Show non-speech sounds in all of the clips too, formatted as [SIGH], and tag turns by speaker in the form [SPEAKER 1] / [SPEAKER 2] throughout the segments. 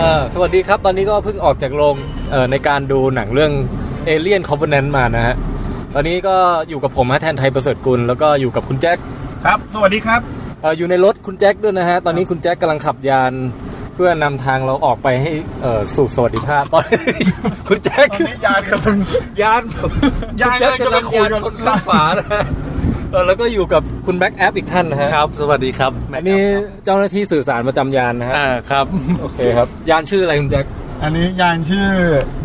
[SPEAKER 1] อสวัสดีครับ ตอนนี้ก็เพิ่งออกจากโรงเอ่อในการดูหนังเรื่อง Alien Covenant มานะฮะ ตอนนี้ก็อยู่กับผมฮะแทนไทยประเสริฐกุล แล้วก็อยู่กับคุณแจ็ค
[SPEAKER 2] ครับ สวัสดีครับ
[SPEAKER 1] เอ่ออยู่ในรถคุณแจ็คด้วยนะฮะ ตอนนี้คุณแจ็คกำลังขับยาน เพื่อนำทางเราออกไปให้เอ่อสู่สวัสดิภาพ [LAUGHS] ตอนนี้ คุณแจ็ค
[SPEAKER 2] ตอนนี้ยานกำลัง
[SPEAKER 1] ยาน
[SPEAKER 2] ยานอะไรก็ไม่คุยกัน
[SPEAKER 1] ยานชนลังฝานะฮะเออแล้วก็อยู่กับคุณแบ็กแอปอีกท่านนะฮะ
[SPEAKER 3] ครับ สวัสดีครับ
[SPEAKER 1] อันนี้เจ้าหน้าที่สื่อสารประจำยานนะฮะ
[SPEAKER 3] อ่าครับ
[SPEAKER 1] โอเคครับ ยานชื่ออะไรคุณแจ็ค
[SPEAKER 2] อันนี้ยานชื่อ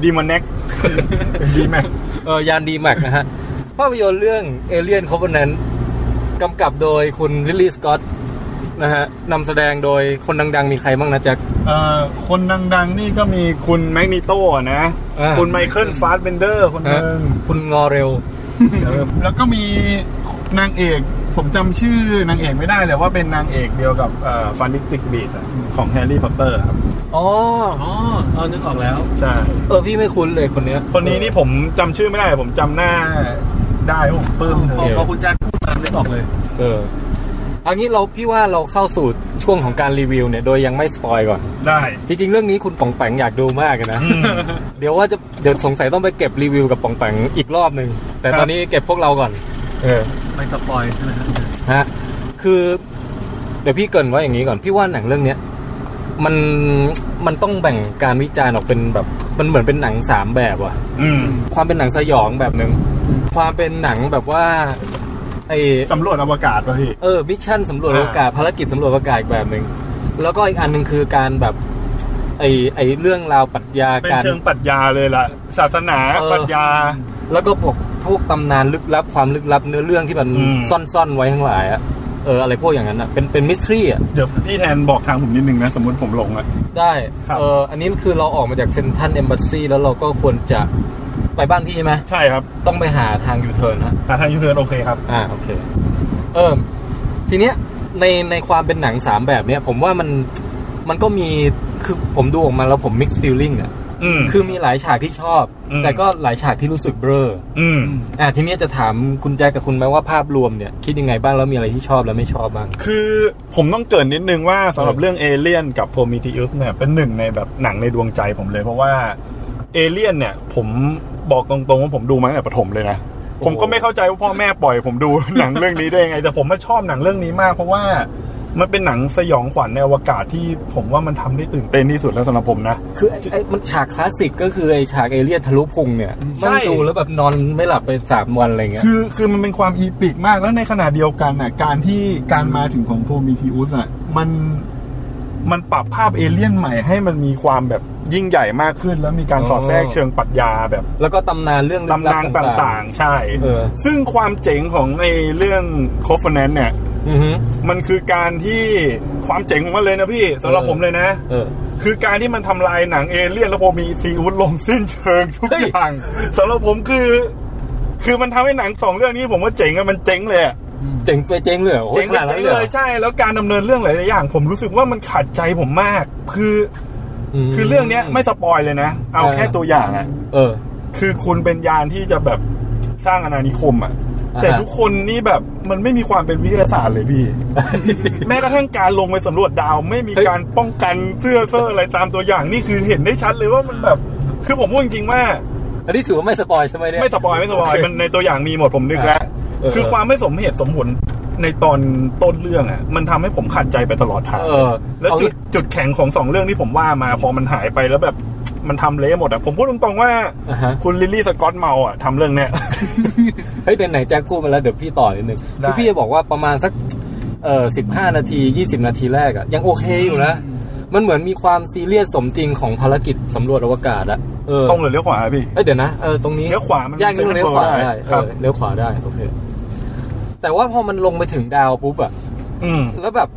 [SPEAKER 2] ดีมอนเน็กดีแม็ก
[SPEAKER 1] เออยานดีแม็กนะฮะ ภาพยนตร์เรื่อง Alien Covenant กำกับโดยคุณลิลลี่สกอตนะฮะนำแสดงโดยคนดังๆ มีใครบ้างนะแจ็ค
[SPEAKER 2] เอ่อคนดังๆ นี่ก็มีคุณแมกนิโตนะ
[SPEAKER 1] อ่า
[SPEAKER 2] คุณไมเคิลฟาสเบนเดอร์คนหนึ่ง
[SPEAKER 1] คุณงอเร็ว
[SPEAKER 2] เออแล้วก็มีนางเอก ผมจำชื่อนางเอกไม่ได้แต่ว่าเป็นนางเอกเดียวกับฟันดิติกบีดของแฮร์รี่พอตเตอร์ครับ
[SPEAKER 1] อ๋อ
[SPEAKER 3] อ๋อเอานึกออกแล้ว
[SPEAKER 2] ใช่
[SPEAKER 1] เออ พี่ไม่คุ้นเลยคนเนี้ย
[SPEAKER 2] คนนี้นี่ผมจำชื่อไม่ได้ ผมจำหน้าได้ผมปลื้ม
[SPEAKER 3] พ
[SPEAKER 2] เธ
[SPEAKER 3] อ
[SPEAKER 2] อ
[SPEAKER 3] พอคุณแจ็คพูดตามนึกออกเลย
[SPEAKER 1] เออเอันนี้เราพี่ว่าเราเข้าสู่ช่วงของการรีวิวเนี่ย โดยยังไม่สปอยก่อน
[SPEAKER 2] ได้
[SPEAKER 1] จริงๆ เรื่องนี้คุณป่องแปงอยากดูมากเลยนะ เดี๋ยวว่าจะเดี๋ยวสงสัยต้องไปเก็บรีวิวกับป่องแปงอีกรอบหนึ่งแต่ตอนนี้เก็บพวกเราก่อน
[SPEAKER 2] เออ
[SPEAKER 3] ไม่สปอยใช่ไหมครับ
[SPEAKER 1] ฮะคือเดี๋ยวพี่เกรินไว่าอย่างนี้ก่อน พี่ว่าหนังเรื่องเนี้ยมันมันต้องแบ่งการวิจารณ์ออกเป็นแบบ มันเหมือนเป็นหนังสามแบบว่ะ
[SPEAKER 2] อืม
[SPEAKER 1] ความเป็นหนังสยองแบบหนึ่งความเป็นหนังแบบว่าไอ
[SPEAKER 2] สำรวจอวกาศป่ะพี่
[SPEAKER 1] เออมิชชั่นสำรวจอวกาศภารกิจสำรวจอวกาศอีกแบบหนึ่งแล้วก็อีกอันหนึ่งคือการแบบ ไอไอเรื่องราวปรัชญา
[SPEAKER 2] เป็น
[SPEAKER 1] การ
[SPEAKER 2] เชิงปรัชญาเลยล่ะ ศาสนา
[SPEAKER 1] เออ
[SPEAKER 2] ปรัชญา
[SPEAKER 1] แล้วก็พวกพวกตำนานลึกลับความลึกลับเนื้อเรื่องที่มัน
[SPEAKER 2] อืม
[SPEAKER 1] ซ่อนๆไว้ทั้งหลายอะเอออะไรพวกอย่างนั้นอะเป็นเป็นมิสทรีอะ
[SPEAKER 2] เดี๋ยวพี่แทนบอกทางผมนิดนึงนะ สมมติผมหลงอะ
[SPEAKER 1] ได้
[SPEAKER 2] ครับ
[SPEAKER 1] เอออันนี้คือเราออกมาจากเซนทันเอมบัสซีแล้วเราก็ควรจะไปบ้านพี่ใช่ไหม
[SPEAKER 2] ใช่ครับ
[SPEAKER 1] ต้องไปหาทางยูเทิร์นฮะ
[SPEAKER 2] หาทางยูเทิร์นโอเคครับ
[SPEAKER 1] อ่า โอเค เออทีเนี้ยในในความเป็นหนังสามแบบเนี้ย ผมว่ามันมันก็มีคือผมดูออกมาแล้วผมมิกซ์ฟิลลิ่งอ่ะ
[SPEAKER 2] อืม
[SPEAKER 1] คือมีหลายฉากที่ชอบ
[SPEAKER 2] อืม
[SPEAKER 1] แต่ก็หลายฉากที่รู้สึกเบลอ
[SPEAKER 2] อืม
[SPEAKER 1] อ่าทีเนี้ยจะถามคุณแจคกับคุณไหมว่าภาพรวมเนี่ย คิดยังไงบ้างแล้วมีอะไรที่ชอบและไม่ชอบบ้าง
[SPEAKER 2] คือผมต้องเกรินนิดนึงว่าสำหรับ
[SPEAKER 1] เออ
[SPEAKER 2] เรื่องเอเลี่ยนกับโพมิ t ิอุสเนี่ย เป็นหนึ่งในแบบหนังในดวงใจผมเลย เพราะว่าเอเลี่ยนเนี่ย ผมบอกตรงๆว่าผมดูมาตั้งแต่ประถมเลยนะ ผมก็ไม่เข้าใจว่าพ่อแม่ปล่อยผมดู หนังเรื่องนี้ได้ยังไง แต่ผมมาชอบหนังเรื่องนี้มาก เพราะว่ามันเป็นหนังสยองขวัญในอวกาศที่ผมว่ามันทำได้ตื่นเต้นที่สุดแล้วสำหรับผมนะ
[SPEAKER 1] คือไอ้ไอ้มันฉากคลาสสิกก็คือไอ้ฉากเอเลี่ยนทะลุพุงเนี่ย
[SPEAKER 2] ใช่
[SPEAKER 1] นั่งดูแล้วแบบนอนไม่หลับไปสามวันอะไรเงี้ย
[SPEAKER 2] คือคือมันเป็นความอีปิกมากแล้วในขณะเดียวกันน่ะการที่การมาถึงของโพมิทิอุสอ่ะมันมันปรับภาพเอเลี่ยนใหม่ให้มันมีความแบบยิ่งใหญ่มากขึ้น แล้วมีการ
[SPEAKER 1] อ๋อ
[SPEAKER 2] สอดแทรกเชิงปรัชญาแบบ
[SPEAKER 1] แล้วก็ตำนานเรื่องลึก
[SPEAKER 2] ตำ
[SPEAKER 1] ลับ
[SPEAKER 2] นาน
[SPEAKER 1] ต่า
[SPEAKER 2] ต่าง งๆ ใช่
[SPEAKER 1] เออ
[SPEAKER 2] ซึ่งความเจ๋งของในเรื่องโคฟแนนเนี่ย
[SPEAKER 1] ๆอือฮึ
[SPEAKER 2] มันคือการที่ความเจ๋งของมันเลยนะพี่สำหรับ
[SPEAKER 1] เออ
[SPEAKER 2] ผมเลยนะ
[SPEAKER 1] เออ
[SPEAKER 2] คือการที่มันทำลายหนังเอเลี่ยนแล้วพอมีซีอุดลงสิ้นเชิงทุก
[SPEAKER 1] เฮ้ย
[SPEAKER 2] อย่างสำหรับผมคือ คือมันทำให้หนังสองเรื่องนี้ผมว่าเจ๋งอะมันเจ๋งเลยอะ
[SPEAKER 1] เจ๋งไปเจ๋งเลยหรอโอ้
[SPEAKER 2] เจ๋ง
[SPEAKER 1] ข
[SPEAKER 2] เลย
[SPEAKER 1] นาดนั้น
[SPEAKER 2] เจ๋
[SPEAKER 1] ห
[SPEAKER 2] ง
[SPEAKER 1] ร
[SPEAKER 2] เล
[SPEAKER 1] อย
[SPEAKER 2] ใช่ แล้วการดำเนินเรื่องหลายๆอย่าง ผมรู้สึกว่ามันขัดใจผมมาก คือ
[SPEAKER 1] ม
[SPEAKER 2] คือเรื่องเนี้ยไม่สปอยเลยนะ เอา
[SPEAKER 1] เออ
[SPEAKER 2] แค่ตัวอย่างอะ
[SPEAKER 1] เออ
[SPEAKER 2] คือคุณเป็นยานที่จะแบบสร้างอาณานิคมอะ
[SPEAKER 1] อ่าฮะ
[SPEAKER 2] แต่ทุกคนนี่แบบมันไม่มีความเป็นวิทยาศาสตร์เลยพี่ [LAUGHS] แม้กระทั่งการลงไปสำรวจดาวไม่มีการป้องกันเพื่อเพื่ออะไรตามตัวอย่างนี่คือเห็นได้ชัดเลยว่ามันแบบ คือผมพูดจริงๆว่า
[SPEAKER 1] อันนี้ถือว่าไม่สปอยใช่ไหมเนี่ย
[SPEAKER 2] ไม่สปอยไม่สปอยมันในตัวอย่างมีหมดผมนึกแล้ว
[SPEAKER 1] อ่ะเออ
[SPEAKER 2] คือความไม่สมเหตุสมผลในตอนต้นเรื่องอ่ะ มันทำให้ผมขัดใจไปตลอดทาง
[SPEAKER 1] เออ
[SPEAKER 2] แล้ว
[SPEAKER 1] เอา
[SPEAKER 2] จุ
[SPEAKER 1] งี้
[SPEAKER 2] ดจุดแข็งของสองเรื่องที่ผมว่ามา พอมันหายไปแล้วแบบมันทำเละหมดอ่ะผมพูดตรงๆว่า
[SPEAKER 1] อ่ะฮะ
[SPEAKER 2] คุณลิลลี่สกอตเมาอ่ะทำเรื่องเนี้ย
[SPEAKER 1] เฮ้ยไหนๆแจ็คพูดมาแล้วเดี๋ยวพี่ต่อนิดนึง
[SPEAKER 2] ได้
[SPEAKER 1] คือพี่จะบอกว่าประมาณสักเออสิบห้านาทียี่สิบนาทีแรกอะยังโอเคอยู่นะมันเหมือนมีความซีเรียสสมจริงของภารกิจสำรวจอวกาศอะเออ
[SPEAKER 2] ตรงหรือเลี้ยวขวาพี่
[SPEAKER 1] เอ้ยเดี๋ยวนะเออตรงนี้
[SPEAKER 2] เลี้ยวขวามัน
[SPEAKER 1] แยกนี้มันเลี้ยวขวา
[SPEAKER 2] เซ็น
[SPEAKER 1] ได้เออ
[SPEAKER 2] ทรัลเวิลด์ได้ครับ
[SPEAKER 1] เลี้ยวขวาได้โอเคแต่ว่าพอมันลงไปถึงดาวปุ๊บอะ
[SPEAKER 2] อืม
[SPEAKER 1] แล้วแบบ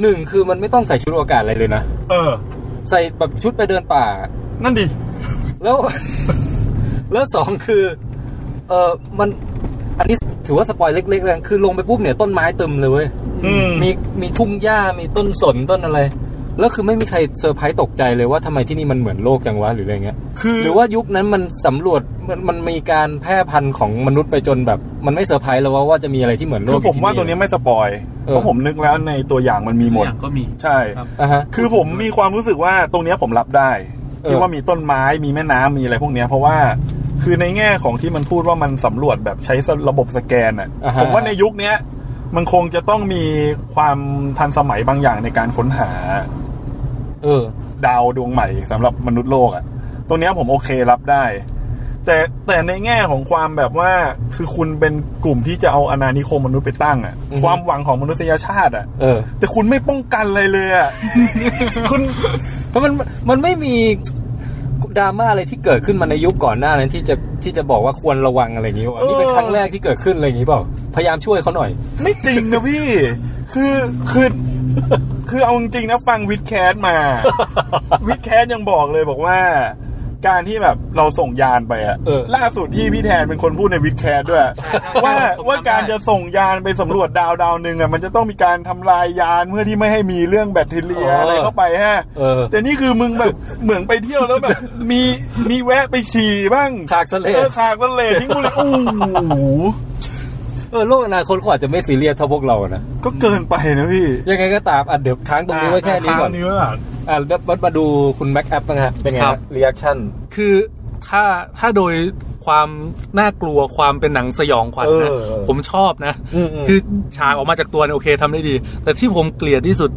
[SPEAKER 1] หนึ่งคือมันไม่ต้องใส่ชุดอวกาศอะไรเลยนะ
[SPEAKER 2] เออ
[SPEAKER 1] ใส่แบบชุดไปเดินป่า
[SPEAKER 2] นั่นดิ
[SPEAKER 1] แล้ว [LAUGHS] แล้วสองคือ เออมัน อันนี้ถือว่าสปอยเล็กๆแล้วกันคือลงไปปุ๊บเนี่ยต้นไม้เต็มเลยเว้ย
[SPEAKER 2] อืม
[SPEAKER 1] มีมีทุ่งหญ้ามีต้นสนต้นอะไร แล้วคือไม่มีใครเซอร์ไพรส์ตกใจเลยว่าทำไมที่นี่มันเหมือนโลกจังวะหรืออะไรเงี้ย
[SPEAKER 2] คือ
[SPEAKER 1] หรือว่ายุคนั้นมันสำรวจมันมันมีการแพร่พันธุ์ของมนุษย์ไปจนแบบ มันไม่เซอร์ไพรส์แล้วว่าว่าจะมีอะไรที่เหมือนโล
[SPEAKER 2] คื
[SPEAKER 1] ก
[SPEAKER 2] อผมว่าตัวเนี้ยไม่สปอย
[SPEAKER 1] เออ
[SPEAKER 2] เพราะผมนึกแล้วในตัวอย่างมันมีหมด
[SPEAKER 3] อย่างก็มี
[SPEAKER 2] ใช่
[SPEAKER 3] ครับ
[SPEAKER 1] อ่ะฮะ
[SPEAKER 2] คือผมมีความรู้สึกว่าตรงเนี้ยผมรับได้
[SPEAKER 1] เออ
[SPEAKER 2] ที่ว่ามีต้นไม้มีแม่น้ำมีอะไรพวกเนี้ยเพราะว่าคือในแง่ของที่มันพูดว่ามันสำรวจแบบใช้ระบบสแกนอ่ะ
[SPEAKER 1] อ่าฮะ
[SPEAKER 2] ผมว่าในยุคเนี้ยมันคงจะต้องมีความทันสมัยบางอย่างในการค้นหา
[SPEAKER 1] เออ
[SPEAKER 2] ดาวดวงใหม่สำหรับมนุษย์โลกอ่ะตรงเนี้ยผมโอเครับได้ แต่แต่ในแง่ของความแบบว่าคือคุณเป็นกลุ่มที่จะเอาอาณานิคมมนุษย์ไปตั้งอ่ะ
[SPEAKER 1] อือฮึ
[SPEAKER 2] ความหวังของมนุษยชาติอ่ะ
[SPEAKER 1] เออ
[SPEAKER 2] แต่คุณไม่ป้องกันอะไรเลยอ่ะ [LAUGHS] คุณ
[SPEAKER 1] เพราะมันมันไม่มีดราม่าอะไรที่เกิดขึ้นมาในยุคก่อนหน้านั้นที่จะที่จะบอกว่าควรระวังอะไรอย่างงี้วะนี่เป็น
[SPEAKER 2] เออ
[SPEAKER 1] ครั้งแรกที่เกิดขึ้นอะไรอย่างงี้เปล่าพยายามช่วยเขาหน่อย
[SPEAKER 2] ไม่จริงนะพี่ คือ คือ [LAUGHS] คือเอาจริงๆนะฟังวิดแคสมา วิดแคสยังบอกเลยบอกว่า การที่แบบเราส่งยานไปอะ
[SPEAKER 1] เออ
[SPEAKER 2] ล่าสุดที่พี่แทนเป็นคนพูดในวิดแคสด้วย ว่า
[SPEAKER 3] ผมจำได้
[SPEAKER 2] ว่าการจะส่งยานไปสำรวจดาวดาวหนึ่งอะมันจะต้องมีการทำลายยานเพื่อที่ไม่ให้มีเรื่องแบคทีเรียอะไรเข้าไปฮะ
[SPEAKER 1] เออ
[SPEAKER 2] แต่นี่คือมึงแบบ เหมือนไปเที่ยวแล้วแบบ มีมีแวะไปฉี่บ้าง
[SPEAKER 1] ขากสะเลด
[SPEAKER 2] ออขากสะเลดทิ้งกูเลยโอ้โห
[SPEAKER 1] เออโลกอนาคตเขาอาจจะไม่ซีเรียสเท่าพวกเรานะ
[SPEAKER 2] ก็เกินไปนะพี่
[SPEAKER 1] ยังไงก็ตามอ่ะเดี๋ยวค้างตรงนี้ไว้แค่นี้ก่อน
[SPEAKER 2] เนื้อะ
[SPEAKER 1] อ่ะแล้วมาดูคุณแม็กแอปนะฮะเป็นไง
[SPEAKER 3] ครับ
[SPEAKER 1] รีแอคชั่น
[SPEAKER 3] คือถ้าถ้าโดยความน่ากลัวความเป็นหนังสยองขวัญนะ
[SPEAKER 1] เออ
[SPEAKER 3] ผมชอบนะ
[SPEAKER 1] คื
[SPEAKER 3] คือ อฉากออกมาจากตัวเนี่ยโอเคทำได้ดี แต่ที่ผมเกลียดที่สุด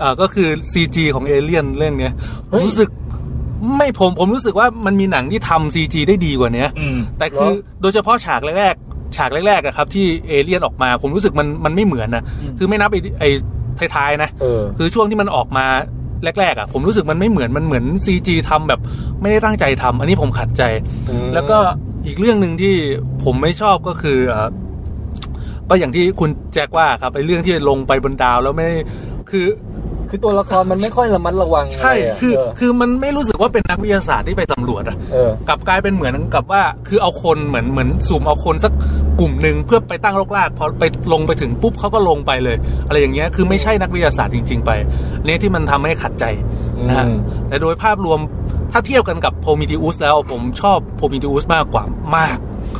[SPEAKER 3] เอ่อก็คือ CG ของเอเลี่ยนเรื่องเนี้ยผ
[SPEAKER 1] เฮ้
[SPEAKER 3] ม
[SPEAKER 1] ย
[SPEAKER 3] รู้สึกไม่ผมผมรู้สึกว่ามันมีหนังที่ทำ CG ได้ดีกว่าเนี้ย
[SPEAKER 2] อืม
[SPEAKER 3] แต่คือ
[SPEAKER 1] เหรอ
[SPEAKER 3] โดยเฉพาะฉากแรกๆฉากแรกๆอะครับที่เอเลี่ยนออกมาผมรู้สึกมันมันไม่เหมือนนะ
[SPEAKER 2] อืม
[SPEAKER 3] คือไม่นับไอ้ไอ้ท้ายๆนะ
[SPEAKER 1] เออ
[SPEAKER 3] คือช่วงที่มันออกมาแรกๆอ่ะผมรู้สึกมันไม่เหมือนมันเหมือน CG ทำแบบไม่ได้ตั้งใจทำอันนี้ผมขัดใจ
[SPEAKER 1] อืม
[SPEAKER 3] แล้วก็อีกเรื่องหนึ่งที่ผมไม่ชอบก็คือเอ่อก็อย่างที่คุณแจ็คว่าครับไอ้เรื่องที่ลงไปบนดาวแล้วไม่คือ
[SPEAKER 1] คือตัวละครมันไม่ค่อยระมัดระวัง
[SPEAKER 3] ใช่
[SPEAKER 1] ะไร
[SPEAKER 3] คือ
[SPEAKER 1] ะ
[SPEAKER 3] คือมันไม่รู้สึกว่าเป็นนักวิทยาศาสตร์ที่ไปสำรวจอะ
[SPEAKER 1] เออ
[SPEAKER 3] กลับกลายเป็นเหมือนกับว่าคือเอาคนเหมือนเหมือนสุ่มเอาคนสักกลุ่มหนึ่งเพื่อไปตั้งรกรากพอไปลงไปถึงปุ๊บเขาก็ลงไปเลย อะไรอย่างเงี้ยคือไม่ใช่นักวิทยาศาสตร์จริง ๆ ไปอันนี้ที่มันทำให้ขัดใจนะฮะ
[SPEAKER 1] อืม
[SPEAKER 3] แต่โดยภาพรวมถ้าเทียบกันกับโพมิทิอุสแล้วผมชอบโพมิทิอุสมากกว่ามาก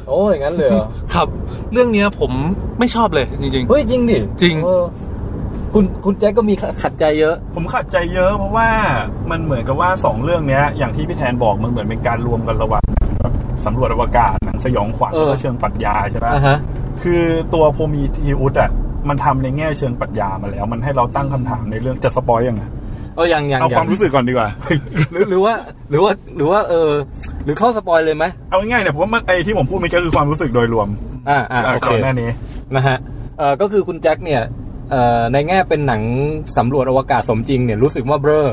[SPEAKER 1] โอ้ยอย่างนั้นเลยเหรอ
[SPEAKER 3] ครับ เรื่องเนี้ยผมไม่ชอบเลยจริง
[SPEAKER 1] เฮ้ยจริงดิ
[SPEAKER 3] จริง
[SPEAKER 1] เออคุณคุณแจ็คก็มีขัดใจเยอะ
[SPEAKER 2] ผมขัดใจเยอะเพราะว่ามันเหมือนกับว่าสองเรื่องเนี้ย อย่างที่พี่แทนบอกมันเหมือนเป็นการรวมกันระหว่างแบบสำรวจอวกาศหนังสยองขวัญ
[SPEAKER 1] เออ
[SPEAKER 2] แล้วก็เชิงปรัชญาใช่ไหม
[SPEAKER 1] อ่ะฮะ
[SPEAKER 2] คือตัวโพมีทีอุสอ่ะมันทำในแง่เชิงปรัชญามาแล้ว มันให้เราตั้งคำถามในเรื่องจะสปอยยังไง
[SPEAKER 1] เออยังยัง
[SPEAKER 2] เอาค
[SPEAKER 1] ยั
[SPEAKER 2] วามรู้สึกก่อนดีกว่า
[SPEAKER 1] หรือหรือว่า หรือว่า หรือว่า เออ หรือเข้าสปอยเลยไหม
[SPEAKER 2] เอาง่ายๆเนี่ยผมว่ามันไอ้ที่ผมพูดมันก็คือความรู้สึกโดยรวม
[SPEAKER 1] อ่าอ่า
[SPEAKER 2] อ่ะ
[SPEAKER 1] โอเค
[SPEAKER 2] ก่อนหน้านี้
[SPEAKER 1] นะฮะ เออก็คือคุณแจ็คเนี่ย เอ่อ ในแง่เป็นหนังสำรวจอวกาศสมจริงเนี่ยรู้สึกว่าเบลอ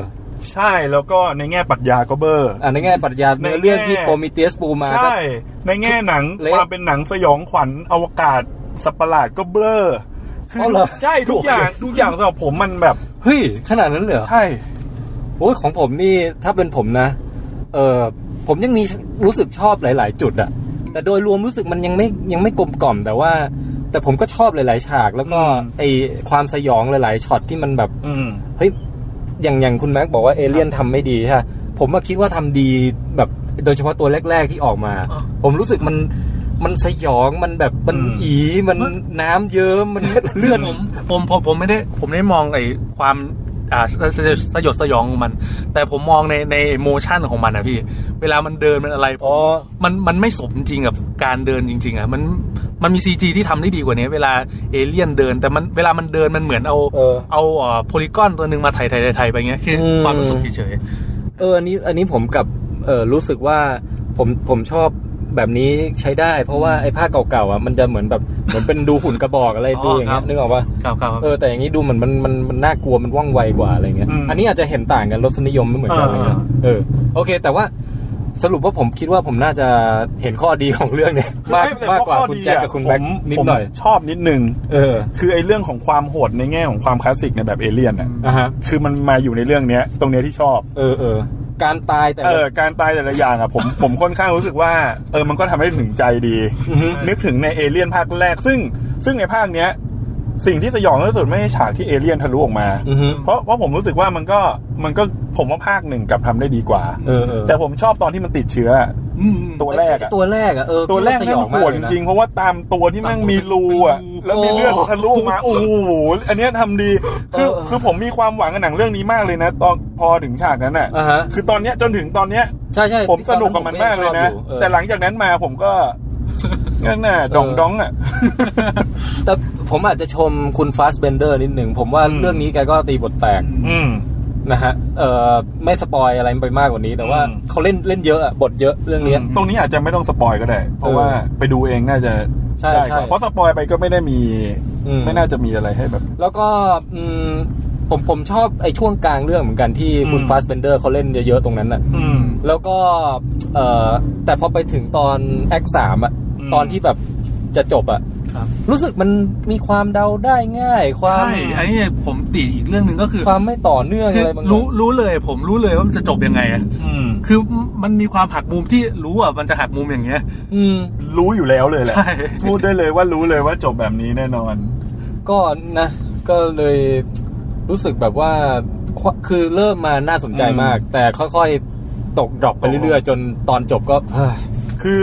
[SPEAKER 2] ใช่แล้วก็ในแง่ปรัชญาก็เบอร์
[SPEAKER 1] อ่าในแง่ปรัชญา
[SPEAKER 2] ในแง่
[SPEAKER 1] เนื้อเรื่องที่โปรมิเตียสปูมาก็
[SPEAKER 2] ใช่ ในแง่หนัง
[SPEAKER 1] เละ
[SPEAKER 2] ความเป็นหนังสยองขวัญอวกาศสัตว์ประหลาดก็เบลอคื
[SPEAKER 1] เอาเหรอ
[SPEAKER 2] ใช่ทุกอย่างทุกอย่างสำหรับผมมันแบบ
[SPEAKER 1] เฮ้ย ขนาดนั้นเลยเหรอ
[SPEAKER 2] ใช่
[SPEAKER 1] โอ้ยของผมนี่ถ้าเป็นผมนะ เออผมยังมีรู้สึกชอบหลาย ๆ จุดอะแต่โดยรวมรู้สึกมันยังไม่ยังไม่กลมกล่อม แต่ว่า แต่ผมก็ชอบหลาย ๆ ฉาก แล้วก็ไอความสยองหลาย ๆ ช็อตที่มันแบบ
[SPEAKER 2] อืม
[SPEAKER 1] เฮ้ยอย่างอย่างคุณแม็กบอกว่าเอเลี่ยนทำไม่ดีใช่ปะผมมาคิดว่าทำดีแบบโดยเฉพาะตัวแรก ๆ ที่ออกมา
[SPEAKER 3] อ๋อ
[SPEAKER 1] ผมรู้สึกมันมันสยองมันแบบมัน
[SPEAKER 2] อืม
[SPEAKER 1] อีมันน้ำเยิ้มมันเลือด
[SPEAKER 3] ผมผมผมผมไม่ได้ผมไม่ได้มองไอ้ความอ่าสสสสยดสยองของมัน แต่ผมมองในในโมชั่นของมันนะพี่ เวลามันเดินมันอะไรผม
[SPEAKER 1] อ๋อ
[SPEAKER 3] มันมันไม่สมจริงกับการเดินจริง ๆอ่ะมันมันมีซีจีที่ทำได้ดีกว่านี้ เวลาเอเลี่ยนเดิน แต่มันเวลามันเดินมันเหมือนเอา
[SPEAKER 1] เออ
[SPEAKER 3] เอาโพลีกอนตัวหนึ่งมาไถ่ไถ่ไถ่ไปเงี้ยคืออ
[SPEAKER 1] ม
[SPEAKER 3] ความรู้สึกเฉย
[SPEAKER 1] เอออันนี้อันนี้ผมกับเออรู้สึกว่าผมผมชอบแบบนี้ใช้ได้ เพราะว่าไอ้ผ้าเก่าๆอ่ะมันจะเหมือนแบบเหมือนเป็นดูหุ่นกระบอกอะไรดูอย่างเงี้ยนึกออกปะ
[SPEAKER 3] ๆครับครับ
[SPEAKER 1] เออแต่อย่างนี้ดูเหมือนมันมันมันน่ากลัวมันว่องไวกว่าอะไรเงี้ย
[SPEAKER 2] อืม
[SPEAKER 1] อันนี้อาจจะเห็นต่างกันรสนิยมไม่เหมือนกันอะไรเงี้ย
[SPEAKER 2] อ่า
[SPEAKER 1] เออโอเค แต่ว่าสรุปว่าผมคิดว่าผมน่าจะเห็นข้อดีของเรื่องเนี่ยมาก
[SPEAKER 2] คือไม่
[SPEAKER 1] มากกว่า
[SPEAKER 2] เพระ
[SPEAKER 1] คุณแจ็คกับคุณแบ็ค
[SPEAKER 2] ผม
[SPEAKER 1] นิดหน่อย
[SPEAKER 2] ผมชอบนิดนึง
[SPEAKER 1] เออ
[SPEAKER 2] คือไอ้เรื่องของความโหดในแง่ของความคลาสสิกในแบบเอเลี่ยนอ่ะ
[SPEAKER 1] อ่ะฮะ
[SPEAKER 2] คือมันมาอยู่ในเรื่องเนี้ย ตรงเนี้ยที่ชอบ
[SPEAKER 1] เออเออการตายแต่
[SPEAKER 2] เอ
[SPEAKER 1] ละ
[SPEAKER 2] อการตายแต่ละอย่างอ่ะผม ผมค่อนข้างรู้สึกว่า เออมันก็ทำให้ถึงใจดี
[SPEAKER 1] อือฮึ
[SPEAKER 2] นึกถึงในเอเลี่ยนภาคแรกซึ่ง ซึ่งในภาคเนี้ย สิ่งที่สยองที่สุดไม่ใช่ฉากที่เอเลี่ยนทะลุออกมา
[SPEAKER 1] อือฮึ
[SPEAKER 2] เพราะเพราะผมรู้สึกว่ามันก็มันก็ผมว่าภาคหนึ่งกลับทำได้ดีกว่า
[SPEAKER 1] เออเออ
[SPEAKER 2] แต่ผมชอบตอนที่มันติดเชื้อ
[SPEAKER 3] อืม
[SPEAKER 2] ตัวแรกอะ
[SPEAKER 1] ตัวแรกอะเออ
[SPEAKER 2] ตัวแรก
[SPEAKER 1] ส
[SPEAKER 2] แม่
[SPEAKER 1] ย
[SPEAKER 2] ง
[SPEAKER 1] อง
[SPEAKER 2] ป
[SPEAKER 1] มาก
[SPEAKER 2] วด
[SPEAKER 1] เล
[SPEAKER 2] จ
[SPEAKER 1] ยนะ
[SPEAKER 2] ริงๆเพราะว่าตามตัวที่แม่งมีรูอะแล้วมีเลือดทะลุออกมาโอ้โหอันเนี้ยทำดีคือ
[SPEAKER 1] เออ
[SPEAKER 2] คือผมมีความหวังกับหนังเรื่องนี้มากเลยนะ ตอนพอถึงฉากนั้นอะ
[SPEAKER 1] อ่าฮะ
[SPEAKER 2] คือตอนเนี้ยจนถึงตอนเนี้ย
[SPEAKER 1] ใช่ใช่
[SPEAKER 2] ผมสนุกกับมันมากเลยนะ
[SPEAKER 1] เออ
[SPEAKER 2] แต่หลังจากนั้นมาผมก็ [LAUGHS] นั่นน่ะดอง
[SPEAKER 1] เออ
[SPEAKER 2] ดองอ่ะ
[SPEAKER 1] แต่ผมอาจจะชมคุณฟาสเบนเดอร์นิดหนึ่ง ผมว่า
[SPEAKER 2] อืม
[SPEAKER 1] เรื่องนี้แกก็ตีบทแตก
[SPEAKER 2] อืม
[SPEAKER 1] นะฮะเอ่อไม่สปอยอะไรไปมากกว่านี้ แต่ว่า
[SPEAKER 2] อืม
[SPEAKER 1] เขาเล่นเล่นเยอะอะบทเยอะเรื่องเนี้ย
[SPEAKER 2] ตรงนี้อาจจะไม่ต้องสปอยก็ได้ เพราะว่าไปดูเองน่าจะ
[SPEAKER 1] ใช่
[SPEAKER 2] ได้กว่า
[SPEAKER 1] ใช่
[SPEAKER 2] เพราะสปอยไปก็ไม่ได้มี
[SPEAKER 1] อืม
[SPEAKER 2] ไม่น่าจะมีอะไรให้แบบ
[SPEAKER 1] แล้วก็อืมผมผมชอบไอ้ช่วงกลางเรื่องเหมือนกันที่คุณ
[SPEAKER 2] อืม
[SPEAKER 1] ฟาสเบนเดอร์เขาเล่นเยอะๆตรงนั้นน่ะ
[SPEAKER 2] อืม
[SPEAKER 1] แล้วก็เอ่อแต่พอไปถึงตอนแอคสามอะ
[SPEAKER 2] อืม
[SPEAKER 1] ตอนที่แบบจะจบอะ
[SPEAKER 3] ครับ
[SPEAKER 1] รู้สึกมันมีความเดาได้ง่าย ความ
[SPEAKER 3] ใช่อันนี้ผมติอีกเรื่องหนึ่งก็คือ
[SPEAKER 1] ความไม่ต่อเนื่อง
[SPEAKER 3] คือ
[SPEAKER 1] อะไรบางอย่าง
[SPEAKER 3] รู้รู้เลย ผมรู้เลยว่ามันจะจบยังไงอะ
[SPEAKER 2] อืม
[SPEAKER 3] คือมันมีความหักมุมที่รู้อ่ะมันจะหักมุมอย่างเงี้ย
[SPEAKER 1] อืม
[SPEAKER 2] รู้อยู่แล้วเลยแหละ
[SPEAKER 3] ใช่
[SPEAKER 2] พูดได้เลยว่ารู้เลยว่าจบแบบนี้แน่นอน
[SPEAKER 1] ก็นะ ก็เลยรู้สึกแบบว่าควคือเริ่มมาน่าสนใจ
[SPEAKER 2] อืม
[SPEAKER 1] มาก แต่ค่อยๆ ตกดรอปไปเรื่อยๆ จนตอนจบก็เฮ้ย
[SPEAKER 2] คือ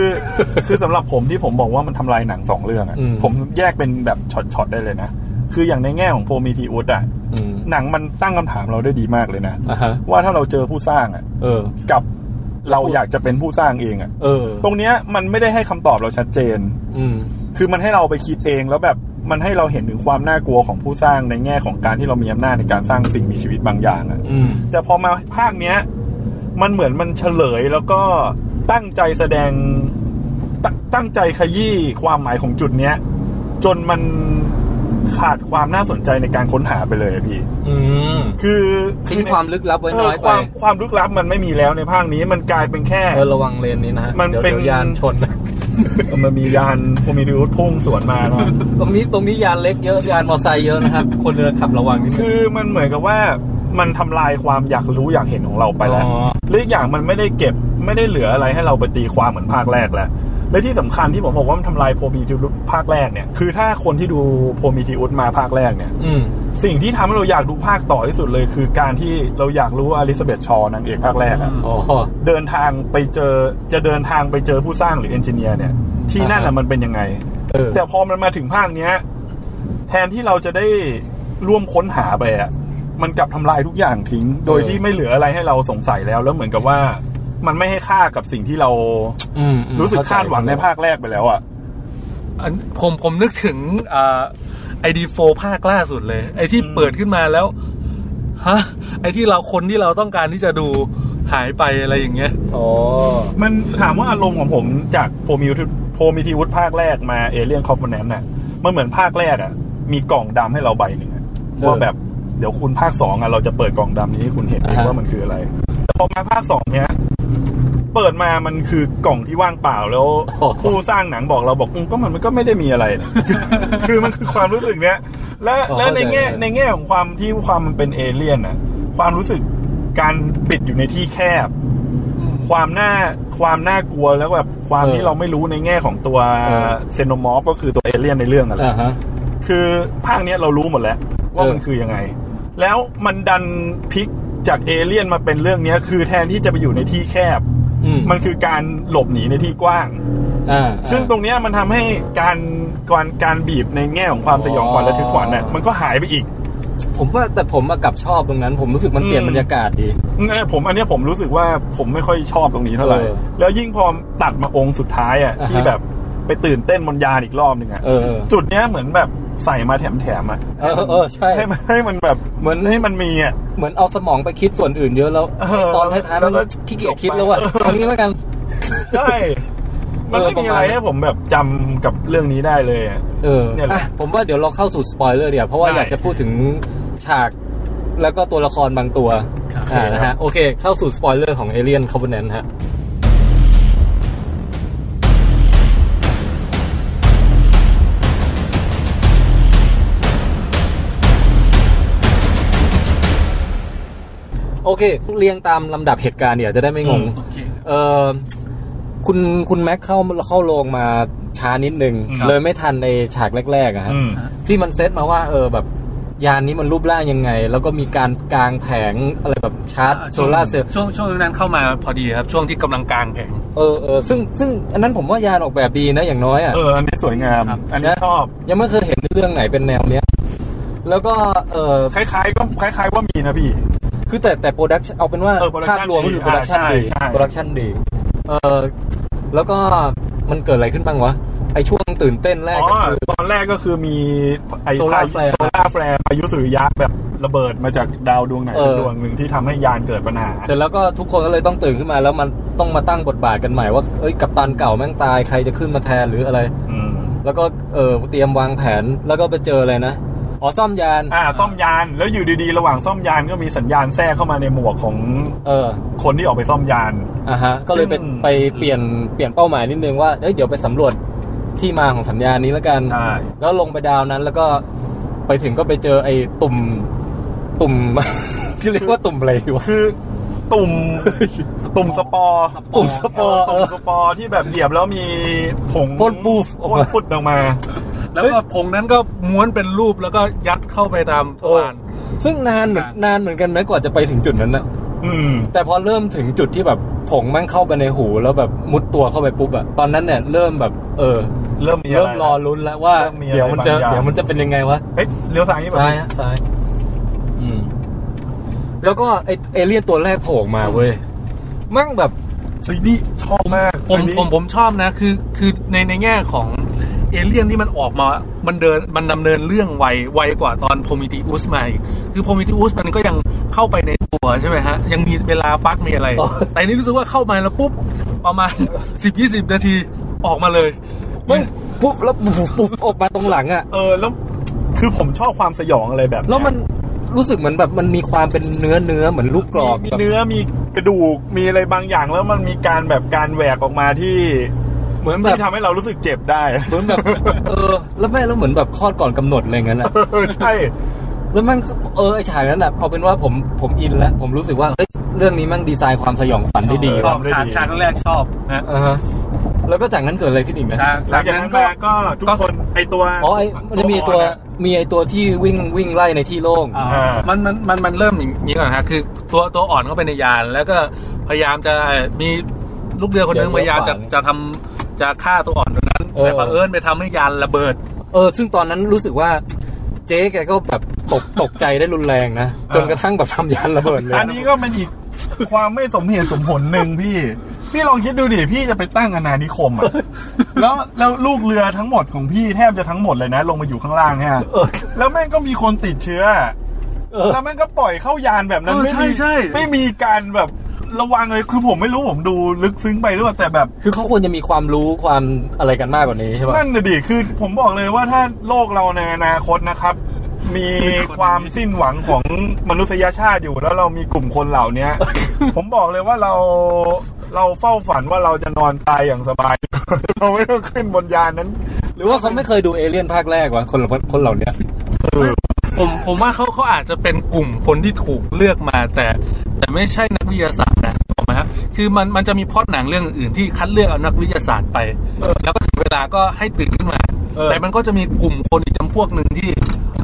[SPEAKER 2] คือสำหรับผมที่ผมบอกว่ามันทำลายหนังสองเรื่องอะ
[SPEAKER 1] อืม
[SPEAKER 2] ผมแยกเป็นแบบช็อตๆได้เลยนะ คืออย่างในแง่ของโพมีทีอุสอะ
[SPEAKER 1] อืม
[SPEAKER 2] หนังมันตั้งคำถามเราได้ดีมากเลยนะ
[SPEAKER 1] อ่ะฮะ
[SPEAKER 2] ว่าถ้าเราเจอผู้สร้างอะ
[SPEAKER 1] เออ
[SPEAKER 2] กับเราอยากจะเป็นผู้สร้างเองอะ
[SPEAKER 1] เออ
[SPEAKER 2] ตรงเนี้ยมันไม่ได้ให้คำตอบเราชัดเจน
[SPEAKER 1] อืม
[SPEAKER 2] คือมันให้เราไปคิดเองแล้วแบบมันให้เราเห็นถึงความน่ากลัวของผู้สร้างในแง่ของการที่เรามีอำนาจในการสร้างสิ่งมีชีวิตบางอย่างอะ
[SPEAKER 1] อืม
[SPEAKER 2] แต่พอมาภาคเนี้ย มันเหมือนมันเฉลยแล้วก็ตั้งใจแสดงตตั้งใจขยี้ความหมายของจุดเนี้ย จนมันขาดความน่าสนใจในการค้นหาไปเลยอะพี่
[SPEAKER 1] อืม
[SPEAKER 2] คือ
[SPEAKER 1] ทิ้งความลึกลับไว้น้อย
[SPEAKER 2] เออ
[SPEAKER 1] ไป
[SPEAKER 2] ความความลึกลับมันไม่มีแล้วในภาคนี้มันกลายเป็นแค่
[SPEAKER 1] เออระวังเลนนี้นะฮะ
[SPEAKER 2] มัน
[SPEAKER 1] เดี๋ยว
[SPEAKER 2] เป็น
[SPEAKER 1] เดี๋ยวยานชน
[SPEAKER 2] [LAUGHS]
[SPEAKER 1] นะ
[SPEAKER 2] มันมียานโพมิดิอุสพุ่งสวนมาเนอะ
[SPEAKER 1] ตรงนี้ตรงนี้ยานเล็กเยอะยานมอไซค์เยอะนะครับ คนเรือขับระวังนิดนึง
[SPEAKER 2] คือมันเหมือนกับว่ามันทำลายความอยากรู้อยากเห็นของเราไปแล้ว
[SPEAKER 1] อ๋อ
[SPEAKER 2] และอีกอย่างมันไม่ได้เก็บไม่ได้เหลืออะไรให้เราไปตีความเหมือนภาคแรกแล้วและที่สำคัญที่ผมบอกว่ามันทำลายโพมีทิอุสภาคแรกเนี่ยคือถ้าคนที่ดูโพมีทิอุสมาภาคแรกเนี่ย
[SPEAKER 1] อืม
[SPEAKER 2] สิ่งที่ทำให้เราอยากดูภาคต่อที่สุดเลย คือการที่เราอยากรู้ว่าอลิซาเบธชอว์นางเอกภาคแรกอะ
[SPEAKER 1] อ๋อ
[SPEAKER 2] เดินทางไปเจอจะเดินทางไปเจอผู้สร้างหรือเอนจิเนียร์เนี่ย ที่นั่น
[SPEAKER 1] อ่า
[SPEAKER 2] อะ
[SPEAKER 1] ฮะ
[SPEAKER 2] มันเป็นยังไง
[SPEAKER 1] เออ
[SPEAKER 2] แต่พอมันมาถึงภาคเนี้ย แทนที่เราจะได้ร่วมค้นหาไปอะมันกลับทำลายทุกอย่างทิ้ง โดย
[SPEAKER 1] เออ
[SPEAKER 2] ที่ไม่เหลืออะไรให้เราสงสัยแล้ว แล้วเหมือนกับว่า มันไม่ให้ค่ากับสิ่งที่เรา
[SPEAKER 1] อืมอืม
[SPEAKER 2] รู้สึก
[SPEAKER 1] เข้ใจ
[SPEAKER 2] คาดหวังในภาคแรกไปแล้วอะ
[SPEAKER 3] อันผมผมนึกถึงไอดีโฟภาคล่าสุดเลย ไอที่เปิดขึ้นมาแล้วฮะไอที่เราคนที่เราต้องการที่จะดูหายไปอะไรอย่างเงี้ย
[SPEAKER 1] อ๋อ
[SPEAKER 2] มันถามว่าอารมณ์ของผมจากโพมิวโพมิทิวุฒภาคแรกมาเอเลียนคอฟเนนน่ะ มันเหมือนภาคแรกอะมีกล่องดำให้เราใบหนึ่งอะ
[SPEAKER 1] เออ
[SPEAKER 2] ว่าแบบเดี๋ยวคุณภาคสองอะเราจะเปิดกล่องดำนี้ให้คุณเห็นเอง
[SPEAKER 1] อ่าฮะ
[SPEAKER 2] ว่ามันคืออะไร แต่พอมาภาคสองเนี้ย เปิดมามันคือกล่องที่ว่างเปล่าแล้ว
[SPEAKER 1] โอ้โห
[SPEAKER 2] ผู้สร้างหนังบอกเราบอกอืมก็มันมันก็ไม่ได้มีอะไร
[SPEAKER 1] [LAUGHS]
[SPEAKER 2] นะ คือมันคือความรู้สึกเนี้ย และ
[SPEAKER 1] อ๋อ
[SPEAKER 2] และในแง่
[SPEAKER 1] เข้าใจ
[SPEAKER 2] ในแง่ของความที่ความมันเป็นเอเลี่ยนน่ะ ความรู้สึกการปิดอยู่ในที่แคบ ความน่าความน่ากลัวแล้วแบบความ
[SPEAKER 1] เออ
[SPEAKER 2] ที่เราไม่รู้ในแง่ของตัว
[SPEAKER 1] เออ
[SPEAKER 2] เซโนมอฟก็คือตัวเอเลี่ยนในเรื่องนั่นแห
[SPEAKER 1] อ่า
[SPEAKER 2] ละ
[SPEAKER 1] ฮะ
[SPEAKER 2] คือภาคเนี้ยเรารู้หมดแล้ว ว่า
[SPEAKER 1] เออ
[SPEAKER 2] มันคือยังไง แล้วมันดันพลิกจากเอเลี่ยนมาเป็นเรื่องเนี้ย คือแทนที่จะไปอยู่ในที่แคบ
[SPEAKER 1] อืม
[SPEAKER 2] มันคือการหลบหนีในที่กว้าง
[SPEAKER 1] อ่า
[SPEAKER 2] ซึ่งตรงเนี้ยมันทำให้การการการบีบในแง่ของความสยองขวัญและทึกขวัญเนี่ยมันก็หายไปอีก
[SPEAKER 1] ผมว่าแต่ผมมากลับชอบตรงนั้น ผมรู้สึกมันเปลี่ยน
[SPEAKER 2] อืม
[SPEAKER 1] บรรยากาศดี
[SPEAKER 2] งั้นผมอันเนี้ยผมรู้สึกว่าผมไม่ค่อยชอบตรงนี้เท่าไหร่
[SPEAKER 1] เออ
[SPEAKER 2] แล้วยิ่งพอตัดมาองค์สุดท้ายอ่ะ
[SPEAKER 1] อ่าฮะ
[SPEAKER 2] ที่แบบไปตื่นเต้นบนยานอีกรอบหนึ่งอ่ะ
[SPEAKER 1] เออ
[SPEAKER 2] จุดเนี้ยเหมือนแบบใส่มาแถมๆอ่ะ
[SPEAKER 1] เออเออเออใช่
[SPEAKER 2] ให้มันให้มันแบบ
[SPEAKER 1] เหมือน
[SPEAKER 2] ให้มันมีอ่ะ
[SPEAKER 1] เหมือนเอาสมองไปคิดส่วนอื่นเยอะแล้ว
[SPEAKER 2] เออ
[SPEAKER 1] ตอนท้ายๆ
[SPEAKER 2] แล้
[SPEAKER 1] มั
[SPEAKER 2] วน ก็
[SPEAKER 1] ขี้เกียจ
[SPEAKER 2] จบไป
[SPEAKER 1] คิดแล้วอ่ะตอนนี้แล้วกัน
[SPEAKER 2] ใช่มันไม่
[SPEAKER 1] เออประ
[SPEAKER 2] มี
[SPEAKER 1] มา
[SPEAKER 2] อะ
[SPEAKER 1] ณ
[SPEAKER 2] ไรให้ผมแบบจำกับเรื่องนี้ได้เลยอะ
[SPEAKER 1] เออ
[SPEAKER 2] เนี่ยแหละ
[SPEAKER 1] อ่ะผมว่าเดี๋ยวเราเข้าสู่สปอยเลอร์เดี๋ยวาเพราะว่า
[SPEAKER 2] ได้
[SPEAKER 1] อยากจะพูดถึงฉาก แล้วก็ตัวละครบางตัว
[SPEAKER 2] ครับ
[SPEAKER 1] อ่า
[SPEAKER 2] โอเคครับ
[SPEAKER 1] นะฮะโอเค เข้าสู่สปอยเลอร์ของเอเลียนคาร์บอนแนนฮะ โอเค เรียงตามลำดับเหตุการณ์เนี่ยจะได้ไม่งง เออคุณคุณแม็กเข้าเข้าโรงมาฉ ช้านิดนึง
[SPEAKER 2] ครับ
[SPEAKER 1] เลยไม่ทันในฉากแรกๆอะฮะ
[SPEAKER 2] อืม
[SPEAKER 1] ที่มันเซตมาว่าเออแบบยานนี้มันรูปร่างยังไง แล้วก็มีการกางแผงอะไรแบบชาร์จโซลาร์เซลล์
[SPEAKER 3] ช่วงช่วงนั้นเข้ามาพอดีครับ ช่วงที่กำลังกลางแผง
[SPEAKER 1] เออเออซึ่งซึ่งอันนั้นผมว่ายานออกแบบดีนะอย่างน้อยอ่ะ
[SPEAKER 2] เออ อันนี้สวยงาม
[SPEAKER 3] ครับ
[SPEAKER 2] อันนี้
[SPEAKER 1] นะ
[SPEAKER 2] ชอบ
[SPEAKER 1] ยังไม่เคยเห็นเรื่องไหนเป็นแนวเนี้ย แล้วก็เออ
[SPEAKER 2] คล้ายๆ ก็คล้าย ๆ ว่ามีนะพี่
[SPEAKER 1] คือแต่แต่โปรดักเอาเป็นว่า
[SPEAKER 2] เออ production
[SPEAKER 1] ภาพรวมก็คือโปรดักชัน
[SPEAKER 2] ดี
[SPEAKER 1] ดี
[SPEAKER 2] อ่าใช่ใช่
[SPEAKER 1] โปรดักชันดีเออแล้วก็มันเกิดอะไรขึ้นบ้างวะไอช่วงตื่นเต้นแรก
[SPEAKER 2] อ๋อ
[SPEAKER 1] ก็คือ
[SPEAKER 2] ตอนแรกก็คือมีไอ้พา
[SPEAKER 1] Solar
[SPEAKER 2] ยุ
[SPEAKER 1] flare
[SPEAKER 2] โซล่าแฟร์พายุสุริยะแบบระเบิดมาจากดาวดวงไหน
[SPEAKER 1] เอ
[SPEAKER 2] สัก
[SPEAKER 1] อ
[SPEAKER 2] ดวงหนึ่งที่ทำให้ยานเกิดปัญหา
[SPEAKER 1] เสร็จแล้วก็ทุกคนก็เลยต้องตื่นขึ้นมาแล้วมันต้องมาตั้งบทบาทกันใหม่ว่าเอ้ยกัปตันเก่าแม่งตายใครจะขึ้นมาแทนหรืออะไร
[SPEAKER 2] อืม
[SPEAKER 1] แล้วก็เออเตรียมวางแผนแล้วก็ไปเจออะไรนะอ๋อซ่อมยาน
[SPEAKER 2] อ่า ซ่อมยาน แล้วอยู่ดีๆ ระหว่างซ่อมยานก็มีสัญญาณแทรกเข้ามาในหมวกของ
[SPEAKER 1] เออ
[SPEAKER 2] คนที่ออกไปซ่อมยาน
[SPEAKER 1] อ่ะฮะก็เลยไป
[SPEAKER 2] ซึ่ง
[SPEAKER 1] ไปเปลี่ยนเปลี่ยนเป้าหมายนิดนึงว่าเอ้ยเดี๋ยวไปสำรวจที่มาของสัญญาณนี้แล้วกัน
[SPEAKER 2] ใช่
[SPEAKER 1] แล้วลงไปดาวนั้นแล้วก็ไปถึงก็ไปเจอไอ้ตุ่มตุ่ม [LAUGHS] ที่เรียกว่าตุ่มอะไรวะ
[SPEAKER 2] คือตุ่ม
[SPEAKER 1] [LAUGHS]
[SPEAKER 2] ตุ่มสปอร์
[SPEAKER 1] ตุ่มสปอร์
[SPEAKER 2] ตุ่มสปอร์ที่แบบเหยียบแล้วมีผง
[SPEAKER 1] พ่นปูฟออก
[SPEAKER 2] พ่
[SPEAKER 1] มา
[SPEAKER 2] นปุดออกมา
[SPEAKER 3] แล้วก็ผงนั้นก็ม้วนเป็นรูปแล้วก็ยัดเข้าไปตามทวาร
[SPEAKER 1] ซึ่งนานเหมือนนานเหมือนกันนะกว่าจะไปถึงจุดนั้นนะ
[SPEAKER 2] อืม
[SPEAKER 1] แต่พอเริ่มถึงจุดที่แบบผงแม่งเข้าไปในหูแล้วแบบมุดตัวเข้าไปปุ๊บอะตอนนั้นเนี่ยเริ่มแบบ เออ
[SPEAKER 2] เริ่มมีะไ
[SPEAKER 1] เริ่มรอลุ้นแล้วว่า
[SPEAKER 2] เริ่มมีอะไร
[SPEAKER 1] เดี๋ยวมันจะ
[SPEAKER 2] บางอย่าง
[SPEAKER 1] เดี๋ยวมันจะเป็นยังไงวะ
[SPEAKER 2] เฮ้ยเลี้ยวซ้ายนี่แบบ
[SPEAKER 1] ซ้ายฮะซ้าย
[SPEAKER 2] อืม
[SPEAKER 1] แล้วก็ไอเอเลี่ยนตัวแรกโผล่ออกมาเว้ยแมั่งแบบ
[SPEAKER 2] เฮ้ยนี่ชอบมาก
[SPEAKER 3] ผม
[SPEAKER 2] อันนี้
[SPEAKER 3] ผมผมชอบนะคือคือในในแง่ของเอเลี่ยนที่มันออกมา มันเดินมันดำเนินเรื่องไวไวกว่าตอนโพมิติอุสมาอีกคือโพมิติอุสมันก็ยังเข้าไปในตัวใช่ไหมฮะ ยังมีเวลาฟักมีอะไร
[SPEAKER 1] อ๋อ
[SPEAKER 3] แต่อันนี่รู้สึกว่าเข้ามาแล้วปุ๊บ ประมาณ 10 20 นาทีออกมาเลย
[SPEAKER 1] แม่งปุ๊บแล้วปุ๊บออกมาตรงหลังอะ
[SPEAKER 2] เออแล้วคือผมชอบความสยองอะไรแบบ
[SPEAKER 1] แล้วมันรู้สึกเหมือนแบบมันมีความเป็นเนื้อเนื้อเหมือนลูกกรอก
[SPEAKER 2] มี
[SPEAKER 1] แบบ
[SPEAKER 2] เนื้อมีกระดูกมีอะไรบางอย่าง แล้วมันมีการแบบการแหวกออกมาที่
[SPEAKER 1] เหมือนแบบ
[SPEAKER 2] ที่ทำให้เรารู้สึกเจ็บได้
[SPEAKER 1] เหมือนแบบ เออ แล้วแม่แล้วเหมือนแบบคลอดก่อนกำหนดอะไรเงี้ยนะ
[SPEAKER 2] เออใช่
[SPEAKER 1] แล้วแมันเออไอฉากนั้นอ่ะเอาเป็นว่าผมผมอินแล้ว ผมรู้สึกว่าเฮ้ยเรื่องนี้แมั่งดีไซน์ความสยองขวัญได้ดี
[SPEAKER 2] ชอบ
[SPEAKER 3] ฉาก
[SPEAKER 2] ได้ดี
[SPEAKER 3] ฉากแรกชอบนะ
[SPEAKER 1] อ่าฮะแล้วก็จากนั้นเกิดอะไรขึ้นอีกนะ
[SPEAKER 3] ฉาก
[SPEAKER 2] หลั
[SPEAKER 3] ฉาง ก
[SPEAKER 2] จาก
[SPEAKER 3] นั้
[SPEAKER 2] นั้น น
[SPEAKER 3] ก็
[SPEAKER 2] มาก็ทุกคนไอตัว
[SPEAKER 1] อ๋อไอมันจะมีตัว
[SPEAKER 2] อ่อนอะ
[SPEAKER 1] มีไอตัวที่วิ่งวิ่งไล่ในที่โล่ง
[SPEAKER 3] อ่า
[SPEAKER 2] อ่ามั
[SPEAKER 3] มันมันมันมันเริ่มอย่างนี้ก่อนฮะคือตัวตัวอ่อนเข้าไปในยาน แล้วก็พยายามจะมีลูกเรือคนหนึง
[SPEAKER 1] เดี๋ยว
[SPEAKER 3] พยายามจะ
[SPEAKER 1] เดี๋ยว
[SPEAKER 3] จะทำจะฆ่าตัวอ่อนตัวนั้น
[SPEAKER 1] เออ
[SPEAKER 3] แต่เผอิญไปทำให้ยานระเบิด
[SPEAKER 1] เออ ซึ่งตอนนั้นรู้สึกว่า เจ๊แกก็แบบตกตกใจได้รุนแรงนะ
[SPEAKER 2] อ่า
[SPEAKER 1] จนกระทั่งแบบทำยานระเบิดเลย
[SPEAKER 2] อันนี้ก็เป็นอีกความไม่สมเหตุสมผลหนึ่งพี่ พี่ลองคิดดูดิพี่จะไปตั้งอาณานิคมอ่ะ แล้วแล้วลูกเรือทั้งหมดของพี่แทบจะทั้งหมดเลยนะ ลงมาอยู่ข้างล่างเนี่ยแล้วแม่งก็มีคนติดเชื้อ
[SPEAKER 1] เออ
[SPEAKER 2] แล้วแม่งก็ปล่อยเข้ายานแบบนั้น
[SPEAKER 3] เออ
[SPEAKER 2] ไม่
[SPEAKER 3] ใช่
[SPEAKER 2] มี
[SPEAKER 3] ใช่
[SPEAKER 2] ไม่มีการแบบระวังเลยคือผมไม่รู้ผมดูลึกซึ้งไปหรือเปล่าแต่แบบ
[SPEAKER 1] คือเขาควรจะมีความรู้ความอะไรกันมากกว่านี้ใช่ป่ะ
[SPEAKER 2] นั่นน่ะดิคือผมบอกเลยว่าถ้าโลกเราในอนาคตนะครับ มีความสิ้นหวังของมนุษยชาติอยู่แล้วเรามีกลุ่มคนเหล่าเนี้ย
[SPEAKER 1] [LAUGHS]
[SPEAKER 2] ผมบอกเลยว่าเราเราเฝ้าฝันว่าเราจะนอนตายอย่างสบาย [LAUGHS] เราไม่ต้องขึ้นบนยานนั้น
[SPEAKER 1] หรือว่าเขาไม่เคยดูเอเลี่ยนภาคแรกวะคนเหล่าคนเหล่าเนี้ย
[SPEAKER 3] ผมผมว่าเขาเขาอาจจะเป็นกลุ่มคนที่ถูกเลือกมา แต่แต่ไม่ใช่นักวิทยาศาสตร์นะถูกไหมฮะคือมันมันจะมีพล็อดหนังเรื่องอื่นที่คัดเลือกเอานักวิทยาศาสตร์ไป แล้วก็ถึงเวลาก็ให้ตื่นขึ้นมา
[SPEAKER 2] เออ
[SPEAKER 3] แต่มันก็จะมีกลุ่มคนอีกจำพวกหนึ่งที่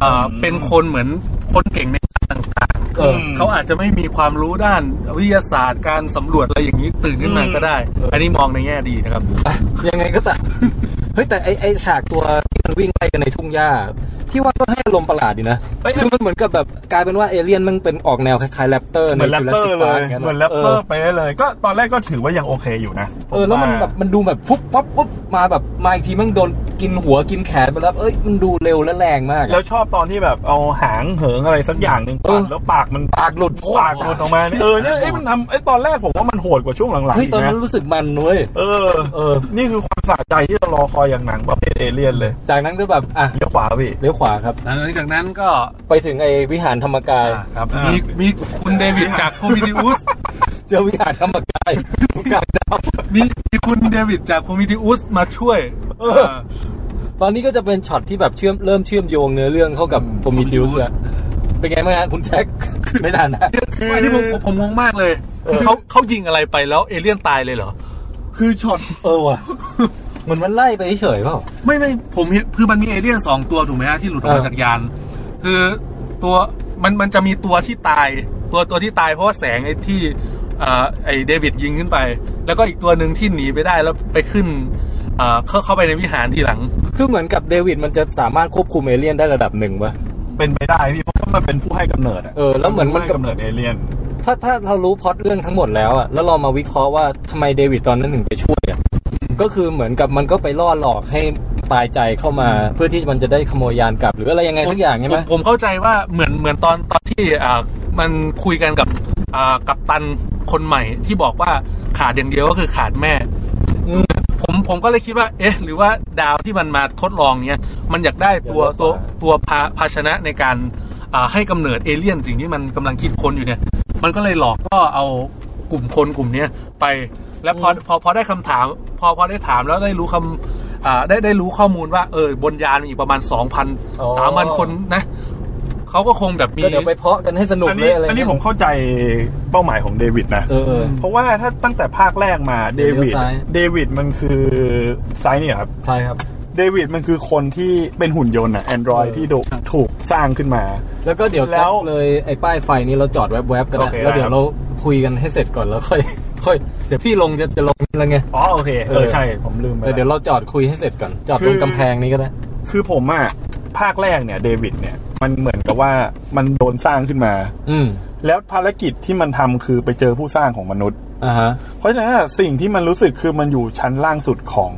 [SPEAKER 3] เอ่อเป็นคนเหมือนคนเก่งในด้านต่างๆ
[SPEAKER 1] เออ
[SPEAKER 3] เขาอาจจะไม่มีความรู้ด้านวิทยาศาสตร์การสำรวจอะไรอย่างนี้ตื่นขึ้นมาก็ได้ อันนี้มองในแง่ดีนะครับ
[SPEAKER 1] อ่ะยังไงก็ตาม [LAUGHS] เฮ้ยแต่ไอไอฉากตัวที่มันวิ่งไล่กันในทุ่งหญ้าพี่ว่าก็ให้อารมณ์ประหลาดดีนะ
[SPEAKER 2] เอ้ย
[SPEAKER 1] คือมันเหมือนกับแบบกลายเป็นว่าเอเลี่ยนมันเป็นออกแนวคล้ายๆแรปเตอร์
[SPEAKER 2] เห
[SPEAKER 1] ใน
[SPEAKER 2] มือนแร
[SPEAKER 1] จู
[SPEAKER 2] ป
[SPEAKER 1] ราสสิก
[SPEAKER 2] เตอร์เล
[SPEAKER 1] ปาร์
[SPEAKER 2] ย
[SPEAKER 1] ก
[SPEAKER 2] เหมือนแรปเตอร์ไปเลย ก็ตอนแรกก็ถือว่ายังโอเคอยู่นะ
[SPEAKER 1] เออแล้วมันแบบมันดูแบบฟุบฟับปุ๊บมาแบบมาอีกทีแมันโดนกินหัวกินแขนไปแล้วเอ้ยมันดูเร็วและแรงมากอะ
[SPEAKER 2] แล้วชอบตอนที่แบบเอาหางเหิงอะไรสักอย่างหนึ่งปัด
[SPEAKER 1] เออ
[SPEAKER 2] แล้วปากมัน
[SPEAKER 1] ปากหลุด
[SPEAKER 2] ปากโดนออกมาเนี่ยเออเนี่ยไอ้ยมันทำไอ้ยตอนแรกผมว่ามันโหดกว่าช่วงหลังๆ
[SPEAKER 1] เฮ้ย
[SPEAKER 2] อีก
[SPEAKER 1] ตอนนั้
[SPEAKER 2] นะ
[SPEAKER 1] นรู้สึกมันเว้ย
[SPEAKER 2] เออ
[SPEAKER 1] เออ
[SPEAKER 2] นี่คือความสะใจที่เรารอคอยอย่างหนังประเภทเอเลี่ยนเลย
[SPEAKER 1] จากนั้นก็แบบอ่ะ
[SPEAKER 2] เลี้ยวขวาพี่
[SPEAKER 1] เลี้ยวขวาครับ
[SPEAKER 3] หลังจากนั้นก็
[SPEAKER 1] ไปถึงไอวิหารธรรมกาย
[SPEAKER 3] ครับ
[SPEAKER 2] อ่ามี
[SPEAKER 3] มีมีคุณเดวิดจากโพมิติอุส
[SPEAKER 1] เจอวิหารธรรม
[SPEAKER 2] [LAUGHS]
[SPEAKER 1] กายกลับดาว
[SPEAKER 3] [LAUGHS] มีมีคุณเดวิดจากโพมิติอุสมาช่วยา
[SPEAKER 1] ตอนนี้ก็จะเป็นช็อตที่แบบเชื่อมเริ่มเชื่อมโยงเนื้อเรื่องเข้ากับโพมิทิวส์แล้วเป็นไงบ้างฮะคุณแจ็ค ไม่ทันนะ
[SPEAKER 2] คือ
[SPEAKER 3] อันนี้ผมผมผมงงมากเลยเขาเขายิงอะไรไปแล้วเอเลี่ยนตายเลยเหรอ
[SPEAKER 2] คือช็อต
[SPEAKER 1] เออว่ะ เหมือนมันไล่ไปเฉยๆเปล่า
[SPEAKER 3] ไม่ไม่ผมเห็นคือมันมีเอเลี่ยนสองตัวถูกไหมฮะที่หลุดออก
[SPEAKER 1] เอ
[SPEAKER 3] มา
[SPEAKER 1] อ
[SPEAKER 3] จากยาน คือตัวมันมันจะมีตัวที่ตาย ตัวตัวที่ตายเพราะว่าแสงไอ้ที่เอ่อไอ้เดวิดยิงขึ้นไป แล้วก็อีกตัวหนึ่งที่หนีไปได้แล้วไปขึ้นเอ่อเข้าเข้าไปในวิหารทีหลัง
[SPEAKER 1] คือเหมือนกับเดวิดมันจะสามารถควบคุมเอเลี่ยนได้ระดับหนึ่งวะ
[SPEAKER 2] เป็นไปได้พี่เพราะว่ามันเป็นผู้ให้กำเนิดอะ
[SPEAKER 1] เออแล้วเหมือนมัน
[SPEAKER 2] ผู้
[SPEAKER 1] กับ
[SPEAKER 2] ให้กำเนิดเอเลี่ยน
[SPEAKER 1] ถ้าถ้าเรารู้พล็อตเรื่องทั้งหมดแล้วอะแล้วเรามาวิเคราะห์ว่าทำไมเดวิดตอนนั้นถึงไปช่วยอะก็คือเหมือนกับมันก็ไปล่อหลอกให้ตายใจเข้ามา เพื่อที่มันจะได้ขโมยยานกลับ หรืออะไรยังไงสักอย่างใช่ไหม
[SPEAKER 3] ผผมเข้าใจว่าเหมือนเหมือนตอนตอนที่อ่ามันคุยกันกับอ่ากับตันคนใหม่ที่บอกว่าขาดอย่างเดียวก็คือขาดแม่
[SPEAKER 1] อืม
[SPEAKER 3] ผมผมก็เลยคิดว่า เอ๊ะ หรือว่าดาวที่มันมาทดลองเนี้ย มันอยากได้ตัว
[SPEAKER 1] อยากได้
[SPEAKER 3] ตัวตัวภาภาชนะในการอ่าให้กำเนิดเอเลี่ยนสิ่งที่มันกำลังคิดค้นอยู่เนี่ย มันก็เลยหลอกก็เอากลุ่มคนกลุ่มเนี้ยไป แล้วพอพอพอได้คำถาม พอพอได้ถามแล้วได้รู้คำอ่าได้ได้รู้ข้อมูลว่า เออบนยานมีอีกประมาณสองพันสามพันคนนะเขาก็คงแบบมี
[SPEAKER 1] ก็เดี๋ยวไปเพาะกันให้สนุก
[SPEAKER 2] อัน
[SPEAKER 1] เล
[SPEAKER 2] นี้
[SPEAKER 1] ยอะไร
[SPEAKER 2] อันนี้
[SPEAKER 1] เงี้ย
[SPEAKER 2] ผมเข้าใจเป้าหมายของเดวิดนะ
[SPEAKER 1] เออเออ
[SPEAKER 2] เพราะว่าถ้าตั้งแต่ภาคแรกมาเดวิ
[SPEAKER 1] เลี้ย
[SPEAKER 2] ด
[SPEAKER 1] วซ้าย
[SPEAKER 2] เดวิดมันคือไซายเนี่ยครับ
[SPEAKER 1] ใช่ครับ
[SPEAKER 2] เดวิดมันคือคนที่เป็นหุ่นยนต์อะแอนดรอย
[SPEAKER 1] เออ
[SPEAKER 2] ที่ถูกถูกสร้างขึ้นมา
[SPEAKER 1] แล้วก็เดี๋ยว
[SPEAKER 2] แล้
[SPEAKER 1] จัด
[SPEAKER 2] ว
[SPEAKER 1] เลยไอ้ป้ายไฟนี้เราจอดแวบๆกัน
[SPEAKER 2] โอ
[SPEAKER 1] นะ
[SPEAKER 2] เค
[SPEAKER 1] แล้วเดี๋ย
[SPEAKER 2] ได้ครั
[SPEAKER 1] ว
[SPEAKER 2] บ
[SPEAKER 1] เราคุยกันให้เสร็จก่อนแล้วค่อยค่อย [LAUGHS] เดี๋ยวพี่ลงจะจะลงอะไรไง
[SPEAKER 2] อ๋อโอเคเอ
[SPEAKER 1] เอ
[SPEAKER 2] อ
[SPEAKER 1] อ
[SPEAKER 2] ใช่ผมลืมไป
[SPEAKER 1] แต่เดี๋ยว
[SPEAKER 2] แล้ว
[SPEAKER 1] เราจอดคุยให้เสร็จก่อนจอดต
[SPEAKER 2] คื
[SPEAKER 1] รง
[SPEAKER 2] อ
[SPEAKER 1] กำแพงนี้ก็ได้
[SPEAKER 2] คือผมอะภาคแรกเนี่ยเดวิดเนี่ยมันเหมือนกับว่ามันโดนสร้างขึ้นมา
[SPEAKER 1] อืม
[SPEAKER 2] แล้วภารกิจที่มันทำคือไปเจอผู้สร้างของมนุษย์
[SPEAKER 1] อ่าฮะ
[SPEAKER 2] เพราะฉะนั้นอะสิ่งที่มันรู้สึกคือมันอยู่ชั้นล่างสุดของ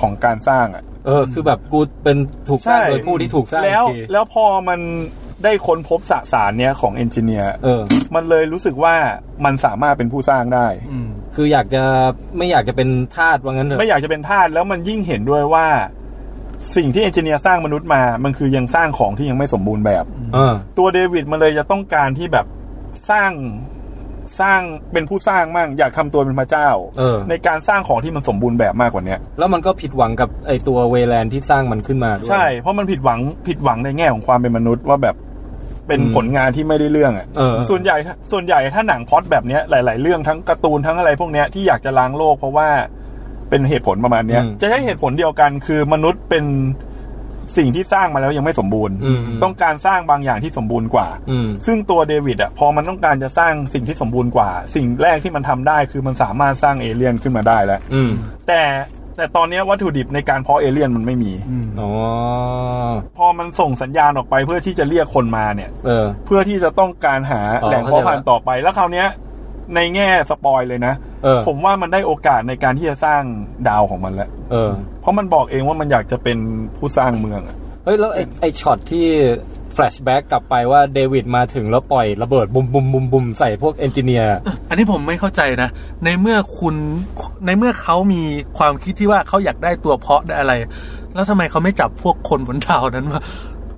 [SPEAKER 2] ของการสร้างอะ
[SPEAKER 1] เออ คือแบบกูเป็นถูกสร้างโดยผู้ที่ถูกสร้างอี
[SPEAKER 2] แล้
[SPEAKER 1] ก
[SPEAKER 2] ว
[SPEAKER 1] ที
[SPEAKER 2] แล้วพอมันได้ค้นพบสสารเนี้ยของเอนจิเนียร์
[SPEAKER 1] เออ
[SPEAKER 2] มันเลยรู้สึกว่ามันสามารถเป็นผู้สร้างได้
[SPEAKER 3] อืม
[SPEAKER 1] คืออยากจะไม่อยากจะเป็นทาสว่างั้นเถ
[SPEAKER 2] ไม่
[SPEAKER 1] อะ
[SPEAKER 2] อยากจะเป็นทาสแล้วมันยิ่งเห็นด้วยว่า สิ่งที่เอนจิเนียร์สร้างมนุษย์มา มันคือยังสร้างของที่ยังไม่สมบูรณ์แบบ
[SPEAKER 1] เออ
[SPEAKER 2] ตัวเดวิดมันเลยจะต้องการที่แบบสร้างสร้างเป็นผู้สร้างมั่งอยากทำตัวเป็นพระเจ้า
[SPEAKER 1] เออ
[SPEAKER 2] ในการสร้างของที่มันสมบูรณ์แบบมากกว่าเนี้ย
[SPEAKER 1] แล้วมันก็ผิดหวังกับไอตัวเวแลนที่สร้างมันขึ้นมาด้วย
[SPEAKER 2] ใช่ เพราะมันผิดหวังผิดหวังในแง่ของความเป็นมนุษย์ว่าแบบเป็น
[SPEAKER 1] อืม
[SPEAKER 2] ผลงานที่ไม่ได้เรื่องอ่ะ
[SPEAKER 1] เออ
[SPEAKER 2] ส่วนใหญ่ส่วนใหญ่ถ้าหนังพล็อดแบบเนี้ยหลาย ๆ เรื่องทั้งการ์ตูนทั้งอะไรพวกเนี้ยที่อยากจะล้างโลกเพราะว่าเป็นเหตุผลประมาณเนี้ย จะใช้เหตุผลเดียวกันคือมนุษย์เป็นสิ่งที่สร้างมาแล้วยังไม่สมบูรณ์
[SPEAKER 1] อืมม
[SPEAKER 2] ต้องการสร้างบางอย่างที่สมบูรณ์กว่า
[SPEAKER 1] อืม
[SPEAKER 2] ซึ่งตัวเดวิดอ่ะพอมันต้องการจะสร้างสิ่งที่สมบูรณ์กว่า สิ่งแรกที่มันทำได้คือมันสามารถสร้างเอเลี่ยนขึ้นมาได้แล้ว
[SPEAKER 1] อืม
[SPEAKER 2] แต่แต่ตอนเนี้ยวัตถุดิบในการเพาะเอเลี่ยนมันไม่มี
[SPEAKER 1] อ๋อ
[SPEAKER 2] พอมันส่งสัญญาณออกไปเพื่อที่จะเรียกคนมาเนี่ย
[SPEAKER 1] เออ
[SPEAKER 2] เพื่อที่จะต้องการหา
[SPEAKER 1] อ๋อ
[SPEAKER 2] แหล่งเพาะพันธุ์ต่อไปแล้วคราวเนี้ย ในแง่สปอยเลยนะ
[SPEAKER 1] เออ
[SPEAKER 2] ผมว่ามันได้โอกาสในการที่จะสร้างดาวของมันแล้ว
[SPEAKER 1] เออ
[SPEAKER 2] เพราะมันบอกเองว่ามันอยากจะเป็นผู้สร้างเมืองอะ
[SPEAKER 1] เฮ้ย แล้วไอไอช็อตที่แฟลชแบ็กกลับไปว่าเดวิดมาถึงแล้วปล่อยระเบิดบุมบุมบุมบุมใส่พวกเอนจิเนียร์
[SPEAKER 3] อันนี้ผมไม่เข้าใจนะ ในเมื่อคุณในเมื่อเขามีความคิดที่ว่าเขาอยากได้ตัวเพาะได้อะไร แล้วทำไมเขาไม่จับพวกคนบนดาวนั้นมา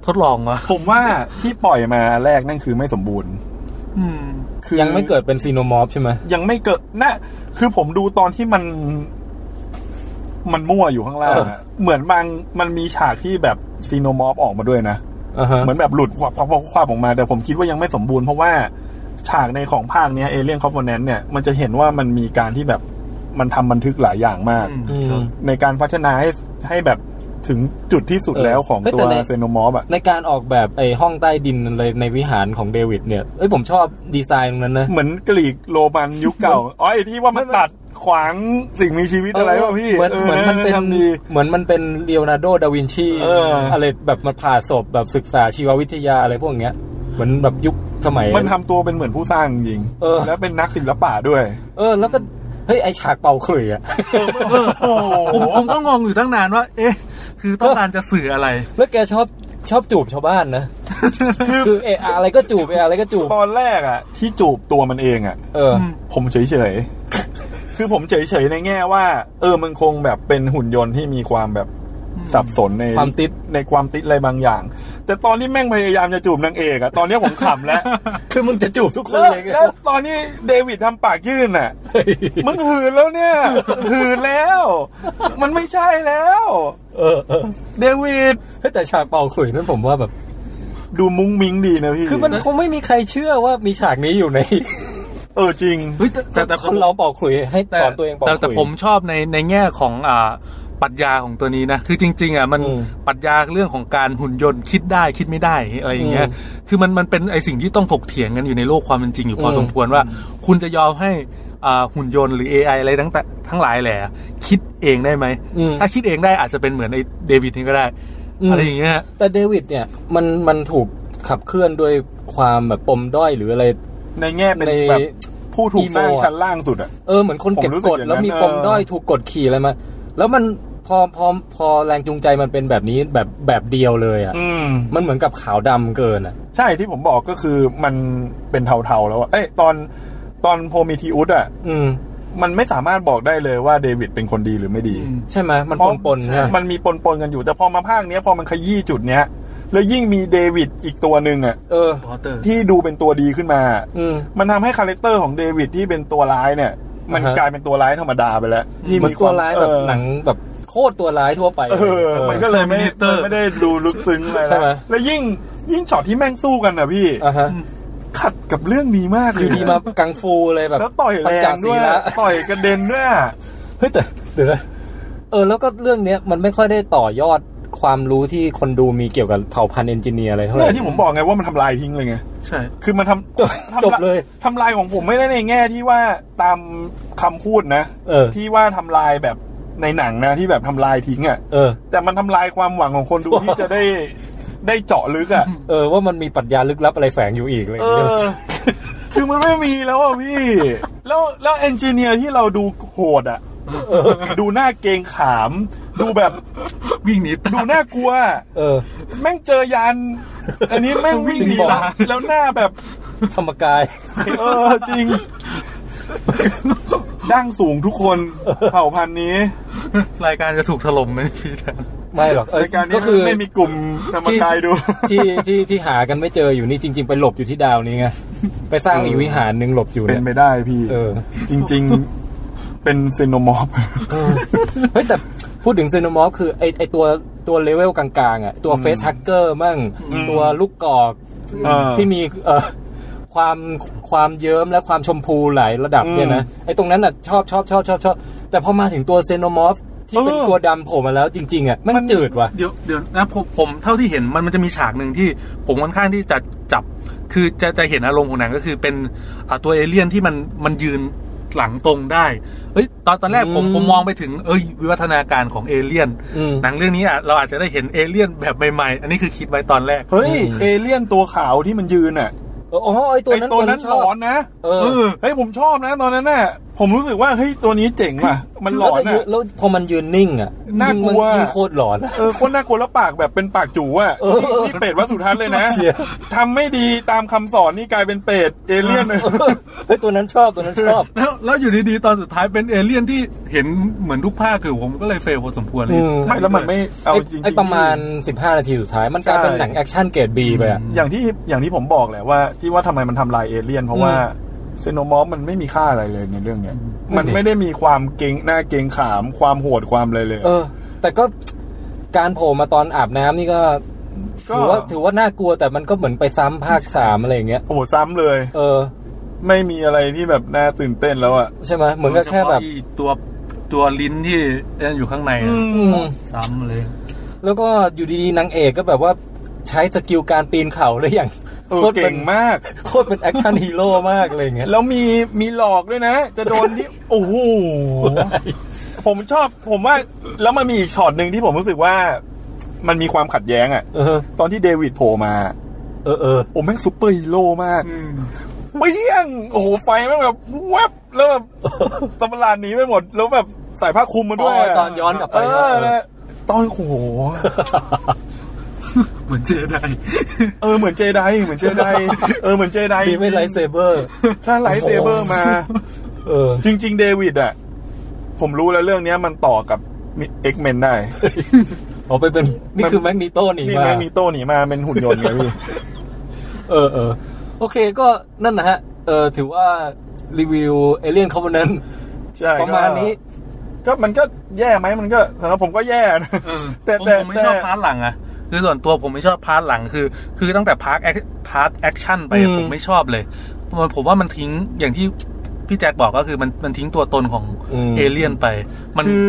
[SPEAKER 3] ทดลองวะ
[SPEAKER 2] ผมว่าที่ปล่อยมาแรกนั่นคือไม่สมบูรณ์
[SPEAKER 3] อืม
[SPEAKER 2] คือ
[SPEAKER 1] ยังไม่เกิดเป็นซีโนมอร์ฟใช่ไหม
[SPEAKER 2] ยังไม่เกิดนะคือผมดูตอนที่มัน มันมั่วอยู่ข้างล่างอะเหมือนบางมันมีฉากที่แบบซีโนมอร์ฟออกมาด้วยนะ
[SPEAKER 1] อ่าฮะ
[SPEAKER 2] เหมือนแบบหลุดควับควับควับควับออกมาแต่ผมคิดว่ายังไม่สมบูรณ์เพราะว่าฉากในของภาคเนี้ยเอเลี่ยนคอมโพเนนต์เนี่ยมันจะเห็นว่ามันมีการที่แบบมันทำบันทึกหลายอย่างมาก
[SPEAKER 1] อืม
[SPEAKER 2] ในการพัฒนาให้ให้แบบถึงจุดที่สุด
[SPEAKER 1] เออ
[SPEAKER 2] แล้วของ
[SPEAKER 1] เฮ้ย
[SPEAKER 2] ตั
[SPEAKER 1] แต่
[SPEAKER 2] ว
[SPEAKER 1] ใน
[SPEAKER 2] เซโนมอฟอะ
[SPEAKER 1] ในการออกแบบไอห้องใต้ดินอะไรในวิหารของเดวิดเนี่ย เอ้ย ผมชอบดีไซน์ตรงนั้นนะ
[SPEAKER 2] เหมือนกรีกโรมันยุคเก่าอ๋อไอที่ว่ามันตัดขวางสิ่งมีชีวิตอะไรวะพี่
[SPEAKER 1] เหมือน
[SPEAKER 2] ออ
[SPEAKER 1] เหมือนมันเป็น
[SPEAKER 2] ทำดี
[SPEAKER 1] เหมือนมันเป็นเลโอนาร์โดดาวินชี
[SPEAKER 2] เอออ
[SPEAKER 1] อะไรแบบมาผ่าศพแบบศึกษาชีววิทยาอะไรพวกเนี้ย เหมือนแบบยุคสมัย
[SPEAKER 2] มันทำตัวเป็นเหมือนผู้สร้างจริง
[SPEAKER 1] เออ
[SPEAKER 2] แล้วเป็นนักศิลปะด้วย
[SPEAKER 1] เออ แล้วก็ เฮ้ย ไอฉากเป่าขลุ่ยอะ
[SPEAKER 2] โอ้โห
[SPEAKER 3] ผมผมก็งงอยู่ตั้งนานว่า เอ๊ะ คือต้องการจะสื่ออะไร
[SPEAKER 1] แล้วแกชอบชอบจูบชาวบ้านนะ คือเอะอะไรก็จูบเอะอะไรก็จูบ
[SPEAKER 2] ตอนแรกอะที่จูบตัวมันเองอะ
[SPEAKER 1] เออ
[SPEAKER 2] ผมเฉยๆ [LAUGHS] คือผมเฉยๆในแง่ว่า เออมันคงแบบเป็นหุ่นยนต์ที่มีความแบบสับสนใน
[SPEAKER 1] ความติด
[SPEAKER 2] ในความติดอะไรบางอย่าง แต่ตอนที่แม่งพยายามจะจูบนางเอกอะตอนเนี้ยผมขำแล้ว
[SPEAKER 1] [LAUGHS] คือมึงจะจูบทุกคน
[SPEAKER 2] แล้ว
[SPEAKER 1] เลยไง
[SPEAKER 2] แล้วตอนนี้เดวิดทำปากยื่นอะ
[SPEAKER 1] [LAUGHS] เฮ้ย
[SPEAKER 2] มึงหืนแล้วเนี่ย หืนแล้ว มันไม่ใช่แล้ว
[SPEAKER 1] เออเออ
[SPEAKER 2] เดวิด
[SPEAKER 1] เฮ้ยแต่ฉากเป่าขลุ่ยนั่นผมว่าแบบ
[SPEAKER 2] ดูมุ้งมิ้งดีนะพี่
[SPEAKER 1] คือมันคงไม่มีใครเชื่อว่ามีฉากนี้อยู่ใน
[SPEAKER 2] เออจริง
[SPEAKER 3] เฮ้ยแต่แต่แต่ผ
[SPEAKER 1] ค
[SPEAKER 3] ม
[SPEAKER 1] นเราเป่าขลุยให้
[SPEAKER 3] แต่
[SPEAKER 1] สอนตัวเองเป่า
[SPEAKER 3] แต่
[SPEAKER 1] ข
[SPEAKER 3] แต่
[SPEAKER 1] ลุย
[SPEAKER 3] ผมชอบในในแง่ของอ่าปรัชญาของตัวนี้นะ คือจริง ๆอ่ะมัน
[SPEAKER 1] อืม
[SPEAKER 3] ปรัชญาเรื่องของการหุ่นยนต์คิดได้คิดไม่ได้อะไรอย่างเงี้ย
[SPEAKER 1] อื
[SPEAKER 3] คือมันมันเป็นไอสิ่งที่ต้องถกเถียงกันอยู่ในโลกความเป็นจริงอยู่พออ
[SPEAKER 1] ม
[SPEAKER 3] สมควรว่า คุณจะยอมให้อ่าหุ่นยนต์หรือ AI อะไรทั้งแต่ทั้งหลายแหละคิดเองได้ไหม
[SPEAKER 1] อืม
[SPEAKER 3] ถ้าคิดเองได้อาจจะเป็นเหมือนไอเดวิดนี่ก็ได้
[SPEAKER 1] อืม
[SPEAKER 3] อะไรอย่างเงี้ย
[SPEAKER 1] แต่เดวิดเนี่ยมันมันถูกขับเคลื่อนด้วยความแบบปมด้อยหรืออะไร
[SPEAKER 2] ในแง่เป็น
[SPEAKER 1] ใน
[SPEAKER 2] แบบผู้ถูกสร้าง
[SPEAKER 1] อีโมอะ
[SPEAKER 2] ชั้นล่างสุดอ่ะ
[SPEAKER 1] เออเหมือนคนเก็บ
[SPEAKER 2] ผมรู้สึ
[SPEAKER 1] ก
[SPEAKER 2] ก
[SPEAKER 1] ด
[SPEAKER 2] อย่างนั้น
[SPEAKER 1] แล้วมี
[SPEAKER 2] เออ
[SPEAKER 1] ปมด้อยถูกกดขี่อะไรมา แล้วมันพอพอพอแรงจูงใจมันเป็นแบบนี้แบบแบบเดียวเลยอ่ะ
[SPEAKER 2] อืม
[SPEAKER 1] มันเหมือนกับขาวดำเกินอ่ะ
[SPEAKER 2] ใช่ที่ผมบอกก็คือมันเป็นเทาๆแล้วอะเอ้ยตอนตอนโพมิทีอุสอ่ะ
[SPEAKER 1] อืม
[SPEAKER 2] มันไม่สามารถบอกได้เลยว่าเดวิดเป็นคนดีหรือไม่ดี
[SPEAKER 1] ใช่ไหมมัน
[SPEAKER 2] เพ
[SPEAKER 1] ป
[SPEAKER 2] ราะ
[SPEAKER 1] นปนๆใช่ไหม
[SPEAKER 2] มันมีปนปนๆกันอยู่ แต่พอมาภาคเนี้ยพอมันขยี้จุดเนี้ย แล้วยิ่งมีเดวิดอีกตัวหนึ่งอ่ะ
[SPEAKER 1] เออ
[SPEAKER 2] ที่ดูเป็นตัวดีขึ้นมา
[SPEAKER 1] อืม
[SPEAKER 2] มันทำให้คาแรคเตอร์ของเดวิดที่เป็นตัวร้ายเนี่ย มัน
[SPEAKER 1] อ่าฮะ
[SPEAKER 2] กลายเป็นตัวร้ายธรรมดาไปแล้วที่
[SPEAKER 1] เหมือนตัวร้ายแบบ
[SPEAKER 2] เออ
[SPEAKER 1] หนังแบบโคตรตัวร้ายทั่วไป
[SPEAKER 2] เออ
[SPEAKER 1] เออ
[SPEAKER 2] มันก็เลยไม่ได้
[SPEAKER 3] Terminator
[SPEAKER 2] มันไม่ได้ดูลึกซึ้งอะไร
[SPEAKER 1] ใช่
[SPEAKER 2] แล้ว
[SPEAKER 1] ไหม
[SPEAKER 2] แล้วยิ่งยิ่งช็อตที่แม่งสู้กันอ่ะพี่
[SPEAKER 1] อ่ะฮะ
[SPEAKER 2] ขัดกับเรื่องนี้มาก
[SPEAKER 1] อ
[SPEAKER 2] เลย
[SPEAKER 1] ยู่ดีมากังฟูเลยแบบ
[SPEAKER 2] แล้วต่อยแร
[SPEAKER 1] ปัญจ
[SPEAKER 2] งด้
[SPEAKER 1] ศี
[SPEAKER 2] วย
[SPEAKER 1] ละ
[SPEAKER 2] ต่อยกระเด็นด้วยอะ
[SPEAKER 1] เฮ้ยแต่เดี๋ยวนะเออแล้วก็เรื่องเนี้ยมันไม่ค่อยได้ต่อยอดความรู้ที่คนดูมีเกี่ยวกับเผ่าพันธุ์เอนจิเนียร์อะไรเท่าไห
[SPEAKER 2] เนี่
[SPEAKER 1] ร่
[SPEAKER 2] ยที่ผมบอกไงว่ามันทำลายทิ้งเลยไง
[SPEAKER 3] ใช่
[SPEAKER 2] คือมันทำ
[SPEAKER 1] จบ
[SPEAKER 2] ทำ
[SPEAKER 1] จบเลย
[SPEAKER 2] ทำลายของผมไม่ได้ในแง่ที่ว่าตามคำพูดนะ
[SPEAKER 1] เออ
[SPEAKER 2] ที่ว่าทำลายแบบในหนังนะที่แบบทำลายทิ้งอะ่ะ
[SPEAKER 1] เออ
[SPEAKER 2] แต่มันทำลายความหวังของคนดู ที่จะได้ได้เจาะลึกอะ่ะ
[SPEAKER 1] เออว่ามันมีปรัชญาลึกลับอะไรแฝงอยู่อีกอะไรอ
[SPEAKER 2] เอย่าง
[SPEAKER 1] เงี้ย
[SPEAKER 2] อ คือมันไม่มีแล้วอ่ะพี่ แล้วแล้วเอนจิเนียร์ที่เราดูโหดอะ่ะ ดูหน้าเกรงขาม ดูแบบ
[SPEAKER 3] วิ่งหนีตา
[SPEAKER 2] ดู
[SPEAKER 3] ย
[SPEAKER 2] น่ากลัว
[SPEAKER 1] เออ
[SPEAKER 2] แม่งเจอยาน อันนี้แม่งวิ่งหนี
[SPEAKER 3] วิ่งหนี
[SPEAKER 2] [LAUGHS] แล้วหน้าแบบ
[SPEAKER 1] ธรรมกาย
[SPEAKER 2] เออ จริง ดั้งสูงทุกคนเผ่าพันธุ์นี้
[SPEAKER 3] รายการจะถูกถล่มไหมพี่แทน
[SPEAKER 1] ไม่หรอกเออ
[SPEAKER 2] รายการนี้
[SPEAKER 1] ก็คือ
[SPEAKER 2] ไม่มีกลุ่มธรรมกายดู
[SPEAKER 1] ที่ที่ที่หากันไม่เจออยู่นี่จริง ๆ ไปหลบอยู่ที่ดาวนี้
[SPEAKER 2] [LAUGHS]
[SPEAKER 1] ไงไปสร้างอีกวิหารหนึ่งหลบอยู่
[SPEAKER 2] เป็
[SPEAKER 1] เนี่
[SPEAKER 2] น
[SPEAKER 1] ย
[SPEAKER 2] ไม่ได้พี่
[SPEAKER 1] เออ
[SPEAKER 2] จริง ๆ เป็นเซโนมอร์ฟ
[SPEAKER 1] เฮ้ยแต่พูดถึงเซโนมอฟคือไอไอตัวตัวเลเวลกลางๆอ่ะตัวเฟสฮักเกอร์มั่ง
[SPEAKER 2] อืม
[SPEAKER 1] ตัวลูกกอก
[SPEAKER 2] เออ
[SPEAKER 1] ที่มีเอ่อความความเยิ้มและความชมพูหลายระดับเนี่ยนะไอตรงนั้นอ่ะชอบชอบชอบชอบชอบแต่พอมาถึงตัวเซโนมอฟที่เป็นตัวดำโผล่มาแล้วจริง ๆ อ่ะแมันจืดว่ะ
[SPEAKER 3] เดี๋ยวเดี๋ยวนะผมผมเท่าที่เห็นมันมันจะมีฉากหนึ่งที่ผมค่อนข้างที่จะจับ คือจะจะเห็นอารมณ์ของหนังก็คือเป็นอ่าตัวเอเลี่ยนที่มันมันยืนหลังตรงได้เอ้ยตอนตอนแรกผม
[SPEAKER 1] อืม
[SPEAKER 3] ผมมองไปถึงเอ้ยวิวัฒนาการของเอเลี่ยน
[SPEAKER 1] อืม
[SPEAKER 3] หนังเรื่องนี้อ่ะเราอาจจะได้เห็นเอเลี่ยนแบบใหม่ๆ อันนี้คือคิดไว้ตอนแรก
[SPEAKER 2] เฮ้ย
[SPEAKER 1] อืม
[SPEAKER 2] เอเลี่ยนตัวขาวที่มันยืนอ่ะ
[SPEAKER 1] โอ้โหไอตัว
[SPEAKER 2] ไอ
[SPEAKER 1] นั้น
[SPEAKER 2] ตัวนั้น
[SPEAKER 1] ช
[SPEAKER 2] หล
[SPEAKER 1] บ
[SPEAKER 2] อนนะ
[SPEAKER 1] เอ
[SPEAKER 3] เอ
[SPEAKER 1] อ
[SPEAKER 3] อ
[SPEAKER 2] เฮ้ยผมชอบนะตอนนั้นน่ะผมรู้สึกว่าเฮ้ยตัวนี้เจ๋งว่ะ มันหล
[SPEAKER 1] แล้ว
[SPEAKER 2] อน
[SPEAKER 1] แต่ยื
[SPEAKER 2] อ่ะ
[SPEAKER 1] นแล้วพอมันยืนนิ่งอ่ะ
[SPEAKER 2] น่ากลัว
[SPEAKER 1] ยิ่งโคตรหลอนอะ
[SPEAKER 2] เออคนน่ากลัวแล้วปากแบบเป็นปากจู๋อ่ะ
[SPEAKER 1] เออ
[SPEAKER 2] นี่นี่เป็ดวัดสุทัศน์เลยนะ
[SPEAKER 1] เชียร์
[SPEAKER 2] ทำไม่ดีตามคำสอนนี่กลายเป็นเปรตเอเลี่ยนเลย
[SPEAKER 1] เฮ้ยตัวนั้นชอบตัวนั้นชอบ
[SPEAKER 3] แล้วแล้วอยู่ดีๆ ตอนสุดท้ายเป็นเอเลี่ยนที่เห็นเหมือนทุกภาคคือผมก็เลยเฟลพอสมควรเลย
[SPEAKER 1] อืม
[SPEAKER 2] ไม่แล้วมันไม่เอา
[SPEAKER 1] ไอ้
[SPEAKER 2] จริงๆ
[SPEAKER 1] ไอ้ประมาณ 15 นาทีสุดท้าย มันกลายเป็น
[SPEAKER 2] ใช่
[SPEAKER 1] หนังแอคชั่นเกรดบีไปอ่ะ
[SPEAKER 2] อย่างที่อย่างที่ผมบอกแหละว่า ที่ว่าทำไมมันทำลายเอเลี่ยน เพราะว่าเซโนมอฟมันไม่มีค่าอะไรเลยในเรื่องเนี้ย
[SPEAKER 1] นั่
[SPEAKER 2] มัน
[SPEAKER 1] นดิ
[SPEAKER 2] ไม่ได้มีความเกรงหน้าเกรงขามความโหดความเลยเลย
[SPEAKER 1] เออ แต่ก็การโผล่มาตอนอาบน้ำนี่ก็ถื
[SPEAKER 2] ก็
[SPEAKER 1] อว่าถือว่าน่ากลัวแต่มันก็เหมือนไปซ้ำภาคสามอะไรอย่างเงี้ย
[SPEAKER 2] โอ้โหซ้ำเลย
[SPEAKER 1] เออ
[SPEAKER 2] ไม่มีอะไรที่แบบน่าตื่นเต้นแล้วอ่ะ
[SPEAKER 1] ใช่ไหมเหมือนก็แค่แบบ
[SPEAKER 3] โดยเฉพาะอีตัวตัวลิ้นที่นั่นอยู่ข้างในอะ
[SPEAKER 1] อืม
[SPEAKER 3] ซ้ำเลย
[SPEAKER 1] แล้วก็อยู่ดีๆนางเอกก็แบบว่าใช้สกิลการปีนเขาได้อย่าง
[SPEAKER 2] เออ
[SPEAKER 1] โคตรเป็
[SPEAKER 2] เก่
[SPEAKER 1] น
[SPEAKER 2] งมาก
[SPEAKER 1] โคตรเป็นแอคชั่นฮีโร่มากอะไรอย่างเงี้ย
[SPEAKER 2] แล้วมีมีหลอกด้วยนะ จะโดนที่ [LAUGHS] โอ้โห ผมชอบผมว่า แล้วมันมีอีกช็อตหนึ่งที่ผมรู้สึกว่า มันมีความขัดแย้งอะ
[SPEAKER 1] เออ
[SPEAKER 2] ตอนที่เดวิดโผล่มา
[SPEAKER 1] เออเออ
[SPEAKER 2] โอ้แม่งซุปเปอร์ฮีโร่มากเปี้ยงโอ้โหไฟแม่งแบบแวบแล้วแบบ [LAUGHS] ตำรานหนีไปหมด แล้วแบบใส่ผ้าคลุมมา
[SPEAKER 1] อ๋
[SPEAKER 2] ด้วย
[SPEAKER 1] อตอนย้อนกลับไป
[SPEAKER 2] เอ
[SPEAKER 1] นะ
[SPEAKER 2] อ
[SPEAKER 1] เออ
[SPEAKER 2] นะตอนโอ้โห
[SPEAKER 3] เหมือนเจได
[SPEAKER 2] เออเหมือนเจไดเหมือนเจ
[SPEAKER 1] [LAUGHS]
[SPEAKER 2] ไดเออเหมือนเจได
[SPEAKER 1] มีไม่ไลท์เซเบอร์
[SPEAKER 2] ถ้าไลท์เซเบอร์มา
[SPEAKER 1] เออ
[SPEAKER 2] จริง ๆ เดวิดอะผมรู้แล้วเรื่องเนี้ยมันต่อกับเอ็กเมนได้
[SPEAKER 1] เอาไปเป็นนี่คือแมกนีโตหนี
[SPEAKER 2] นี่
[SPEAKER 1] มา
[SPEAKER 2] แม่งมีโต้หนีมาเป็นหุ่นยนต์ไงพี่
[SPEAKER 1] เออเออโอเคก็นั่นนะฮะ เออถือว่ารีวิวเอเลียนคอม n น n t
[SPEAKER 2] ใช่
[SPEAKER 1] ประมาณนี้
[SPEAKER 2] ก็มันก็แย่ไหมมันก็สำหรับผมก็แย่นะ แต่
[SPEAKER 3] แต่
[SPEAKER 2] แต่
[SPEAKER 3] ผมไม่ชอบ
[SPEAKER 2] แต่
[SPEAKER 3] พาร์ทหลังอะคือส่วนตัวผมไม่ชอบพาร์ทหลังคือ คือตั้งแต่พาร์ทแอคพาร์ทแอคชั่นไปอะ
[SPEAKER 1] อืม
[SPEAKER 3] ผมไม่ชอบเลย มันผมว่ามันทิ้งอย่างที่พี่แจ็คบอกก็คือมันมันทิ้งตัวตนของ
[SPEAKER 1] อืม
[SPEAKER 3] เอเลี่ยนไป มัน
[SPEAKER 2] คือ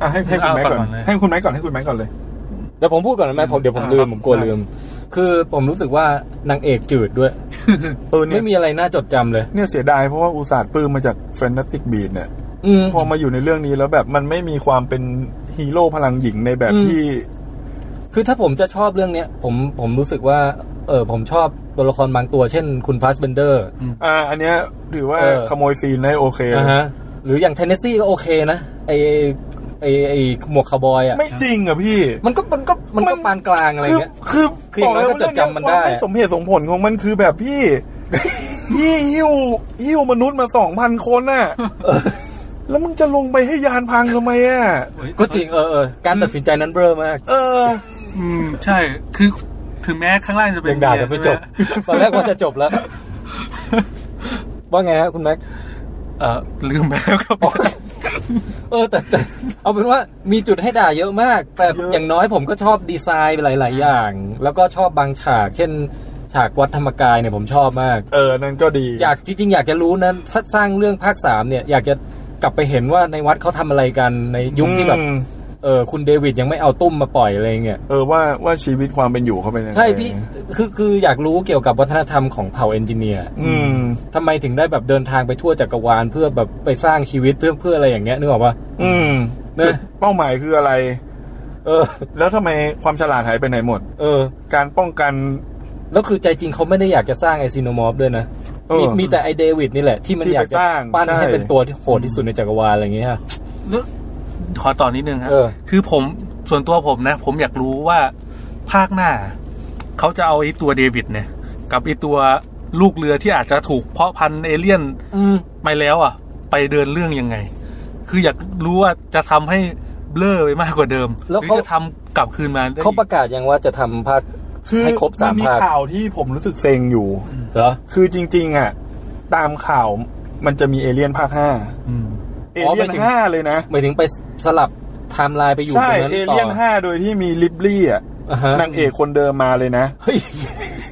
[SPEAKER 2] อ่ะให้ให้คุณแม็กก่อน
[SPEAKER 3] เอาก่อนเลย
[SPEAKER 2] ให้คุณแม็กก่อนให้คุณแม็กก่อนเลย
[SPEAKER 1] แต่ผมพูดก่อนได้ไหมผมเดี๋ยวผม
[SPEAKER 2] อ่า
[SPEAKER 1] ลื
[SPEAKER 2] ครั
[SPEAKER 1] ม
[SPEAKER 2] บ
[SPEAKER 1] ผมกลัวลืม คือผมรู้สึกว่านางเอกจืดด้วย
[SPEAKER 2] เออเนี่ย
[SPEAKER 1] ไม่มีอะไรน่าจดจำเลย
[SPEAKER 2] เนี่ยเสียดายเพราะว่าอุตส่าห์ปลื้มมาจากแฟนตติกบีดเนี่ย
[SPEAKER 1] อืม
[SPEAKER 2] พอมาอยู่ในเรื่องนี้แล้วแบบมันไม่มีความเป็นฮีโร่พลังหญิงในแบบ
[SPEAKER 1] อืม
[SPEAKER 2] ที่
[SPEAKER 1] คือถ้าผมจะชอบเรื่องเนี้ยผมผมรู้สึกว่า เออผมชอบตัวละครบางตัว เช่นคุณพาสเบนเดอร์
[SPEAKER 2] อ่า อันเนี้ยถือว่า
[SPEAKER 1] เออ
[SPEAKER 2] ขโมยซีนได้โอเค
[SPEAKER 1] อ่าฮะหรืออย่างเทนเนสซีก็โอเคนะไอไอไอหมวกคาวบอยอ่ะ
[SPEAKER 2] ไม่จริงอ่ะพี่
[SPEAKER 1] มันก็มันก็มันก็
[SPEAKER 2] มัน
[SPEAKER 1] ปานกลางอะไร
[SPEAKER 2] คือ
[SPEAKER 1] เงี้ย
[SPEAKER 2] คือ
[SPEAKER 1] คืออย่างน้อยก็
[SPEAKER 2] บเลย
[SPEAKER 1] จ
[SPEAKER 2] ว่
[SPEAKER 1] ดจำมัน
[SPEAKER 2] เยควา
[SPEAKER 1] ได้
[SPEAKER 2] ไม่สมเหตุสมผลของมันคือแบบพี่ พี่หิ้วหิ้วมนุษย์มาสองพันคนน่ะแล้วมึงจะลงไปให้ยานพังทำไมอ่ะ
[SPEAKER 1] ก็จริงเออเออการตัดสินใจนั้นเบ้อมาก
[SPEAKER 2] เออ
[SPEAKER 3] อืมใช่ คือถึงแม้ข้างล่างจะเป็น
[SPEAKER 1] ยังด่าแต่ไม่จบ [LAUGHS] ตอนแรกว่าจะจบแล้ว ว่าไงฮะคุณแม็ก
[SPEAKER 3] เออลืมไปแล้วครับ
[SPEAKER 1] [LAUGHS] เออแต่แต่เอาเป็นว่ามีจุดให้ด่าเยอะมาก แต่
[SPEAKER 2] เยอะ
[SPEAKER 1] อย่างน้อยผมก็ชอบดีไซน์หลาย ๆ อย่าง แล้วก็ชอบบางฉาก เช่น ฉากวัดธรรมกายเนี่ยผมชอบมาก
[SPEAKER 2] เออ นั่นก็ดี
[SPEAKER 1] อยากจริง ๆ อยากจะรู้นะถ้าสร้างเรื่องภาคสามเนี่ย อยากจะกลับไปเห็นว่าในวัดเขาทำอะไรกันในยุคที่แบบ
[SPEAKER 2] อืม
[SPEAKER 1] เออคุณเดวิดยังไม่เอาตุ้มมาปล่อยอะไรเงี้ย
[SPEAKER 2] เออว่าว่าชีวิตความเป็นอยู่เขาเป็นยังไง
[SPEAKER 1] ใช่พี่คือคืออยากรู้เกี่ยวกับวัฒนธรรมของเผ่าเอนจิเนียร์
[SPEAKER 2] อืม
[SPEAKER 1] ทำไมถึงได้แบบเดินทางไปทั่วจักรวาลเพื่อแบบไปสร้างชีวิตเพื่อเพื่ออะไรอย่างเงี้ยนึกออกปะ
[SPEAKER 2] อืม
[SPEAKER 1] เนอะ
[SPEAKER 2] เป้าหมายคืออะไร
[SPEAKER 1] เออ
[SPEAKER 2] แล้วทำไมความฉลาดหายไปไหนหมด
[SPEAKER 1] เออ
[SPEAKER 2] การป้องกัน
[SPEAKER 1] แล้วคือใจจริงเขาไม่ได้อยากจะสร้างไอซีโนมอร์ฟด้วยนะ
[SPEAKER 2] เออ
[SPEAKER 1] มีมีแต่ไอเดวิดนี่แหละที่มัน
[SPEAKER 2] ที่
[SPEAKER 1] อยากจะ
[SPEAKER 2] ไปสร้าง
[SPEAKER 1] ปั้น
[SPEAKER 2] ใช่
[SPEAKER 1] ให้เป็นตัวที่โหดที่สุดในจักรวาลอะไรอย่างเงี้ยฮะ
[SPEAKER 3] แล้วขอต่อนนิดนึงครับ
[SPEAKER 1] เออ
[SPEAKER 3] คือผมส่วนตัวผมนะ ผมอยากรู้ว่าภาคหน้า เขาจะเอาไอ้ตัวเดวิดเนี่ย กับไอ้ตัวลูกเรือที่อาจจะถูกเพาะพันธุ์เอเลี่ยน
[SPEAKER 1] อืม
[SPEAKER 3] ไปแล้วอ่ะ ไปเดินเรื่องยังไง คืออยากรู้ว่าจะทำให้เบลอไปมากกว่าเดิม
[SPEAKER 1] แล้ว
[SPEAKER 3] หรือ
[SPEAKER 1] เขา
[SPEAKER 3] จะทำกลับคืนมาได้
[SPEAKER 1] เขาประกาศยังว่าจะทำภาคให้ครบสาม
[SPEAKER 2] นมี
[SPEAKER 1] ภาค
[SPEAKER 2] ข่าวที่ผมรู้สึกเซ็งอยู่
[SPEAKER 1] เหรอ
[SPEAKER 2] คือจริง ๆ อ่ะ ตามข่าวมันจะมีเอเลี่ยนภาคห้า
[SPEAKER 3] อืม
[SPEAKER 2] เอ
[SPEAKER 1] อ๋อหมาย
[SPEAKER 2] เลี่ยน
[SPEAKER 1] ถึง
[SPEAKER 2] ห้าเลยนะ
[SPEAKER 1] หมายถึงไปสลับไทม์ไลน์ไปอยู่
[SPEAKER 2] ใช่
[SPEAKER 1] ตรงนั้น
[SPEAKER 2] เอ
[SPEAKER 1] ต่อ
[SPEAKER 2] เลี่ยนห้าโดยที่มีลิบลี่อ่ะ
[SPEAKER 1] อ่าฮะ
[SPEAKER 2] นางเอกคนเดิมมาเลยนะ
[SPEAKER 1] เฮ้ย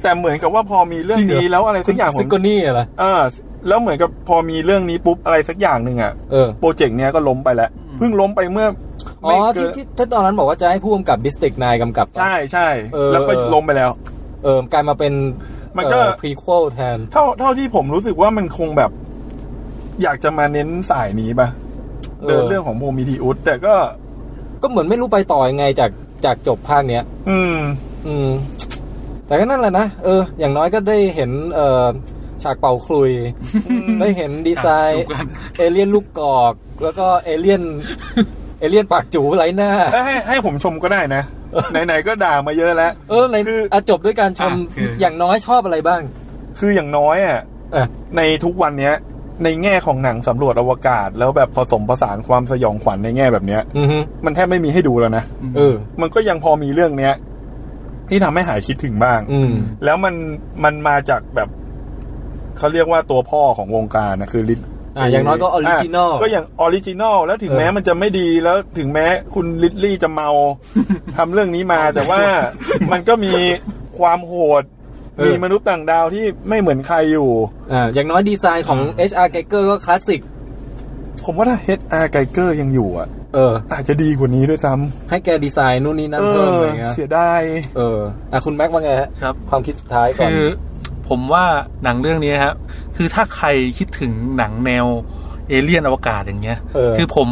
[SPEAKER 2] แต่เหมือนกับว่าพอมีเรื่องนี้แล้วอะไรสักอย่างผ
[SPEAKER 1] ซิ
[SPEAKER 2] ม
[SPEAKER 1] โกนี่เหรอ
[SPEAKER 2] เออแล้วเหมือนกับพอมีเรื่องนี้ปุ๊บอะไรสักอย่างหนึ่งอ่ะ
[SPEAKER 1] เออ
[SPEAKER 2] โปรเจกต์เนี้ยก็ล้มไปแล้วเพิ่งล้มไปเมื่อ
[SPEAKER 1] อ๋อ
[SPEAKER 2] ไม่เกิ
[SPEAKER 1] ที่
[SPEAKER 2] น
[SPEAKER 1] ที่ที่ตอนนั้นบอกว่าจะให้ผู้กำกับดิสติกนายกำกับปะ
[SPEAKER 2] ใช่ใช่
[SPEAKER 1] เออ
[SPEAKER 2] แล้วก็ล้มไปแล้ว
[SPEAKER 1] เออกลายมาเป็น
[SPEAKER 2] มันก็
[SPEAKER 1] พรีควลแทน
[SPEAKER 2] เท่าเท่าที่ผมรู้สึกว่ามันคงแบบ อยากจะมาเน้นสายนี้ปะ
[SPEAKER 1] เออ
[SPEAKER 2] เดินเรื่องของโพมิทิอุสแต่ก็
[SPEAKER 1] ก็เหมือนไม่รู้ไปต่อยังไงจากจากจบภาคเนี้ย
[SPEAKER 2] อืม
[SPEAKER 1] อืม แต่ก็นั่นแหละนะ เออ อย่างน้อยก็ได้เห็น เอ่อ ฉากเป่าคลุย ได้เห็นดีไซน์
[SPEAKER 3] จูบกัน
[SPEAKER 1] เอเลี่ยนลูกกอก แล้วก็เอเลี่ยน เอเลี่ยนปากจูไรหน้า
[SPEAKER 2] ให้ให้ให้ผมชมก็ได้นะ ไหนๆก็ด่ามาเยอะแล้ว
[SPEAKER 1] เออใน
[SPEAKER 2] คือ
[SPEAKER 1] อะจบด้วยการชม
[SPEAKER 3] อ่ะคือ
[SPEAKER 1] อ
[SPEAKER 3] อ
[SPEAKER 1] ย่างน้อยชอบอะไรบ้าง
[SPEAKER 2] คืออย่างน้อยอ่ะ
[SPEAKER 1] อ่ะ
[SPEAKER 2] ในทุกวันเนี้ย ในแง่ของหนังสำรวจอวกาศ แล้วแบบผสมผสานความสยองขวัญในแง่แบบเนี้ย
[SPEAKER 1] อือฮึ
[SPEAKER 2] มันแทบไม่มีให้ดูแล้วนะ
[SPEAKER 1] เออ
[SPEAKER 2] มันก็ยังพอมีเรื่องเนี้ย ที่ทำให้หายคิดถึงบ้าง
[SPEAKER 1] อืม
[SPEAKER 2] แล้วมันมันมาจากแบบเขาเรียกว่าตัวพ่อของวงการนะคือลิท
[SPEAKER 1] อ่ะอย่างน้อยก็ original
[SPEAKER 2] ะก็อย่างออริจินอลแล้วถึง
[SPEAKER 1] เออ
[SPEAKER 2] แม้มันจะไม่ดีแล้วถึงแม้คุณลิทลี่จะ
[SPEAKER 1] [LAUGHS]
[SPEAKER 2] เมา ทำเรื่องนี้มา แต่ว่ามันก็มีความโหด มีมนุษย์ต่างดาวที่ไม่เหมือนใครอยู่
[SPEAKER 1] อ่า อย่างน้อยดีไซน์ของ HR g e g e r ก็คลาสสิก
[SPEAKER 2] ผมว่าถ้า HR ไกเกอร์ยังอยู่อ่ะ
[SPEAKER 1] เออ
[SPEAKER 2] อาจจะดีกว่านี้ด้วยซ้
[SPEAKER 1] ให้แกดีไซน์นู่นนี่
[SPEAKER 2] ำ
[SPEAKER 1] นั่น
[SPEAKER 2] เอ
[SPEAKER 1] เพิ่ม
[SPEAKER 2] อ
[SPEAKER 1] อะไรเงี้ย
[SPEAKER 2] เสียดาย
[SPEAKER 1] เออ อ่ะคุณแม็กว่าไงฮะ
[SPEAKER 3] ครับ
[SPEAKER 1] ความคิดสุดท้ายก่อน
[SPEAKER 3] คือผมว่าหนังเรื่องนี้ครับคือถ้าใครคิดถึงหนังแนวเอเลี่ยนอวกาศอย่างเงี้ย
[SPEAKER 1] เออ
[SPEAKER 3] คือผม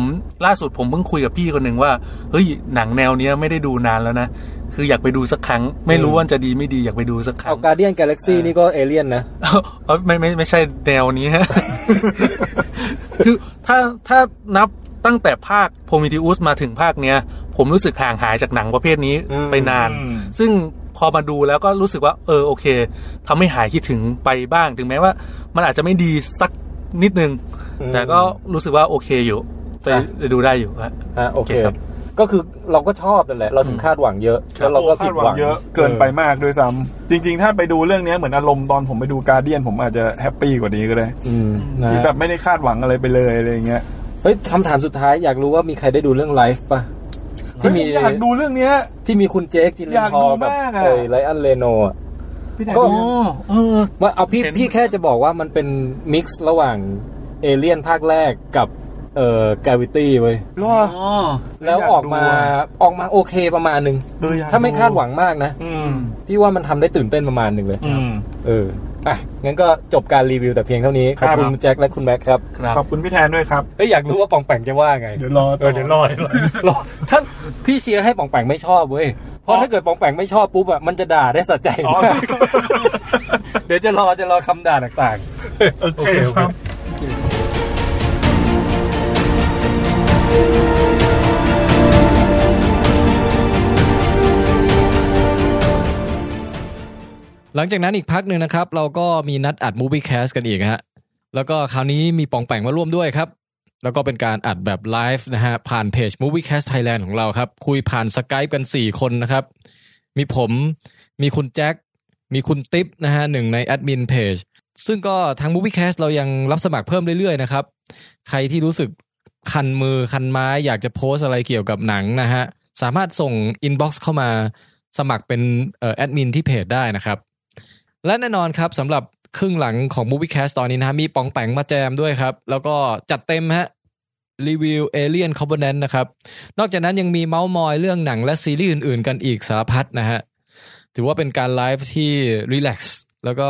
[SPEAKER 3] ล่าสุดผมเพิ่งคุยกับพี่คนหนึ่งว่า เฮ้ยหนังแนวเนี้ยไม่ได้ดูนานแล้วนะ คืออยากไปดูสักครั้ง ไม่รู้ว่าจะดีไม่ดีอยากไปดูสักครั้
[SPEAKER 1] เอา
[SPEAKER 3] ง
[SPEAKER 1] การเดียนกาแล็กซี่นี่ก็เอเลี่ยนนะ
[SPEAKER 3] เอ้าเอ้าไม่ไม่ไม่ใช่แนวนี้ฮะ คือถ้าถ้านับตั้งแต่ภาคโพมิ t ิอุสมาถึงภาคเนี้ย ผมรู้สึกห่างหายจากหนังประเภทนี้
[SPEAKER 1] อืม
[SPEAKER 3] ไปนาน
[SPEAKER 2] อืม
[SPEAKER 3] ซึ่งพอมาดูแล้วก็รู้สึกว่า เออโอเคทำให้หายคิดถึงไปบ้างถึงแม้ว่า มันอาจจะไม่ดีสักนิดนึง
[SPEAKER 1] อืม
[SPEAKER 3] แต่ก็รู้สึกว่าโอเคอยู่ไป
[SPEAKER 1] อ่ะ
[SPEAKER 3] ไปดูได้อยู่ฮะ
[SPEAKER 1] อ่ะโอเค
[SPEAKER 3] โอเคครับ
[SPEAKER 1] ก็คือเราก็ชอบนั่นแหละ เราถึงคาดหวังเยอะ แล้วเราก็ผิดหวัง
[SPEAKER 2] เยอะเกินไปมากด้วยซ้ำจริง ๆ ถ้าไปดูเรื่องเนี้ยเหมือนอารมณ์ตอนผมไปดูการเดียน ผมอาจจะแฮปปี้กว่านี้ก็ได้
[SPEAKER 1] อืมนะ
[SPEAKER 2] ที่
[SPEAKER 1] ฮะ
[SPEAKER 2] แบบไม่ได้คาดหวังอะไรไปเลยอะไรอย่างเงี้ย
[SPEAKER 1] เฮ้ยคำถามสุดท้ายอยากรู้ว่ามีใครได้ดูเรื่องไลฟ์ป่ะ ที่มี
[SPEAKER 2] เฮ้ยผมอยากดูเรื่องเนี้ย
[SPEAKER 1] ที่มีคุณเจคจินเล
[SPEAKER 2] อยาน ก
[SPEAKER 1] ทอ
[SPEAKER 2] ดู
[SPEAKER 1] กับ
[SPEAKER 2] มากอะ
[SPEAKER 1] เอ้ยไรอันเลโนอะ
[SPEAKER 4] พี่แดก
[SPEAKER 2] ก็
[SPEAKER 3] อ๋อ
[SPEAKER 4] ดูยัง
[SPEAKER 3] เออ
[SPEAKER 2] มาเอาพี่
[SPEAKER 3] เห็น
[SPEAKER 2] พี่แค่จะบอกว่ามันเป็นมิกซ์ระหว่างเอเลี่ยนภาคแรกกับเอ่อกาวิตี้เว้ย
[SPEAKER 4] รอ
[SPEAKER 3] อ๋อ
[SPEAKER 2] แล้วออกมา
[SPEAKER 4] อยากดูอะ
[SPEAKER 2] ออกมาโอเคประมาณหนึ่ง
[SPEAKER 4] เอออยก
[SPEAKER 2] ถ้าไม่คาดหวังมากนะ
[SPEAKER 4] อื
[SPEAKER 3] อื
[SPEAKER 4] ม
[SPEAKER 3] ม
[SPEAKER 2] พี่ว่ามันทำได้ตื่นเต้นประมาณหนึ่งเลย
[SPEAKER 4] อืม
[SPEAKER 2] เอออ่ะงั้นก็จบการรีวิวแต่เพียงเท่านี้ ขอบคุณ
[SPEAKER 4] ครับ
[SPEAKER 2] แจ็คและคุณแบ็คครับ
[SPEAKER 3] ครับ
[SPEAKER 4] ขอบคุณพี่แทนด้วยครับ
[SPEAKER 2] เอ้ยอยากรู้ว่าปองแปงจะว่าไง
[SPEAKER 4] เดี๋ยวรอ
[SPEAKER 2] เออเดี๋ยวรอเดี๋ยวรอรอถ้าพี่เชียร์ให้ปองแปงไม่ชอบเว้ยเพราะถ้าเกิดปองแปงไม่ชอบปุ๊บอ่ะมันจะด่าได้สะใจ
[SPEAKER 4] อ๋อ
[SPEAKER 2] มากเดี๋ยวจะรอจะรอคำด่าต่าง
[SPEAKER 4] โอเคครับ
[SPEAKER 1] หลังจากนั้นอีกพักหนึ่งนะครับ เราก็มีนัดอัด Movie Cast กันอีกฮะแล้วก็คราวนี้มีปองแป่งมาร่วมด้วยครับ แล้วก็เป็นการอัดแบบไลฟ์นะฮะผ่านเพจ Movie Cast Thailand ของเราครับ คุยผ่านสกายกัน 4 คนนะครับ มีผมมีคุณแจ็คมีคุณติ๊บนะฮะหนึ่งในแอดมินเพจซึ่งก็ทาง Movie Cast เรายังรับสมัครเพิ่มเรื่อยๆนะครับ ใครที่รู้สึกคันมือคันไม้อยากจะโพสต์อะไรเกี่ยวกับหนังนะฮะสามารถส่งอินบ็อกซ์เข้ามาสมัครเป็นเอ่อแอดมินที่เพจได้นะครับ และแน่นอนครับสำหรับครึ่งหลังของ Movie Cast ตอนนี้นะฮะมีปองแปงมาแจมด้วยครับ แล้วก็จัดเต็มฮะรีวิว Alien Covenant นะครับ นอกจากนั้นยังมีเมาส์มอยเรื่องหนังและซีรีส์อื่นๆ กันอีกสารพัดนะฮะ ถือว่าเป็นการไลฟ์ที่รีแลกซ์แล้วก็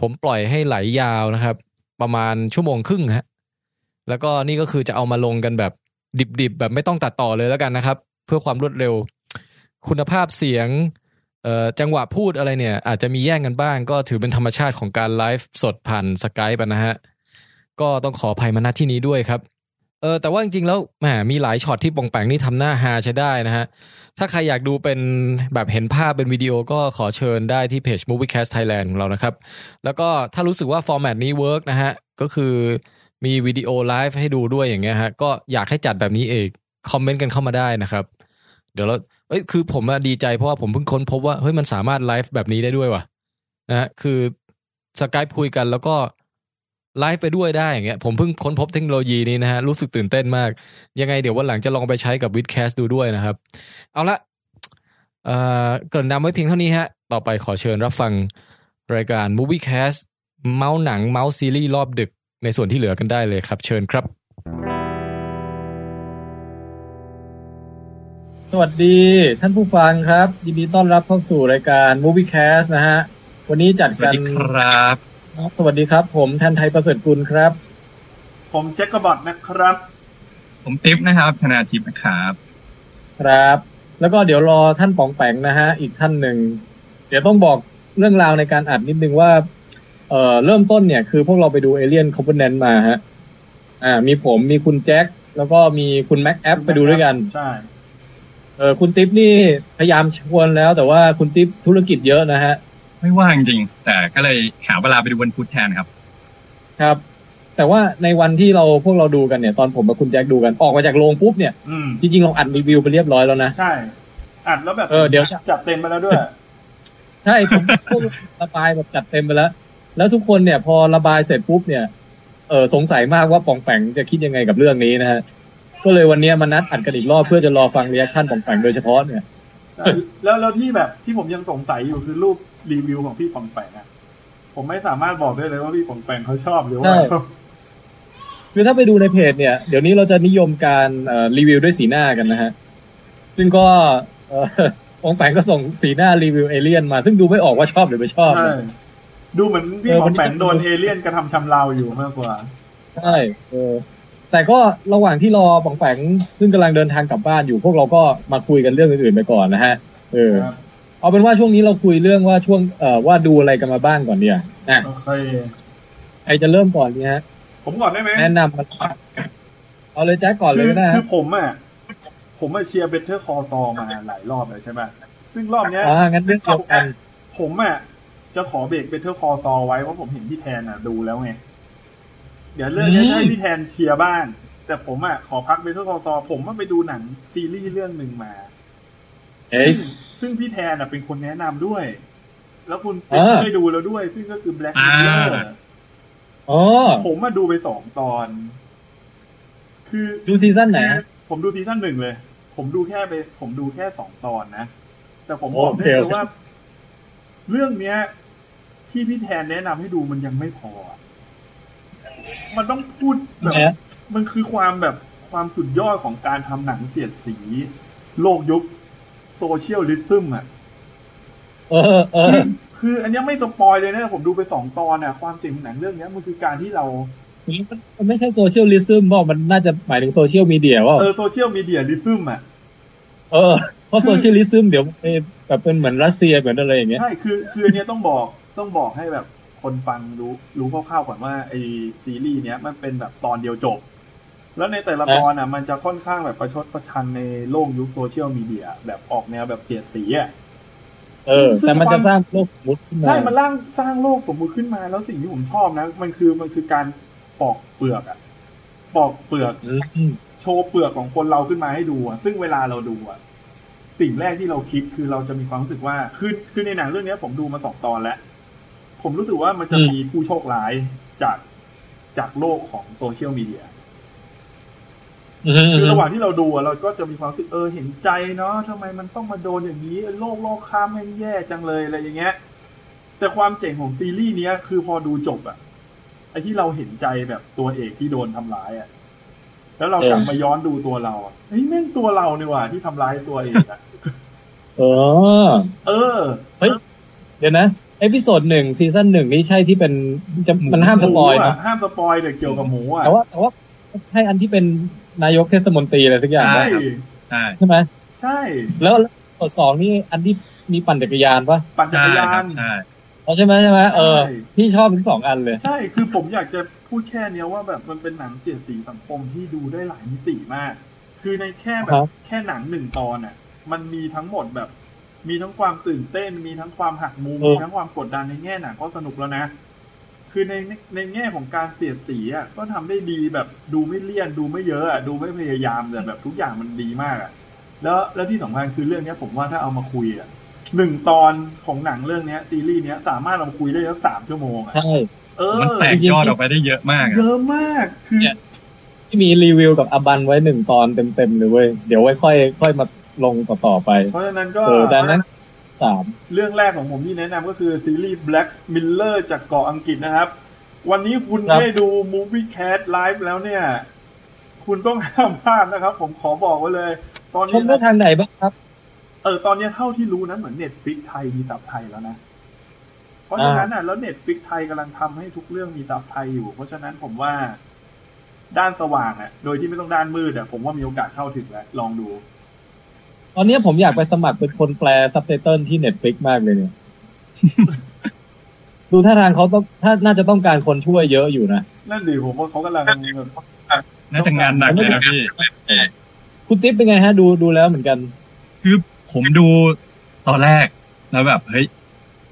[SPEAKER 1] ผมปล่อยให้ไหลยาวนะครับ ประมาณชั่วโมงครึ่งฮะแล้วก็นี่ก็คือจะเอามาลงกันแบบดิบๆ แบบไม่ต้องตัดต่อเลยแล้วกันนะครับ เพื่อความรวดเร็ว คุณภาพเสียง เอ่อจังหวะพูดอะไรเนี่ย อาจจะมีแย่งกันบ้าง ก็ถือเป็นธรรมชาติของการไลฟ์สดผ่านสกายไปนะฮะ ก็ต้องขออภัยมาณที่นี้ด้วยครับ เออแต่ว่าจริงๆแล้วแหมมีหลายช็อตที่ปองแปงนี่ทำหน้าฮาใช้ได้นะฮะ ถ้าใครอยากดูเป็นแบบเห็นภาพเป็นวิดีโอก็ขอเชิญได้ที่เพจ Moviecast Thailand ของเรานะครับ แล้วก็ถ้ารู้สึกว่าฟอร์แมตนี้เวิร์กนะฮะ ก็คือมีวิดีโอไลฟ์ให้ดูด้วยอย่างเงี้ยฮะ ก็อยากให้จัดแบบนี้เองคอมเมนต์กันเข้ามาได้นะครับ เดี๋ยวเรา เอ้ยคือผมอะดีใจเพราะว่าผมเพิ่งค้นพบว่าเฮ้ยมันสามารถไลฟ์แบบนี้ได้ด้วยว่ะนะฮะคือสกายคุยกันแล้วก็ไลฟ์ไปด้วยได้อย่างเงี้ยผมเพิ่งค้นพบเทคโนโลยีนี้นะฮะรู้สึกตื่นเต้นมาก ยังไงเดี๋ยววันหลังจะลองไปใช้กับวิดแคสดูด้วยนะครับ เอาละเอ่อเกรินนำไว้เพียงเท่านี้ฮะ ต่อไปขอเชิญรับฟังรายการ Movie Cast เมาส์หนังเมาส์ซีรีส์รอบดึกในส่วนที่เหลือกันได้เลยครับ เชิญครับ
[SPEAKER 5] สวัสดีท่านผู้ฟังครับ ยินดีต้อนรับเข้าสู่รายการ Movie Cast นะฮะ วันนี้จัด
[SPEAKER 6] ส
[SPEAKER 5] กั
[SPEAKER 6] วัน สดีครับ
[SPEAKER 5] สวัสดีครับ ผมแทนไทยประเสริฐกุลครับ
[SPEAKER 4] ผมแจ็คกะบอทนะครับ
[SPEAKER 6] ผมติ๊บนะครับ ธนาทิพย์นะครับ
[SPEAKER 5] ครับ แล้วก็เดี๋ยวรอท่านป๋องแปงนะฮะ อีกท่านหนึ่ง เดี๋ยวต้องบอกเรื่องราวในการอัดนิดนึงว่า เอ่อเริ่มต้นเนี่ยคือพวกเราไปดูเอเลียนคอม n พ n นนมาฮะ อ่า มีผมมีคุณแจ็คแล้วก็มีคุณแม็กแอปไปดูด้วยกัน
[SPEAKER 4] ใช่
[SPEAKER 5] เออคุณติ๊บนี่พยายามชวนแล้ว แต่ว่าคุณติ๊บธุรกิจเยอะนะฮะ
[SPEAKER 6] ไม่ว่างจริง แต่ก็เลยหาเวลาไปดูวันพุธแทนครับ
[SPEAKER 5] ครับ แต่ว่าในวันที่เราพวกเราดูกันเนี่ยตอนผมกับคุณแจ็คดูกันออกมาจากโรงปุ๊บเนี่ย
[SPEAKER 4] อืม
[SPEAKER 5] จริงๆเราอัดรีวิวไปเรียบร้อยแล้วนะ
[SPEAKER 4] ใช่อัดแล้วแบบ
[SPEAKER 5] เออเดี๋ยว
[SPEAKER 4] จัดเต็มไปแล้วด้วย
[SPEAKER 5] ใช่ผม พวกระบายแบบจัดเต็มไปแล้ว แล้วทุกคนเนี่ยพอระบายเสร็จปุ๊บเนี่ยเออสงสัยมากว่าปองแปงจะคิดยังไงกับเรื่องนี้นะฮะก็เลยวันเนี้ยมานัดอัดกันอีกรอบเพื่อจะรอฟังเรียกท่านปองแปงโดยเฉพาะเนี่ย
[SPEAKER 4] ใช่แล้วแล้วที่แบบที่ผมยังสงสัยอยู่คือรูปรีวิวของพี่ปองแปงอะผมไม่สามารถบอกได้เลยว่าพี่ปองแปงเขาชอบหรือว่า
[SPEAKER 5] ใช่ คือถ้าไปดูในเพจเนี่ยเดี๋ยวนี้เราจะนิยมการเอ่อรีวิวด้วยสีหน้ากันนะฮะ ซึ่งก็เอ่อ ปองแปงก็ส่งสีหน้ารีวิวเอเลี่ยนมา ซึ่งดูไม่ออกว่าชอบหรือไม่ชอบ
[SPEAKER 4] ใช่ ดูเหมือนพี่ปองแปงโดนเอเลี่ยนกระทำชำเราอยู่มากกว่า
[SPEAKER 5] ใช่เออแต่ก็ระหว่างที่รอปองแปงซึ่งกำลังเดินทางกลับบ้านอยู่ พวกเราก็มาคุยกันเรื่องอื่นๆไปก่อนนะฮะ เออ
[SPEAKER 4] ครับ
[SPEAKER 5] เอาเป็นว่าช่วงนี้เราคุยเรื่องว่าช่วงเอ่อว่าดูอะไรกันมาบ้างก่อนเนี่ยอ่ะ
[SPEAKER 4] โอเค
[SPEAKER 5] ใครจะเริ่มก่อนเนี่ยฮะ
[SPEAKER 4] ผมก่อนได้ไหม
[SPEAKER 5] แนะนำมันเอาเลยแจ็คก่อนเลยก็ได้
[SPEAKER 4] คื
[SPEAKER 5] ฮะ
[SPEAKER 4] อผมอ่ะ ผมมาเชียร์เบเ t อร์คอซอมาหลายรอบแล้วใช่ไหมซึ่งรอบเนี้ย
[SPEAKER 5] อ่างั้นเรื่องเดียวกัน
[SPEAKER 4] ผมอ่ะ จะขอเบรกเบเ t อร์คอซอไว้เพราะผมเห็นพี่แทนอ่ะ ดูแล้วไง เดี๋ยวเรื่องนี้
[SPEAKER 6] อืม
[SPEAKER 4] จะให้พี่แทนเชียร์บ้าง แต่ผมอ่ะ ขอพักเบเ t อร์คอซอผมว่าไปดูหนังซีรีส์เรื่องหนึ่งมา
[SPEAKER 5] เอ๊ะ
[SPEAKER 4] ซึ่งซึ่งพี่แทนอ่ะเป็นคนแนะนำด้วย แล้วคุณติ๊ก
[SPEAKER 5] อ่า
[SPEAKER 4] ก็ได้ดูแล้วด้วย ซึ่งก็คือ Black Mirror
[SPEAKER 5] อ๋อ
[SPEAKER 4] ผมมาดูไปสองตอน คือ
[SPEAKER 5] ดูซีซั่นไหนฮะ
[SPEAKER 4] ผมดูซีซั่นหนึ่งเลย ผมดูแค่ไป ผมดูแค่สองตอนนะ แต่ผม
[SPEAKER 5] โอ้
[SPEAKER 4] บอกได้
[SPEAKER 5] เฟล
[SPEAKER 4] เลยว่า เรื่องเนี้ย ที่พี่แทนแนะนำให้ดูมันยังไม่พออะมันต้องพูดแบบ
[SPEAKER 1] แนะ
[SPEAKER 4] มันคือความแบบความสุดยอดของการทำหนังเสียดสี โลกยุคโซเชียลลิซึมอ่ะ
[SPEAKER 1] เออเออ
[SPEAKER 4] คืออันเนี้ยไม่สปอยเลยนะผมดูไปสองตอนอ่ะ ความจริงของหนังเรื่องเนี้ยมันคือการที่เรา
[SPEAKER 1] มันไม่ใช่โซเชียลลิซึมว่ามันน่าจะหมายถึงโซเชียลมีเดียว่า
[SPEAKER 4] เออโซเชียลมีเดียลิซึมอ่ะ
[SPEAKER 1] เออเพราะโซเชียลลิซึมเดี๋ยวไปแบบเป็นเหมือนรัสเซียเหมือนอะไรอย่างเงี้ย
[SPEAKER 4] ใช่ คือ คืออันเนี้ยต้องบอก ต้องบอกให้แบบคนฟังรู้ รู้คร่าวๆก่อนว่าไอซีรีส์เนี้ยมันเป็นแบบตอนเดียวจบ แล้วในแต่ละตอนอ่ะ มันจะค่อนข้างแบบประชดประชันในโลกยุคโซเชียลมีเดีย แบบออกแนวแบบเสียดสีอ่ะ
[SPEAKER 1] เออ แต่มันจะสร้างโลกสมมุดขึ้นมา
[SPEAKER 4] ใช่ มันร่างสร้างโลกสมมุติขึ้นมา แล้วสิ่งที่ผมชอบนะ มันคือ มันคือการปอกเปลือกอ่ะ ปอกเปลือก
[SPEAKER 1] อืม
[SPEAKER 4] โชว์เปลือกของคนเราขึ้นมาให้ดูอะซึ่งเวลาเราดูอะสิ่งแรกที่เราคิดคือเราจะมีความรู้สึกว่า คือคือในหนังเรื่องเนี้ยผมดูมาสองตอนแล้ว ผมรู้สึกว่ามันจะมีผู้โชคร้ายจากจากโลกของโซเชียลมีเดีย
[SPEAKER 1] อืม
[SPEAKER 4] คือระหว่างที่เราดูอะเราก็จะมีความรู้สึกเออเห็นใจเนาะทำไมมันต้องมาโดนอย่างนี้ โลกโลกข้ามแม่งแย่จังเลยอะไรอย่างเงี้ย แต่ความเจ๋งของซีรีส์เนี้ยคือพอดูจบอะไอที่เราเห็นใจแบบตัวเอกที่โดนทำร้ายอะแล้วเรากลับมาย้อนดูตัวเราอะเฮ้ยแม่งตัวเราเนี่ยว่ะที่ทำร้ายตัวเอกอะ
[SPEAKER 1] เออ
[SPEAKER 4] เออ
[SPEAKER 1] เดี๋ยวนะเอพิโซดหนึ่งซีซั่นหนึ่งนี่ใช่ที่เป็นจะมันห้ามสปอยล์นะ
[SPEAKER 4] ห้ามสปอยเลยเกี่ยวกับหมูอะ
[SPEAKER 1] แต่ว่าแต่ว่าใช่อันที่เป็นนายกเทศมนตรีอะไรสักอย่าง
[SPEAKER 4] ใช่
[SPEAKER 1] นะ
[SPEAKER 5] ใช่
[SPEAKER 1] ใช่ไหม
[SPEAKER 4] ใช่
[SPEAKER 1] แล้วแล้วเอพิโซดสองนี่อันที่มีปั่นจักรยานปะ
[SPEAKER 4] ปั่นจั
[SPEAKER 5] ใช่
[SPEAKER 4] กรยา
[SPEAKER 5] ครั
[SPEAKER 4] น
[SPEAKER 5] บใช่
[SPEAKER 1] อ๋อใช่ไหมใช่ไหมเออ
[SPEAKER 4] ใช่
[SPEAKER 1] พี่ชอบทั้งสองอันเลย
[SPEAKER 4] ใช่ คือผมอยากจะพูดแค่เนี้ยว่าแบบมันเป็นหนังเสียดสีสังคมที่ดูได้หลายมิติมาก คือในแค่แบ
[SPEAKER 1] ครับ บ
[SPEAKER 4] แค่หนังหนึ่งตอนอ่ะ มันมีทั้งหมดแบบ มีทั้งความตื่นเต้น มีทั้งความหักมุม มีทั้งความกดดันในแง่หนังก็สนุกแล้วนะ คือในในแง่ของการเสียดสีอ่ะ ก็ทำได้ดีแบบดูไม่เลี่ยน ดูไม่เยอะอ่ะ ดูไม่พยายามแต่แบบทุกอย่างมันดีมากอ่ะ แล้วแล้วที่สำคัญคือเรื่องเนี้ย ผมว่าถ้าเอามาคุยอ่ะหนึ่งตอนของหนังเรื่องเนี้ย ซีรีส์เนี้ยสามารถเอามาคุยได้ทั้งสามชั่วโมงอ่ะ
[SPEAKER 1] ใช่
[SPEAKER 4] เออ
[SPEAKER 5] มันแตกยอดออกไปได้เยอะมากอะ
[SPEAKER 4] เยอะมากคือ
[SPEAKER 1] เนี่ย ที่มีรีวิวกับอบันไว้หนึ่งตอนเต็มๆเลยเว้ยเดี๋ยวไว้ค่อยค่อยมาลงต่อๆไป
[SPEAKER 4] เพราะฉะนั้นก็
[SPEAKER 1] เออแต่อันนั้นสาม
[SPEAKER 4] เรื่องแรกของผมที่แนะนำก็คือซีรีส์ Black Miller จากเกาะอังกฤษนะครับ วันนี้คุณ
[SPEAKER 1] ครับ
[SPEAKER 4] ได้ดู Movie Cat Live แล้วเนี่ย คุณต้องห้ามพลาดนะครับ ผมขอบอกไว้เลย ตอน
[SPEAKER 1] ชม
[SPEAKER 4] นี้
[SPEAKER 1] ได้ทางไหนบ้างครับ
[SPEAKER 4] เออตอนนี้เท่าที่รู้นะเหมือนเน็ตฟิกไทยมีซับไทยแล้วนะ เพราะฉะนั้นน่ะแล้วเน็ตฟิกไทยกำลังทำให้ทุกเรื่องมีซับไทยอยู่ เพราะฉะนั้นผมว่าด้านสว่างอ่ะ โดยที่ไม่ต้องด้านมืดอ่ะผมว่ามีโอกาสเข้าถึงแล้วลองดู
[SPEAKER 1] ตอนเนี้ยผมอยากไปสมัครเป็นคนแปลซับไตเติลที่เน็ตฟลิกมากเลย [LAUGHS] เนี่ย ดูท่าทางเขาต้องถ้าน่าจะต้องการคนช่วยเยอะอยู่นะ
[SPEAKER 4] นั่นดิผมว่าเขากำลังแบบ
[SPEAKER 5] น่าจะงานหนักเลยนะพี่
[SPEAKER 1] คุณติ๊บเป็นไงฮะ ดูดูแล้วเหมือนกัน
[SPEAKER 5] คือผมดูตอนแรกแล้วแบบเฮ้ย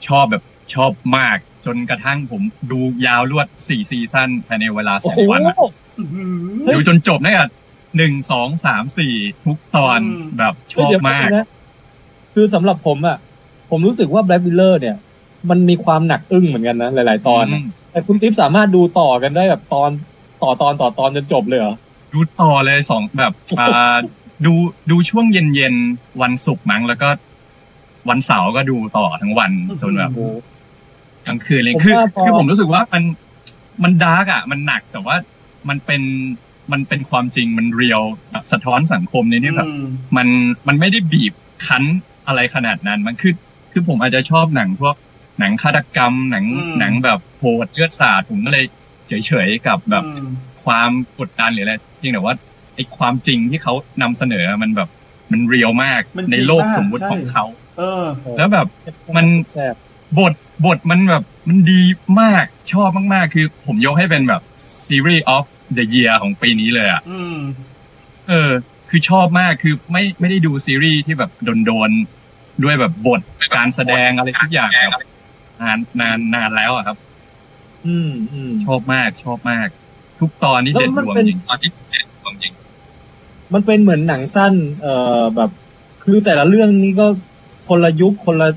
[SPEAKER 5] ชอบแบบชอบมาก จนกระทั่งผมดูยาวลวดสี่ซีซั่นภายในเวลาส
[SPEAKER 1] โอ้
[SPEAKER 5] อง
[SPEAKER 1] โห
[SPEAKER 5] วันอะ
[SPEAKER 1] เฮ้ย
[SPEAKER 5] ดูจนจบนะครับหนึ่งสองสามสี่ทุกตอน
[SPEAKER 4] อืม
[SPEAKER 5] แบบชอบ
[SPEAKER 1] เดี๋ยว
[SPEAKER 5] มาก
[SPEAKER 1] นะคือสำหรับผมอะผมรู้สึกว่าแบล็กวิลเลอร์เนี่ย มันมีความหนักอึ้งเหมือนกันนะ หลาย ๆ ตอนนะ
[SPEAKER 5] ม
[SPEAKER 1] แต่คุณติ๊บสามารถดูต่อกันได้แบบตอนต่อตอนต่อตอนจนจบเลยเหรอ
[SPEAKER 5] ดูต่อเลยสองแบบอ่าดูดูช่วงเย็นเย็นๆวันศุกร์มั้งแล้วก็ วันเสาร์ก็ดูต่อทั้งวันจนแบบกลางคืนเลย
[SPEAKER 1] ผม
[SPEAKER 5] คือ
[SPEAKER 1] ว่าพอ
[SPEAKER 5] คือผมรู้สึกว่ามันมันดาร์กอ่ะ มันหนักแต่ว่ามันเป็นมันเป็นความจริงมันเรียลแบบสะท้อนสังคมในนี้แบบ
[SPEAKER 4] อืม
[SPEAKER 5] มันมันไม่ได้บีบคั้นอะไรขนาดนั้น มันคือคือผมอาจจะชอบหนังพวกหนังฆาตกรรม หนังหนังแบบโหดเลือดสาดผมก็เลยเฉยๆกับแบบ
[SPEAKER 4] อืม
[SPEAKER 5] ความกดดันหรืออะไรเพียงแต่ว่าไอ้ความจริงที่เขานำเสนอมันแบบมันเรียลมาก
[SPEAKER 4] มัน
[SPEAKER 5] ใน
[SPEAKER 4] จริง
[SPEAKER 5] โลก
[SPEAKER 4] มาก
[SPEAKER 5] สมมุติ
[SPEAKER 4] ใช่
[SPEAKER 5] ของเขา
[SPEAKER 4] เออ
[SPEAKER 5] แล้วแบบ มัน
[SPEAKER 1] แซ่บบ
[SPEAKER 5] ทบทมันแบบมันดีมากชอบมากๆ คือผมยกให้เป็นแบบซีรีส์ of the year ของปีนี้เลยอะ
[SPEAKER 4] อืม
[SPEAKER 5] เออ คือชอบมากคือไม่ไม่ได้ดูซีรีส์ที่แบบโดนๆ ด้วยแบบบทการแสดงอะไรทุกอย่างแบบนานนานนานแล้วอะครับ
[SPEAKER 1] อืมอืม
[SPEAKER 5] ชอบมากชอบมาก ทุกตอนนี่
[SPEAKER 1] แล้ว
[SPEAKER 5] เด็ด
[SPEAKER 1] มัน
[SPEAKER 5] ดวง
[SPEAKER 1] เป็น
[SPEAKER 5] จริงตอนนี้เด็ดดวงจริง
[SPEAKER 1] มันเป็นเหมือนหนังสั้น เอ่อแบบ คือแต่ละเรื่องนี้ก็คนละยุคคนละ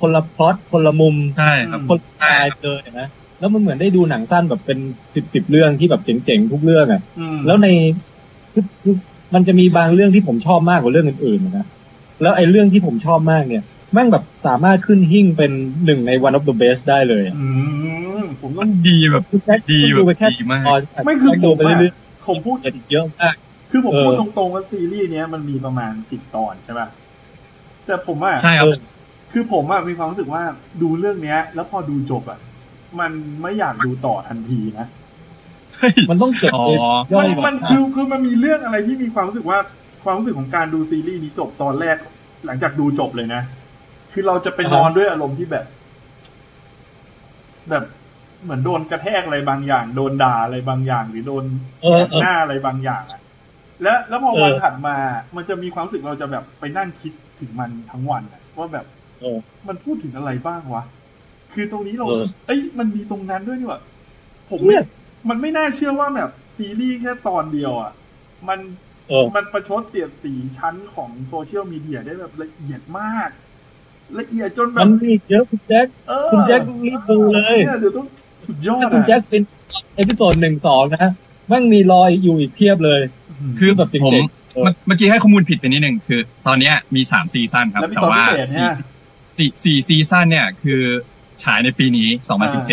[SPEAKER 1] คนละพล็อตคนละมุม
[SPEAKER 5] ใช่ครับ
[SPEAKER 1] คนละตายเลยนะ แล้วมันเหมือนได้ดูหนังสั้นแบบเป็นสิบสิบเรื่องที่แบบเจ๋งๆทุกเรื่องอะ่ะ
[SPEAKER 4] อืม
[SPEAKER 1] แล้วในคือคือมันจะมีบางเรื่องที่ผมชอบมากกว่าเรื่องอื่นๆนะ แล้วไอ้เรื่องที่ผมชอบมากเนี่ย แม่งแบบสามารถขึ้นหิ้งเป็นหนึ่งใน one of the best ได้เลยอะ
[SPEAKER 4] อืมผมต้
[SPEAKER 5] มั
[SPEAKER 4] อง
[SPEAKER 5] นดีแบบดี
[SPEAKER 1] แค่
[SPEAKER 5] แบ
[SPEAKER 1] ดู
[SPEAKER 5] บ
[SPEAKER 1] ไปแค่
[SPEAKER 5] ดีมาก
[SPEAKER 1] ตอน
[SPEAKER 4] ไม่คือผ
[SPEAKER 1] ดู
[SPEAKER 4] ม
[SPEAKER 1] ไปเรื่
[SPEAKER 4] อะ
[SPEAKER 1] อย
[SPEAKER 4] ผมพูด
[SPEAKER 1] ๆเยอะมาก
[SPEAKER 4] คือผม
[SPEAKER 1] เออ
[SPEAKER 4] พูดตรงๆว่าซีรีส์เนี้ยมันมีประมาณสิบตอนใช่ป่ะแต่ผมอ่ะ
[SPEAKER 5] ใช่ครับ
[SPEAKER 1] เออ
[SPEAKER 4] คือผมอ่ะมีความรู้สึกว่าดูเรื่องเนี้ย แล้วพอดูจบอ่ะ มันไม่อยากดูต่อทันทีนะ
[SPEAKER 1] มันต้องเก็บ
[SPEAKER 5] อ๋อ
[SPEAKER 1] เก็บย่อ
[SPEAKER 4] มัน
[SPEAKER 1] ย
[SPEAKER 4] มันคือคือมันมีเรื่องอะไรที่มีความรู้สึกว่าความรู้สึกของการดูซีรีส์นี้จบตอนแรก หลังจากดูจบเลยนะ คือเราจะไปนอนด้วยอารมณ์ที่แบบ แบบเหมือนโดนกระแทกอะไรบางอย่าง โดนด่าอะไรบางอย่าง หรือโดน
[SPEAKER 1] เออเออ
[SPEAKER 4] หน้าอะไรบางอย่างอะแล้วแล้วพอวัน
[SPEAKER 1] เออ
[SPEAKER 4] ถัดมา มันจะมีความรู้สึกเราจะแบบไปนั่งคิดถึงมันทั้งวันอะว่าแบบ
[SPEAKER 1] เออ
[SPEAKER 4] มันพูดถึงอะไรบ้างวะ คือตรงนี้เรา
[SPEAKER 1] เออ
[SPEAKER 4] เอ้ยมันมีตรงนั้นด้วยนี่หว่าผม
[SPEAKER 1] เนี่ย
[SPEAKER 4] มันไม่น่าเชื่อว่าแบบซีรีส์แค่ตอนเดียวอ่ะ มัน
[SPEAKER 1] เออ
[SPEAKER 4] มันประชดเสียดสีชั้นของโซเชียลมีเดียได้แบบละเอียดมาก ละเอียดจนแบ
[SPEAKER 1] มั
[SPEAKER 4] บ
[SPEAKER 1] นมีอีกเยอะคุณแจ็ค
[SPEAKER 4] เออ
[SPEAKER 1] คุณแจ็ครีบดูเลย
[SPEAKER 4] นี่เดี๋ยวต้องสุดยอด
[SPEAKER 1] ถ้า
[SPEAKER 4] อะ
[SPEAKER 1] คุณแจ็คเป็นเอพิโซดหนึ่งสองนะฮะแม่งมีรอยอยู่อีกเพียบเลย
[SPEAKER 5] คือ
[SPEAKER 1] แบบจริงๆ
[SPEAKER 5] ผม
[SPEAKER 1] เออ
[SPEAKER 5] เมื่อเมื่อกี้ให้ข้อมูลผิดไปนิดนึงคือ ตอนเนี้ยมีสามซีซั่นครับ
[SPEAKER 4] แล้วมี
[SPEAKER 5] แต่
[SPEAKER 4] ตอน
[SPEAKER 5] ว่า
[SPEAKER 4] พิเศษ
[SPEAKER 5] สี่
[SPEAKER 4] เนี่ย
[SPEAKER 5] สี่สี่ซีซั่นเนี่ย คือฉายในปีนี้ 2017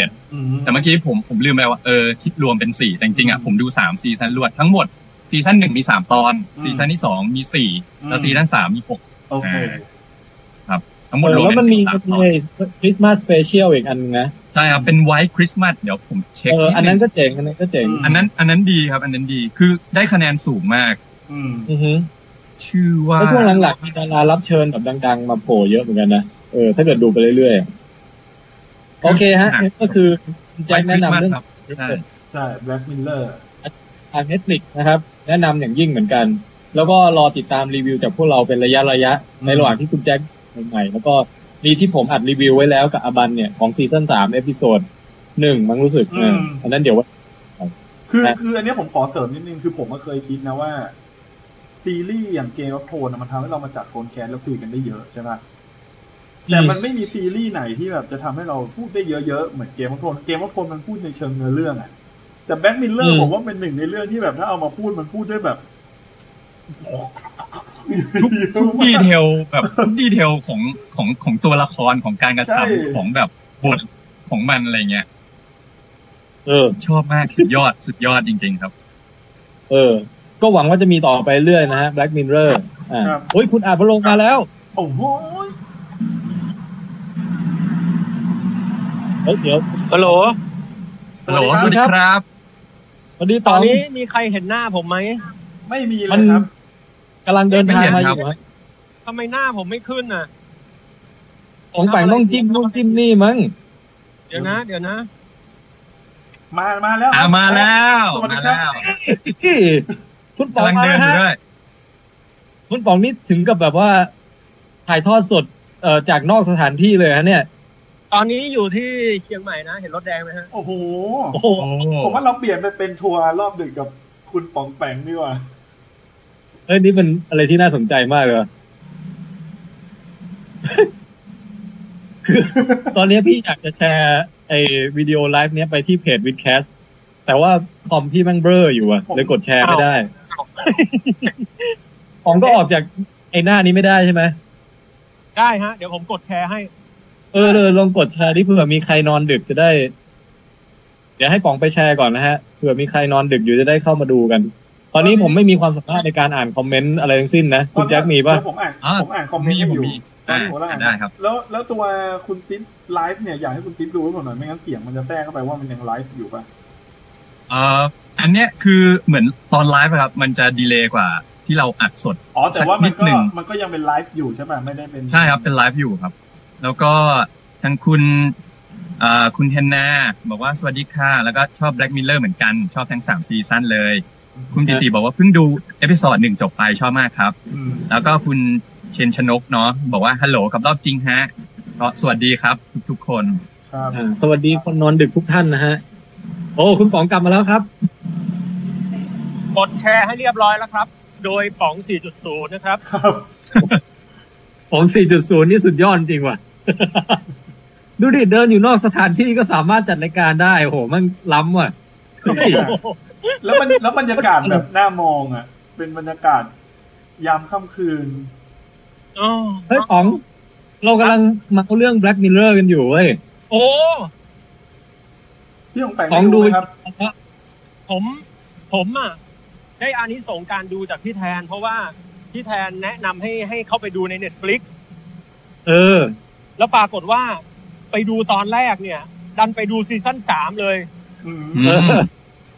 [SPEAKER 5] แต่เมื่อกี้ผมผมลืมไปว่าเออคิดรวมเป็นสี่แต่จริงๆอ่ะผมดูสามซีซั่นรวดทั้งหมดซีซั่นหนึ่งมีสามตอนซีซั่นที่สองมีสี่แล้ว
[SPEAKER 4] อืม
[SPEAKER 5] ซีซั่นสามมีหก
[SPEAKER 4] โอเค
[SPEAKER 5] ทั้งหมดรวม
[SPEAKER 1] แล้ว
[SPEAKER 5] เป็
[SPEAKER 1] มัน นมี
[SPEAKER 5] สี่สาม
[SPEAKER 1] มัน
[SPEAKER 5] ต
[SPEAKER 1] มี
[SPEAKER 5] อน
[SPEAKER 1] คริสต์มาสเปเชียลอีกอันนึงนะ
[SPEAKER 5] ใช่ครับเป็นไวท์คริสต์มาสเดี๋ยวผมเช็ค
[SPEAKER 1] เออ
[SPEAKER 5] ดง
[SPEAKER 1] อันนั้นก็เจ๋ง อันนั้นก็เจ๋ง
[SPEAKER 4] อืม
[SPEAKER 5] อันนั้นอันนั้นดีครับ อันนั้นดีคือได้คะแนนสูงมาก
[SPEAKER 4] อืม
[SPEAKER 1] อือฮึ
[SPEAKER 5] ชื่อว่า
[SPEAKER 1] แล้วช่วงหลังๆมีดารารับเชิญแบบดัง ๆ มาโผล่เยอะเหมือนกันนะ เออ ถ้าเกิดดูไปเรื่อยๆ โอเคฮะ
[SPEAKER 5] หนัง
[SPEAKER 1] ก็คือคุณแจ็ค
[SPEAKER 5] White
[SPEAKER 1] แนะนำ
[SPEAKER 5] Christmas
[SPEAKER 1] เรื่อง
[SPEAKER 5] ครับใช่
[SPEAKER 4] ใช่แบล็กมิลเลอร์
[SPEAKER 1] ทาง Netflix นะครับ แนะนำอย่างยิ่งเหมือนกัน แล้วก็รอติดตามรีวิวจากพวกเราเป็นระยะระยะๆในระหว่างที่คุณแจ็คใหม่ๆแล้วก็มีที่ผมอัดรีวิวไว้แล้วกับอบันเนี่ยของซีซั่นสามเอพิโซดหนึ่งมั้งรู้สึกเออ
[SPEAKER 4] ม
[SPEAKER 1] อันนั้นเดี๋ยวว่า
[SPEAKER 4] คือ
[SPEAKER 1] นะ
[SPEAKER 4] คืออันเนี้ยผมขอเสริมนิดนึง คือผมก็เคยคิดนะว่า ซีรีส์อย่างเกม h อ o โ e นมันทำให้เรามาจัดโคนแคสแล้วคุยกันได้เยอะใช่ไหมแต่มันไม่มีซีรีส์ไหนที่แบบจะทำให้เราพูดได้เยอะๆ เหมือนเกม h อ o โ e นเกม h อ o โ e นมันพูดในเชิงเนื้อเรื่องอะแต่แบ็กมิลเลอ
[SPEAKER 1] อื
[SPEAKER 4] ร์
[SPEAKER 1] ม
[SPEAKER 4] ผมว่าเป็นหนึ่งในเรื่องที่แบบถ้าเอามาพูดมันพูดด้วยแบบ
[SPEAKER 5] ทุก
[SPEAKER 7] [LAUGHS]
[SPEAKER 5] ทุกดี
[SPEAKER 4] เยอะ
[SPEAKER 5] เท
[SPEAKER 4] มา
[SPEAKER 5] ลแบบทุกดีเทลของของของตัวละครของการกระ
[SPEAKER 4] ใช่
[SPEAKER 5] ทำของแบบบทของมันอะไรเงี้ย
[SPEAKER 1] เออ
[SPEAKER 5] ชอบมากสุดยอดสุดยอดจริง ๆ ครับ
[SPEAKER 1] เออ ก็หวังว่าจะมีต่อไปเรื่อยนะฮะ Black Mirror อ่า
[SPEAKER 4] ครับ
[SPEAKER 1] โอ้ยคุณอาบลงมาแล้ว
[SPEAKER 4] โอ้โห
[SPEAKER 1] เฮ้ยเดี๋ยว
[SPEAKER 7] ฮัลโหล
[SPEAKER 5] ฮัลโหลสวัสดีครับ
[SPEAKER 1] สวัสดี
[SPEAKER 7] ต
[SPEAKER 1] ต
[SPEAKER 7] อ
[SPEAKER 1] อน น
[SPEAKER 7] นี้
[SPEAKER 1] นี้
[SPEAKER 7] มีใครเห็นหน้าผมไหม
[SPEAKER 4] ไม่มีเล
[SPEAKER 1] มั
[SPEAKER 4] ย
[SPEAKER 1] น
[SPEAKER 4] ครับ
[SPEAKER 1] กำลังเดินทางมาอยู่ฮะ
[SPEAKER 7] ทำไมหน้าผมไม่ขึ้นน่ะ
[SPEAKER 1] ของแปลงต้องจิ้มนู่นจิ้มนี่มั้ง
[SPEAKER 7] เดี๋ยวนะ เดี๋ยวนะ
[SPEAKER 4] มามาแล้ว
[SPEAKER 5] อ่ามาแล้ว
[SPEAKER 4] สวัสดี
[SPEAKER 5] มา
[SPEAKER 4] ครับ
[SPEAKER 5] แล้ว
[SPEAKER 1] คุณป๋อก
[SPEAKER 5] ำลั
[SPEAKER 1] ง
[SPEAKER 5] ง
[SPEAKER 1] มา
[SPEAKER 5] เดิน
[SPEAKER 1] แล้วฮะ
[SPEAKER 5] อยู่ด้วย
[SPEAKER 1] คุณป๋องนี่ถึงกับแบบว่า ถ่ายทอดสดเอ่อจากนอกสถานที่เลยฮะเนี่ย
[SPEAKER 7] ตอนนี้อยู่ที่เชียงใหม่นะ เห็นรถแดงไหมฮะ
[SPEAKER 4] โอ้โห
[SPEAKER 1] โอ้โห
[SPEAKER 5] โอ้
[SPEAKER 4] ผมว่าเราเปลี่ยนไปเป็นทัวร์รอบดึกกับคุณป๋องแปงดีกว่า
[SPEAKER 1] เอ้ยนี่เป็นอะไรที่น่าสนใจมากเลยว่ะ [LAUGHS] คือตอนนี้พี่อยากจะแชร์ไอ้วิดีโอไลฟ์เนี้ยไปที่เพจวิดแคสแต่ว่าคอมที่แม่งเบลออยู่อะเลยกดแชร์ไม่ได้ [LAUGHS] ของก็ออกจากไอ้หน้านี้ไม่ได้ใช่ไหม
[SPEAKER 7] ได้ฮะ เดี๋ยวผมกดแชร์ให้
[SPEAKER 1] เออเออลองกดแชร์ดิเผื่อมีใครนอนดึกจะได้ เดี๋ยวให้ป๋องไปแชร์ก่อนนะฮะเผื่อมีใครนอนดึกอยู่จะได้เข้ามาดูกัน ตอนนี้ผมไม่มีความสามารถในการอ่านคอมเมนต์อะไรทั้งสิ้นนะคุณแจ็คมีปะ
[SPEAKER 4] ผมอ่าน
[SPEAKER 5] อ่ะ
[SPEAKER 4] ผมอ่านคอมเมน
[SPEAKER 5] มี
[SPEAKER 4] ต์
[SPEAKER 5] ผม
[SPEAKER 4] อยู่
[SPEAKER 5] มีอ่า
[SPEAKER 4] ผมอ่าน
[SPEAKER 5] ได้ครับ
[SPEAKER 4] แล้วแล้วตัวคุณติ๊บไลฟ์เนี่ยอยากให้คุณติ๊บดูไว้ผมหน่อยไม่งั้นเสียงมันจะแทรกเข้าไปว่ามันยังไลฟ์อยู่ป่ะ
[SPEAKER 5] เอ่ออันเนี้ยคือเหมือนตอนไลฟ์อะครับ มันจะดีเลย์กว่าที่เราอัดสด
[SPEAKER 4] อ๋อ แต่ว่ามัน
[SPEAKER 5] สักนิด
[SPEAKER 4] ก็
[SPEAKER 5] หนึ่ง
[SPEAKER 4] มันก็ยังเป็นไลฟ์อยู่ใช่ป่ะไม่ได้เป็น
[SPEAKER 5] ใช่ครับเป็นไลฟ์อยู่ครับ แล้วก็ทางคุณอ่าคุณเฮนนาบอกว่าสวัสดีค่ะแล้วก็ชอบ Black Mirror เหมือนกันชอบทั้งสามซีซั่นเลย คุณปิติบอกว่าเพิ่งดูเอพิ od ดหนึ่งจบไปชอบมากครับ
[SPEAKER 4] อืม
[SPEAKER 5] แล้วก็คุณเชนชนกเนาะบอกว่าฮัลโหลกับรอบจริงฮะก็สวัสดีครับ ทุกทุกๆคน
[SPEAKER 4] ครับ
[SPEAKER 1] อ่าสวัสดีคนนอนดึกทุกท่านนะฮะ โอ้ คุณป๋องกลับมาแล้วครับ
[SPEAKER 7] กดแชร์ให้เรียบร้อยแล้วครับ โดยป๋อง 4.0 นะครับ
[SPEAKER 4] ครับ
[SPEAKER 1] ป๋อง 4.0 นี่สุดยอดจริงว่ะ [LAUGHS] ดูดิ เดินอยู่นอกสถานที่ก็สามารถจัดรายการได้โอ้โห มัน
[SPEAKER 5] [LAUGHS]
[SPEAKER 1] ล้ำว่ะ
[SPEAKER 4] แล้วมันแล้วบรรยากาศแบบน่ามองอ่ะ เป็นบรรยากาศยามค่ำคืน
[SPEAKER 7] อ๋อ
[SPEAKER 1] เฮ้ยป๋อง เรากำลังมาเข้าเรื่อง Black Mirror กันอยู่เว้ย
[SPEAKER 7] โอ้
[SPEAKER 4] พี่ของแปลง
[SPEAKER 1] ลอง
[SPEAKER 4] ไม่
[SPEAKER 1] ดู
[SPEAKER 4] รู้นะครับ
[SPEAKER 7] ผมผมอ่ะได้อานิสงส์การดูจากพี่แทน เพราะว่าพี่แทนแนะนำให้ให้เข้าไปดูใน Netflix
[SPEAKER 1] เออ
[SPEAKER 7] แล้วปรากฏว่าไปดูตอนแรกเนี่ย ดันไปดูซีซั่นสามเลย
[SPEAKER 4] อืม
[SPEAKER 5] อืม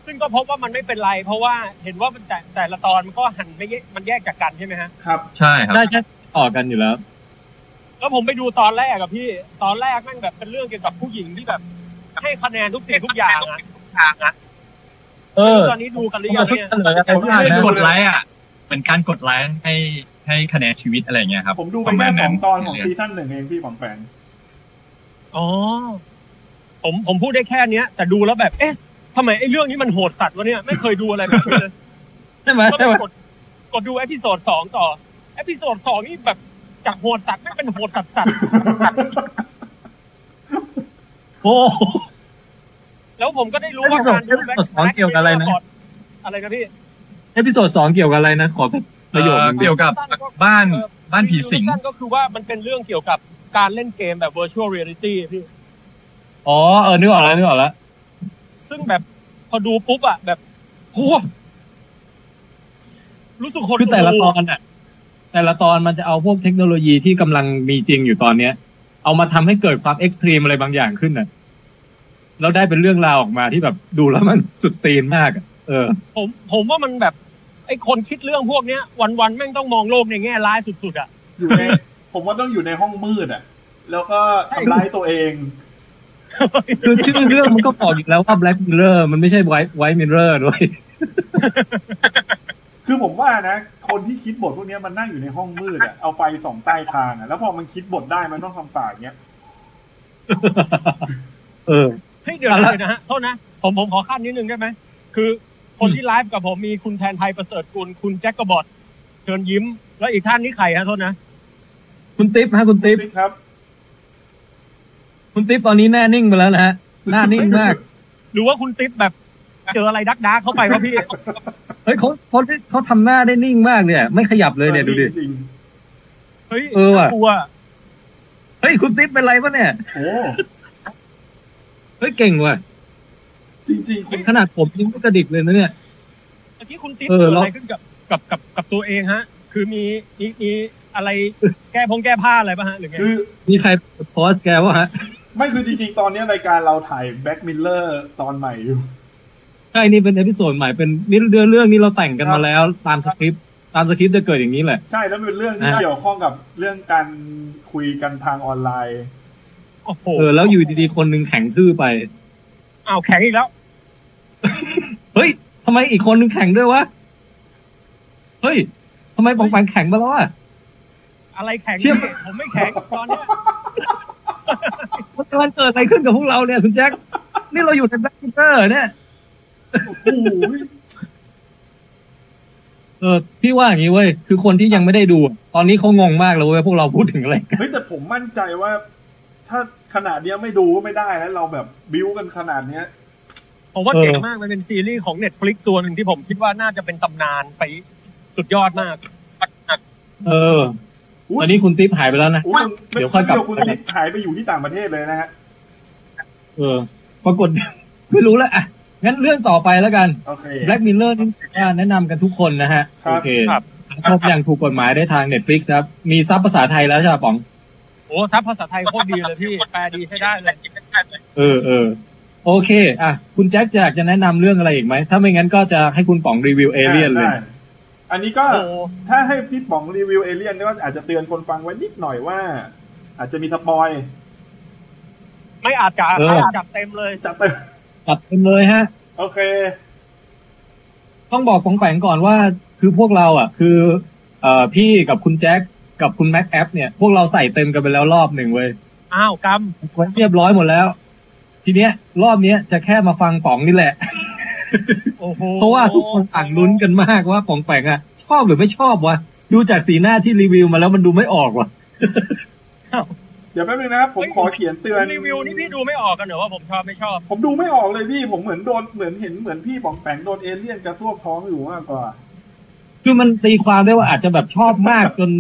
[SPEAKER 7] ซึ่งก็พบว่ามันไม่เป็นไร เพราะว่าเห็นว่ามันแต่แต่ละตอนมันก็หันไม่แยกมันแยกจากกันใช่ไหมฮะ
[SPEAKER 4] ครับ
[SPEAKER 5] ใช่ครับ
[SPEAKER 1] ได้แค่ต่อกันอยู่แล้ว
[SPEAKER 7] แล้วผมไปดูตอนแรกอะพี่ ตอนแรกแม่งแบบเป็นเรื่องเกี่ยวกับผู้หญิงที่แบบ ให้คะแนนทุกสิ่งทุกอย่างอะ
[SPEAKER 1] เออ
[SPEAKER 7] ตอนนี้ดูกันหรือยั
[SPEAKER 1] มาง ทุก
[SPEAKER 7] เนี่ย
[SPEAKER 1] เฉลยอะไรบ้าง
[SPEAKER 5] เป็น
[SPEAKER 1] นะ
[SPEAKER 5] กดไลค์อ่ะเป็นการกดไลค์ให้ให้คะแนนชีวิตอะไรอย่างเงี้ยครับ
[SPEAKER 4] ผมดูไป
[SPEAKER 5] ระมา
[SPEAKER 4] แค่ส
[SPEAKER 5] ณ
[SPEAKER 4] องตอนของ
[SPEAKER 5] ะไร
[SPEAKER 4] ซี
[SPEAKER 5] ย่าเย
[SPEAKER 4] ซั่นหนึ่งเองพี่ของแปลง
[SPEAKER 7] อ๋อผมผมพูดได้แค่เนี้ย แต่ดูแล้วแบบ เอ๊ะทำไมไอ้เรื่องนี้มันโหดสัตว์วะเนี่ย ไม่เคยดูอะไรแบบนี้
[SPEAKER 1] [LAUGHS]
[SPEAKER 7] เลย
[SPEAKER 1] ใช่ไหม
[SPEAKER 7] ก็
[SPEAKER 1] ใช่ไหม
[SPEAKER 7] กดกดดูเอพิโซดสองต่อ เอพิโซดสองนี่แบบจากโหดสัตว์ไม่งเป็นโหดสัตว์สัตว์
[SPEAKER 1] โอ้
[SPEAKER 7] แล้วผมก็ได้รู้ว่า
[SPEAKER 1] episode
[SPEAKER 7] การดู
[SPEAKER 1] episode สองเกี่ยวกับอะไรนะ
[SPEAKER 7] อะไรนะพี่
[SPEAKER 1] เอพิโซดสองเกี่ยวกับอะไรนะ ขอสักประโยค
[SPEAKER 5] เอ่อ
[SPEAKER 1] นึงดิ
[SPEAKER 5] เกี่ยวกับบ้านบ้านผีสิง
[SPEAKER 7] สั้นๆก็คือว่ามันเป็นเรื่องเกี่ยวกับการเล่นเกมแบบ virtual reality พี่
[SPEAKER 1] อ๋อ เออ นึกออกแล้วนึกออกแล้ว
[SPEAKER 7] ซึ่งแบบพอดูปุ๊บอะแบบโหรู้สึกคน
[SPEAKER 1] คือแต่ละตอนอ่ะ แต่ละตอนมันจะเอาพวกเทคโนโลยีที่กำลังมีจริงอยู่ตอนเนี้ย เอามาทำให้เกิดความเอ็กซ์ตรีมอะไรบางอย่างขึ้นน่ะแล้วได้เป็นเรื่องราวออกมาที่แบบดูแล้วมันสุดตีนมากอะเออ
[SPEAKER 7] ผมผมว่ามันแบบไอ้คนคิดเรื่องพวกเนี้ย วันๆแม่งต้องมองโลกในแง่ร้ายสุดๆอะ [LAUGHS]
[SPEAKER 4] อยู่ใน ผมว่าต้องอยู่ในห้องมืดอ่ะ แล้วก็ทำร้ายตัวเอง
[SPEAKER 1] คือชื่อเรื่องมันก็บอกอยู่แล้วว่า Black Mirror มันไม่ใช่ White White Mirror ด้วย
[SPEAKER 4] คือผมว่านะ คนที่คิดบทพวกเนี้ยมันนั่งอยู่ในห้องมืดอ่ะ เอาไฟส่องใต้คางอ่ะ แล้วพอมันคิดบทได้มันต้องทำปากเนี้ย
[SPEAKER 1] เออ
[SPEAKER 7] เฮ้ยเดี๋ยว
[SPEAKER 1] เอาละ
[SPEAKER 7] เลยนะฮะโทษนะผมผมขอขั้นนิดนึงได้ไหมคือคนที่ไลฟ์กับผมมีคุณแทนไทยประเสริฐกุลคุณแจ็คกระบอดเชิญยิ้ม แล้วอีกท่านนี่ใครฮะโทษนะ
[SPEAKER 1] คุณติ๊บฮะคุณติ๊บ
[SPEAKER 4] ครับ
[SPEAKER 1] คุณติ๊บตอนนี้แน่นิ่งไปแล้วนะฮะหน้านิ่งมาก
[SPEAKER 7] หรือว่าคุณติ๊บแบบเจออะไรดักดักเข้าไปวะพี่
[SPEAKER 1] เฮ้ยเขาเขาเขาทำหน้าได้นิ่งมากเนี่ย ไม่ขยับเลยเนี่ยดูดิ
[SPEAKER 4] จริง
[SPEAKER 7] เฮ้ย
[SPEAKER 1] เออว่ะ
[SPEAKER 7] น่ากลัว
[SPEAKER 1] เฮ้ย คุณติ๊บเป็นไรปะเนี่ย
[SPEAKER 4] ๆโอ้
[SPEAKER 1] เฮ้ย เก่งว่ะ
[SPEAKER 4] จริงๆคุณ
[SPEAKER 1] ขนาดผมยังไม่กระดิกเลยนะเนี่ย
[SPEAKER 7] เมื่อกี้คุณติ๊บ
[SPEAKER 1] เออ
[SPEAKER 7] เกิดอะไร
[SPEAKER 1] แล้ว
[SPEAKER 7] ขึ้นกับกับกับกับตัวเองฮะ คือมีมีมีอะไรแก้พงแก้ผ้าอะไรป่ะฮะหรือไง
[SPEAKER 4] คือ
[SPEAKER 1] มีใครโพสต์แกวะฮะ
[SPEAKER 4] ไม่คือจริงๆ ตอนเนี้ยรายการเราถ่ายแบ็กมิลเลอร์ตอนใหม่อยู่
[SPEAKER 1] ใช่นี่เป็นเอพิโซดใหม่เป็นนี่เรื่องเรื่องนี้เราแต่งกันมาแล้วตามสคริปต์ตามสคริปต์จะเกิดอย่างนี้แหละ
[SPEAKER 4] ใช่แล้วมันเป็นเรื่องที่
[SPEAKER 1] อ่า
[SPEAKER 4] เกี่ยวข้องกับเรื่องการคุยกันทางออนไลน์
[SPEAKER 7] โอ้โห
[SPEAKER 1] เออแล้วอยู่ดีๆคนหนึงแข็งทื่อไป
[SPEAKER 7] อ้าวแข็งอีกแล้ว
[SPEAKER 1] เฮ้ยทำไมอีกคนหนึงแข็งด้วยวะ เฮ้ยทำไมปองแปงแข็งไปแล้วอะ
[SPEAKER 7] อะไรแข็ง
[SPEAKER 1] เชี่ย
[SPEAKER 7] นี่ผมไม่แข็งตอนเนี้ย
[SPEAKER 1] มันกำลังเกิดอะไรขึ้นกับพวกเราเนี่ยคุณแจ็ [LAUGHS] ค นี่เราอยู่ในแบ็คพิเตอร์เนี่ย
[SPEAKER 4] โอ้โห
[SPEAKER 1] เออพี่ว่าอย่างนี้เว้ย คือคนที่ยังไม่ได้ดูอะตอนนี้เขางงมากเลยเว้ยพวกเราพูดถึงอะไรกัน
[SPEAKER 4] เฮ้ยแต่ผมมั่นใจว่า ถ้าขนาดเนี้ยไม่ดูก็ไม่ได้แล้วเราแบบบิ้วกันขนาดเนี้ย
[SPEAKER 7] ผมว่าเก่งมากมันเป็นซีรีส์ของ Netflix ตัวหนึ่งที่ผมคิดว่าน่าจะเป็นตำนานไปสุดยอดมาก
[SPEAKER 1] เออ
[SPEAKER 4] อุ๊ย
[SPEAKER 1] ตอนนี้คุณติ๊บหายไปแล้วนะ
[SPEAKER 4] อุ๊
[SPEAKER 1] เดี๋ยวค่อยกลับ
[SPEAKER 4] เดี๋ยวคุณติ๊กหายไปอยู่ที่ต่างประเทศเลยนะฮะ
[SPEAKER 1] เออ ปรากฏ [LAUGHS] ไม่รู้แล้วอ่ะงั้นเรื่องต่อไปแล้วกัน
[SPEAKER 4] โอเค
[SPEAKER 1] Black Mirror นี่ถือว่าแนะนำกันทุกคนนะฮะ
[SPEAKER 4] ครับ
[SPEAKER 1] โอเค
[SPEAKER 7] ครับ
[SPEAKER 1] ชอบอย่างถูกกฎหมายได้ทาง Netflix ครับ มีซับภาษาไทยแล้วใช่ป่ะป๋อง
[SPEAKER 7] โอ้ซับภาษาไทยโคตรดีเลยพี่ แปลดีใช้ได้เลย
[SPEAKER 1] เออเออโอเค อ่ะ คุณแจ็คอยากจะแนะนำเรื่องอะไรอีกไหม ถ้าไม่งั้นก็จะให้คุณป๋องรีวิวเอเลียนเลย
[SPEAKER 4] ได้อันนี้ก็
[SPEAKER 7] โอ้
[SPEAKER 4] ถ้าให้พี่ป๋องรีวิวเอเลียนก็อาจจะเตือนคนฟังไว้นิดหน่อยว่า อาจจะมีสปอย
[SPEAKER 7] ไม่อาจจะ
[SPEAKER 1] เออ
[SPEAKER 7] ไม่อาจจับเต็มเลย
[SPEAKER 4] จัดเต็ม
[SPEAKER 1] ตัดเต็มเลยฮะ
[SPEAKER 4] [LAUGHS] โอเค
[SPEAKER 1] ต้องบอกปองแปงก่อนว่าคือพวกเราอ่ะ คือเอ่อพี่กับคุณแจ็คกับคุณแม็กแอปเนี่ย พวกเราใส่เต็มกันไปแล้วรอบหนึ่งเว้ย
[SPEAKER 7] อ้าวก
[SPEAKER 1] เรียบร้อยหมดแล้ว ทีเนี้ย รอบเนี้ยจะแค่มาฟังป๋องนี่แหละ [LAUGHS]
[SPEAKER 7] ำโอ้โห
[SPEAKER 1] เพราะว่าทุกคนต่างลุ้นกันมากว่าป๋องแปงอ่ะ ชอบหรือไม่ชอบวะดูจากสีหน้าที่รีวิวมาแล้วมันดูไม่ออกว่ะ
[SPEAKER 4] เดี๋ยวแป๊บนึงนะครับผมขอเขียนเตือน
[SPEAKER 7] รีวิวนี่พี่ดูไม่ออกกันเหรอว่าผมชอบไม่ชอบ
[SPEAKER 4] ผมดูไม่ออกเลยพี่ ผมเหมือนโดนเหมือนเห็นเหมือนพี่บองแปงโดนเอเลี่ยนกระซวกท้องอยู่มากกว่า
[SPEAKER 1] คือมันตีความได้ว่าอาจจะแบบชอบมากจน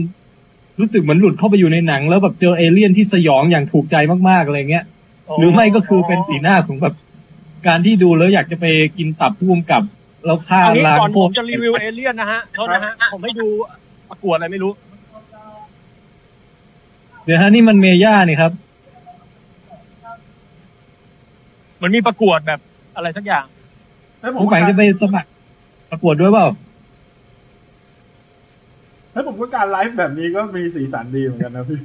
[SPEAKER 1] รู้สึกเหมือนหลุดเข้าไปอยู่ในหนัง แล้วแบบเจอเอเลี่ยนที่สยองอย่างถูกใจมากๆอะไรเงี้ย หรือไม่ก็คือเป็นสีหน้าของแบบการที่ดูแล้วอยากจะไปกินตับพุ่มกับ แล้วฆ่า
[SPEAKER 7] อันนี้
[SPEAKER 1] ล้าง
[SPEAKER 7] ก่อน
[SPEAKER 1] โค
[SPEAKER 7] ผม
[SPEAKER 1] ต
[SPEAKER 7] จะรีวิวเอเลี่ยนนะฮะโทษนะฮะผมให้ดูประกวดอะไรไม่รู้
[SPEAKER 1] เดี๋ยวฮะนี่มันเมย่านี่ครับ
[SPEAKER 7] มันมีประกวดแบบอะไรสักอย่าง
[SPEAKER 4] เฮ้ยผ
[SPEAKER 1] ผม
[SPEAKER 4] ม
[SPEAKER 1] แปลงจะไปสมัครประกวดด้วยเปล่า
[SPEAKER 4] เฮ้ยผมว่าการไลฟ์แบบนี้ก็มีสีสันดีเหมือนกันนะพี่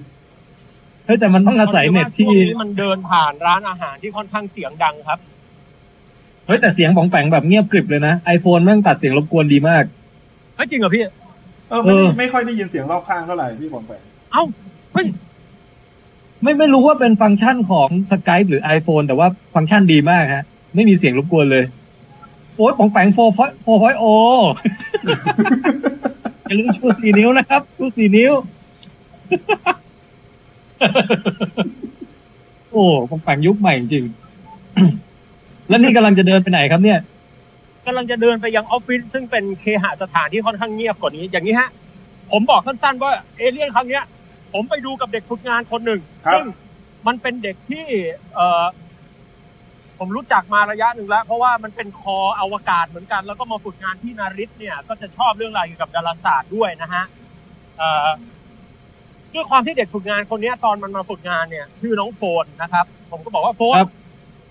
[SPEAKER 1] เฮ้ยแต่มันต้องอาศัยเน็ตที่
[SPEAKER 7] พราะว่าช่วงนี้มันเดินผ่านร้านอาหารที่ค่อนข้างเสียงดังครับ
[SPEAKER 1] เฮ้ยแต่เสียงของแปลงแบบเงียบกริบเลยนะ iPhone แม่งตัดเสียงรบกวนดีมาก
[SPEAKER 7] ไม่จริงเหรอพี่
[SPEAKER 4] เออไม่ได้
[SPEAKER 1] เออ
[SPEAKER 4] ไม่ค่อยได้ยินเสียงรอบข้างเท่าไหร่พี่ผมแปลง
[SPEAKER 7] เอ้าเฮ้ย
[SPEAKER 1] ไม่ไม่รู้ว่าเป็นฟังก์ชันของ Skype หรือ iPhone แต่ว่าฟังก์ชันดีมากฮะ ไม่มีเสียงรบกวนเลย โอ๊ยปองแปงโฟร์โฟร์พอยโอ [LAUGHS] อย่าลืมชูสี่นิ้วนะครับ ชูสี่นิ้ว [LAUGHS] โอ้ปองแปงยุคใหม่จริง [COUGHS] ๆ แล้วนี่กำลังจะเดินไปไหนครับเนี่ย
[SPEAKER 7] กำลังจะเดินไปยังออฟฟิศซึ่งเป็นเคหสถานที่ค่อนข้างเงียบกว่านี้ อย่างนี้ฮะ ผมบอกสั้นๆว่าเอเลี่ยนครั้งเนี้ย ผมไปดูกับเด็กฝึกงานคนหนึ่งซึ่งมันเป็นเด็กที่เออผมรู้จักมาระยะหนึ่งแล้ว เพราะว่ามันเป็นคออวกาศเหมือนกัน แล้วก็มาฝึกงานที่นาริตเนี่ย ก็จะชอบเรื่องราวเกี่ยวกับดาราศาสตร์ด้วยนะฮะเอ่อด้วยความที่เด็กฝึกงานคนเนี้ย ตอนมันมาฝึกงานเนี่ย ชื่อน้องโฟนนะครับ ผมก็บอกว่าโฟน
[SPEAKER 1] ครับ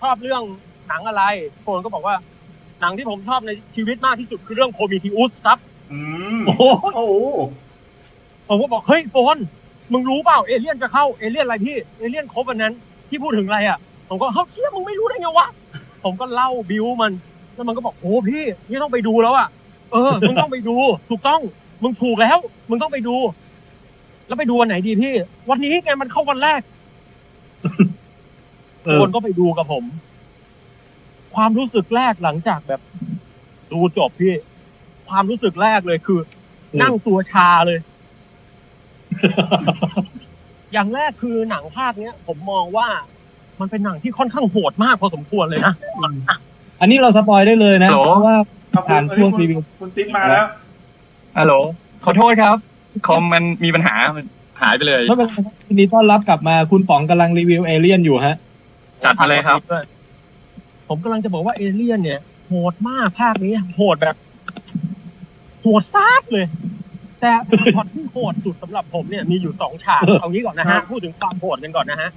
[SPEAKER 7] ชอบเรื่องหนังอะไร โฟนก็บอกว่า หนังที่ผมชอบในชีวิตมากที่สุดคือเรื่องโคมิทิอุสครับ
[SPEAKER 4] อืม
[SPEAKER 1] โอ้โห [LAUGHS]
[SPEAKER 4] โอ้โห
[SPEAKER 7] ผมก็บอก เฮ้ยโฟนมึงรู้เปล่า เอเลี่ยนจะเข้า เอเลี่ยนอะไรพี่ เอเลี่ยนครบวันนั้น ที่พูดถึงอะไรอ่ะ ผมก็เฮ้ยเชี่ยมึงไม่รู้ได้ไงวะ ผมก็เล่าบิวมัน แล้วมันก็บอกโอ้พี่ นี่ต้องไปดูแล้วอ่ะ เออ มึงต้องไปดู ถูกต้อง มึงถูกแล้ว มึงต้องไปดู แล้วไปดูวันไหนดีพี่ วันนี้ไงมันเข้าวันแรก
[SPEAKER 1] เอ
[SPEAKER 7] ค
[SPEAKER 1] อน
[SPEAKER 7] ก็ไปดูกับผม ความรู้สึกแรกหลังจากแบบ ดูจบพี่ ความรู้สึกแรกเลยคือ นั่งตัวชาเลย อย่างแรกคือหนังภาคเนี้ย ผมมองว่ามันเป็นหนังที่ค่อนข้างโหดมากพอสมควรเลยนะ
[SPEAKER 1] อันนี้เราสปอยได้เลยนะ
[SPEAKER 5] ฮัลโหล
[SPEAKER 1] เพราะว่า
[SPEAKER 4] ขอบคุณ
[SPEAKER 1] ผ่านช่วง
[SPEAKER 4] เอ้ยคุณ
[SPEAKER 1] รีวิว
[SPEAKER 4] คุณติ๊กมาแล้ว
[SPEAKER 5] ฮัลโหล ขอโทษครับ คอมมันมีปัญหามันหายไปเลย
[SPEAKER 1] ไม่เป็นไรครับยินดีต้อนรับกลับมาคุณป๋องกำลังรีวิวเอเลี่ยนอยู่ฮะ
[SPEAKER 5] จัดมาเลยครับ
[SPEAKER 7] ผมกำลังจะบอกว่าเอเลี่ยนเนี่ยโหดมากภาคนี้โหดแบบโหดซาดเลย แต่ช็อตที่โหดสุดสำหรับผมเนี่ยมีอยู่สองฉาก เอางี้ก่อนนะ
[SPEAKER 4] ครั
[SPEAKER 7] ฮะ
[SPEAKER 4] บ
[SPEAKER 7] พูดถึงความโหดกันก่อนนะฮะ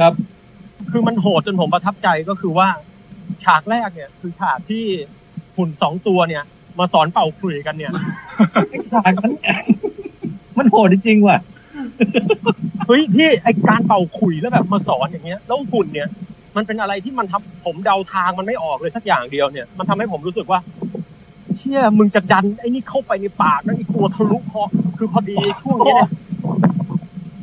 [SPEAKER 1] ครับ
[SPEAKER 7] คือมันโหดจนผมประทับใจก็คือว่า ฉากแรกเนี่ย คือฉากที่หุ่นสองตัวเนี่ย มาสอนเป่าขลุ่ยกันเนี่ย
[SPEAKER 1] ไอ้ฉากนั้น [LAUGHS] มันโหดจริงๆว่ะ
[SPEAKER 7] เฮ้ยพี่ไอการเป่าขุยแล้วแบบมาสอนอย่างเงี้ยแล้วหุ่นเนี่ย มันเป็นอะไรที่มันทำผมเดาทางมันไม่ออกเลยสักอย่างเดียวเนี่ย มันทำให้ผมรู้สึกว่า เชี่ยมึงจะดันไอ้นี่เข้าไปในปากแล้วไอ้กลัวทะลุคอคือพอดีช่วงเนี้ยเนี่ย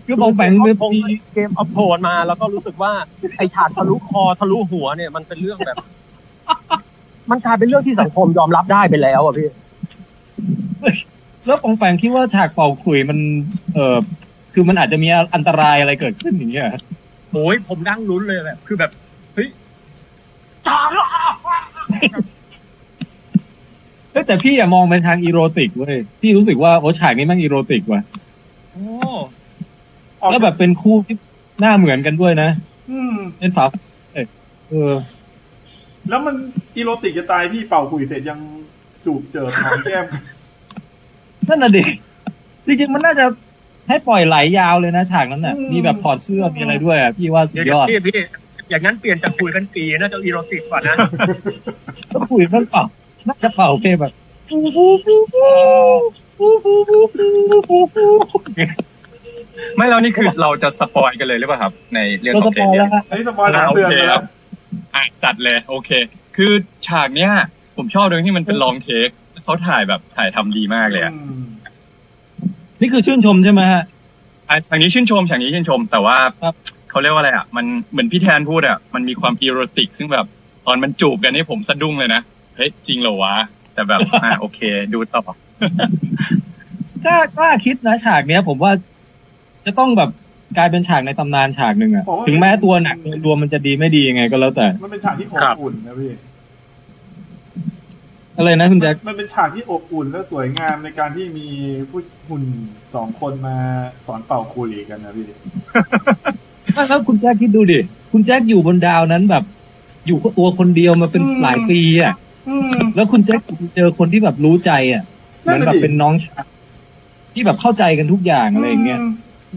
[SPEAKER 1] คือผมแบ่ง
[SPEAKER 7] เ
[SPEAKER 1] เป็น
[SPEAKER 7] ง
[SPEAKER 1] ปี
[SPEAKER 7] เกมออฟโทนมา แล้วก็รู้สึกว่าไอฉากทะลุคอทะลุหัวเนี่ยมันเป็นเรื่องแบบ [LAUGHS] มันกลายเป็นเรื่องที่สังคมยอมรับได้ไปแล้วอ่ะพี่
[SPEAKER 1] แล้วปองแปงคิดว่าฉากเป่าขลุยมัน เออคือมันอาจจะมีอันตรายอะไรเกิดขึ้นอย่างเงี้ยเหรอ
[SPEAKER 7] โอ้ยผมนั่งลุ้นเลยแบบ คือแบบเฮ้ยตายแล้วอ่ะ
[SPEAKER 1] เฮ้ยแต่พี่อย่ามองไปทางอีโรติกเว้ยพี่รู้สึกว่าโอ้ฉากนี้แมันอีโรติกว่ะ
[SPEAKER 7] โอ้
[SPEAKER 4] ออก
[SPEAKER 1] แล้วแบบเป็นคู่ที่หน้าเหมือนกันด้วยนะ
[SPEAKER 4] อืม
[SPEAKER 1] เป็นฝาแฝดเออ
[SPEAKER 4] แล้วมันอีโรติกจะตายพี่เป่าคุยเสร็จยังจูบเจอหอมแก้
[SPEAKER 5] [LAUGHS]
[SPEAKER 4] ม
[SPEAKER 1] นั่นน่ะดิจริงๆมันน่าจะให้ปล่อยไหลยาวเลยนะฉากนั้นน่ะ
[SPEAKER 4] อืม
[SPEAKER 1] มีแบบถอดเสื้อมีอะไรด้วยอ่ะพี่ว่าสุ
[SPEAKER 7] เดี๋ย
[SPEAKER 1] ดยอ
[SPEAKER 7] ว
[SPEAKER 1] ด
[SPEAKER 7] พี่พี่อย่างนั้นเปลี่ยนจากคุยกันปีน่าจะอีโรติกกว่านะ
[SPEAKER 1] ก็คุยมันเป่าน่าจะเป่าเพลงแบบปูปูปูปูปูปูปูปูปูปู
[SPEAKER 5] ไม่แล้วนี่คือเราจะสปอยกันเลยหรือเปล่าครับ ในเรื่อง
[SPEAKER 1] เรา
[SPEAKER 5] ข
[SPEAKER 1] ส
[SPEAKER 5] อง
[SPEAKER 1] ป
[SPEAKER 5] เอ
[SPEAKER 1] อย
[SPEAKER 5] เลี่ย
[SPEAKER 1] แล้
[SPEAKER 5] น
[SPEAKER 1] วฮะ
[SPEAKER 4] ไอ้สปอยล์หลายเดือนไปแล้ว
[SPEAKER 5] อ่ะจัดเลย โอเค คือฉากเนี้ย ผมชอบตรงที่มันเป็นลองเทคเขาถ่ายแบบถ่ายทำดีมากเลยอะ
[SPEAKER 4] อืม
[SPEAKER 1] นี่คือชื่นชมใช่ไหมฮะ
[SPEAKER 5] อ่ะฉากนี้ชื่นชมฉากนี้ชื่นชม แต่ว่า
[SPEAKER 1] ครับ
[SPEAKER 5] เขาเรียกว่าอะไรอ่ะมันเหมือนพี่แทนพูดอ่ะมันมีความอีโรติก ซึ่งแบบตอนมันจูบกันนี่ผมสะดุ้งเลยนะเฮ้ยจริงเหรอวะ แต่แบบ [LAUGHS] อ่ะโอเค ดูต่อก
[SPEAKER 1] ล้ากล้าคิดนะฉากเนี้ย ผมว่าจะต้องแบบกลายเป็นฉากในตำนานฉากหนึ่งอ่ะถึงแม้ตัวหนังโดยรวมมันจะดีไม่ดียังไงก็แล้วแต่
[SPEAKER 4] มันเป็นฉากที่ขอบอุ่นนะพี่
[SPEAKER 1] อะไรนะคุณแจ็ค
[SPEAKER 4] มันเป็นฉากที่อบอุ่นและสวยงามในการที่มีผู้หุ่นสองคนมาสอนเป่าคูลีกันนะพี่
[SPEAKER 1] ไม่แล้วคุณแจ็คคิดดูดิ คุณแจ็คอยู่บนดาวนั้นแบบ อยู่ตัวคนเดียวมาเป็น
[SPEAKER 4] อืม
[SPEAKER 1] หลายปีอ่ะ
[SPEAKER 4] อืม
[SPEAKER 1] แล้วคุณแจ็คเจอคนที่แบบรู้ใจอ่ะ เห
[SPEAKER 4] นั่
[SPEAKER 1] มือน น
[SPEAKER 4] น่ะ
[SPEAKER 1] แบบ
[SPEAKER 4] ดิ
[SPEAKER 1] เป็นน้องชายที่แบบเข้าใจกันทุกอย่างอะไรอย่างเงี้ย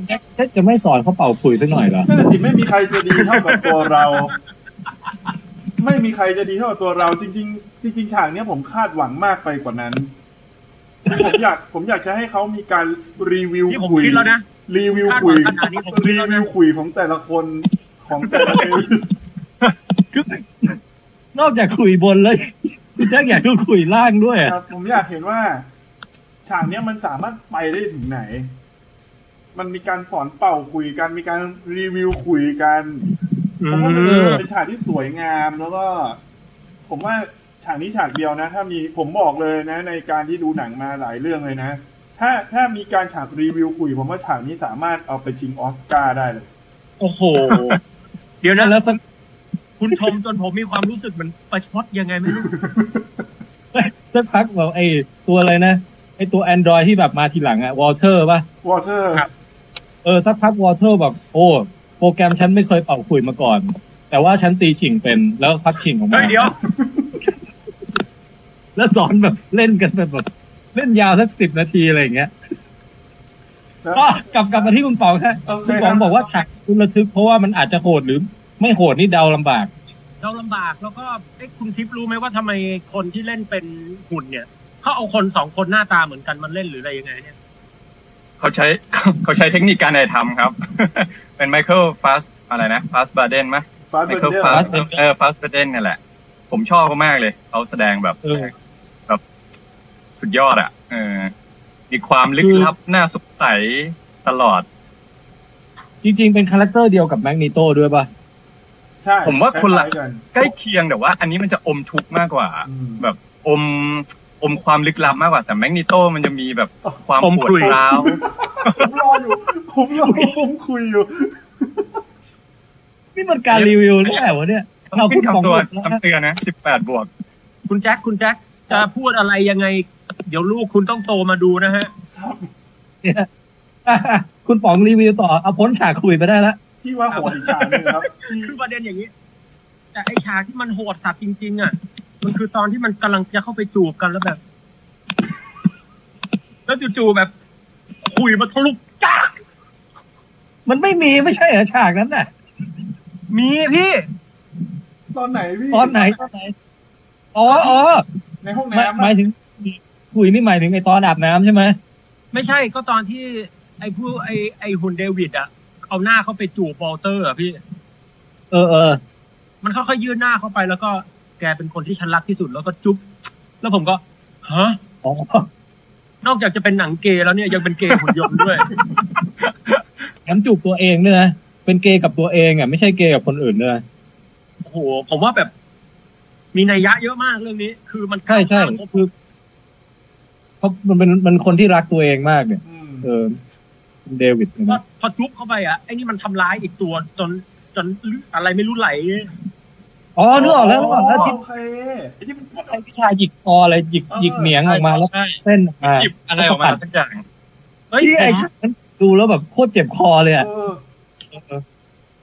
[SPEAKER 1] แจ็คแจ็คจะไม่สอนเขาเป่าคุยสักหน่อยเหรอ
[SPEAKER 4] นั่นแหละสิไม่มีใครจะดีเท่ากับตัวเรา ไม่มีใครจะดีเท่ากับตัวเรา จริง ๆ จริง ๆ ฉากเนี้ยผมคาดหวังมากไปกว่านั้น ผมอยากผมอยากจะให้เขามีการรีวิว
[SPEAKER 7] นี่ผม
[SPEAKER 4] คุย
[SPEAKER 7] คิดแล้วนะ
[SPEAKER 4] รีวิวคุย
[SPEAKER 7] คาดหวังขนาดนี้ผมคิด
[SPEAKER 4] รี
[SPEAKER 7] แล้วนะ
[SPEAKER 4] วิวคุยของแต่ละคนของแต่ละคน
[SPEAKER 1] นอกจากคุยบนแล้ว [LAUGHS] คุณแจ็คอยากดูคุยล่างด้วยอะ
[SPEAKER 4] ครับผมอยากเห็นว่า ฉากเนี้ยมันสามารถไปได้ถึงไหน มันมีการสอนเป่าคุยกัน มีการรีวิวคุยกัน ผมว่ามันเป็นฉากที่สวยงามแล้วก็ ผมว่าฉากนี้ฉากเดียวนะ ถ้ามีผมบอกเลยนะ ในการที่ดูหนังมาหลายเรื่องเลยนะ ถ้าถ้ามีการฉากรีวิวคุย ผมว่าฉากนี้สามารถเอาไปชิงออสการ์ได้เลย [LAUGHS]
[SPEAKER 1] โอ้โห
[SPEAKER 7] เดี๋ยวนะ
[SPEAKER 1] แล้วสัก
[SPEAKER 7] คุณชมจนผมมีความรู้สึกเหมือนประชดยังไงไม่รู้
[SPEAKER 1] สักพักแบบไอ้ตัวอะไรนะไอ้ตัวแอนดรอยที่แบบมาทีหลังอะวอลเทอร์ป่ะ
[SPEAKER 4] วอเตอร์
[SPEAKER 7] ครับ
[SPEAKER 1] เออสักพักวอเทอร์บอกโอ้โปรแกรมฉันไม่เคยเป่าขลุยมาก่อน แต่ว่าฉันตีฉิงเป็นแล้วพักฉิงออกมา
[SPEAKER 7] เฮ้ยเดี๋ยว
[SPEAKER 1] แล้วสอนแบบเล่นกันแบบ เล่นยาวสักสิบนาทีอะไรอย่างเงี้ย
[SPEAKER 4] แล้ว
[SPEAKER 1] ก็กลับกลับมาที่คุณป๋องฮะ
[SPEAKER 4] โเ
[SPEAKER 1] คุณป๋องบอกว่าฉากสุดระทึก เพราะว่ามันอาจจะโหดหรือไม่โหดนี่เดาลำบาก
[SPEAKER 7] เราลำบากแล้วก็เอ๊ะคุณทิพย์รู้ไหมว่าทำไมคนที่เล่นเป็นหุ่นเนี่ยเขาเอาคนสองคนหน้าตาเหมือนกันมันเล่นหรืออะไรยังไงเนี่ย
[SPEAKER 5] เขาใช้ เขาใช้เทคนิคการถ่ายทำครับ [LAUGHS] เป็นไมเคิลฟาสอะไรนะฟาสบาเดนมะ
[SPEAKER 4] ฟาส
[SPEAKER 5] ไม
[SPEAKER 4] เบ
[SPEAKER 5] เคิล
[SPEAKER 4] เดอร์
[SPEAKER 5] ฟาส
[SPEAKER 1] Fassbender
[SPEAKER 5] เออฟาสเดนนี่นแหละ ผมชอบเขามากเลย เขาแสดงแบบ
[SPEAKER 1] เออ
[SPEAKER 5] แบบสุดยอดอ่ะ เออ มีความลึกลับน่าสงสัยตลอด
[SPEAKER 1] จริง ๆ เป็นคาแรคเตอร์เดียวกับแมกนีโตด้วยป่ะ
[SPEAKER 4] ใช่
[SPEAKER 5] ผมว่าคนละ
[SPEAKER 4] ล้ยๆกัน
[SPEAKER 5] ใกล้เคียงแต่ว่า อันนี้มันจะอมทุกข์มากกว่า
[SPEAKER 4] อืม
[SPEAKER 5] แบบอมอมความลึกลับมากกว่า แต่แมกนิโตมันจะมีแบบความ
[SPEAKER 4] อม
[SPEAKER 5] ปว
[SPEAKER 4] คุ
[SPEAKER 5] ด
[SPEAKER 4] ย
[SPEAKER 5] ร้าว
[SPEAKER 4] ผมรออยู่ ผม
[SPEAKER 5] [LAUGHS]
[SPEAKER 4] รอผมคุยอยู่
[SPEAKER 1] นี่มันการรีวิวหรือเปล่าวะเนี่ย เราพู
[SPEAKER 5] ขึ้
[SPEAKER 1] ด
[SPEAKER 5] น
[SPEAKER 1] ของ
[SPEAKER 5] คำตัว
[SPEAKER 1] หมดแล้วฮะ
[SPEAKER 5] คำเตือนนะสิบแปดบวก
[SPEAKER 7] คุณแจ็คคุณแจ็คจะพูดอะไรยังไง เดี๋ยวลูกคุณต้องโตมาดูนะฮะ
[SPEAKER 1] เนี่ย [LAUGHS] อ่ะคุณป๋องรีวิวต่อเอาพ้นฉากคุยไปได้ละ
[SPEAKER 4] ที่ว่าโหดอีกฉากหนึงครับที่
[SPEAKER 7] คือประเด็นอย่างนี้ แต่ไอ้ฉากที่มันโหดสัตว์จริง ๆ อ่ะ มันคือตอนที่มันกำลังจะเข้าไปจูบกันแล้วแบบ แล้วจู่ๆแบบ คุยมาทะลุจ้าก
[SPEAKER 1] มันไม่มีไม่ใช่เหรอฉากนั้นน่ะ
[SPEAKER 7] มีพี่
[SPEAKER 4] [LAUGHS] ตอนไหนพี่
[SPEAKER 1] ตอนไหนตอนไหน อ๋ออ๋อ
[SPEAKER 4] ในห้อง
[SPEAKER 1] หมาย
[SPEAKER 4] น้ำ
[SPEAKER 1] หมายถึง คุยนี่หมายถึงไอตอนอาบน้ำใช่ไหม
[SPEAKER 7] ไม่ใช่ก็ตอนที่ ไอ้ผู้ไอ้ไอ้หุ่นเดวิดอ่ะ เอาหน้าเข้าไปจูบวอลเตอร์อ่ะพี่
[SPEAKER 1] เออเออ
[SPEAKER 7] มันค่อยๆยื่นหน้าเข้าไปแล้วก็แกเป็นคนที่ฉันรักที่สุดแล้วก็จุ๊บ แล้วผมก็ฮะ
[SPEAKER 1] อ๋อน
[SPEAKER 7] อกจากจะเป็นหนังเกย์แล้วเนี่ยยังเป็นเกย์หุ่นยนต์ด้วย
[SPEAKER 1] แถมจูบตัวเองด้วยนะ เป็นเกย์กับตัวเองอ่ะไม่ใช่เกย์กับคนอื่นด้วยนะ
[SPEAKER 7] โอ้โห ผมว่าแบบ มีนัยยะเยอะมากเรื่องนี้ คือมัน
[SPEAKER 1] ใช่ใช่
[SPEAKER 7] เข้าข้าง
[SPEAKER 1] คือเขามันเป็นมันคนที่รักตัวเองมากเนี่ย
[SPEAKER 4] อืม
[SPEAKER 1] เออเดวิด
[SPEAKER 7] พอ
[SPEAKER 1] นะ
[SPEAKER 7] พอจุ๊บเข้าไปอ่ะไอ้นี่มันทำร้ายอีกตัวจนจนอะไรไม่รู้ไหล
[SPEAKER 1] อ๋อนึกออกแล้วนึกออกแล้วที่
[SPEAKER 4] โอเคไอ้ที่มันปวด
[SPEAKER 1] ไอ้ที่ชายหยิกคออะไรหยิกหยิกเหนียงออกมาแล้ว
[SPEAKER 5] ใช่
[SPEAKER 1] เส้นออกมา
[SPEAKER 5] หยิบอะไรออกมาสักอย่าง
[SPEAKER 7] เฮ้ย
[SPEAKER 1] ที่ไอ้
[SPEAKER 7] ผม
[SPEAKER 1] ฉากนั้นดูแล้วแบบโคตรเจ็บคอเลยอ่ะ
[SPEAKER 4] เออ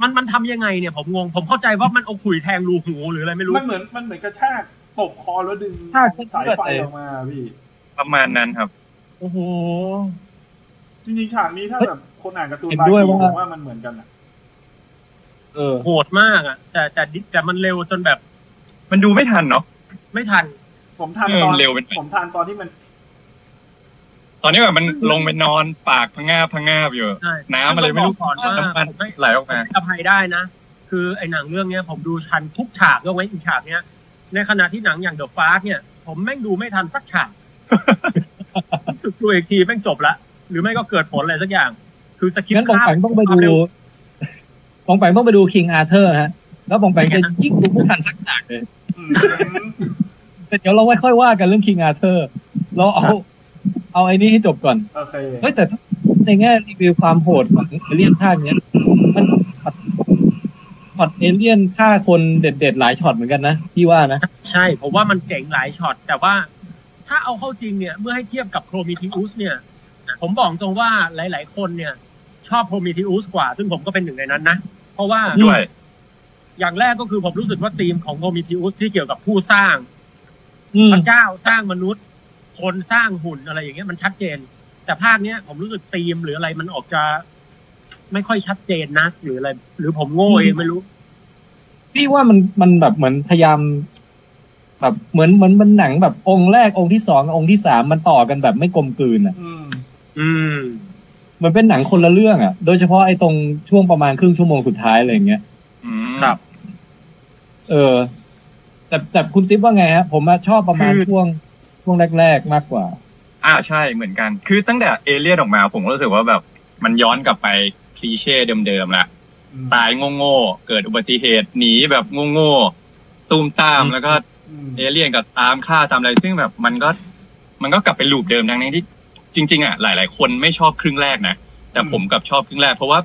[SPEAKER 7] มันมันทำยังไงเนี่ยผมงง ผมเข้าใจว่ามันเอาขุยแทงรูหูหรืออะไรไม่รู้
[SPEAKER 4] มันเหมือนมันเหมือนกระชากตบคอแล้วดึง
[SPEAKER 1] ใช่ใช่
[SPEAKER 4] สายไฟ
[SPEAKER 1] ใช่
[SPEAKER 4] ออกมาพี่
[SPEAKER 5] ประมาณนั้นครับ
[SPEAKER 7] โอ้โห
[SPEAKER 4] จริงๆฉากนี้ถ้าแบบคนอ่านการ์ตูน
[SPEAKER 1] เห็นด้วย
[SPEAKER 4] บงที
[SPEAKER 1] ว่า
[SPEAKER 4] ผมว่ามันเหมือนกันอะ
[SPEAKER 1] เออ
[SPEAKER 7] โหดมากอ่ะ แต่แต่ดิแต่มันเร็วจนแบบ
[SPEAKER 5] มันดูไม่ทันเนาะ
[SPEAKER 7] ไม่ทัน
[SPEAKER 4] ผมทัน
[SPEAKER 5] เออ
[SPEAKER 4] ตอน
[SPEAKER 5] เร็วไปหน่อย
[SPEAKER 4] ผมทันตอนที่มัน
[SPEAKER 5] ตอนนี้แบบมันลงไปนอนปากพะงาบพะงาบอยู่
[SPEAKER 7] ใช่
[SPEAKER 5] น้ำอะไรไม่รู้
[SPEAKER 7] ต้องบอกก่อนว่า
[SPEAKER 5] น้ำมัน
[SPEAKER 7] ผมไม่
[SPEAKER 5] ไหลออกมา
[SPEAKER 7] อภัยได้นะ คือไอ้หนังเรื่องเนี้ย ผมดูชันทุกฉากยกเว้นอีกฉากเนี้ย ในขณะที่หนังอย่างเดอะฟาสเนี่ย ผมแม่งดูไม่ทันสักฉาก รู้สึกตัวอีกทีแม่งจบละ หรือไม่ก็เกิดผลอะไรสักอย่าง คือสกิป
[SPEAKER 1] งั้นปอง
[SPEAKER 7] ข้าม
[SPEAKER 1] แปงต้องไปดู
[SPEAKER 7] เร็ว
[SPEAKER 1] ปองแปงต้องไปดูคิงอาเธอร์ฮะ แล้วปองแปง
[SPEAKER 7] ไม่
[SPEAKER 1] จะ
[SPEAKER 7] งั้น
[SPEAKER 1] ยิ่งดูไม่ทันสักหนักเลย
[SPEAKER 4] อืม
[SPEAKER 1] แต่เดี๋ยวเราไว้ค่อยว่ากันเรื่องคิงอาเธอร์เราเอา เอาไอ้นี้ให้จบก่อน
[SPEAKER 4] โอเค
[SPEAKER 1] เฮ้ยแต่ถ้าในแง่รีวิวความโหดของเรื่องภาคเนี้ย มัน ช็อตเอเลี่ยนฆ่าคนเด็ดๆหลายช็อตเหมือนกันนะพี่ว่านะ
[SPEAKER 7] ใช่ผมว่ามันเจ๋งหลายช็อต แต่ว่าถ้าเอาเข้าจริงเนี่ย เมื่อให้เทียบกับโ r รม e เ h ียสเนี่ย ผมบอกตรงว่าหลาย ๆ คนเนี่ย ชอบโ r รม e เ h ียสกว่า ซึ่งผมก็เป็นหนึ่งในนั้นนะ เพราะว่า
[SPEAKER 5] ด้วย
[SPEAKER 7] อย่างแรกก็คือผมรู้สึกว่าธีมของโ r รม e เ h ียสที่เกี่ยวกับผู้สร้าง
[SPEAKER 1] อืม
[SPEAKER 7] พระเจ้าสร้างมนุษย์ คนสร้างหุ่นอะไรอย่างเงี้ยมันชัดเจน แต่ภาคเนี้ยผมรู้สึกธีมหรืออะไรมันออกจะ ไม่ค่อยชัดเจนนะหรืออะไร หรือผมโง่เองไม่รู้
[SPEAKER 1] พี่ว่ามันมันแบบเหมือนพยายาม แบบเหมือนเหมือนมันหนังแบบองค์แรกองค์ที่สององค์ที่สามมันต่อกันแบบไม่กลมกลืนอ่ะ
[SPEAKER 4] อืม
[SPEAKER 7] อืม
[SPEAKER 1] มันเป็นหนังคนละเรื่องอ่ะ โดยเฉพาะไอ้ตรงช่วงประมาณครึ่งชั่วโมงสุดท้ายอะไรอย่างเงี้ย
[SPEAKER 5] อืม
[SPEAKER 7] ครับ
[SPEAKER 1] เออ แต่แต่คุณติ๊บว่าไงฮะ ผมอะชอบประมาณ
[SPEAKER 7] คือ
[SPEAKER 1] ช่วงช่วงแรก ๆ มากกว่า
[SPEAKER 5] อ่าใช่เหมือนกัน คือตั้งแต่เอเลี่ยนออกมา ผมก็รู้สึกว่าแบบมันย้อนกลับไปคลีเช่เดิมๆละ ตายโง่ๆ เกิดอุบัติเหตุหนีแบบโง่ๆ ตูมตามแล้วก็เอเลี่ยนกับตามฆ่าตามอะไร ซึ่งแบบมันก็มันก็กลับไปลูปเดิมทั้งนี้ที่จริง ๆอ่ะหลาย ๆ คนไม่ชอบครึ่งแรกนะ แต่ผมกลับชอบครึ่งแรก เพราะว่า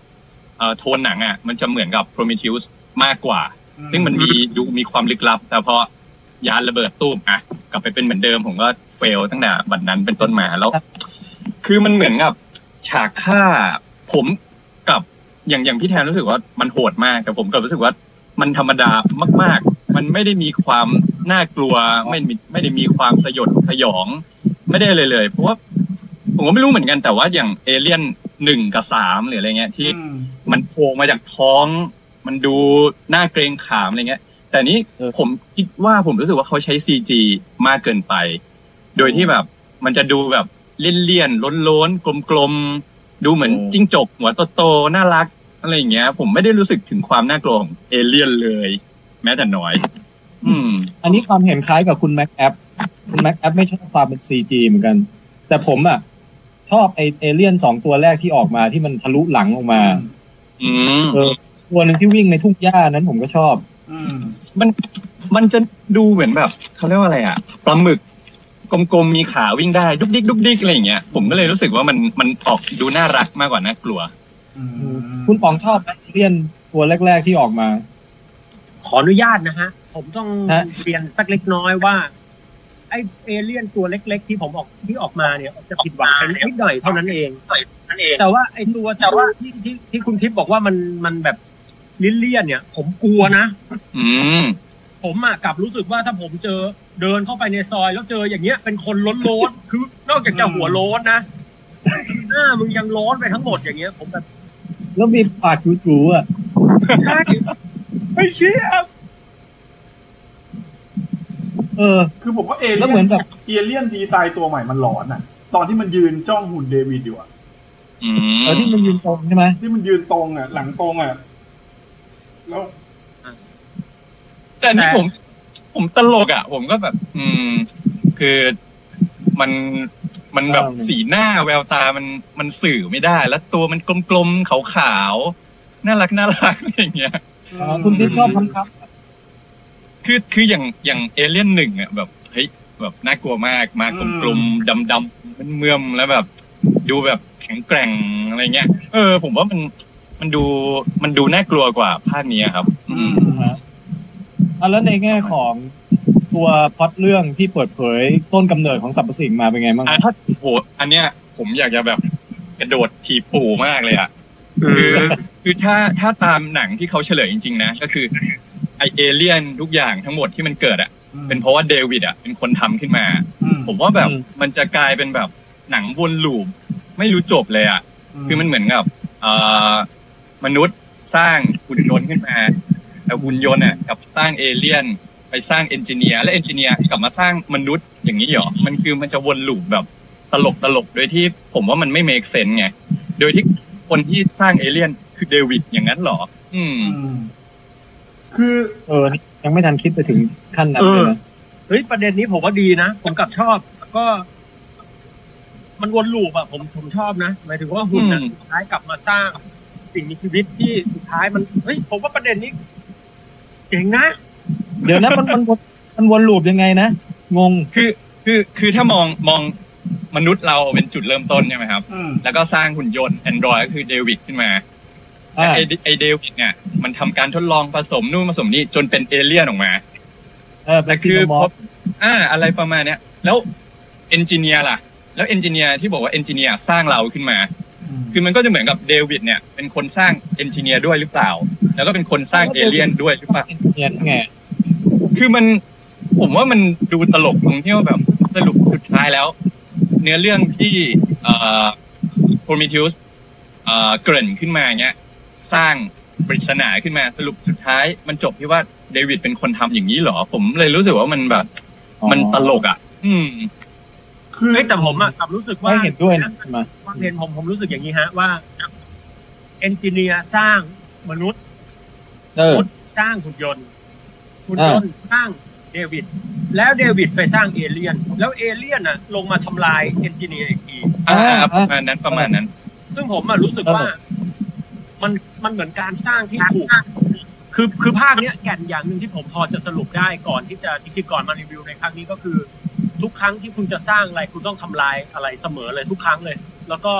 [SPEAKER 5] เอ่อโทนหนังอ่ะมันจะเหมือนกับ Prometheus มากกว่า ซึ่งมันมีดูมีความลึกลับ แต่พอยานระเบิดตู้มอ่ะกลับไปเป็นเหมือนเดิมผมก็เฟลตั้งแต่วันนั้นเป็นต้นมาแล้ว คือมันเหมือนกับฉากฆ่า ผมกับอย่างอย่างพี่แทนรู้สึกว่ามันโหดมากแต่ผมก็รู้สึกว่ามันธรรมดามาก ๆ มันไม่ได้มีความน่ากลัวไม่มีไม่ได้มีความสยดสยอง ไม่ได้เลยเลย เพราะว่าผมก็ไม่รู้เหมือนกันแต่ว่าอย่างเอเลี่ยนหนึ่งกับสามหรืออะไรเงี้ยที่ มันโผล่มาจากท้อง มันดูน่าเกรงขามอะไรเงี้ย แต่นี้
[SPEAKER 1] เออ
[SPEAKER 5] ผมคิดว่าผมรู้สึกว่าเขาใช้ซีจีมากเกินไป โดยที่แบบ มันจะดูแบบเลี่ยนๆ ล้นๆ กลมๆ ดูเหมือน
[SPEAKER 1] โอ้
[SPEAKER 5] จิ้งจกหัวโตๆ น่ารักอะไรอย่างเงี้ย ผมไม่ได้รู้สึกถึงความน่ากลัวของเอเลี่ยนเลย แม้แต่น้อย อืม
[SPEAKER 1] อันนี้ความเห็นคล้ายกับคุณแม็กแอปคุณแม็กแอปไม่ชอบความเป็นซีจีเหมือนกัน แต่ผมอะชอบไอเอเลี่ยนสองตัวแรกที่ออกมาที่มันทะลุหลังออกมา
[SPEAKER 5] อืม
[SPEAKER 1] เออ ตัวหนึ่งที่วิ่งในทุ่งหญ้านั้นผมก็ชอบ
[SPEAKER 5] มันมันจะดูเหมือนแบบเขาเรียกว่าอะไรอ่ะปลาหมึกกลมๆมีขาวิ่งได้ดุกดิกดุกดิกอะไรอย่างเงี้ยผมก็เลยรู้สึกว่ามันมันออกดูน่ารักมากกว่าน่ากลัว
[SPEAKER 1] คุณป๋องชอบไหมเอเลี่ยนตัวแรก ๆที่ออกมา
[SPEAKER 7] ขออนุญาตนะฮะ ผมต้อง
[SPEAKER 1] ฮะ
[SPEAKER 7] เรียนสักเล็กน้อยว่า ไอเอเลี่ยนตัวเล็ก ๆ ที่ผมออกที่ออกมาเนี่ยจะผิดหวังไปนิดหน่อยเท่านั้นเอง
[SPEAKER 5] นั่นเอง
[SPEAKER 7] แต่ว่าไอตัวแต่ว่าที่ที่ที่คุณทิพย์บอกว่ามันมันแบบลิ้นเลี่ยนเนี่ย ผมกลัวนะ
[SPEAKER 5] อืม
[SPEAKER 7] ผมอะกลับรู้สึกว่าถ้าผมเจอเดินเข้าไปในซอยแล้วเจออย่างเงี้ยเป็นคนล้นโล้นคือนอกจากจะหัวโล้นนะหน้ามึงยังโล้นไปทั้งหมดอย่างเงี้ย ผมแบบ [LAUGHS]
[SPEAKER 1] แล้วมีปากจู๋ๆอ่ะ
[SPEAKER 7] ใช่ไม่เชื่อ
[SPEAKER 1] เออ
[SPEAKER 4] คือผมว่าเอ
[SPEAKER 1] แล้วเห
[SPEAKER 4] เลี่
[SPEAKER 1] มื
[SPEAKER 4] ย
[SPEAKER 1] อน นแบบ
[SPEAKER 4] เอเลี่ยนดีไซน์ตัวใหม่มันหลอนอ่ะ ตอนที่มันยืนจ้องหุ่นเดวิดอยู่อ่ะ
[SPEAKER 5] อืม
[SPEAKER 1] เออที่มันยืนตรงใช่ไหม
[SPEAKER 4] ที่มันยืนตรงอ่ะ หลังตรงอ่ะแล้ว
[SPEAKER 5] แต่อันนี่ผม ผมตลกอ่ะ ผมก็แบบ อืม คือมันมันแบบสีหน้าแววตามันมันสื่อไม่ได้ แล้วตัวมันกลมๆขาวๆน่ารักน่ารักอะไรอย่างเงี้ย
[SPEAKER 1] อ๋อคุณติ๊บชอบคำครับ
[SPEAKER 5] คือคืออย่างอย่างเอเลี่ยนหนึ่งอ่ะแบบเฮ้ยแบบน่ากลัวมากมากลมๆดำดำมันเมื่อมๆแล้วแบบ ดูแบบแข็งแกร่งอะไรเงี้ย เออ ผมว่ามันมันดูมันดูน่ากลัวกว่าภาคเนี้ยครับ อืม
[SPEAKER 1] อ่าฮะอ่ะแล้วในแง่ของตัวพล็อดเรื่องที่เปิดเผยต้นกำเนิดของสรรพสิ่งมาเป็นไงบ้าง
[SPEAKER 5] อ่ะถ้าโหอันเนี้ย ผมอยากจะแบบกระโดดถีบปู่มากเลยอ่ะ คือคือถ้าถ้าตามหนังที่เขาเฉลยจริง ๆ นะ ก็คือ ไอเอเลี่ยนทุกอย่างทั้งหมดที่มันเกิดอ่ะ เป็นเพราะว่าเดวิดอ่ะเป็นคนทำขึ้นมา ผมว่าแบบมันจะกลายเป็นแบบหนังวนลูปไม่รู้จบเลยอ่ะ คือมันเหมือนกับเอ่อมนุษย์สร้างหุ่นยนต์ขึ้นมาแต่หุ่นยนต์อ่ะกลับสร้างเอเลี่ยน ไปสร้างเอนจิเนียร์และเอนจิเนียร์กลับมาสร้างมนุษย์อย่างนี้เหรอมันคือมันจะวนลูปแบบตลกตลกๆโดยที่ผมว่ามันไม่เมคเซนไงโดยที่คนที่สร้างเอเลี่ยนคือเดวิดอย่างนั้นเหรอ อืม
[SPEAKER 4] คือ
[SPEAKER 1] เออ ยังไม่ทันคิดไปถึงขั้นนั้น
[SPEAKER 5] เอ
[SPEAKER 1] เล
[SPEAKER 5] อ
[SPEAKER 1] ยนะ
[SPEAKER 7] เฮ้ยประเด็นนี้ผมว่าดีนะผมกลับชอบแล้วก็ มันวนลูปอะผมผมชอบนะหมายถึงว่าหุ่นอะ
[SPEAKER 5] อืม
[SPEAKER 7] สุดท้ายกลับมาสร้างสิ่งมีชีวิตที่สุดท้ายมันเฮ้ยผมว่าประเด็นนี้เจ๋งนะ
[SPEAKER 1] เดี๋ยวนะมันมันมันมันวนลูปยังไงนะ งง
[SPEAKER 5] คือคือคือถ้ามองมองมนุษย์เราเป็นจุดเริ่มต้นใช่ไหมครับ
[SPEAKER 4] อืม
[SPEAKER 5] แล้วก็สร้างหุ่นยนต์แอนดรอยก็คือเดวิดขึ้นมา
[SPEAKER 1] อ่า
[SPEAKER 5] ไอไอเดวิดเนี่ยมันทำการทดลองผสมนู่นผสมนี่จนเป็นเอเลี่ยนออกมา
[SPEAKER 1] เออเป็น
[SPEAKER 5] แต่
[SPEAKER 1] ซี
[SPEAKER 5] คือ
[SPEAKER 1] โนม
[SPEAKER 5] พ
[SPEAKER 1] อ
[SPEAKER 5] อ
[SPEAKER 1] ร์ฟ
[SPEAKER 5] อ่าอะไรประมาณเนี้ย แล้วเอนจิเนียร์ล่ะ แล้วเอนจิเนียร์ที่บอกว่าเอนจิเนียร์สร้างเราขึ้นมา คือมันก็จะเหมือนกับเดวิดเนี่ย เป็นคนสร้างเอนจิเนียร์ด้วยหรือเปล่า แล้วก็เป็นคนสร้างเอเลี่ยนด้วยหรือเปล่า
[SPEAKER 1] เนี่ยไง
[SPEAKER 5] คือมันผมว่ามันดูตลกตรงที่ว่าแบบสรุปสุดท้ายแล้ว เนื้อเรื่องที่เอ่อ Prometheus เอ่อเกริ่นขึ้นมาเงี้ย สร้างปริศนาขึ้นมาสรุปสุดท้าย มันจบที่ว่าเดวิดเป็นคนทำอย่างนี้เหรอ ผมเลยรู้สึกว่ามันแบบ
[SPEAKER 1] อ๋อ
[SPEAKER 5] มันตลกอ่ะ อืม
[SPEAKER 4] คือ
[SPEAKER 7] เฮ้ยแต่ผมอะกลับรู้สึกว่า
[SPEAKER 1] ไม่เห็นด้วยนะใช่ไหม
[SPEAKER 7] ความเห็นผมผมรู้สึกอย่างนี้ฮะว่าเอนจิเนียร์สร้างมนุษย์
[SPEAKER 1] เออ
[SPEAKER 7] มนุษย์สร้างหุ่นยนต์หุ่นยนต์สร้างเดวิดแล้วเดวิดไปสร้างเอเลี่ยน แล้วเอเลี่ยนอ่ะ ลงมาทำลายเอนจิเนียร์อีกที
[SPEAKER 5] อ่า
[SPEAKER 1] อ่า
[SPEAKER 5] ประมาณนั้นประมาณนั้น
[SPEAKER 7] ซึ่งผมอ่ะรู้สึกว่า มันมันเหมือนการสร้างที่ถูก คือคือภาคเนี้ยแก่นอย่างหนึ่งที่ผมพอจะสรุปได้ก่อนที่จะจริงๆก่อนมารีวิวในครั้งนี้ก็คือ ทุกครั้งที่คุณจะสร้างอะไรคุณต้องทำลายอะไรเสมอเลยทุกครั้งเลย แล้วก็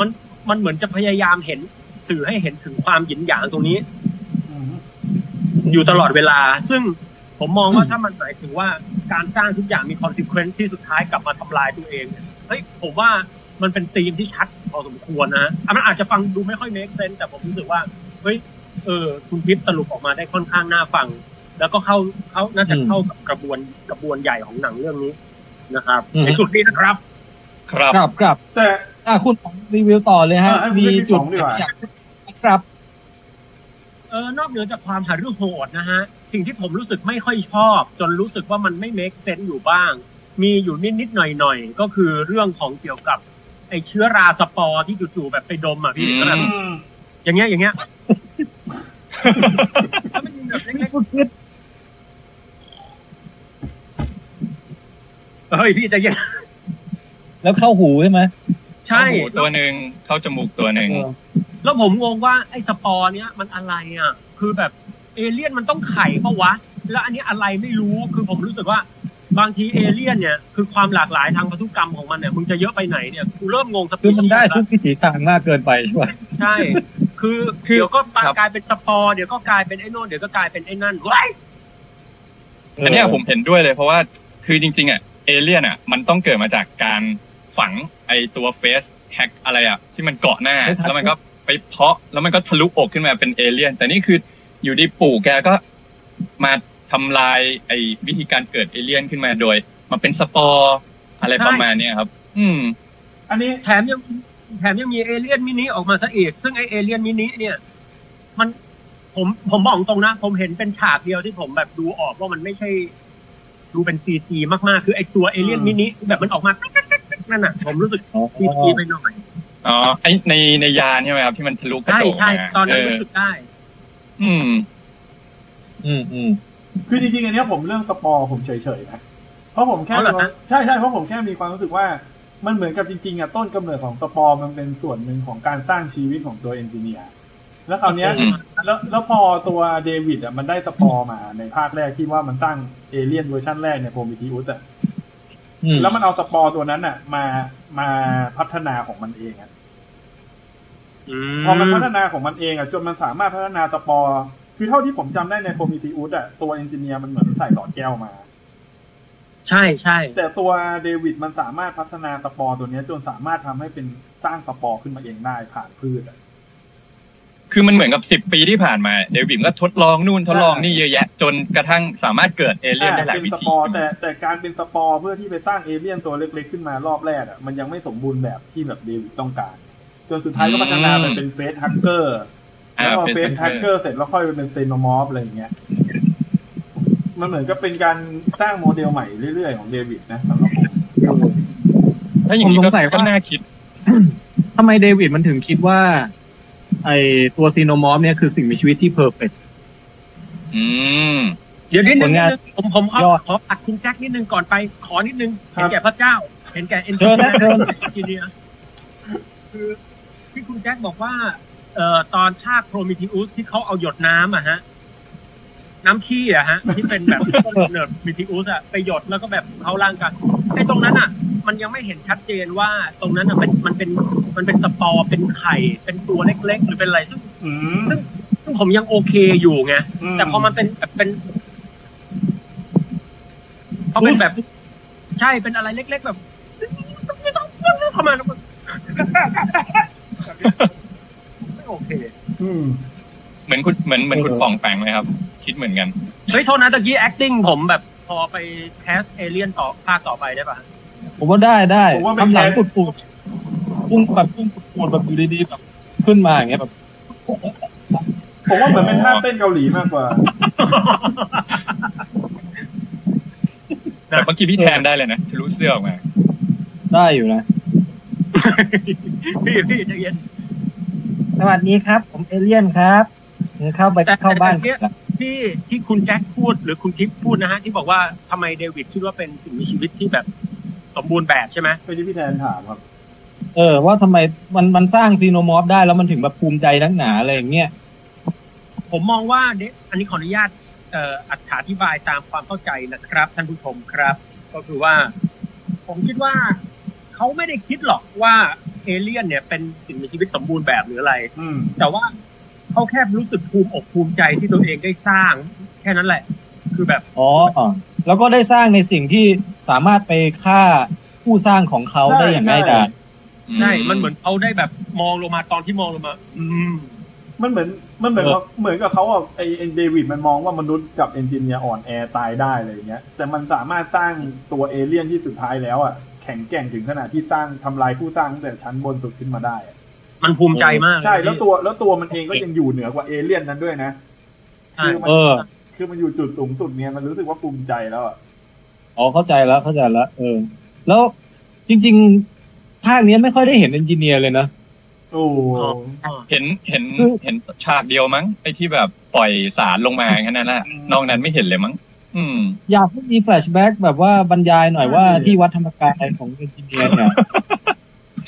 [SPEAKER 7] มันมันเหมือนจะพยายามเห็นสื่อให้เห็นถึงความหยินหยางตรงนี้
[SPEAKER 4] ม
[SPEAKER 7] อยู่ตลอดเวลา ซึ่งผมมองว่าถ้ามันหมายถึงว่าการสร้างทุกอย่างมีคอนซิเควนซ์ที่สุดท้ายกลับมาทำลายตัวเองเนี่ยเฮ้ยผมว่ามันเป็นธีมที่ชัดพอสมควรนะอ่ะมันอาจจะฟังดูไม่ค่อยเมคเซนแต่ผมรู้สึกว่าเฮ้ยเออคุณพิษสรุปออกมาได้ค่อนข้างน่าฟัง แล้วก็เข้าเขาน่าจะ
[SPEAKER 1] อืม
[SPEAKER 7] เข้ากับกระบวนกระบวนใหญ่ของหนังเรื่องนี้นะครับ
[SPEAKER 1] อืม
[SPEAKER 7] ในจุดนี้นะครับ
[SPEAKER 5] ครับ
[SPEAKER 1] กลับกลับ
[SPEAKER 4] แต่
[SPEAKER 1] อ่ะคุณป๋องรีวิวต่อเลยฮะ
[SPEAKER 4] อ่ะให้ผม
[SPEAKER 1] มี
[SPEAKER 4] เล่นที่
[SPEAKER 1] จุด
[SPEAKER 4] ป๋องดีกว่า
[SPEAKER 1] อยากกลับ
[SPEAKER 7] เออนอกเหนือจากความหาเรื่องโหดนะฮะ สิ่งที่ผมรู้สึกไม่ค่อยชอบ จนรู้สึกว่ามันไม่ make sense อยู่บ้าง มีอยู่นิดนิดๆหน่อยหน่อยๆ ก็คือเรื่องของเกี่ยวกับ ไอเชื้อราสปอร์ที่จู่ๆแบบไปดมอ่ะพี่
[SPEAKER 5] อืม
[SPEAKER 7] แล้วแบบ
[SPEAKER 4] อืม
[SPEAKER 7] อย่างเงี้ยอย่า
[SPEAKER 5] [LAUGHS]
[SPEAKER 7] งเงี้ยแล้วมันมีแบบเล็กๆเฮ้ยพี่ใจเย็น
[SPEAKER 1] แล้วเข้าหูใช่ไหม
[SPEAKER 7] ใช่
[SPEAKER 5] เข้าหูตัวหนึ่งเข้าจมูกตัวหนึ่ง
[SPEAKER 1] เออ
[SPEAKER 7] แล้วผมงงว่าไอสปอร์เนี้ยมันอะไรอ่ะ คือแบบเอเลี่ยนมันต้องไข่ปะวะ แล้วอันนี้อะไรไม่รู้คือผมรู้สึกว่า บางทีเอเลี่ยนเนี่ยคือความหลากหลายทางพันธุกรรมของมันเนี่ยมึงจะเยอะไปไหนเนี่ยกูเริ่มงงส
[SPEAKER 1] คื
[SPEAKER 7] ปี
[SPEAKER 1] อมัน
[SPEAKER 7] ชีส์
[SPEAKER 1] ได้
[SPEAKER 7] แล้
[SPEAKER 1] ทุ
[SPEAKER 7] ว
[SPEAKER 1] กวิถีทางมากเกินไปใช่ไหม
[SPEAKER 7] ใช่ คือเดี๋ยวก็กลายเป็นสปอร์เดี๋ยวก็กลายเป็นไอ้โน่นเดี๋ยวก็กลายเป็นไอ้นั่นเว้ย
[SPEAKER 5] อันเนี้ยผมเห็นด้วยเลยเพราะว่าคือจริง ๆ อ่ะ เอเลี่ยนอ่ะ มันต้องเกิดมาจากการฝังไอตัวเฟสแฮกอะไรอ่ะ ที่มันเกาะหน้า แล้วมันก็ไปเพาะแล้วมันก็ทะลุอกขึ้นมาเป็นเอเลี่ยน แต่นี่คืออยู่ดีปู่แกก็มาทำลายไอวิธีการเกิดเอเลี่ยนขึ้นมาโดย มันเป็นสปอร์อะไรประมาณเนี้ยครับ อืม
[SPEAKER 4] อันนี้
[SPEAKER 7] แถมยังแถมยังมีเอเลี่ยนมินิออกมาซะอีกซึ่งไอเอเลี่ยนมินิเนี่ย มันผมผมบอกตรงนะ ผมเห็นเป็นฉากเดียวที่ผมแบบดูออกว่ามันไม่ใช่ ดูเป็นซีจีมากๆ คือไอตัวเอเลี่ยนมินิแบบมันออกมานั่นน่ะ ผมรู้สึก
[SPEAKER 1] อ๋อ
[SPEAKER 7] ซีจีไปหน่อย
[SPEAKER 5] อ๋อไอในในยานใช่ไหมครับที่มันทะลุกระ
[SPEAKER 7] ใช่
[SPEAKER 5] จก
[SPEAKER 7] ใช่
[SPEAKER 5] มา
[SPEAKER 7] ตอนนั้น
[SPEAKER 5] เ
[SPEAKER 7] รู้สึกได้
[SPEAKER 5] อืม
[SPEAKER 1] อืมอืม
[SPEAKER 4] คือจริงๆอันเนี้ยผมเรื่องสปอร์ผมเฉยๆนะเพราะผมแค่
[SPEAKER 7] อ๋อเหรอฮะ
[SPEAKER 4] ใช่ใช่เพราะผมแค่มีความรู้สึกว่ามันเหมือนกับจริงๆอ่ะต้นกำเนิดของสปอร์มันเป็นส่วนหนึ่งของการสร้างชีวิตของตัวเอนจิเนียร์แล้วคราวเนี้ย
[SPEAKER 5] อืม
[SPEAKER 4] แล้วแล้วพอตัวเดวิดอ่ะมันได้สปอร์มาในภาคแรกที่ว่ามันตั้งเอเลี่ยนเวอร์ชันแรกเนี่ยโพมิทิอุสอ่ะ
[SPEAKER 1] อืม
[SPEAKER 4] แล้วมันเอาสปอร์ตัวนั้นอ่ะ มามาพัฒนาของมันเองอ่ะ
[SPEAKER 7] อื
[SPEAKER 4] พอมันพัฒนาของมันเองอ่ะจนมันสามารถพัฒนาสปอร์คือเท่าที่ผมจำได้ในโพมิทิอุสอ่ะตัวเอนจิเนียร์มันเหมือนใส่หลอดแก้วมา
[SPEAKER 7] ใช่ใช่
[SPEAKER 4] แต่ตัวเดวิดมันสามารถพัฒนาสปอร์ตัวเนี้ยจนสามารถทำให้เป็นสร้างสปอร์ขึ้นมาเองได้ผ่านพืชอ่ะ
[SPEAKER 5] คือมันเหมือนกับสิบปีที่ผ่านมาเดวิดก็ทดลองนู่นทดลองนี่เยอะแยะ จนกระทั่งสามารถเกิดเอเลี่ยนได้หลาย
[SPEAKER 4] เป็น
[SPEAKER 5] วิ
[SPEAKER 4] ส
[SPEAKER 5] ธี
[SPEAKER 4] ปอร์แต่แต่การเป็นสปอร์เพื่อที่ไปสร้างเอเลี่ยนตัวเล็กๆขึ้นมารอบแรกอ่ะมันยังไม่สมบูรณ์แบบที่แบบเดวิดต้องการจนสุดท้ายก็พัฒนาไปเป็นเฟสฮักเกอร์แล้ว
[SPEAKER 5] อ่า
[SPEAKER 4] พอ
[SPEAKER 5] เป็น
[SPEAKER 4] เฟ
[SPEAKER 5] เซ
[SPEAKER 4] ส
[SPEAKER 5] นเซ
[SPEAKER 4] ฮั
[SPEAKER 5] อก ร์
[SPEAKER 4] เกอร์เสร็จแล้วค่อยไปเป็นเซโนมอร์ฟอะไรอย่างเงี้ยมันเหมือนกับเป็นการสร้างโมเดลใหม่เรื่อยๆของเดวิดนะสำหรับผม
[SPEAKER 5] ถ้าอย่างนี้ก็ก็น่าคิด
[SPEAKER 1] ทำไมเดวิดมันถึงคิดว่า ไอตัวซีโนมอร์ฟเนี่ยคือสิ่งมีชีวิตที่เพอร์เฟกต์
[SPEAKER 5] อืม
[SPEAKER 7] เดี๋ยวนิดนึง
[SPEAKER 1] ผลงาน
[SPEAKER 7] นิดนึงผมผมขอย
[SPEAKER 1] อด
[SPEAKER 7] ขออัดคุณแจ็คนิดนึงก่อนไป ขอนิดนึงเห็นแก่พระเจ้า เห็นแก่เอ็น
[SPEAKER 1] เชิญนะเชิญ
[SPEAKER 7] จีเนียคือที่คุณแจ็คบอกว่าเอ่อตอนภาคโพรมิทิอุสที่เขาเอาหยดน้ำอะฮะ น้ำขี้อะฮะ ที่เป็นแบบต้นกำเนิดมิทิอุสอะไปหยดแล้วก็แบบเขาร่างกันไอ้ตรงนั้นอะ มันยังไม่เห็นชัดเจนว่าตรงนั้นน่ะเป็นมันเป็นมันเป็นตะปอเป็นไข่ เป็นตัวเล็กๆ หรือเป็นอะไรซึ่ง
[SPEAKER 2] อืม
[SPEAKER 7] ซึ่งผมยังโอเคอยู่ไง
[SPEAKER 2] อืม
[SPEAKER 7] แต่พอมันเป็นเป็นพอเป็นแบบ ใช่เป็นอะไรเล็ก ๆ แบบเข้ามาแล้วมันไม่โอเค
[SPEAKER 4] อืม
[SPEAKER 5] เหมือนคุณเหมือนเหมือนคุณป่องแปงไหมครับ คิดเหมือนกัน
[SPEAKER 7] เฮ้ยโทษนะตะกี้ acting ผมแบบ พอไปแคสเอเลียนต่อภาคต่อไปได้ป่ะ
[SPEAKER 1] ผมว่าได้ได้
[SPEAKER 4] ผมว่าไม่
[SPEAKER 1] คำหลัง
[SPEAKER 4] แพ้
[SPEAKER 1] ปุดปูดพุ่งแบบพุ่งปุดปูดแบบอยู่ดีๆแบบขึ้นมาอย่างเงี้ยแบบ
[SPEAKER 4] ผมว่าเหมือนเป็นท่าเต้นเกาหลีมากกว่า
[SPEAKER 5] แต่เมื่อกี้พี่แทนได้เลยนะทะลุเสื้อออกมา
[SPEAKER 1] ได้อยู่นะ
[SPEAKER 7] พี่พี่ใจเย็น
[SPEAKER 8] สวัสดีครับ ผมเอเลี่ยนครับผมเข้าไป
[SPEAKER 7] แต่
[SPEAKER 8] เข้าบ้าน
[SPEAKER 7] แต่เนี้ยที่ที่คุณแจ็คพูดหรือคุณทิพย์พูดนะฮะ ที่บอกว่าทำไมเดวิดคิดว่าเป็นสิ่งมีชีวิตที่แบบ สมบูรณ์แบบใช่ไหม
[SPEAKER 4] ไปที่พี่แทนถามครับ
[SPEAKER 1] เออ ว่าทำไมมันมันสร้างซีโนมอร์ฟได้แล้วมันถึงแบบภูมิใจนักหนาอะไรอย่างเงี้ย
[SPEAKER 7] ผมมองว่าเดอันนี้ขออนุญาตเอ่ออธิบายตามความเข้าใจนะครับ ท่านผู้ชมครับ ก็คือว่า ผมคิดว่าเขาไม่ได้คิดหรอกว่าเอเลี่ยนเนี่ยเป็นสิ่งมีชีวิตสมบูรณ์แบบหรืออะไร
[SPEAKER 4] อืม
[SPEAKER 7] แต่ว่าเขาแค่รู้สึกภูมิอกภูมิใจที่ตัวเองได้สร้าง แค่นั้นแหละ คือแบบ
[SPEAKER 1] อ๋ออ่ะแล้วก็ได้สร้างในสิ่งที่สามารถไปฆ่าผู้สร้างของเขาได้อย่างง่ายดาย
[SPEAKER 7] ใช่ มันเหมือนเขาได้แบบมองลงมาตอนที่มองลงมา อืม
[SPEAKER 4] มันเหมือนมันเหมือน
[SPEAKER 1] เออ
[SPEAKER 4] กับเหมือนกับเขาอ่ะไอไอ้เดวิดมันมองว่ามนุษย์กับเอนจิเนียร์อ่อนแอตายได้อะไรอย่างเงี้ย แต่มันสามารถสร้างตัวเอเลี่ยนที่สุดท้ายแล้วอ่ะแข็งแกร่งถึงขนาดที่สร้างทำลายผู้สร้างตั้งแต่ชั้นบนสุดขึ้นมาได้อะ
[SPEAKER 7] มันภูมิใจมากเย
[SPEAKER 4] ใช่แล้วตัวแล้วตัวมันเองก็ยังอยู่เหนือกว่าเอเลี่ยนนั้นด้วยนะ
[SPEAKER 7] ใช่
[SPEAKER 4] คือมัน
[SPEAKER 1] เออ
[SPEAKER 4] คือมันอยู่จุดสูงสุดเนี่ยมันรู้สึกว่าภูมิใจแล้วอ่ะ
[SPEAKER 1] อ๋อเข้าใจแล้วเข้าใจแล้วเออ แล้วจริง ๆ ภาคเนี้ยไม่ค่อยได้เห็นเอนจิเนียร์เลยนะ
[SPEAKER 4] โอ้โห
[SPEAKER 7] อ๋อ
[SPEAKER 5] เห็นเห็นเห็นฉากเดียวมั้งไอ้ที่แบบปล่อยสารลงมาแค่นั้นแหละนอกนั้นไม่เห็นเลยมั้งอืม
[SPEAKER 1] อยากให้มีแฟลชแบ็กแบบว่าบรรยายหน่อยว่าที่วัดธรรมกายของเอนจิเนียร์เนี่ย [LAUGHS]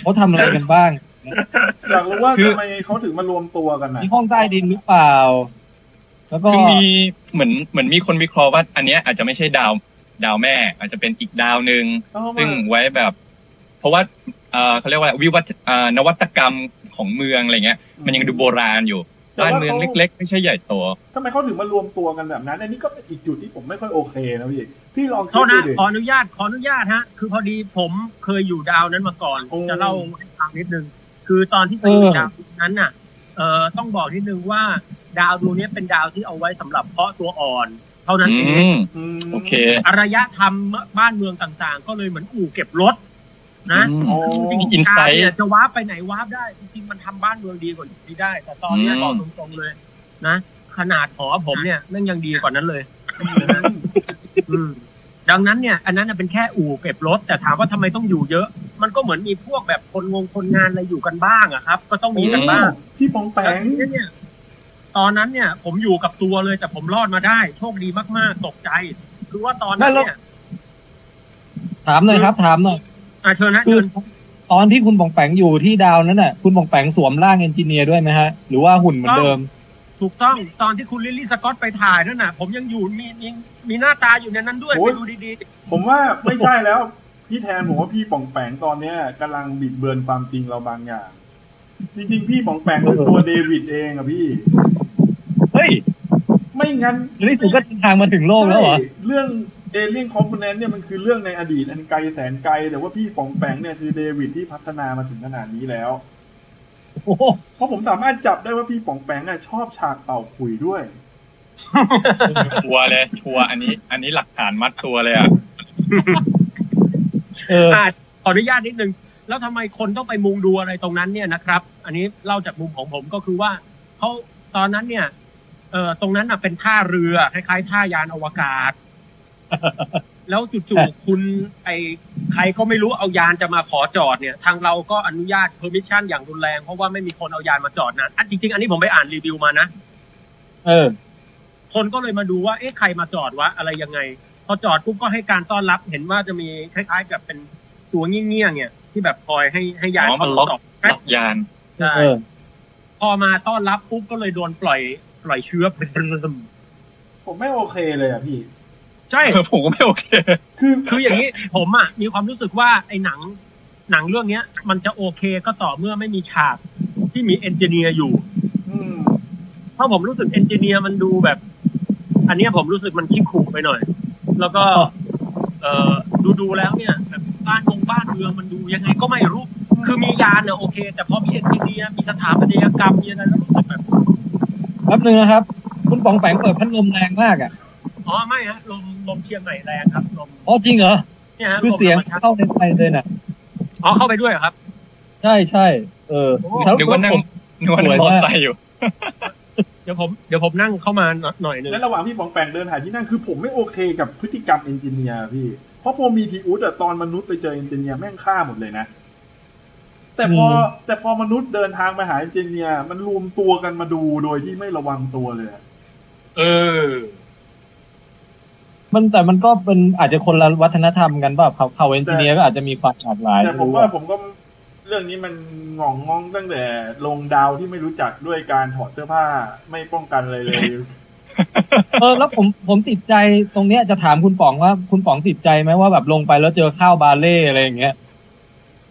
[SPEAKER 1] เขาทำอะไรกันบ้าง
[SPEAKER 4] อยากรู้ว่า
[SPEAKER 5] คือ
[SPEAKER 4] ทำไมเขาถึงมารวมตัวกันนะ
[SPEAKER 1] มีห้องใต้ดินหรือเปล่า แล้วก็
[SPEAKER 5] คือมีเหมือนเหมือนมีคนวิเคราะห์ว่า อันเนี้ยอาจจะไม่ใช่ดาวดาวแม่ อาจจะเป็นอีกดาวหนึ่ง
[SPEAKER 4] เอ้ามัน
[SPEAKER 5] ซึ่งไว้แบบ เพราะว่าเอ่อเขาเรียกว่าวิวัฒน์เอ่อนวัตกรรมของเมืองอะไรเงี้ย มันยังดูโบราณอยู่
[SPEAKER 4] แต่
[SPEAKER 5] บ้าน
[SPEAKER 4] ว่
[SPEAKER 5] เมือง
[SPEAKER 4] ข
[SPEAKER 5] เล็ก ๆ ไม่ใช่ใหญ่โต
[SPEAKER 4] ทำไมเขาถึงมารวมตัวกันแบบนั้น อันนี้ก็เป็นอีกจุดที่ผมไม่ค่อยโอเคนะพี่ พี่ลองคิ
[SPEAKER 7] โท
[SPEAKER 4] ด
[SPEAKER 7] ษ
[SPEAKER 4] ดู
[SPEAKER 7] นะ
[SPEAKER 4] ดิ
[SPEAKER 7] ขออนุญาตขออนุญาตฮะ คือพอดีผมเคยอยู่ดาวนั้นมาก่อน
[SPEAKER 4] โอ้
[SPEAKER 7] จะเล่าให้ฟังนิดนึง คือตอนที่ไปอยู่ดาวนั้นน่ะ เอ่อต้องบอกนิดนึงว่า ดาวดวงนี้เป็นดาวที่เอาไว้สำหรับเพาะตัวอ่อน เท่านั้น
[SPEAKER 5] อื
[SPEAKER 7] เอง
[SPEAKER 5] ม
[SPEAKER 4] ม
[SPEAKER 5] โอเค
[SPEAKER 7] อารยธรรมบ้านเมืองต่างๆ ก็เลยเหมือนอู่เก็บรถ นะ
[SPEAKER 5] อืม
[SPEAKER 4] อ๋อ
[SPEAKER 5] อินไซต์
[SPEAKER 7] การเยจะวาร์ปไปไหนวาร์ปได้จริงๆมันทำบ้านเมืองดีกว่านี้ได้ แต่ตอนเนี้ย
[SPEAKER 5] อืม
[SPEAKER 7] บอกตรงๆเลย นะ ขนาดหอผมเนี่ยแม่งยังดีกว่านั้นเลย อืมดังนั้นเนี่ย อันนั้นนะเป็นแค่อู่เก็บรถ แต่ถามว่าทำไมต้องอยู่เยอะ มันก็เหมือนมีพวกแบบคนงงคนงานอะไรอยู่กันบ้างอะครับ ก็ต้องมีกันบ้าง
[SPEAKER 4] พี่ปองแปง
[SPEAKER 7] แล้วทีนี้เนี่ย ตอนนั้นเนี่ย ผมอยู่กับตัวเลยแต่ผมรอดมาได้ โชคดีมากๆ ตกใจ คือว่าตอนนั้นเนี่ย
[SPEAKER 1] ถามหน่อยครับ ถามหน่อย
[SPEAKER 7] อ่ะเชิญนะ
[SPEAKER 1] คื
[SPEAKER 7] เชิ
[SPEAKER 1] อ
[SPEAKER 7] ญ
[SPEAKER 1] ตอนที่คุณปองแปงอยู่ที่ดาวนั้นน่ะ คุณปองแปงสวมร่างเอนจิเนียร์ด้วยไหมฮะ หรือว่าหุ่นเหมือนเดิม
[SPEAKER 7] ถูกต้องตอนที่คุณลิลลี่สกอตไปถ่ายนั่นน่ะ ผมยังอยู่มีมีมีหน้าตาอยู่ในนั้นด้วย
[SPEAKER 4] โอ้
[SPEAKER 7] ไป
[SPEAKER 4] ย
[SPEAKER 7] ดูดี
[SPEAKER 4] ผมว่าไม่ใช่แล้ว พี่แทนผมว่าพี่ปองแปงตอนเนี้ยกำลังบิดเบือนความจริงเราบางอย่าง จริงๆ พี่ปองแปงคือ
[SPEAKER 1] [LAUGHS]
[SPEAKER 4] ตัวเดวิดเองอะพี่
[SPEAKER 1] เฮ้ย
[SPEAKER 4] ไม่งั้น
[SPEAKER 1] ในที่สุดก็เดินทางมาถึงโลกแล้วเหรอ
[SPEAKER 4] ใช่เรื่องเอเลี่ยนคอมโพเนนต์เนี่ยมันคือเรื่องในอดีตอันไกลแสนไกล แต่ว่าพี่ปองแปงเนี่ยคือเดวิดที่พัฒนามาถึงขนาดนี้แล้ว
[SPEAKER 1] โอ้โห
[SPEAKER 4] เพราะผมสามารถจับได้ว่าพี่ป๋องแปงอ่ะชอบฉากเป่าขุยด้วย
[SPEAKER 5] ชัวร์เลย ชัวร์อันนี้ อันนี้หลักฐานมัดตัวเลยอ่ะ
[SPEAKER 1] เออ
[SPEAKER 7] ๆอ่ะขออนุญาตนิดนึง แล้วทำไมคนต้องไปมุงดูอะไรตรงนั้นเนี่ยนะครับ อันนี้เล่าจากมุมของผมก็คือว่าเขาตอนนั้นเนี่ยเอ่อตรงนั้นน่ะเป็นท่าเรือคล้ายๆท่ายานอวกา
[SPEAKER 4] [LAUGHS]
[SPEAKER 7] ศ แล้วจู่ๆคุณไอใครก็ไม่รู้เอายานจะมาขอจอดเนี่ย ทางเราก็อนุญาต permission อย่างรุนแรง เพราะว่าไม่มีคนเอายานมาจอดนะอันจริงๆ อันนี้ผมไปอ่านรีวิวมานะ
[SPEAKER 1] เออ
[SPEAKER 7] คนก็เลยมาดูว่าเอ๊ะใครมาจอดวะอะไรยังไง พอจอดปุ๊บก็ให้การต้อนรับ เห็นว่าจะมีคล้ายๆกับเป็นตัวเงี้ยงๆเนี่ย ที่แบบคอยให้ให้ยาน
[SPEAKER 5] อ๋อมันล็อก
[SPEAKER 7] จอด
[SPEAKER 5] หลักยาน
[SPEAKER 7] ใช่
[SPEAKER 1] เออ
[SPEAKER 7] พอมาต้อนรับปุ๊บก็เลยโดนปล่อยปล่อยเชื้อ
[SPEAKER 4] ผมไม่โอเคเลยอ่ะพี่
[SPEAKER 7] ใ ใช่
[SPEAKER 5] เออผมก็ไม่โอเค
[SPEAKER 4] คือ
[SPEAKER 7] คืออย่างนี้ ผมอ่ะมีความรู้สึกว่าไอ้หนัง หนังเรื่องเนี้ย มันจะโอเคก็ต่อเมื่อไม่มีฉากที่มีเอนจิเนียร์อยู่
[SPEAKER 4] อืม
[SPEAKER 7] เพราะผมรู้สึกเอนจิเนียร์มันดูแบบ อันเนี้ยผมรู้สึกมันขี้ขู่ไปหน่อย แล้วก็ เออดูดูๆแล้วเนี่ยแบบบ้านมงบ้านเมืองมันดูยังไงก็ไม่รู้ คือมียานเนี่ยโอเค แต่พอมีเอนจิเนียร์มีสถาปัตยกรรมมีอะไรแล้วรู้สึกแบบ
[SPEAKER 1] แป๊บนึงนะครับ คุณปองแปงเปิดพัดลมแรงมากอ่ะ
[SPEAKER 7] อ๋อไม่ฮะลมลมเชียงใหม่แรงครับลม
[SPEAKER 1] อ๋อจริงเหรอ
[SPEAKER 7] เนี่ยฮะ
[SPEAKER 1] คือเสียง
[SPEAKER 7] ลมธรรมชาติ
[SPEAKER 1] เข้าในไฟเลยน่ะ
[SPEAKER 7] อ๋อเข้าไปด้วยเหรอครับ
[SPEAKER 1] ใช่ใช่เออแล้ว
[SPEAKER 5] นึกว่านั่ง
[SPEAKER 1] ผม
[SPEAKER 5] นึกว่า
[SPEAKER 1] สว
[SPEAKER 5] นั่ง
[SPEAKER 1] ย
[SPEAKER 5] มอ
[SPEAKER 1] มาก
[SPEAKER 5] ไซค์อยู่
[SPEAKER 7] เดี๋ยวผมเดี๋ยวผมนั่งเข้ามาหน่อยหนึ่ง
[SPEAKER 4] และระหว่างพี่ปองแปงเดินหาที่นั่งคือผมไม่โอเคกับพฤติกรรมเอนจิเนียร์พี่ เพราะพอมีทีอุสอะตอนมนุษย์ไปเจอเอนจิเนียร์แม่งฆ่าหมดเลยนะ แต่พออ
[SPEAKER 1] ม
[SPEAKER 4] แต่พอมนุษย์เดินทางไปหาเอนจิเนียร์มันรวมตัวกันมาดูโดยที่ไม่ระวังตัวเลยอะ
[SPEAKER 7] เออ
[SPEAKER 1] มันแต่มันก็เป็นอาจจะคนละวัฒนธรรมกันเปล่าเขาเขาเอนจิเนียร์ก็อาจจะมีความหลากหลาย
[SPEAKER 4] แต่ผม
[SPEAKER 1] รู้
[SPEAKER 4] ว่า
[SPEAKER 1] อะ
[SPEAKER 4] ผมก็เรื่องนี้มันหง่องงองตั้งแต่ลงดาวที่ไม่รู้จักด้วยการถอดเสื้อผ้าไม่ป้องกันอะไรเลย
[SPEAKER 1] เออแล้วผมผมติดใจตรงเนี้ยจะถามคุณป๋องว่าคุณป๋องติดใจไหมว่าแบบลงไปแล้วเจอข้าวบาเล่อะไรอย่างเงี้ย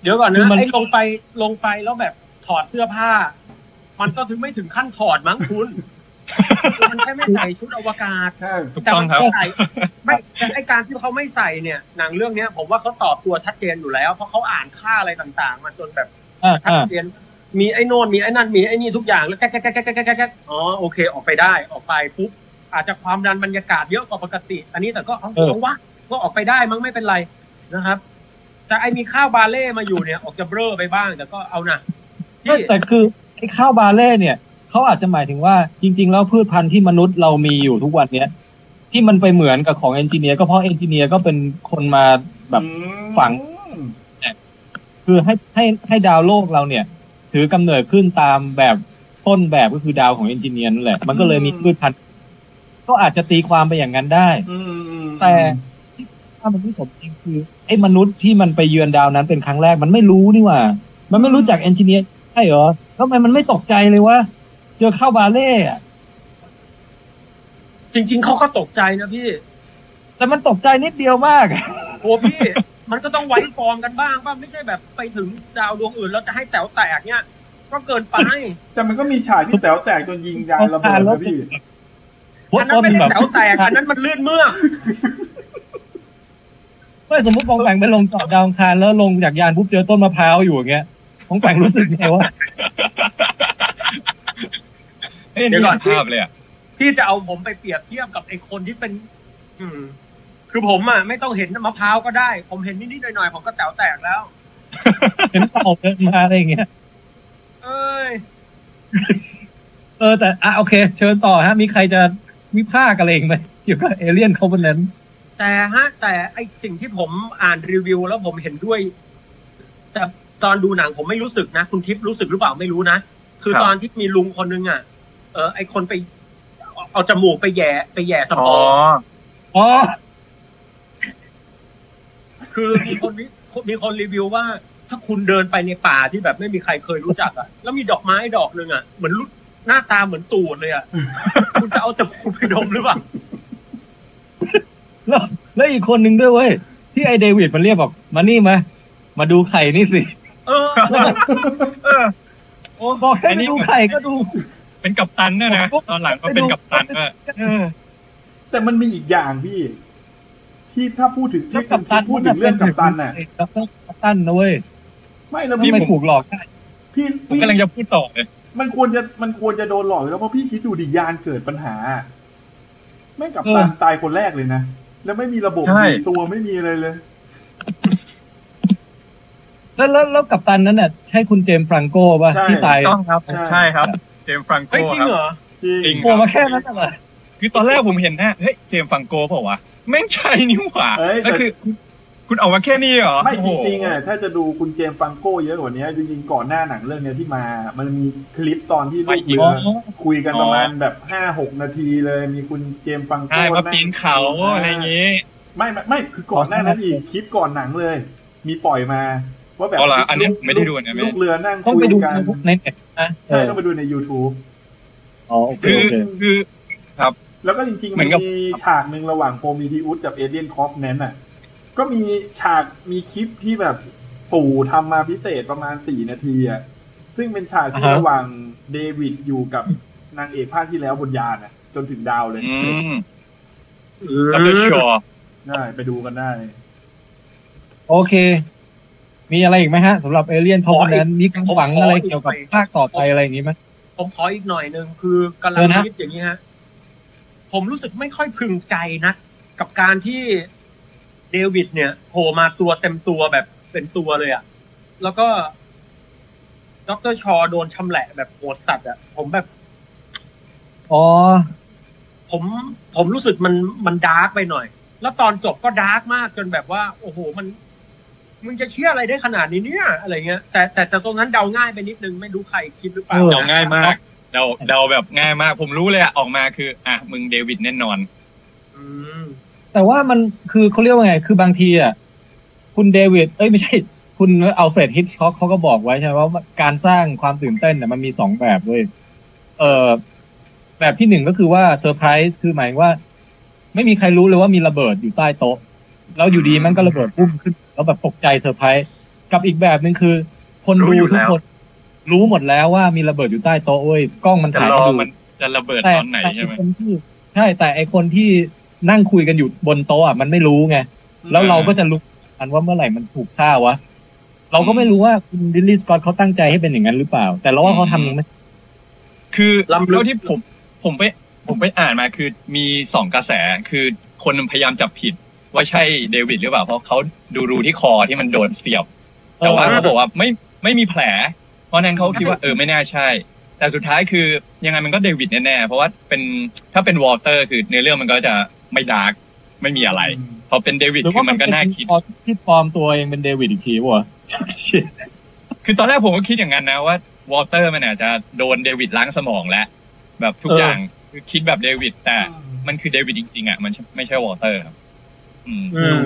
[SPEAKER 7] เดี๋ยวก่อน
[SPEAKER 1] คือ
[SPEAKER 7] นะ
[SPEAKER 1] มัน
[SPEAKER 7] ไอ้ลงไปลงไปแล้วแบบถอดเสื้อผ้า มันก็ถึงไม่ถึงขั้นถอดมั้งคุณ [LAUGHS] มันแค่ไม่ใส่ชุดอวกาศ
[SPEAKER 4] ใช่
[SPEAKER 5] ถูก
[SPEAKER 7] แต่
[SPEAKER 5] ต้อง
[SPEAKER 7] มัน
[SPEAKER 5] ครับ
[SPEAKER 7] ก็ใส่ไม่แต่ไอการที่เขาไม่ใส่เนี่ย หนังเรื่องเนี้ย ผมว่าเขาตอบตัวชัดเจนอยู่แล้ว เพราะเขาอ่านค่าอะไรต่างๆ มาจนแบบ
[SPEAKER 1] อ่า
[SPEAKER 7] ชัด
[SPEAKER 1] อ่า
[SPEAKER 7] เจนมีไอ้โน่นมีไอ้นั่นมีไอ้นี่ทุกอย่างแล้วแก๊กแก๊กแก๊กแก๊กแก๊กแก๊กแก๊กอ๋อโอเค ออกไปได้ออกไปปุ๊บอาจจะความดันบรรยากาศเยอะกว่าปกติ อันนี้แต่ก็เอาเอาวะก็ออกไปได้มั้งไม่เป็นไรนะครับ แต่ไอมีข้าวบาเล่มาอยู่เนี่ย ออกจะเบ้อไปบ้างแต่ก็เอานะที่
[SPEAKER 1] แต่คือไอ้ข้าวบาเล่เนี่ยเขาอาจจะหมายถึงว่าจริง ๆ แล้วพืชพันธุ์ที่มนุษย์เรามีอยู่ทุกวันเนี้ยที่มันไปเหมือนกับของเอนจิเนียร์ก็เพราะเอนจิเนียร์ก็เป็นคนมาแบบ
[SPEAKER 4] อืม
[SPEAKER 1] ฝัง คือให้ให้ให้ดาวโลกเราเนี่ย ถือกำเนิดขึ้นตามแบบต้นแบบก็คือดาวของเอนจิเนียร์นั่นแหละ มันก็เลยมีพืชพันธุ์ ก็อาจจะตีความไปอย่างนั้นได้
[SPEAKER 4] อืมอืม
[SPEAKER 1] แต่ที่ว่ามันไม่สมจริงคือไอ้มนุษย์ที่มันไปเยือนดาวนั้นเป็นครั้งแรกมันไม่รู้นี่หว่า มันไม่รู้จักเอนจิเนียร์ใช่เหรอแล้วทำไมมันไม่ตกใจเลยวะเจอเข้าวบาเล่อะ
[SPEAKER 7] จริง ๆเขาก็ตกใจนะพี่
[SPEAKER 1] แต่มันตกใจนิดเดียวมาก
[SPEAKER 7] โอ้พี่ มันก็ต้องไว้ฟอร์มกันบ้างป่ะไม่ใช่แบบไปถึงดาวดวงอื่น แล้วจะให้แต๋วแตกเนี่ย ก็เกินไป
[SPEAKER 4] แต่มันก็มีฉากที่แต๋วแตกจนยิงยางระเบิดนะพี่
[SPEAKER 7] อันนั้นไม่ได้แต๋วแตกอันนั้นมันลื่นเมื่อก
[SPEAKER 1] ไม่สมมติปองแปงไปลงจอดดาวอังคารแล้วลงจากยานปุ๊บเจอต้นมะพร้าวอยู่อย่างเงี้ยปองแปงรู้สึกไงวะ
[SPEAKER 5] เฮ้ยนี่ก่อนภาพเลยอ่ะ
[SPEAKER 7] ที่จะเอาผมไปเปรียบเทียบกับไอ้คนที่เป็น อืม คือผมอ่ะไม่ต้องเห็นมะพร้าวก็ได้ ผมเห็นนิดๆหน่อยๆผมก็แต๋วแตกแล้ว
[SPEAKER 1] เห็นเต่าเดินมาอะไรอย่างเงี้ย
[SPEAKER 7] เอ้ย
[SPEAKER 1] เออแต่อ่ะโอเค เชิญต่อฮะ มีใครจะวิพากษ์อะไรอีกไหมเกี่ยวกับเอเลี่ยนคอมเนนต์
[SPEAKER 7] แต่ฮะ แต่ไอสิ่งที่ผมอ่านรีวิวแล้วผมเห็นด้วย แต่ตอนดูหนังผมไม่รู้สึกนะ คุณทิพย์รู้สึกหรือเปล่าไม่รู้นะ คือ
[SPEAKER 5] ครับ
[SPEAKER 7] ตอนที่มีลุงคนนึงอ่ะ เออไอคนไปเอาเอาจมูกไปแหย่ไปแหย่ส
[SPEAKER 5] อ๋
[SPEAKER 7] ม
[SPEAKER 5] อ
[SPEAKER 7] อง
[SPEAKER 1] อ๋อ
[SPEAKER 7] คือมีคนวิมีคนรีวิวว่า ถ้าคุณเดินไปในป่าที่แบบไม่มีใครเคยรู้จักอ่ะ แล้วมีดอกไม้ดอกหนึ่งอ่ะ เหมือนลุหน้าตาเหมือนตูดเลย
[SPEAKER 5] [LAUGHS]
[SPEAKER 7] อ่ะ คุณจะเอาจมูกไปดมหรือเปล่า
[SPEAKER 1] แล้วแล้วอีกคนหนึ่งด้วยเว้ย ที่ไอเดวิดมันเรียกบอกมานี่มามาดูไข่นี่สิ [LAUGHS]
[SPEAKER 7] เออ
[SPEAKER 5] เออ
[SPEAKER 7] โอ้
[SPEAKER 1] บอกให้
[SPEAKER 5] อัน
[SPEAKER 1] ไป
[SPEAKER 5] นี้
[SPEAKER 1] ดูไข่ก็ดู
[SPEAKER 5] เป็นกัปตันด้วยนะ ตอนหลังก็เป็นกัปตันด้วยเออ
[SPEAKER 4] แต่มันมีอีกอย่างพี่ ที่ถ้าพูดถึงที่คุณทิพย์พูดถึงเรื่องกัปตันน่ะ
[SPEAKER 1] กัปตันกัปตันนะเว้ย
[SPEAKER 4] ไม่แล้ว
[SPEAKER 1] ทำ
[SPEAKER 4] พี่
[SPEAKER 1] ไมถูกหลอกได้
[SPEAKER 4] พี่
[SPEAKER 5] ผม
[SPEAKER 4] พี่
[SPEAKER 5] กำลังจะพูดต่อเลย
[SPEAKER 4] มันควรจะมันควรจะโดนหลอกอยู่แล้วเพราะพี่คิดดูดิยานเกิดปัญหาแม่งกับตันตายคนแรกเลยนะ แล้วไม่มีระบบมีตัวไม่มีอะไรเลย
[SPEAKER 1] แล้วแล้วแล้วกัปตันนั้นน่ะใช่คุณเจมส์ฟรังโกป่ะ
[SPEAKER 4] ใช่
[SPEAKER 1] ที่ตาย
[SPEAKER 5] ถูกต้องครับ
[SPEAKER 4] ใช่
[SPEAKER 5] ใช่ครับ เจมส์ฟรังโก
[SPEAKER 7] เฮ้ยจริ
[SPEAKER 5] ค
[SPEAKER 7] ง
[SPEAKER 5] รับ
[SPEAKER 7] เหรอ
[SPEAKER 4] จริง
[SPEAKER 5] จริง
[SPEAKER 1] โผล่มาแค่นั้นน่ะเหรอ
[SPEAKER 5] คือตอนแรกผมเห็นหนะเฮ้ย เจมส์ฟรังโกเปล่าวะ แม่งใช่นี่หว่า
[SPEAKER 4] เอ้ย
[SPEAKER 5] แล้ว
[SPEAKER 4] แต่
[SPEAKER 5] คือคุณคุณเอามาแค่นี้เหรอ
[SPEAKER 4] ไม่
[SPEAKER 5] โอ้
[SPEAKER 4] จ
[SPEAKER 5] โห
[SPEAKER 4] ริงๆอ่ะถ้าจะดูคุณเจมส์ฟังโก้เยอะกว่านี้จริงๆก่อนหน้าหนังเรื่องเนี้ยที่มา มันมีคลิปตอนที่ลูกเรืออคุยกันประมาณแบบห้าหกนาทีเลย มีคุณเจมส์ฟังโก้
[SPEAKER 5] ใช่มา
[SPEAKER 4] นั่ง
[SPEAKER 5] ปีนเขาอะไรอย่างงี้
[SPEAKER 4] ไม่ไม่ไม่คือก่อนหน้านั้นอีกคลิปก่อนหนังเลย มีปล่อยมา ว่าแบบ
[SPEAKER 5] อ๋อเหรออันเนี้ย
[SPEAKER 4] ลูก
[SPEAKER 5] ไม่ได้ดูอันเนี้ยไม่ได้
[SPEAKER 4] ลูกเรือนั่ง
[SPEAKER 1] ต้อง
[SPEAKER 4] คุ
[SPEAKER 1] ไป
[SPEAKER 4] ย
[SPEAKER 1] ดู
[SPEAKER 4] กัน
[SPEAKER 1] ในเน็ตนะเอ
[SPEAKER 4] ใช่
[SPEAKER 1] อ
[SPEAKER 4] ต้องไปดูใน YouTube
[SPEAKER 1] อ๋อโอเค
[SPEAKER 5] คือ
[SPEAKER 1] โอเค
[SPEAKER 5] คือครับ
[SPEAKER 4] แล้วก็จริงๆ
[SPEAKER 5] เหมื
[SPEAKER 4] มัน
[SPEAKER 5] อนกับ
[SPEAKER 4] มีฉากหนึ่งระหว่างโปรมีเทอุสกับเอเลียนคอฟแนนน่ะ ก็มีฉากมีคลิปที่แบบปู่ทำมาพิเศษประมาณสี่นาทีอ่ะซึ่งเป็นฉากที่
[SPEAKER 1] อ่าฮะ
[SPEAKER 4] ระหว่างเดวิดอยู่กับนางเอกภาคที่แล้วบนยานอ่ะ จนถึงดาวเลย
[SPEAKER 5] อืมดับเบิลชอ
[SPEAKER 4] ได้ไปดูกันได้
[SPEAKER 1] โอเค มีอะไรอีกไหมฮะสำหรับเอเลี่ยนคอมพนนมีความหวังอะไรเกี่ยวกับภาคต่อไปอะไรอย่างนี้ไหม
[SPEAKER 7] ผมขออีกหน่อยหนึ่งคือกำลั
[SPEAKER 1] เอง อนะ
[SPEAKER 7] คิดอย่างนี้ฮะ ผมรู้สึกไม่ค่อยพึงใจนะ กับการที่เดวิดเนี่ยโผล่มาตัวเต็มตัวแบบเป็นตัวเลยอะแล้วก็ดอกเตอรชอโดนชำแหละแบบโหดสัตว์อะผมแบบ
[SPEAKER 1] อ๋อ
[SPEAKER 7] ผมผมรู้สึกมันมันดาร์กไปหน่อย แล้วตอนจบก็ดาร์กมากจนแบบว่า โอ้โหมัน มึงจะเชื่ออะไรได้ขนาดนี้เนี่ย อะไรเงี้ยแต่แต่แต่ตรงนั้นเดาง่ายไปนิดนึงไม่รู้ใครคิดหรือเปล่า
[SPEAKER 1] เออ
[SPEAKER 5] เดาง่ายมาก เดาเดาแบบง่ายมาก ผมรู้เลยอะออกมาคือ อ่ะ มึงเดวิดแน่นอน
[SPEAKER 7] อืม
[SPEAKER 1] แต่ว่ามันคือเขาเรียกว่าไง คือบางทีอ่ะคุณเดวิดเอ้ยไม่ใช่ คุณอัลเฟรดฮิตช็อกเขาก็บอกไว้ใช่ไหมว่าการสร้างความตื่นเต้นเนี่ยมันมีสองแบบเว้ยเออแบบที่หนึ่งก็คือว่าเซอร์ไพรส์คือหมายว่า ไม่มีใครรู้เลยว่ามีระเบิดอยู่ใต้โต๊ะ แล้วอยู่ดีมันก็ระเบิดปุ้มขึ้น แล้วแบบตกใจเซอร์ไพรส์กับอีกแบบหนึ่งคือ คน
[SPEAKER 5] รู้
[SPEAKER 1] ดู
[SPEAKER 5] อยู่
[SPEAKER 1] ทุก
[SPEAKER 5] แล้ว
[SPEAKER 1] คนรู้หมดแล้วว่ามีระเบิดอยู่ใต้โต๊ะเว้ยกล้องมัน
[SPEAKER 5] จะ
[SPEAKER 1] ถ่าย
[SPEAKER 5] รอ
[SPEAKER 1] ให้ดู
[SPEAKER 5] มันจะระเบิดตอนไหนใช่ไหม
[SPEAKER 1] คนที่ใช่แต่ไอคนที่นั่งคุยกันอยู่บนโต๊ะอ่ะมันไม่รู้ไง แล้วเราก็จะรู้อันว่าเมื่อไหร่มันถูกฆ่าวะ เราก็ไม่รู้ว่าคุณดิลลี่สกอตเขาตั้งใจให้เป็นอย่างนั้นหรือเปล่า แต่เราว่าเขาทำยังไม่
[SPEAKER 5] คือ
[SPEAKER 7] ล้ำลึก
[SPEAKER 5] เท่าที่ผมผมไปผมไปอ่านมาคือมีสองกระแสคือคนพยายามจับผิดว่าใช่เดวิดหรือเปล่าเพราะเขาดูรูที่คอที่มันโดนเสียบ แต่ว่าเขาบอกว่าไม่ไม่มีแผล เพราะฉะนั้นเขาคิดว่าเออไม่น่าใช่ แต่สุดท้ายคือยังไงมันก็เดวิดแน่ๆเพราะว่าเป็นถ้าเป็นวอลเตอร์คือเนื้อเรื่องมันก็จะไม่ดาร์กไม่มีอะไรพอเป็นเดวิด
[SPEAKER 1] หรือ
[SPEAKER 5] คื
[SPEAKER 1] ว่า
[SPEAKER 5] อ
[SPEAKER 1] มั
[SPEAKER 5] มัน น
[SPEAKER 1] เป็น
[SPEAKER 5] ก็น่าคิด
[SPEAKER 1] พอที่ปลอมตัวเองเป็นเดวิดอีกทีวะ [LAUGHS]
[SPEAKER 5] คือตอนแรกผมก็คิดอย่างนั้นนะว่าวอลเตอร์มันอาจจะโดนเดวิดล้างสมองแล้วแบบทุก
[SPEAKER 1] เออ
[SPEAKER 5] อ
[SPEAKER 1] อ
[SPEAKER 5] ย่างคือคิดแบบเดวิดแต่ มันคือเดวิดจริงๆอ่ะมันไม่ใช่วอลเตอร์ครับอืม
[SPEAKER 7] อืม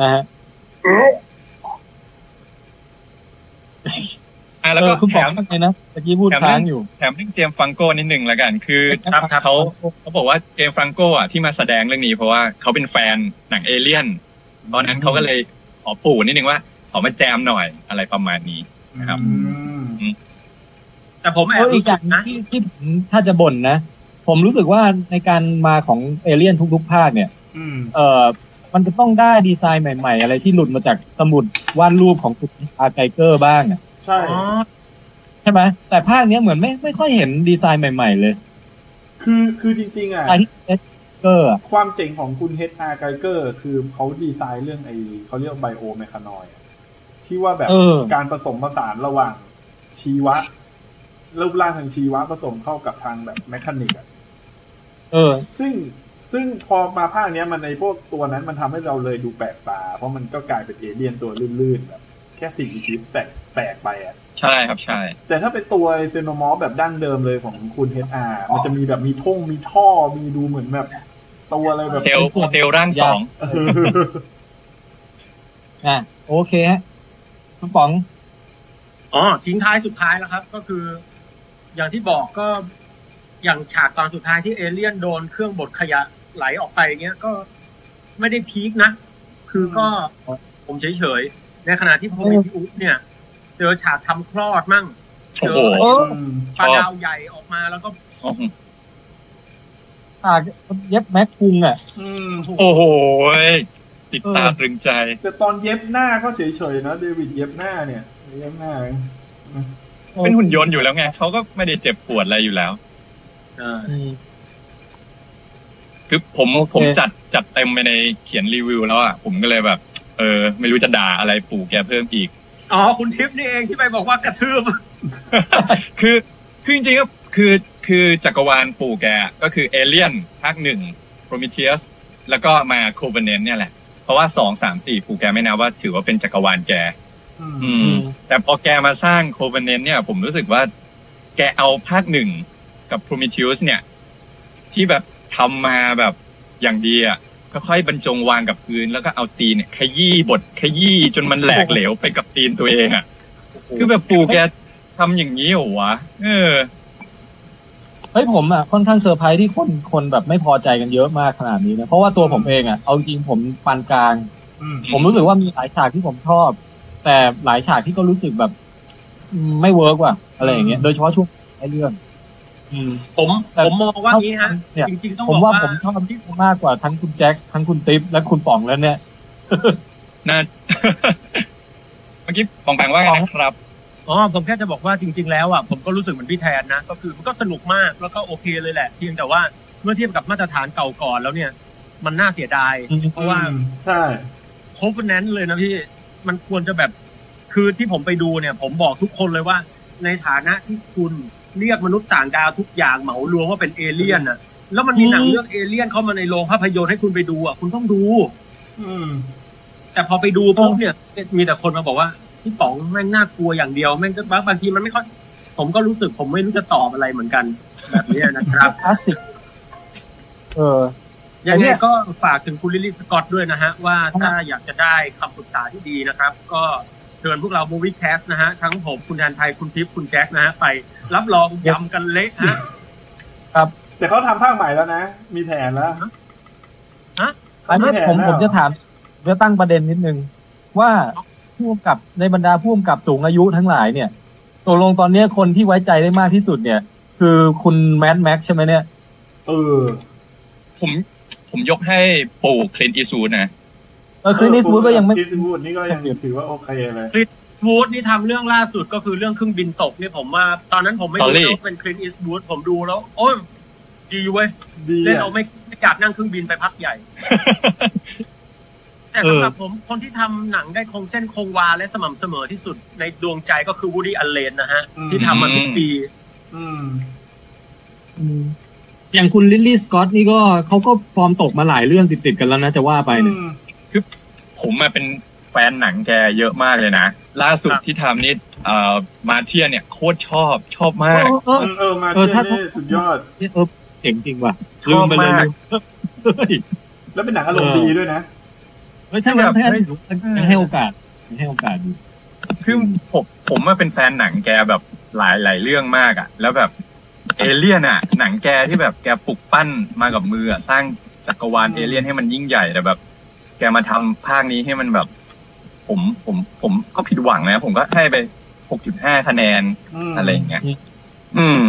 [SPEAKER 1] นะฮะ
[SPEAKER 5] อ่ะ
[SPEAKER 1] แล้
[SPEAKER 5] แล้
[SPEAKER 1] ก็
[SPEAKER 5] ว วก็
[SPEAKER 1] คุณ
[SPEAKER 5] แถ
[SPEAKER 1] บอก
[SPEAKER 5] ม
[SPEAKER 1] ว่าไงนะเมื่อกี้พูด
[SPEAKER 5] แถม
[SPEAKER 1] ค้างอยู่
[SPEAKER 5] แถมเรื่องเจมส์ฟรังโก้นิดหนึ่งแล้วกัน คือเขาเขาบอกว่าเจมส์ฟรังโก้อ่ะที่มาแสดงเรื่องนี้เพราะว่าเขาเป็นแฟนหนังเอเลี่ยน ตอนนั้นเขาก็เลยขอปู่นิดนึงว่า ขอมาแจมหน่อยอะไรประมาณนี้นะครับ
[SPEAKER 7] แต่ผมแอ
[SPEAKER 1] เอบ ออีก
[SPEAKER 7] รู้
[SPEAKER 1] อ
[SPEAKER 7] สึ
[SPEAKER 1] ย่าก งหนึ่ง
[SPEAKER 7] นะ
[SPEAKER 1] ที่ที่ผมถ้าจะบ่นนะ ผมรู้สึกว่าในการมาของเอเลี่ยนทุกๆภาคเนี่ย
[SPEAKER 4] อืม
[SPEAKER 1] เอ่อมันจะต้องได้ดีไซน์ใหม่ ๆ อะไรที่หลุดมาจากสมุดวาดรูปของคุณอาไกเกอร์บ้างอะ
[SPEAKER 4] ใช่
[SPEAKER 7] อ๋อ
[SPEAKER 1] ใช่ไหมแต่ภาคเนี้ยเหมือนไม่ไม่ค่อยเห็นดีไซน์ใหม่ ๆ เลย
[SPEAKER 4] คือคือจริง ๆ อ่ะ
[SPEAKER 1] ไอที่ไกเกอร์อะ
[SPEAKER 4] ความเจ๋งของคุณเฮดอาร์ไกเกอร์ คือเขาดีไซน์เรื่องไอเขาเรียกไบโอเมคานอยที่ว่าแบบ
[SPEAKER 1] เออ
[SPEAKER 4] การผสมผสานระหว่างชีวะ รูปร่างทางชีวะผสมเข้ากับทางแบบแมคานิกอ่ะ
[SPEAKER 1] เออ
[SPEAKER 4] ซึ่งซึ่งพอมาภาคเนี้ยมันในพวกตัวนั้นมันทำให้เราเลยดูแปลกตา เพราะมันก็กลายเป็นเอเลี่ยนตัวลื่นๆแบบแค่สิ่งมีชีวิตแปลกแปลกไปอ่ะ
[SPEAKER 5] ใช่ครับใช่
[SPEAKER 4] แต่ถ้าเป็นตัวเซโนมอร์แบบดั้งเดิมเลยของคุณเฮดอาร์มันจะมีแบบมีท่งมีท่อมีดูเหมือนแบบ ตัวอะไรแบบ
[SPEAKER 5] เซลล์เซลล์ร่างสอง
[SPEAKER 1] อ่ะ โอเคฮะคุณป๋อง
[SPEAKER 7] อ๋อทิ้งท้ายสุดท้ายแล้วครับ ก็คือ อย่างที่บอกก็อย่างฉากตอนสุดท้ายที่เอเลี่ยนโดนเครื่องบดขยะไหลออกไปเงี้ยก็ไม่ได้พีคนะ คือก็ผมเฉยๆ ในขณะที่ผม
[SPEAKER 1] เออ
[SPEAKER 7] อุ๊บเนี่ย เจอฉากทำคลอดมั่ง
[SPEAKER 5] โอ้
[SPEAKER 7] เจ
[SPEAKER 5] โห
[SPEAKER 7] อ
[SPEAKER 1] เออ
[SPEAKER 7] ปลาดาวใหญ่ออกมาแล้วก็
[SPEAKER 1] ฉากเย็บแม็กคุงอ่ะ
[SPEAKER 5] โอ้โหติดตาตรึงใจ
[SPEAKER 4] แต่ตอนเย็บหน้าก็เฉยๆนะเดวิดเย็บหน้าเนี่ยเย็บหน้า
[SPEAKER 5] เป็นหุ่นยนต์อยู่แล้วไงเขาก็ไม่ได้เจ็บปวดอะไรอยู่แล้ว
[SPEAKER 1] อืม
[SPEAKER 5] คือผม
[SPEAKER 1] โอเค
[SPEAKER 5] ผมจัดจัดเต็มไปในเขียนรีวิวแล้วอ่ะผมก็เลยแบบ เออ ไม่รู้จะด่าอะไรปู่แกเพิ่มอีก
[SPEAKER 7] อ๋อ คุณทิพย์นี่เองที่ไปบอกว่ากระทืบ
[SPEAKER 5] คือคือจริงๆก็คือคือจักรวาลปู่แกก็คือเอเลียนภาคหนึ่งโ r รมิเทียสแล้วก็มาโคเ e เนนเนี่ยแหละ เพราะว่าสองสามสี่ปู่แกไม่นับว่าถือว่าเป็นจักรวาลแก อืม แต่พอแกมาสร้างโคเ e เนนเนี่ย ผมรู้สึกว่า แกเอาภาคหนึ่งกับโ r รมิเทียสเนี่ย ที่แบบทำมาแบบอย่างดีอ่ะค่อยๆบรรจงวางกับพื้น แล้วก็เอาตีนเนี่ยขยี้บทขยี้จนมันแหลกเหลวไปกับตีนตัวเองอ่ะ คือแบบปู่แกทำอย่างนี้เหรอวะ เออ
[SPEAKER 1] เฮ้ยผมอ่ะค่อนข้างเซอร์ไพรส์ที่คนคนแบบไม่พอใจกันเยอะมากขนาดนี้นะเพราะว่าตัวผมเองอ่ะเอาจริงผมปานกลาง
[SPEAKER 4] อืม
[SPEAKER 1] ผมรู้สึกว่ามีหลายฉากที่ผมชอบ แต่หลายฉากที่ก็รู้สึกแบบอืมไม่เวิร์กว่ะอะไรอย่างเงี้ยโดยเฉพาะช่วงไอ้เรื่อง อืม
[SPEAKER 7] ผมผมมองว่างี้ฮะ
[SPEAKER 1] เนี่ย
[SPEAKER 7] จริงๆต้อง
[SPEAKER 1] ผม
[SPEAKER 7] บอก
[SPEAKER 1] ว่า
[SPEAKER 7] ว่า
[SPEAKER 1] ผมชอบที่มากกว่าทั้งคุณแจ็คทั้งคุณติ๊บและคุณป๋องแล้วเนี่ย
[SPEAKER 5] น่า [LAUGHS] เมื่อกี้ปองแปงว่าไงนะครับ
[SPEAKER 7] อ๋อผมแค่จะบอกว่าจริง ๆ แล้วอ่ะผมก็รู้สึกเหมือนพี่แทนนะ ก็คือมันก็สนุกมากแล้วก็โอเคเลยแหละ เพียงแต่ว่าเมื่อเทียบกับมาตรฐานเก่าก่อนแล้วเนี่ย มันน่าเสียดาย เพราะว่า
[SPEAKER 4] อืมใช่
[SPEAKER 7] โคฟแนนซ์เลยนะพี่มันควรจะแบบคือที่ผมไปดูเนี่ย ผมบอกทุกคนเลยว่า ในฐานะที่คุณเรียกมนุษย์ต่างดาวทุกอย่างเหมารวมว่าเป็นเอเลี่ยนอ่ะ แล้วมันมีหนังเรื่องเอเลี่ยนเข้ามาในโรงภาพยนตร์ให้คุณไปดูอ่ะคุณต้องดู
[SPEAKER 4] อืม
[SPEAKER 7] แต่พอไปดูปุ๊บเนี่ย มีแต่คนมาบอกว่าพี่ป๋องแม่งน่ากลัวอย่างเดียวแม่งก็บางบางทีมันไม่ค่อยผมก็รู้สึกผมไม่รู้จะตอบอะไรเหมือนกัน แบบเนี้ยนะครับ
[SPEAKER 1] คลาสสิก เออ
[SPEAKER 7] [LAUGHS] อย่างนี้ก็ฝากถึงคุณลิลลี่สกอตด้วยนะฮะ ว่าถ้าอยากจะได้คำปรึกษาที่ดีนะครับ ก็เชิญพวกเรา m o v i e c a s t นะฮะ ทั้งผมคุณแทนไทย คุณทิพย์คุณแจ็คนะฮะ ไปรับรอง
[SPEAKER 1] Yes
[SPEAKER 7] ยำกันเละฮะ
[SPEAKER 4] แต่เขาทำภาคใหม่แล้วนะ มีแผนแล้ว
[SPEAKER 1] อันนี้ผมผมจะถามจะตั้งประเด็นนิดนึง ว่าผู้กำกับในบรรดาผู้กำกับสูงอายุทั้งหลายเนี่ยตกลงตอนเนี้ยคนที่ไว้ใจได้มากที่สุดเนี่ย คือคุณแมดแม็กใช่ไหมเนี่ย
[SPEAKER 4] เออ
[SPEAKER 5] ผมผมยกให้ปู่คลินอีซูนะ
[SPEAKER 1] เออคลินิสวูดก็ยังไม่
[SPEAKER 4] คลินวูดนี่ก็ยังถือว่าโอเคเลย
[SPEAKER 7] วูดนี่ทำเรื่องล่าสุดก็คือเรื่องเครื่องบินตกเนี่ยผมว่า ตอนนั้นผมไม่รู้
[SPEAKER 5] Sorry
[SPEAKER 7] ว่าเป็นคลินอีสวูดผมดูแล้ว โอ้ยดีเว้ย
[SPEAKER 4] ดี
[SPEAKER 7] เล่น
[SPEAKER 4] อ่ะ
[SPEAKER 7] เอาไม่ไม่อยากนั่งเครื่องบินไปพักใหญ่ แต่สำหรับผมคนที่ทำหนังได้คงเส้นคงวาและสม่ำเสมอที่สุดในดวงใจก็คือวูดี้อัลเลนนะฮะ ที่ทำมาทุกปี
[SPEAKER 4] อืม
[SPEAKER 1] อย่างคุณลิลลี่สกอตนี่ก็เขาก็ฟอร์มตกมาหลายเรื่องติดๆกันแล้วนะจะว่าไปเนี่ย
[SPEAKER 5] ผมมาเป็นแฟนหนังแกเยอะมากเลยนะ ล่าสุดที่ทำนี่เอ่อมาเทียเนี่ยโคตรชอบชอบ
[SPEAKER 1] เอ
[SPEAKER 5] มาก
[SPEAKER 1] อเอ
[SPEAKER 4] เอ
[SPEAKER 1] อ
[SPEAKER 4] อเออมา
[SPEAKER 1] เออ
[SPEAKER 4] เชื่อ
[SPEAKER 1] ถ้า
[SPEAKER 4] นี่สุดยอด
[SPEAKER 1] เออเจ๋งจริงว่ะ
[SPEAKER 5] ช
[SPEAKER 1] ลื
[SPEAKER 5] อ
[SPEAKER 1] ม
[SPEAKER 5] บ
[SPEAKER 1] ไปเลย
[SPEAKER 5] มาก
[SPEAKER 1] ลืมเฮ้ย
[SPEAKER 4] แล้วเป็นหนังอารมณ์
[SPEAKER 1] เออ
[SPEAKER 4] ดีด้วยนะ
[SPEAKER 1] เฮ้ยถ้างั้นถ้างั้นยังให้โอกาสยังให้โอกาสอยู่
[SPEAKER 5] คือผมผมมาเป็นแฟนหนังแกแบบหลายหลายเรื่องมากอะ่ะ แล้วแบบเอเลี่ยนอ่ะ หนังแกที่แบบแกปลุกปั้นมากับมืออะสร้างจักรวาล
[SPEAKER 4] อืม
[SPEAKER 5] เอเลี่ยนให้มันยิ่งใหญ่แต่แบบ แกมาทำภาคนี้ให้มันแบบ ผมผมผมก็ผิดหวังนะ ผมก็ให้ไป 6.5 คะแนน
[SPEAKER 4] อืม
[SPEAKER 5] อะไรอย่างเงี้ย อืม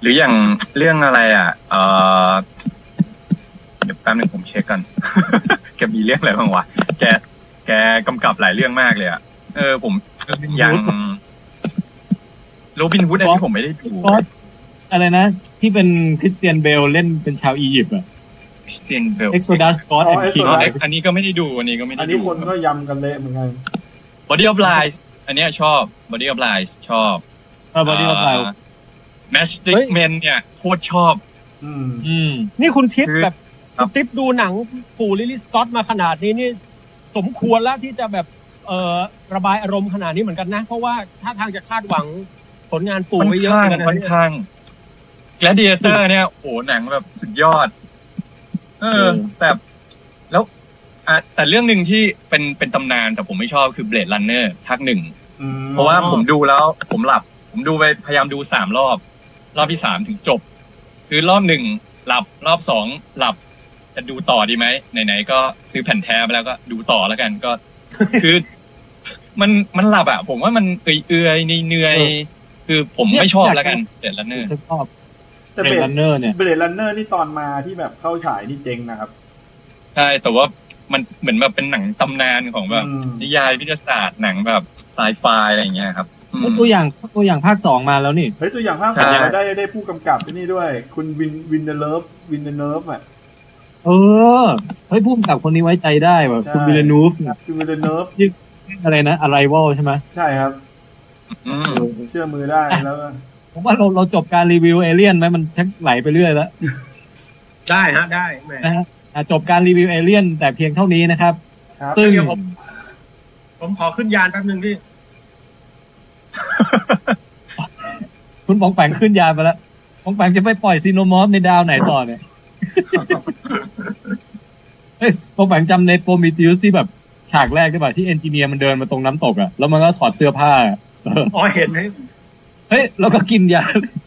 [SPEAKER 5] หรืออย่างเรื่องอะไรอ่ะ เออเดี๋ยวแป๊บนึงผมเช็คกัน [LAUGHS] แกมีเรื่องอะไรบ้างวะ แก แกกำกับหลายเรื่องมากเลยอ่ะ เออ ผมอย่างโรบินฮูดอันนี้ผมไม่ได้ดู
[SPEAKER 1] ก็อะไรนะ ที่เป็นคริสเตียนเบลเล่นเป็นชาวอียิปต์อะ
[SPEAKER 5] สเตียนเบล
[SPEAKER 1] เอ็กโซดัสกอตแอนด์คิง
[SPEAKER 5] อ๋อ Ex- อันนี้ก็ไม่ได้ดู อันนี้ก็ไม่
[SPEAKER 4] อั
[SPEAKER 5] ได้
[SPEAKER 4] นนี้
[SPEAKER 5] ดู
[SPEAKER 4] คนก็ยำกันเละเหมือนกัน
[SPEAKER 5] Body of Lies อันเนี้ยชอบ Body of Lies ชอบ
[SPEAKER 1] เออบอดี้ไลน์
[SPEAKER 5] Matchstick
[SPEAKER 7] เฮ้ย
[SPEAKER 5] Men เนี่ยโคตรชอบ
[SPEAKER 4] อืม
[SPEAKER 1] อืม
[SPEAKER 7] นี่คุณทิพ
[SPEAKER 5] คื
[SPEAKER 7] ย์
[SPEAKER 5] อ
[SPEAKER 7] แบบ
[SPEAKER 5] ครับ
[SPEAKER 7] คุณทิพย์ดูหนังปู่ลิลลี่สกอตมาขนาดนี้นี่ สมควรแล้วที่จะแบบเออระบายอารมณ์ขนาดนี้เหมือนกันนะ เพราะว่าถ้าทางจะคาดหวังผลงานปู่
[SPEAKER 5] ค่อน
[SPEAKER 7] ไว้เยอะ
[SPEAKER 5] ข้าง
[SPEAKER 7] เหมือน
[SPEAKER 5] ค่อน
[SPEAKER 7] กันนะ
[SPEAKER 5] ข้าง Gladiator เนี่ยโอ้โหหนังแบบสุดยอด เออ แต่แล้วอ่ะแต่เรื่องหนึ่งที่เป็นเป็นตำนานแต่ผมไม่ชอบคือ Blade Runner ภาคหนึ่ง
[SPEAKER 4] อืม
[SPEAKER 5] เพราะว่าผมดูแล้ว ผมหลับ ผมดูไปพยายามดูสามรอบ รอบที่สามถึงจบ คือรอบหนึ่งหลับรอบสองหลับ จะดูต่อดีไหมไหนๆก็ซื้อแผ่นแท้ไปแล้วก็ดูต่อแล้วกันก็ คือ มันมันหลับอะผมว่ามันเอื่อยๆเนื่อย
[SPEAKER 1] เออ
[SPEAKER 5] ๆคือผม
[SPEAKER 1] เนี่ย
[SPEAKER 5] ไม่ชอบแล้วกันเด็ดละเนื่อ
[SPEAKER 1] สักรอบ
[SPEAKER 4] แต่
[SPEAKER 1] เบ
[SPEAKER 4] เบ
[SPEAKER 1] ร
[SPEAKER 4] ร
[SPEAKER 1] นเนอร์เนี่ย
[SPEAKER 4] เบรดลันเนอร์นี่ตอนมาที่แบบเข้าฉายนี่เจ๊งนะครับ
[SPEAKER 5] ใช่แต่ว่ามันเหมือนแบบเป็นหนังตำนานของแบบ
[SPEAKER 4] อืม
[SPEAKER 5] นิยายวิทยาศาสตร์หนังแบบไซไฟอะไรอย่างเงี้ยครับอืม
[SPEAKER 1] ตัวอย่างตัวอย่างภาคสองมาแล้วนี่
[SPEAKER 4] เฮ้ยตัวอย่างภาค
[SPEAKER 5] ใช่
[SPEAKER 4] สองได้ได้ผู้กำกับที่นี่ด้วย คุณวินวินเดเลิฟวินเดเลิฟอ่ะ
[SPEAKER 1] เออ เฮ้ยพุ่มกับคนนี้ไว้ใจได้ว่ะ
[SPEAKER 4] ใช่
[SPEAKER 1] คุณวิลนูฟ
[SPEAKER 4] คือวินเดเลิฟ
[SPEAKER 1] อะไรนะอะไรวอลใช่ไหม
[SPEAKER 4] ใช่ครับ
[SPEAKER 5] อืม
[SPEAKER 4] เชื่อมือได้แล้วก็
[SPEAKER 1] ผมว่าเราเราจบการรีวิวเอเลี่ยนไหมมันชักไหลไปเรื่อยแล้ว
[SPEAKER 7] ได้ฮะได้แหม
[SPEAKER 1] นะฮะอ่ะจบการรีวิวเอเลี่ยนแต่เพียงเท่านี้นะครับ
[SPEAKER 4] ครับ
[SPEAKER 1] ตึ้ง
[SPEAKER 7] เดี๋ยวผม ผมขอขึ้นยานแป๊บนึงพี่
[SPEAKER 1] คุณปองแปงขึ้นยานไปแล้วปองแปงจะไปปล่อยซีโนมอฟในดาวไหนต่อ [LAUGHS] เนี่ย เฮ้ยปองแปงจำในโปรมิติอุสที่แบบฉากแรกได้ป่ะที่เอนจิเนียร์มันเดินมาตรงน้ำตกอะแล้วมันก็ถอดเสื้อผ้าอะ
[SPEAKER 7] อ๋อเห็นไหม
[SPEAKER 1] เฮ้ยแล้วก็กินยา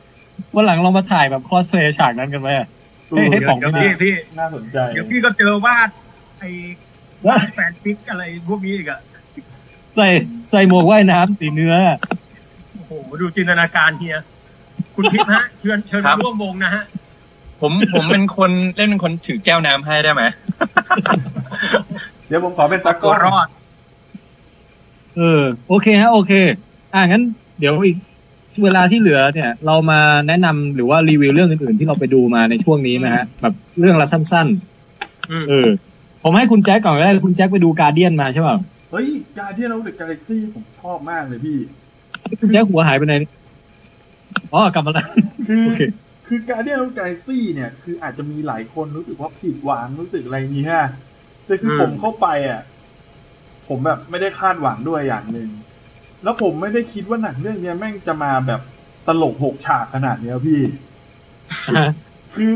[SPEAKER 1] [LAUGHS] วันหลังลองมาถ่ายแบบคอสเพลย์ฉากนั้นกันไหมอะให้ให้ป๋อง
[SPEAKER 7] เดี๋ยว
[SPEAKER 1] ไม่
[SPEAKER 7] พี่
[SPEAKER 1] ได้
[SPEAKER 7] พี่
[SPEAKER 4] น่าสนใจ
[SPEAKER 7] เดี๋ยวพี่ก็เจอวาดไอ้วาดแฟนฟิกอะไรพวกนี้อีกอะ
[SPEAKER 1] ใส่ใส่หมวกว่ายน้ำสีเนื้อ
[SPEAKER 7] โอ้โหดูจินตนาการเฮียคุณทิพย์ฮะเชิญเชิญ
[SPEAKER 5] ครั
[SPEAKER 7] มา
[SPEAKER 5] บ
[SPEAKER 7] ร่วมวงนะฮะ
[SPEAKER 5] ผมผมเป็นคนเล่นเป็นคนถือแก้วน้ำให้ได้ไหม
[SPEAKER 4] เดี๋ยวผมขอเป็นตากล้
[SPEAKER 7] ก็
[SPEAKER 4] อง
[SPEAKER 7] รอด
[SPEAKER 1] เออโอเคฮะโอเค อ่างั้น เดี๋ยวอีกเวลาที่เหลือเนี่ย เรามาแนะนำหรือว่ารีวิวเรื่องอื่นๆ ที่เราไปดูมาในช่วงนี้นะฮะ แบบเรื่องละสั้น
[SPEAKER 7] อืม
[SPEAKER 1] ๆเออ ผมให้คุณแจ็คก่อนก็ได้คุณแจ็คไปดูการเดียนมาใช่เปล่า
[SPEAKER 4] เฮ้ยการที่เราเดอะกาแล็กซี่ผมชอบมากเลยพี่
[SPEAKER 1] คุณแจ็คหัวหายไปไหนอ๋อกลับมาแล้ว [LAUGHS]
[SPEAKER 4] คือ
[SPEAKER 1] โอเค
[SPEAKER 4] คือการเดียนกาแล็กซี่เนี่ย คืออาจจะมีหลายคนรู้สึกว่าผิดหวังรู้สึกอะไรอย่างนี้ฮะแต่คืออ
[SPEAKER 7] ม
[SPEAKER 4] ผมเข้าไปอ่ะ ผมแบบไม่ได้คาดหวังด้วยอย่างหนึ่งแล้วผมไม่ได้คิดว่าหนังเรื่องเนี้ยแม่งจะมาแบบตลกหกฉากขนาดเนี้ยพี่
[SPEAKER 1] อ่ะ
[SPEAKER 4] คือ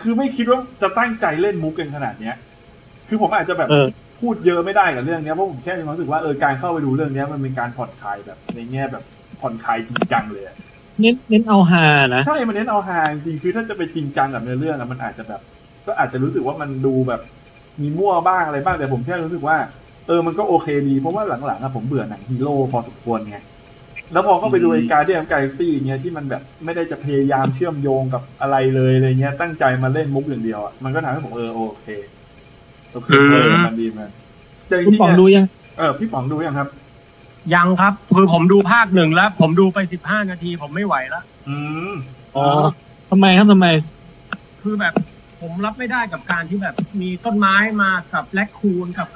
[SPEAKER 4] คือไม่คิดว่าจะตั้งใจเล่นมุกกันขนาดเนี้ย คือผมอาจจะแบบ
[SPEAKER 1] เออ
[SPEAKER 4] พูดเยอะไม่ได้กับเรื่องเนี้ยเพราะผมแค่มีความรู้สึกว่าเออการเข้าไปดูเรื่องเนี้ยมันเป็นการผ่อนคลายแบบในแง่แบบผ่อนคลายจริงจังเลยอะ
[SPEAKER 1] เน้นเน้นเอาฮานะ
[SPEAKER 4] ใช่มันเน้นเอาฮาจริงๆคือถ้าจะไปจริงจังกับเนื้อเรื่องอะมันอาจจะแบบ ก็อาจจะรู้สึกว่ามันดูแบบมีมั่วบ้างอะไรบ้างแต่ผมแค่รู้สึกว่า เออมันก็โอเคดีเพราะว่าหลังๆอะผมเบื่อหนังฮีโร่พอสมควรไงแล้วพอเข้าไปดูไอ้การเดียมกาแล็กซี่เงี้ยที่มันแบบไม่ได้จะพยายามเชื่อมโยงกับอะไรเลยอะไรเงี้ย ตั้งใจมาเล่นมุกอย่างเดียวอ่ะมันก็ทำให้ผมเออโอเคโอเคเออมันดีมันแต่จ
[SPEAKER 1] คุณ
[SPEAKER 4] ริง
[SPEAKER 1] ป๋อง
[SPEAKER 4] ๆ
[SPEAKER 1] ดู
[SPEAKER 4] เนี่ย
[SPEAKER 1] ยัง
[SPEAKER 4] เออพี่ป๋องดูยังครับ
[SPEAKER 7] ยังครับ คือผมดูภาคหนึ่งแล้ว ผมดูไปสิบห้านาที ผมไม่ไหวแล้ว
[SPEAKER 4] อืม
[SPEAKER 1] อ๋อทำไมครับทำไม
[SPEAKER 7] คือแบบผมรับไม่ได้กับการที่แบบมีต้นไม้มากับแลคคูนกับ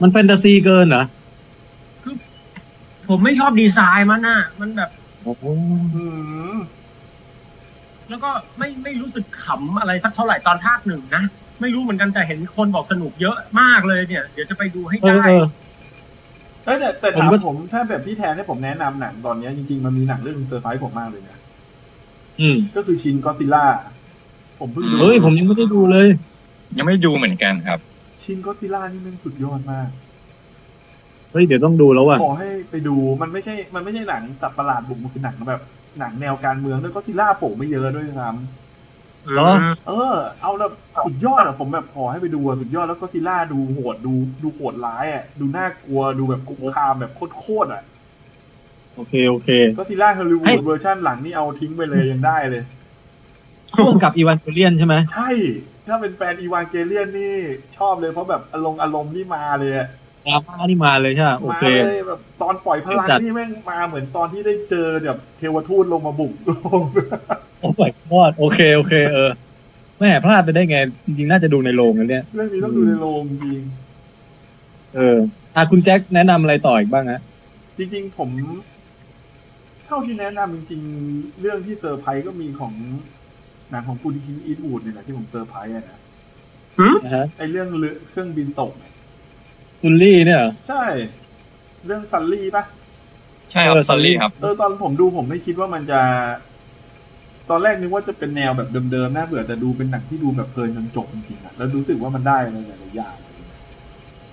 [SPEAKER 1] มันแฟนตาซีเกินเหรอ
[SPEAKER 7] ผมไม่ชอบดีไซน์มันน่ะ มันแบบ
[SPEAKER 1] โอ้โห
[SPEAKER 4] อืม
[SPEAKER 7] แล้วก็ไม่ไม่รู้สึกขำอะไรสักเท่าไหร่ตอนภาคหนึ่งนะ ไม่รู้เหมือนกันแต่เห็นคนบอกสนุกเยอะมากเลยเนี่ย เดี๋ยวจะไปดูให้
[SPEAKER 1] เออ
[SPEAKER 7] ได้
[SPEAKER 1] เออ
[SPEAKER 4] เอ้ยแต่แต่
[SPEAKER 1] ผม
[SPEAKER 4] ถาม
[SPEAKER 1] ก็
[SPEAKER 4] ผมถ้าแบบพี่แทนให้ผมแนะนำหนังตอนเนี้ยจริงๆมันมีหนังเรื่องเซอร์ไพรส์ผมมากเลยนะ
[SPEAKER 1] อืม
[SPEAKER 4] ก็คือชินก็ซิล่าผมเพิ่งดู
[SPEAKER 1] เฮ้ยผมยังไม่ได้ดูเลย
[SPEAKER 5] ยังไม่ดูเหมือนกันครับ
[SPEAKER 4] ชินก็ซิล่านี่แมันสุดยอดมาก
[SPEAKER 1] เฮ้ยเดี๋ยวต้องดูแล้วว่ะ
[SPEAKER 4] ขอให้ไปดูมันไม่ใช่ มันไม่ใช่หนังสัตว์ประหลาดบุกมันคือหนังแบบหนังแนวการเมืองด้วยก็ซิล่าโป่งไม่เยอะด้วยครับ
[SPEAKER 1] เหรอ
[SPEAKER 4] เออ เอาแล้วสุดยอดอะผมแบบขอให้ไปดูอะสุดยอดแล้วก็ซิล่าดูโหดดูดูโหดร้ายอะดูน่ากลัวดูแบบกุกคามแบบโคตรๆอะ
[SPEAKER 1] โอเคโอเค
[SPEAKER 4] ก็ซิล่าฮอลลีวู
[SPEAKER 1] ให้
[SPEAKER 4] ดเวอร์ชันหลังนี่เอาทิ้งไปเลยยังได้เลย
[SPEAKER 1] ร่วมกับอีวานเลียนใช่ไหม
[SPEAKER 4] ใช่ ถ้าเป็นแฟนอีวานเกเลียนนี่ชอบเลยเพราะแบบอารมณ์อารมณ์นี่มาเลยอะ
[SPEAKER 1] ดราม่านี่มาเลยใช่ไหมโอ
[SPEAKER 4] มา
[SPEAKER 1] เค
[SPEAKER 4] เลยแบบตอนปล่อยพลัง
[SPEAKER 1] จัด
[SPEAKER 4] นี่แม่งมาเหมือนตอนที่ได้เจอแบบเทวทูตลงมาบุกโลก
[SPEAKER 1] โอ้ยมอดโอเคโอเคเออแม่พลาดไปได้ไง จริงๆ น่าจะดูในโรงกันเนี่ย
[SPEAKER 4] เรื่องนี้ต้องดูในโรงจริง
[SPEAKER 1] เอออ่ะคุณแจ็คแนะนำอะไรต่ออีกบ้างฮะ
[SPEAKER 4] จริงๆ ผม เท่าที่แนะนำจริงๆ เรื่องที่เซอร์ไพรส์ก็มีของหนังของปูดิคิงอีทวูดเนี่ยแหละที่ผมเซอร์ไพรส์อะนะ
[SPEAKER 1] นะฮะ
[SPEAKER 4] ไอเรื่องเรือเครื่องบินตกเนี่ย
[SPEAKER 1] ตุลลี่เนี่ยเหรอ
[SPEAKER 4] ใช่ เรื่องซันลี่ปะ
[SPEAKER 5] ใช่ครับ
[SPEAKER 1] เออ
[SPEAKER 5] สอรี่ครับ
[SPEAKER 4] เออตอนผมดูผมไม่คิดว่ามันจะ ตอนแรกนึกว่าจะเป็นแนวแบบเดิมๆน่าเบื่อแต่ดูเป็นหนังที่ดูแบบเพลินจนจบจริงๆอะแล้วรู้สึกว่ามันได้อะไรหลายๆอย่าง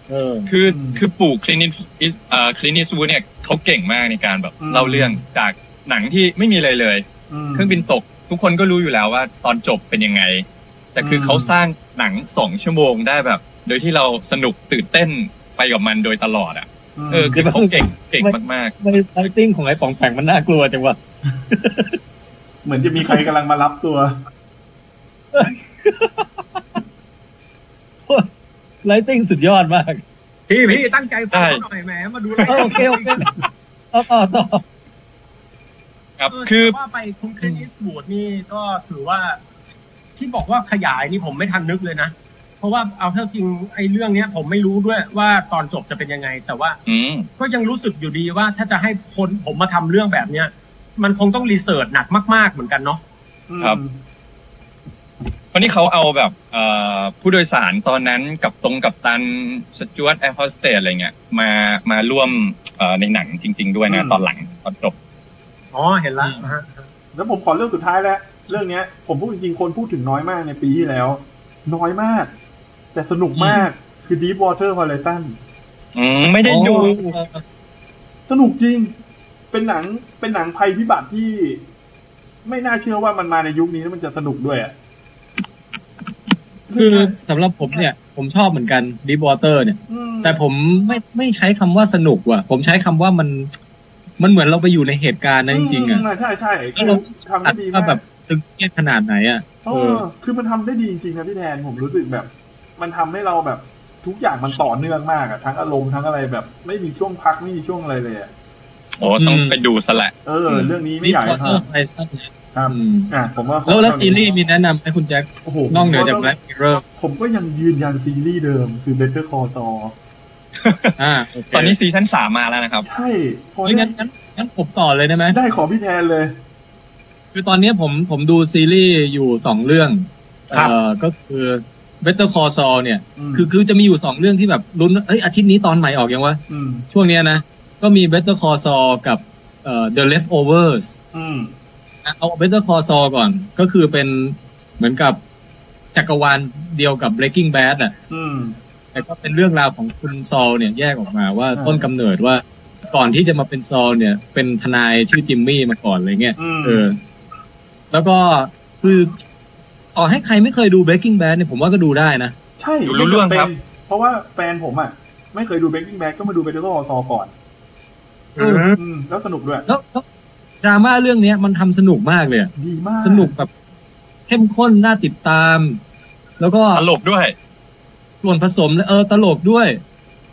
[SPEAKER 1] เออ
[SPEAKER 5] คือ
[SPEAKER 4] อืม
[SPEAKER 5] คือปู่คลินิสเอ่อคลินิสวูเนี่ยเขาเก่งมากในการแบบ
[SPEAKER 4] อืม
[SPEAKER 5] เล่าเรื่องจากหนังที่ไม่มีอะไรเลย
[SPEAKER 4] ม
[SPEAKER 5] เครื่องบินตก ทุกคนก็รู้อยู่แล้วว่าตอนจบเป็นยังไง แต่คือ
[SPEAKER 4] ม
[SPEAKER 5] อเขาสร้างหนังสองชั่วโมงได้แบบ โดยที่เราสนุกตื่นเต้นไปกับมันโดยตลอดอ่ะ
[SPEAKER 4] ม
[SPEAKER 5] เออคือเขาเก่งเก่งมาก
[SPEAKER 1] ไม่ไลติ้งของไอ้ป๋องแปงมันน่ากลัวจังวะ
[SPEAKER 4] เหมือนจะมีใครกำลังมารับตัว
[SPEAKER 1] ไลติ้งสุดยอดมาก
[SPEAKER 7] พี่พี่ตั้งใจฟังเขาหน่อยแหมมาดู
[SPEAKER 1] เออโอเคโอเคต่อต่อต่อ
[SPEAKER 5] ๆ ครับ คือ
[SPEAKER 7] แต่ว่าไปคุณเคลนิสบูดนี่ก็ถือว่า ที่บอกว่าขยายนี่ผมไม่ทันนึกเลยนะ เพราะว่าเอาเท่าจริงไอ้เรื่องเนี้ย ผมไม่รู้ด้วยว่าตอนจบจะเป็นยังไง แต่ว่า
[SPEAKER 5] อืม
[SPEAKER 7] ก็ยังรู้สึกอยู่ดีว่าถ้าจะให้คนผมมาทำเรื่องแบบเนี้ย มันคงต้องรีเสิร์ชหนักมาก ๆ เหมือนกันเนาะ
[SPEAKER 5] ครับเพราะนี่เขาเอาแบบเอ่อผู้โดยสารตอนนั้นกับตรงกับตันสจวตแอร์โฮสเตสอะไรเงี้ยมามาร่วมเอ่อในหนังจริง ๆ ด้วยนะ
[SPEAKER 4] อืม
[SPEAKER 5] ตอนหลังตอนจบ
[SPEAKER 7] อ๋อเห็นละฮะ
[SPEAKER 4] แล้วผมขอเรื่องสุดท้ายแล้ว เรื่องเนี้ย ผมพูดจริงๆ คนพูดถึงน้อยมากในปีที่แล้ว น้อยมาก แต่สนุกมากคือ Deep Water Horizon
[SPEAKER 5] อืมไม่ได้ดู
[SPEAKER 4] สนุกจริง เป็นหนังเป็นหนังภัยพิบัติที่ ไม่น่าเชื่อว่ามันมาในยุคนี้แล้วมันจะสนุกด้วยอะ
[SPEAKER 1] คือสำหรับผมเนี่ย ผมชอบเหมือนกัน Deep Water เนี่ย
[SPEAKER 4] อืม
[SPEAKER 1] แต่ผมไม่ไม่ใช้คำว่าสนุกว่ะ ผมใช้คำว่ามัน มันเหมือนเราไปอยู่ในเหตุการณ์นั้นจริงๆอ่ะ
[SPEAKER 4] ใช่ใช่
[SPEAKER 1] แล้วเรา
[SPEAKER 4] ทำ
[SPEAKER 1] อัด
[SPEAKER 4] ได้ดีมา
[SPEAKER 1] ว่าก แบบตึงเครียดขนาดไหนอ่ะ
[SPEAKER 4] เอ
[SPEAKER 1] เอ
[SPEAKER 4] อ
[SPEAKER 1] อ
[SPEAKER 4] คือมันทำได้ดีจริงๆนะพี่แทนผมรู้สึกแบบ มันทำให้เราแบบทุกอย่างมันต่อเนื่องมากอะทั้งอารมณ์ทั้งอะไรแบบ ไม่มีช่วงพักไม่มีช่วงอะไรเลยอะ
[SPEAKER 5] โอ้ต้องไปดูซะแหละ
[SPEAKER 4] เอออ
[SPEAKER 1] ม
[SPEAKER 4] เรื่องนี้ไม่
[SPEAKER 1] Deep
[SPEAKER 4] อยากให้พลา
[SPEAKER 1] Water
[SPEAKER 4] ด
[SPEAKER 1] ไอซ์เนี่ย
[SPEAKER 4] ครับ
[SPEAKER 1] อืม
[SPEAKER 4] อ่ะผมว่าขอ
[SPEAKER 1] แล้วแล้ว
[SPEAKER 4] เท่านี้
[SPEAKER 1] ซีรีส์มีแนะนำให้คุณแจ็ค
[SPEAKER 4] โอ้โห
[SPEAKER 1] นอกเหนือจาก
[SPEAKER 4] ผม
[SPEAKER 1] Black Mirror
[SPEAKER 4] [LAUGHS] ผมก็ยังยืนยันซีรีส์เดิมคือ Better Call Saul
[SPEAKER 1] อ่า
[SPEAKER 5] ตอนนี้ซีซั่นสามมาแล้วนะครับ
[SPEAKER 4] ใช่พอ
[SPEAKER 1] เฮ้ย
[SPEAKER 4] ได้
[SPEAKER 1] งั้นงั้นงั้นผมต่อเลยได้ไหม
[SPEAKER 4] ได้ของพี่แทนเลย
[SPEAKER 1] คือตอนนี้ผมผมดูซีรีส์อยู่สองเรื่อง
[SPEAKER 3] ครับ
[SPEAKER 1] เอ่อก็คือ Better Call Saul เนี่ย
[SPEAKER 4] ม
[SPEAKER 1] คือคือจะมีอยู่สองเรื่องที่แบบลุ้นว่าเอ้ยอาทิตย์นี้ตอนใหม่ออกยังวะ
[SPEAKER 4] อืม
[SPEAKER 1] ช่วงเนี้ยนะ ก็มี Better Call Saul กับเอ่อ The Leftovers
[SPEAKER 4] อืม
[SPEAKER 1] อ่ะเอา Better Call Saul ก่อน ก็คือเป็นเหมือนกับจักรวาลเดียวกับ Breaking Bad อ่ะ
[SPEAKER 4] อืม
[SPEAKER 1] แต่ก็เป็นเรื่องราวของคุณซอลเนี่ยแยกออกมาว่า
[SPEAKER 4] อ่า
[SPEAKER 1] ต้นกำเนิดว่าก่อนที่จะมาเป็นซอลเนี่ย เป็นทนายชื่อจิมมี่มาก่อนอะไรเงี้ย
[SPEAKER 4] อืม
[SPEAKER 1] เออ แล้วก็คือต่อให้ใครไม่เคยดู Breaking Bad เนี่ยผมว่าก็ดูได้นะ
[SPEAKER 4] ใช่
[SPEAKER 5] ดูรู้เรื่องครับ
[SPEAKER 4] ไม่จำเป็นเพราะว่าแฟนผมอ่ะ ไม่เคยดู Breaking Bad ก็มาดู Better Call Saul ก่อน
[SPEAKER 1] อืม
[SPEAKER 4] อืม แล้วสนุกด้วย
[SPEAKER 1] แล้วแล้วดราม่าเรื่องเนี้ยมันทำสนุกมากเลยอะ
[SPEAKER 4] ดีมาก
[SPEAKER 1] สนุกแบบเข้มข้นน่าติดตาม แล้วก็
[SPEAKER 5] ตลกด้วย
[SPEAKER 1] ส่วนผสมเออตลกด้วย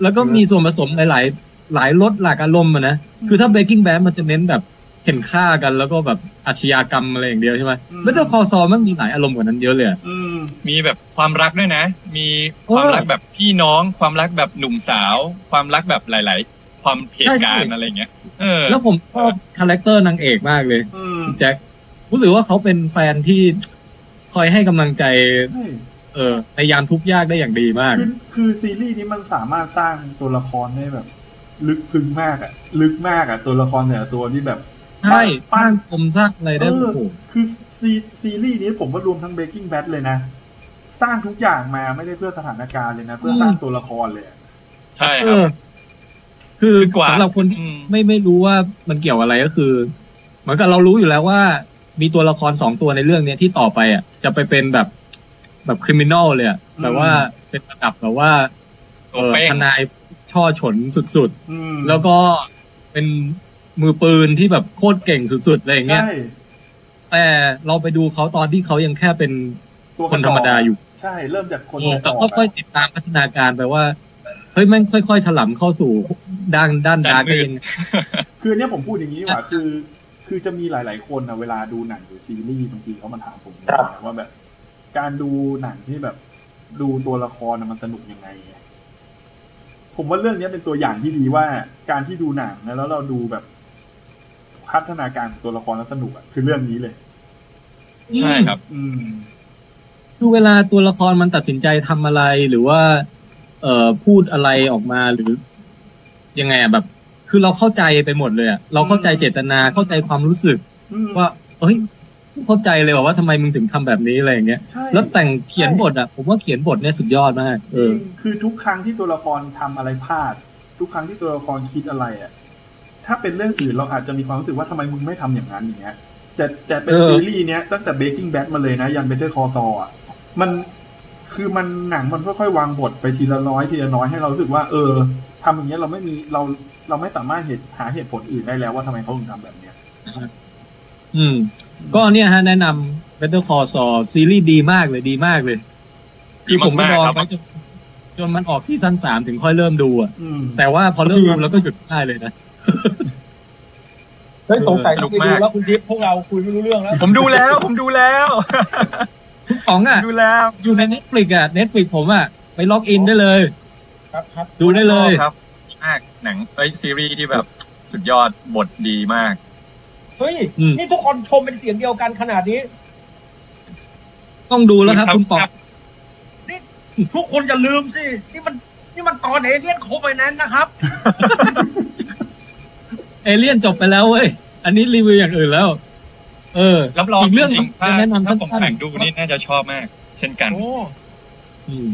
[SPEAKER 1] แล้วก็มีส่วนผสมหลาย ๆ หลายรสหลากอารมณ์อะนะ คือถ้า Breaking Bad มันจะเน้นแบบเห็นฆ่ากัน แล้วก็แบบอาชญากรรมอะไรอย่างเดียวใช่ไหม
[SPEAKER 4] อืม
[SPEAKER 1] แล้วตัวคอซอมันมีหลายอารมณ์กว่านั้นเยอะเลยอะ
[SPEAKER 4] อืม
[SPEAKER 5] มีแบบความรักด้วยนะ มีความ
[SPEAKER 1] เออ
[SPEAKER 5] รักแบบพี่น้อง ความรักแบบหนุ่มสาว ความรักแบบหลาย ๆ ความเหตุการ
[SPEAKER 1] ใช่
[SPEAKER 5] ณ์
[SPEAKER 1] ใช่
[SPEAKER 5] อะไรเงี้ย เออ
[SPEAKER 1] แล้วผมชอบคาแรคเตอร์นางเอกมากเลย
[SPEAKER 4] อืม
[SPEAKER 1] แจ็ครู้สึกว่าเขาเป็นแฟนที่คอยให้กำลังใจ
[SPEAKER 4] ใช่
[SPEAKER 1] เออในยามทุกข์ยากได้อย่างดีมาก
[SPEAKER 4] คือคือซีรีส์นี้มันสามารถสร้างตัวละครได้แบบ ลึกซึ้งมากอะลึกมากอะตัวละครแต่ละตัวนี่แบบ
[SPEAKER 1] ใช่ส
[SPEAKER 4] ปั้น
[SPEAKER 1] ร้างปมสร้างอะไรได้
[SPEAKER 4] เอ
[SPEAKER 1] โอ้
[SPEAKER 4] อ
[SPEAKER 1] โห
[SPEAKER 4] คือซีซีรีส์นี้ผมว่ารวมทั้ง Breaking Bad เลยนะ สร้างทุกอย่างมาไม่ได้เพื่อสถานการณ์เลยนะ เพื่อสร้างตัวละครเลยอะ
[SPEAKER 5] ใช่
[SPEAKER 1] เอ
[SPEAKER 5] ครับ
[SPEAKER 1] อ คือ
[SPEAKER 5] คือกว่า
[SPEAKER 1] สำหรับคนที่
[SPEAKER 5] อืม
[SPEAKER 1] ไม่ไม่รู้ว่ามันเกี่ยวอะไรก็คือ เหมือนกับเรารู้อยู่แล้วว่า มีตัวละครสองตัวในเรื่องเนี้ยที่ต่อไปอ่ะ จะไปเป็นแบบแบบคริมินอลเลยอะแบบว่าเป็นระดับแบบว่าเออ
[SPEAKER 5] ตัวเป้ง
[SPEAKER 1] ทนายช่อฉนสุด
[SPEAKER 4] อืม
[SPEAKER 1] ๆ แล้วก็เป็นมือปืนที่แบบโคตรเก่งสุดๆอะไรอย่างเงี้ย
[SPEAKER 4] ใช่
[SPEAKER 1] แต่เราไปดูเขาตอนที่เขายังแค่เป็น
[SPEAKER 4] ตัว
[SPEAKER 1] คนธรรมดาอยู่
[SPEAKER 4] ใช่ เริ่มจากคน
[SPEAKER 1] แล้ว
[SPEAKER 4] ต่อ
[SPEAKER 1] ก็ค่อยติดตามพัฒนาการไปว่า เฮ้ยแมันค่อยๆถลำเข้าสู่ด้านด้านดาร์ก
[SPEAKER 5] ด้านมืด
[SPEAKER 1] เอง
[SPEAKER 4] คืออนเนี้ยผมพูดอย่างนี้ดีกว่าคือ คือจะมีหลาย ๆ คนนะเวลาดูหนังหรือซีรีส์บางทีเขามาถามผมนะว่าแบบ การดูหนังที่แบบ ดูตัวละครนะมันสนุกยังไงอะผมว่าเรื่องเนี้ยเป็นตัวอย่างที่ดีว่าการที่ดูหนังนะแล้วเราดูแบบพัฒนาการของตัวละครแล้วสนุกอะคือเรื่องนี้เลย
[SPEAKER 5] ใช่ครับ
[SPEAKER 4] อืม
[SPEAKER 1] คือเวลาตัวละครมันตัดสินใจทำอะไรหรือว่า เอ่อพูดอะไรออกมาหรือ ยังไงอะแบบ คือเราเข้าใจไปหมดเลยอะเราเข้าใจเจตนาเข้าใจความรู้สึก
[SPEAKER 4] อืม
[SPEAKER 1] ว่าเฮ้ยเข้าใจเลยว่าว่าทำไมมึงถึงทำแบบนี้อะไรอย่างเงี้ย
[SPEAKER 4] ใช่
[SPEAKER 1] แล้วแต่งเขียนบทอะผมว่าเขียนบทเนี่ยสุดยอดมากเออ
[SPEAKER 4] คือทุกครั้งที่ตัวละครทำอะไรพลาด ทุกครั้งที่ตัวละครคิดอะไรอ่ะ ถ้าเป็นเรื่องอื่นเราอาจจะมีความรู้สึกว่าทำไมมึงไม่ทำอย่างนั้นอย่างเงี้ย แต่แต่เป็น
[SPEAKER 1] เออ
[SPEAKER 4] ซีรีส์เนี้ยตั้งแต่ Breaking Bad มาเลยนะ ยัน Better Call Saul อ่ะ มันคือมันหนังมันค่อยๆวางบทไปทีละน้อยทีละน้อยให้เรารู้สึกว่า เออทำอย่างเงี้ยเราไม่มีเราเราไม่สามารถเหตุหาเหตุผลอื่นได้แล้วว่าทำไมเขาถึงทำแบบเนี้ย
[SPEAKER 1] อืม ก็เนี่ยฮะแนะนำ Better Call Saul ซีรีส์ดีมากเลยดีมากเลย คือผมก็รอ
[SPEAKER 5] ดีมากๆครับ
[SPEAKER 1] ไว้จนจนมันออกซีซั่นสามถึงค่อยเริ่มดูอะ
[SPEAKER 4] อืม
[SPEAKER 1] แต่ว่าพอเริ่มดูแล้วก็หยุดไม่ได้เลยนะ
[SPEAKER 7] เฮ้ยสงสัย
[SPEAKER 5] สนุ
[SPEAKER 7] จะ
[SPEAKER 5] ก
[SPEAKER 7] ไป
[SPEAKER 5] มาก
[SPEAKER 7] ดูแล้วคุณทิพย์พวกเราคุยไม่รู้เรื่องแล้ว
[SPEAKER 5] ผมดูแล้ว ผมดูแล้ว
[SPEAKER 1] ของอ่ะ
[SPEAKER 5] ดูแล้ว
[SPEAKER 1] อยู่ใน Netflix อ่ะ Netflix ผมอ่ะ ไปล็อกอินได้เลย
[SPEAKER 7] ครับครับ
[SPEAKER 1] ดูได้เลย
[SPEAKER 5] ครับดีมากหนังเอ้ยซีรีส์ที่แบบสุดยอดบทดีมาก
[SPEAKER 7] เฮ้ย
[SPEAKER 1] อืม
[SPEAKER 7] นี่ทุกคนชมเป็นเสียงเดียวกันขนาดนี้
[SPEAKER 1] ต้องดูแล้วครับ
[SPEAKER 5] ครับ
[SPEAKER 1] คุณปอง
[SPEAKER 7] ทุกคนอย่าลืมสิ นี่มันนี่มันตอนเอเลี่ยนโคไปนั้นนะครับ
[SPEAKER 1] เอเลี่ยนจบไปแล้วเว้ย อันนี้รีวิวอย่างอื่นแล้ว เออ
[SPEAKER 5] รับรอง
[SPEAKER 1] อีกเรื่อง
[SPEAKER 5] จริง
[SPEAKER 1] จะ
[SPEAKER 5] ๆถ้า
[SPEAKER 1] แนะนำ
[SPEAKER 5] ถ้า
[SPEAKER 1] สั้
[SPEAKER 5] ผม
[SPEAKER 1] น
[SPEAKER 5] แข่งดูนี่น่าจะชอบมาก เช่นกัน
[SPEAKER 7] โอ้
[SPEAKER 1] อืม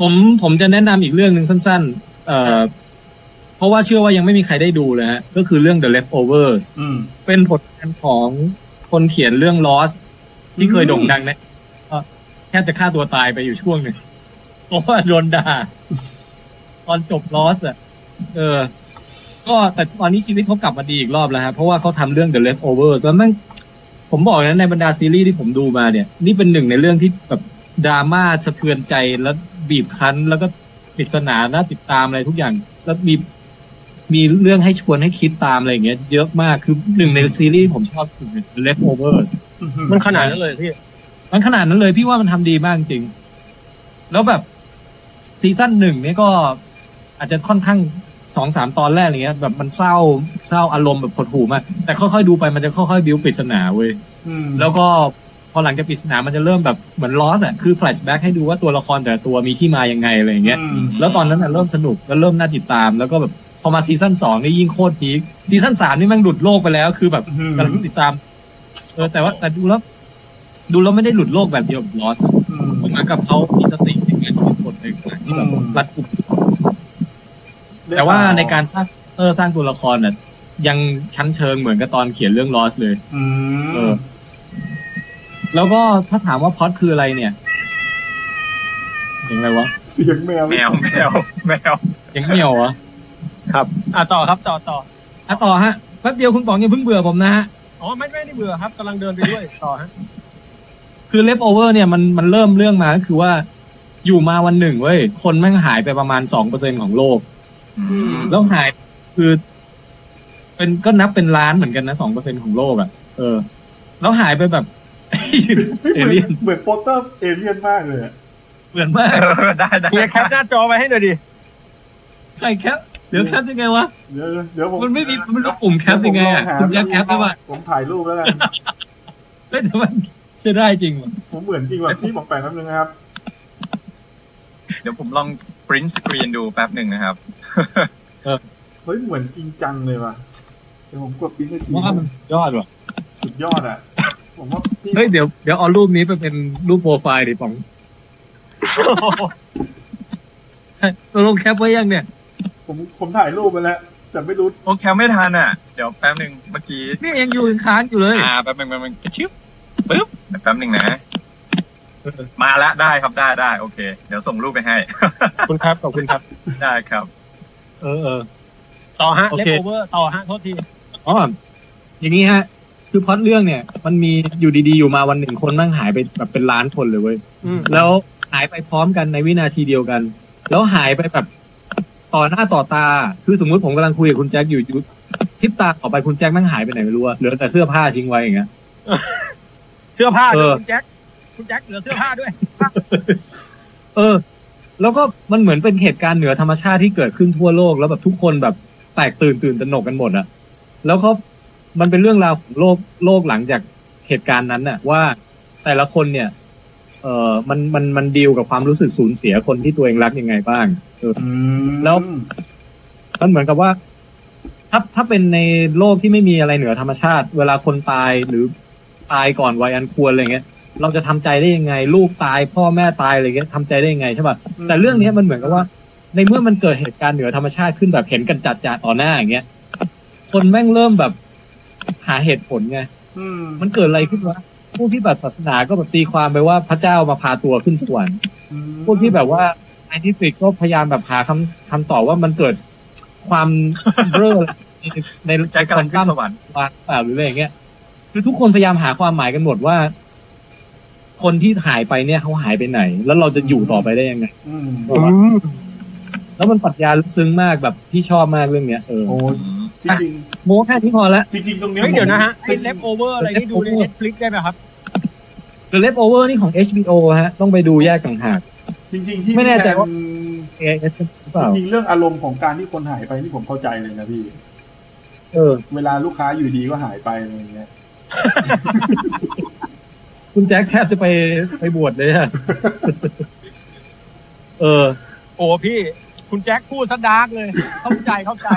[SPEAKER 1] ผมผมจะแนะนำอีกเรื่องหนึ่งสั้น ๆ เอ่อพ ราะว่าเชื่อว่ายังไม่มีใครได้ดูเลยฮะก็คือเรื่อง The Leftovers
[SPEAKER 4] อืม
[SPEAKER 1] เป็นผลงานของคนเขียนเรื่อง Lost ที่เคยโด่งดังนะเอ่อแทบจะฆ่าตัวตายไปอยู่ช่วงหนึ่งเพราะว่าโดนด่า ตอนจบ Lost อ่ะ เออ ก็แต่ตอนนี้ชีวิตเขากลับมาดีอีกรอบแล้วฮะเพราะว่าเขาทำเรื่อง The Leftovers แล้วมันผมบอกเลยนะในบรรดาซีรีส์ที่ผมดูมาเนี่ย นี่เป็นหนึ่งในเรื่องที่แบบดราม่าสะเทือนใจแล้วบีบคั้น แล้วก็ปริศนาน่าติดตามอะไรทุกอย่าง แล้วมีมีเรื่องให้ชวนให้คิดตามอะไรอย่างเงี้ยเยอะมากคือหนึ่งในซีรีส์ที่ผมชอบที่สุดคือ The Leftovers
[SPEAKER 7] มันขนาดนั้นเลยพี่
[SPEAKER 1] มันขนาดนั้นเลยพี่ว่ามันทำดีมากจริง แล้วแบบซีซั่นหนึ่งเนี่ยก็อาจจะค่อนข้างสองสามตอนแรกอย่างเงี้ย แบบมันเศร้าเศร้าอารมณ์แบบหดหู่มากแต่ค่อยๆดูไปมันจะค่อยๆบิวปริศนาเว้ย
[SPEAKER 4] อืม
[SPEAKER 1] แล้วก็พอหลังจากปริศนามันจะเริ่มแบบเหมือนลอสอ่ะคือแฟลชแบ็กให้ดูว่าตัวละครแต่ละตัวมีที่มายังไงอะไรอย่างเงี้ย
[SPEAKER 4] อืม
[SPEAKER 1] แล้วตอนนั้นน่ะเริ่มสนุกแล้วเริ่มน่าติดตาม แล้วก็แบบพอมาซีซั่นสองนี่ยิ่งโคตรพีคซีซั่นสามนี่แม่งหลุดโลกไปแล้ว คือแบบ
[SPEAKER 4] อืม
[SPEAKER 1] กำลังติดตาม เออแต่ว่าแต่ดูแล้ว ดูแล้วไม่ได้หลุดโลกแบบเดียวกับลอส
[SPEAKER 4] อืม
[SPEAKER 1] เหมือนกับเขามีสติในการคิดคนเองนะที่แบบ
[SPEAKER 4] อืม
[SPEAKER 1] รัดกุมแต่ว่าในการสร้างเออสร้างตัวละครน่ะยังชั้นเชิงเหมือนกับตอนเขียนเรื่องลอสเลย
[SPEAKER 4] อื
[SPEAKER 1] เอ
[SPEAKER 4] ม
[SPEAKER 1] อ แล้วก็ถ้าถามว่าพล็อดคืออะไรเนี่ยยังไงวะ
[SPEAKER 4] เสียงแมว
[SPEAKER 5] แมวแมวแมว
[SPEAKER 1] ยังเหนียวเหรอ่ะ
[SPEAKER 7] ครับ อ่ะต่อครับต่อต่อ
[SPEAKER 1] อ่ะต่อฮะแป๊บเดียวคุณป๋องอย่าเพิ่งเบื่อผมนะฮะ
[SPEAKER 7] อ๋อไม่ไม่ได้เบื่อครับกำลังเดินไป
[SPEAKER 5] [LAUGHS]
[SPEAKER 7] ด้วยต่อฮะ
[SPEAKER 1] คือเลฟโอเวอร์เนี่ยมันมันเริ่มเรื่องมาก็คือว่าอยู่มาวันหนึ่งเว้ย คนแม่งหายไปประมาณสองเปอร์เซ็นของโลก แล้วหายคือ เป็นก็นับเป็นล้านเหมือนกันนะสองเปอร์เซ็นของโลกอะ่ะ เออ แล้วหายไปแบบ [LAUGHS] เอ
[SPEAKER 4] เหมือน
[SPEAKER 1] เลี่ยน
[SPEAKER 4] เหมือนโปสเตอร์เอเลี่ยนมากเลยอะ
[SPEAKER 1] เหมือนมาก
[SPEAKER 5] ได้ได้
[SPEAKER 7] เดี๋ยว [LAUGHS] แคปหน้าจอไปให้หน่อยดิ
[SPEAKER 1] ใครแคปเดี๋ยวแคปยังไงวะ
[SPEAKER 4] เดี๋ยวเดี๋ยวผม
[SPEAKER 1] มันไม่มีมันไม่รู้ปุ่มแคปยังไงอ่ะคุณ
[SPEAKER 4] เดี๋วผมล
[SPEAKER 1] จะ
[SPEAKER 4] องหา
[SPEAKER 1] แคปได้ปะ
[SPEAKER 4] ผมถ่ายรูปแล้วกัน
[SPEAKER 1] เฮ้ยแต่มันใช่ได้จริงว่ะ
[SPEAKER 4] ผมเหมือนจริงว่ะพี่บอกแปลงแป๊บนึงนะครับ
[SPEAKER 5] เดี๋ยวผมลองปริ้นสกรีนดูแป๊บหนึ่งนะครับ
[SPEAKER 4] เฮ้ยเหมือนจริงจังเลยว่ะเดี๋ยวผมกดปิ้นให้ที
[SPEAKER 1] ว่ามันยอดว่ะ
[SPEAKER 4] สุดยอดอ่ะ ผมว่าพี่
[SPEAKER 1] เฮ้ยเดี๋ยวเดี๋ยวเอารูปนี้ไปเป็นรูปโปรไฟล์ดิ [LAUGHS] ป๋องตกลงแคปไว้ยังเนี่ย
[SPEAKER 4] ผมผมถ่ายรูปไปแล้ว แต่ไม่รู้
[SPEAKER 5] โอเคไม่ทันอ่ะ เดี๋ยวแป๊บหนึ่งเมื่อกี้
[SPEAKER 1] นี่ยังอยู่ค้างอยู่เลย
[SPEAKER 5] อ่าแป๊บหนึ่งแป๊บหนึ่งชิบปึ๊บเดี๋ยวแป๊บหนึ่งนะ มาละได้ครับได้ได้โอเค เดี๋ยวส่งรูปไปให้
[SPEAKER 7] คุณครับขอบคุณครับ
[SPEAKER 5] ได้ครับ
[SPEAKER 1] เออเออ
[SPEAKER 7] ต่อฮะ
[SPEAKER 1] โอ
[SPEAKER 7] เลฟ
[SPEAKER 1] เค
[SPEAKER 7] โอเวอร์ต่อฮะโทษที
[SPEAKER 1] อ๋ออย่างนี้ฮะ คือพล็อดเรื่องเนี่ย มันมีอยู่ดีๆ อยู่มาวันหนึ่งคนนั่งหายไปแบบเป็นล้านคนเลยเว้ย
[SPEAKER 7] อืม
[SPEAKER 1] แล้วหายไปพร้อมกันในวินาทีเดียวกัน แล้วหายไปแบบต่อหน้าต่อตา คือสมมุติผมกำลังคุยกับคุณแจ็คอยู่อยู่พริบตาออกไปคุณแจ็คแม่งหายไปไหนไม่รู้อะเหลือแต่เสื้อผ้าทิ้งไว้อย่างเงี้ย
[SPEAKER 7] เสื้อผ้าด้
[SPEAKER 1] เอ
[SPEAKER 7] วย
[SPEAKER 1] อ
[SPEAKER 7] คุณแจ็คคุณแจ็คเหลือเสื้อผ้าด้วย
[SPEAKER 1] เออ แล้วก็มันเหมือนเป็นเหตุการณ์เหนือธรรมชาติที่เกิดขึ้นทั่วโลก แล้วแบบทุกคนแบบแตกตื่นตื่นตระหนกกันหมดอะแล้วก็มันเป็นเรื่องราวของโลกโลกหลังจากเหตุการณ์นั้นน่ะ ว่าแต่ละคนเนี่ย เออมันมันมันดีลกับความรู้สึกสูญเสียคนที่ตัวเองรักยังไงบ้างเออ แล้ว มันเหมือนกับว่า ถ้าถ้าเป็นในโลกที่ไม่มีอะไรเหนือธรรมชาติ เวลาคนตายหรือตายก่อนวัยอันควรอะไรเงี้ย เราจะทำใจได้ยังไง ลูกตาย พ่อแม่ตายอะไรเงี้ยทำใจได้ยังไงใช่ปะ แต่เรื่องเนี้ยมันเหมือนกับว่า ในเมื่อมันเกิดเหตุการณ์เหนือธรรมชาติขึ้นแบบเห็นกันจัดจาต่อหน้าอย่างเงี้ยคนแม่งเริ่มแบบหาเหตุผลไง
[SPEAKER 4] อืม
[SPEAKER 1] มันเกิดอะไรขึ้นวะผู้ที่แบบศาสนาก็แบบตีความไปว่าพระเจ้ามาพาตัวขึ้นสวรรค์
[SPEAKER 4] อืม
[SPEAKER 1] ผู้ที่แบบว่าไอที่ติกก็พยายามแบบหาคำคำตอบว่ามันเกิดความเบ้อในใน
[SPEAKER 5] ใจกำลังขึ้นสวรรค์
[SPEAKER 1] วานเปล่าหรืออะไรอย่างเงี้ยคือทุกคนพยายามหาความหมายกันหมดว่า คนที่หายไปเนี่ยเขาหายไปไหน แล้วเราจะอยู่ต่อไปได้ยังไง
[SPEAKER 4] อืม
[SPEAKER 1] แล้วมันปรัชญาลึกซึ้งมากแบบที่ชอบมากเรื่องเนี้ยเออ
[SPEAKER 4] โอ้ยจริง
[SPEAKER 1] โมแค่นี้พอละ
[SPEAKER 4] ๆจริง ๆ ตรงเนี้ย
[SPEAKER 7] เฮ้ยเดี๋ยวนะฮะ
[SPEAKER 4] ผม
[SPEAKER 7] ไอ้เลฟโอเวอร์อะไรนี่ดูใน
[SPEAKER 1] Leftover
[SPEAKER 7] เน็ตฟลิกได้ไหมครับ
[SPEAKER 1] The Leftover นี่ของ HBO ฮะ ต้องไปดูแยกต่างหาก
[SPEAKER 4] จริง ๆ ที่
[SPEAKER 1] ไม่แน่ใจว่า
[SPEAKER 4] พี่
[SPEAKER 1] AIS หรือเปล่า
[SPEAKER 4] จริงๆเรื่องอารมณ์ของการที่คนหายไปนี่ผมเข้าใจเลยนะพี่
[SPEAKER 1] เออ
[SPEAKER 4] เวลาลูกค้าอยู่ดีก็หายไปอะไรอย่างเงี้ย
[SPEAKER 1] คุณแจ็คแทบจะไปไปบวชเลยฮะ เออ
[SPEAKER 7] โอ้พี่ คุณแจ็คพูดซะดาร์กเลย เข้าใจเข้าใจ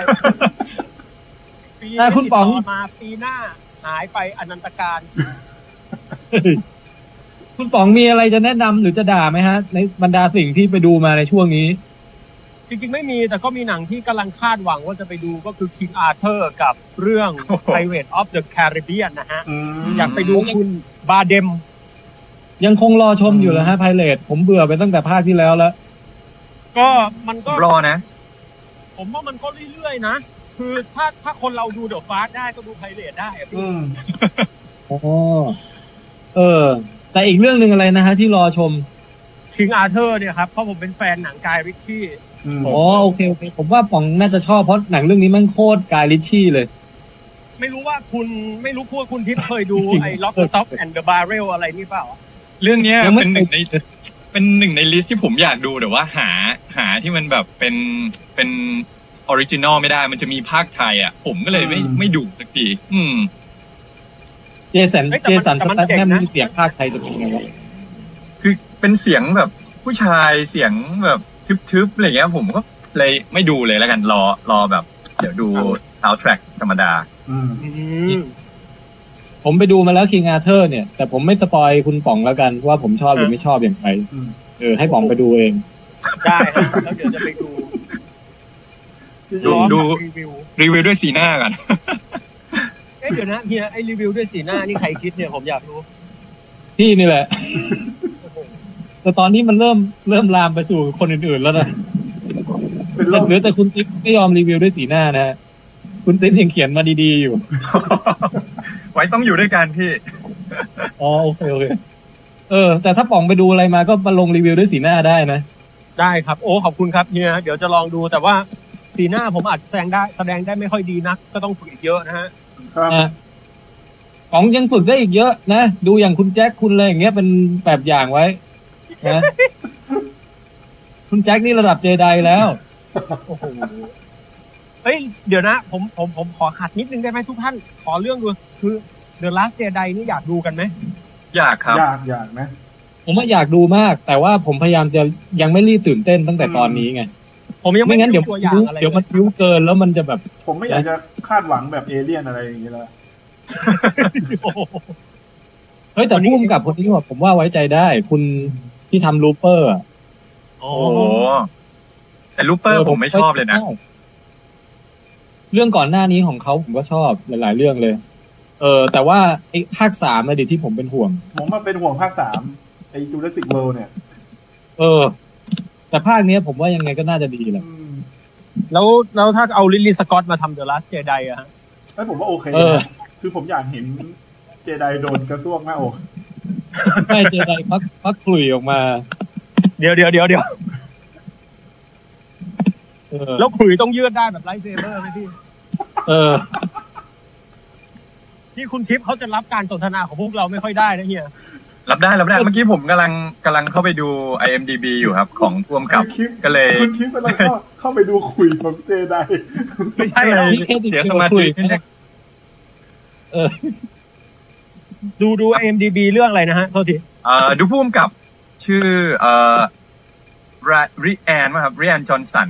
[SPEAKER 7] ปี
[SPEAKER 1] อ่ะคุณป๋อง
[SPEAKER 7] ติดต่มาปีหน้าหายไปอนันตการ
[SPEAKER 1] คุณป๋องมีอะไรจะแนะนำหรือจะด่าไหมฮะ ในบรรดาสิ่งที่ไปดูมาในช่วงนี้
[SPEAKER 7] จริงๆไม่มีแต่ก็มีหนังที่กำลังคาดหวังว่าจะไปดูก็คือ King Arthur กับเรื่อง Pirate of the Caribbean นะฮะ อยากไปดูคุณบาเดม
[SPEAKER 1] ยังคงรอชมอยู่แล้วฮะไพเรตผมเบื่อไปตั้งแต่ภาคที่แล้วแล้ว
[SPEAKER 7] ก็มันก็
[SPEAKER 5] รอนะ
[SPEAKER 7] ผมว่ามันก็เรื่อยๆนะ คือถ้าถ้าคนเราดูเดอะฟาสได้ก็ดูไพเรตได้อะพี่
[SPEAKER 4] อืม
[SPEAKER 1] อ๋อ เออ แต่อีกเรื่องหนึ่งอะไรนะฮะที่รอชม
[SPEAKER 7] คิงอาเธอร์เนี่ยครับ เพราะผมเป็นแฟนหนังกายริชชี่
[SPEAKER 4] อืม
[SPEAKER 1] อ๋อโอเคโอเค ผมว่าป๋องน่าจะชอบเพราะหนังเรื่องนี้แมันโคตรกายลิชชี่เลย
[SPEAKER 7] ไม่รู้ว่าคุณไม่รู้ว่าคุณทิพย์เคยดู
[SPEAKER 1] จริง
[SPEAKER 7] ไอ้ล็อกต็อปแอนด์เดอะบาร์เรลอะไรนี่เปล่า
[SPEAKER 5] เรื่องเนี้ย
[SPEAKER 1] ยังไม่
[SPEAKER 5] เป็นหนึ่งในเป็นหนึ่งในลิสต์ที่ผมอยากดูแต่ว่าหาหาที่มันแบบเป็นเป็นออริจินอลไม่ได้มันจะมีภาคไทยอ่ะ ผมก็เลยไม่
[SPEAKER 4] อืม
[SPEAKER 5] ไม่ดูสักทีอืม
[SPEAKER 1] เจสัน
[SPEAKER 7] เฮ้ยแต่
[SPEAKER 1] เจ
[SPEAKER 7] มัน
[SPEAKER 1] สัน
[SPEAKER 7] แต่
[SPEAKER 1] ส
[SPEAKER 7] มัน
[SPEAKER 1] แตทแฮม
[SPEAKER 7] เจ๋งนะ
[SPEAKER 1] มีเสียงภาคไทยจะเป็นยังไงวะ
[SPEAKER 5] คือเป็นเสียงแบบผู้ชายเสียงแบบทึบๆอะไรเงี้ยผมก็เลยไม่ดูเลยแล้วกันรอรอแบบ เดี๋ยวดูซาว n d แทร็กธรรมดา
[SPEAKER 4] อืม
[SPEAKER 7] อืม
[SPEAKER 1] ผมไปดูมาแล้วคิงอาเธอร์เนี่ย แต่ผมไม่สปอยคุณป๋องแล้วกันว่าผมชอบหรือไม่ชอบอย่างไร
[SPEAKER 4] อืม
[SPEAKER 1] เออให้ป๋องไปดูเอง
[SPEAKER 7] ได้ฮะแล้วเดี๋ยวจะไปดู
[SPEAKER 5] ดู
[SPEAKER 7] พร้อมกับ
[SPEAKER 5] ดู
[SPEAKER 7] รี
[SPEAKER 5] รี
[SPEAKER 7] วิว
[SPEAKER 5] วิวด้วยสีหน้ากัน [LAUGHS]
[SPEAKER 7] เอ๊ะเดี๋ยวนะเฮียไอ้รีวิวด้วยสีหน้านี่ใครคิดเนี่ยผมอยากรู้
[SPEAKER 1] พี่นี่แหละ [LAUGHS] แต่ตอนนี้มันเริ่มเริ่มลามไปสู่คนอื่นๆแล้วนะ
[SPEAKER 4] เป็นโร
[SPEAKER 1] แต่
[SPEAKER 4] ค
[SPEAKER 1] เหลือแต่คุณติ๊กไม่ยอมรีวิวด้วยสีหน้านะฮะคุณติ๊กยังเขียนมาดีๆอยู่
[SPEAKER 5] ไว้ต้องอยู่ด้วยกันพี่
[SPEAKER 1] อ๋อโอเคโอเคเออ แต่ถ้าป๋องไปดูอะไรมาก็มาลงรีวิวด้วยสีหน้าได้นะ
[SPEAKER 7] ได้ครับ โอ้ขอบคุณครับเฮียเดี๋ยวจะลองดูแต่ว่าสีหน้าผมอาจแสดงได้แสดงได้ไม่ค่อยดีนัก ก็ต้องฝึกอีกเยอะนะฮะ
[SPEAKER 4] ครับ
[SPEAKER 1] นะป๋องยังฝึกได้อีกเยอะนะ ดูอย่างคุณแจ็คคุณอะไรอย่างเงี้ยเป็นแบบอย่างไว้นะ [LAUGHS] คุณแจ็คนี่ระดับเจไดแล้ว
[SPEAKER 7] โอ้โหเอ้ย เดี๋ยวนะ ผมผมผมขอขัดนิดนึงได้ไหมทุกท่าน ขอเรื่องดู คือเดอะล s สเ d ไดนี่อยากดูกันไหม
[SPEAKER 5] อยากครับ
[SPEAKER 4] อยากอยากนะ
[SPEAKER 1] ผมว่าอยากดูมาก แต่ว่าผมพยายามจะยังไม่รีบตื่นเต้นตั้งแต่ตอนนี้ไง
[SPEAKER 7] ผมยัง
[SPEAKER 1] ไม่
[SPEAKER 7] ไม่
[SPEAKER 1] งั้นเดี๋ยว
[SPEAKER 7] รู้ตัวอย่างอะไร
[SPEAKER 1] เดี๋ยวมันยิ้วเกินแล้วมันจะแบบ
[SPEAKER 4] ผมไม่อยากจะคาดหวังแบบเอเลี่ยนอะไรอย่างนี้แล้ว
[SPEAKER 7] โอ้โห
[SPEAKER 1] เฮ้ยแต่พุ่มกับคนนี้ผมว่าไว้ใจได้ คุณที่ทำลูเปอร์อะ
[SPEAKER 7] โอ้
[SPEAKER 5] โอ้โหแต่ลูปเปอร์ผมไม่ชอบเลยนะ
[SPEAKER 1] เรื่องก่อนหน้านี้ของเขาผมก็ชอบหลาย ๆ เรื่องเลย เออ แต่ว่าไอ้ภาคสามนะดิที่ผมเป็นห่วง
[SPEAKER 4] ผมมาเป็นห่วงภาคสามไอ้จูเลสิกเวิลเนี่ย
[SPEAKER 1] เออ แต่ภาคเนี้ยผมว่ายังไงก็น่าจะดีแหละ
[SPEAKER 4] อืม
[SPEAKER 7] แล้วแล้วถ้าเอาลิลลี่สกอตมาทำเดอะล s สเ d ไดอะฮะ
[SPEAKER 4] เอ้ยผมว่าโอเค
[SPEAKER 1] เออ
[SPEAKER 4] นะคือผมอยากเห็นเจไดโดนกระซวกหน้าอก
[SPEAKER 1] ได้เจไดพักพักขลุ่ยออกมา
[SPEAKER 7] เดี๋ยวเดี๋ยวเดี๋ยวเดี๋ยว
[SPEAKER 1] เออ
[SPEAKER 7] แล้วขลุยต้องยืดได้แบบไลท์เซเบอร์ไหมพี่
[SPEAKER 1] เออ
[SPEAKER 7] ที่คุณทิพย์เขาจะรับการสนทนาของพวกเราไม่ค่อยได้นะเฮีย
[SPEAKER 5] รับได้รับได้เมื่อกี้ผมกำลังกำลังเข้าไปดู IMDB อยู่ครับ ของพ่วมกับ
[SPEAKER 4] คลิป
[SPEAKER 5] ก็เลย
[SPEAKER 4] คุณคลิปแล้วก็เข้าไปดูคุยของเจได
[SPEAKER 5] ไม่ใช่เลย
[SPEAKER 1] นี่แค่ติด
[SPEAKER 5] เสียสมาธิ
[SPEAKER 1] คุย เออ
[SPEAKER 7] ดูดู IMDB เรื่องอะไรนะฮะโทษที
[SPEAKER 5] เอ่อดูพ่วมกับชื่อเอ่อริแอนมั้งครับริแอนจอห์นสัน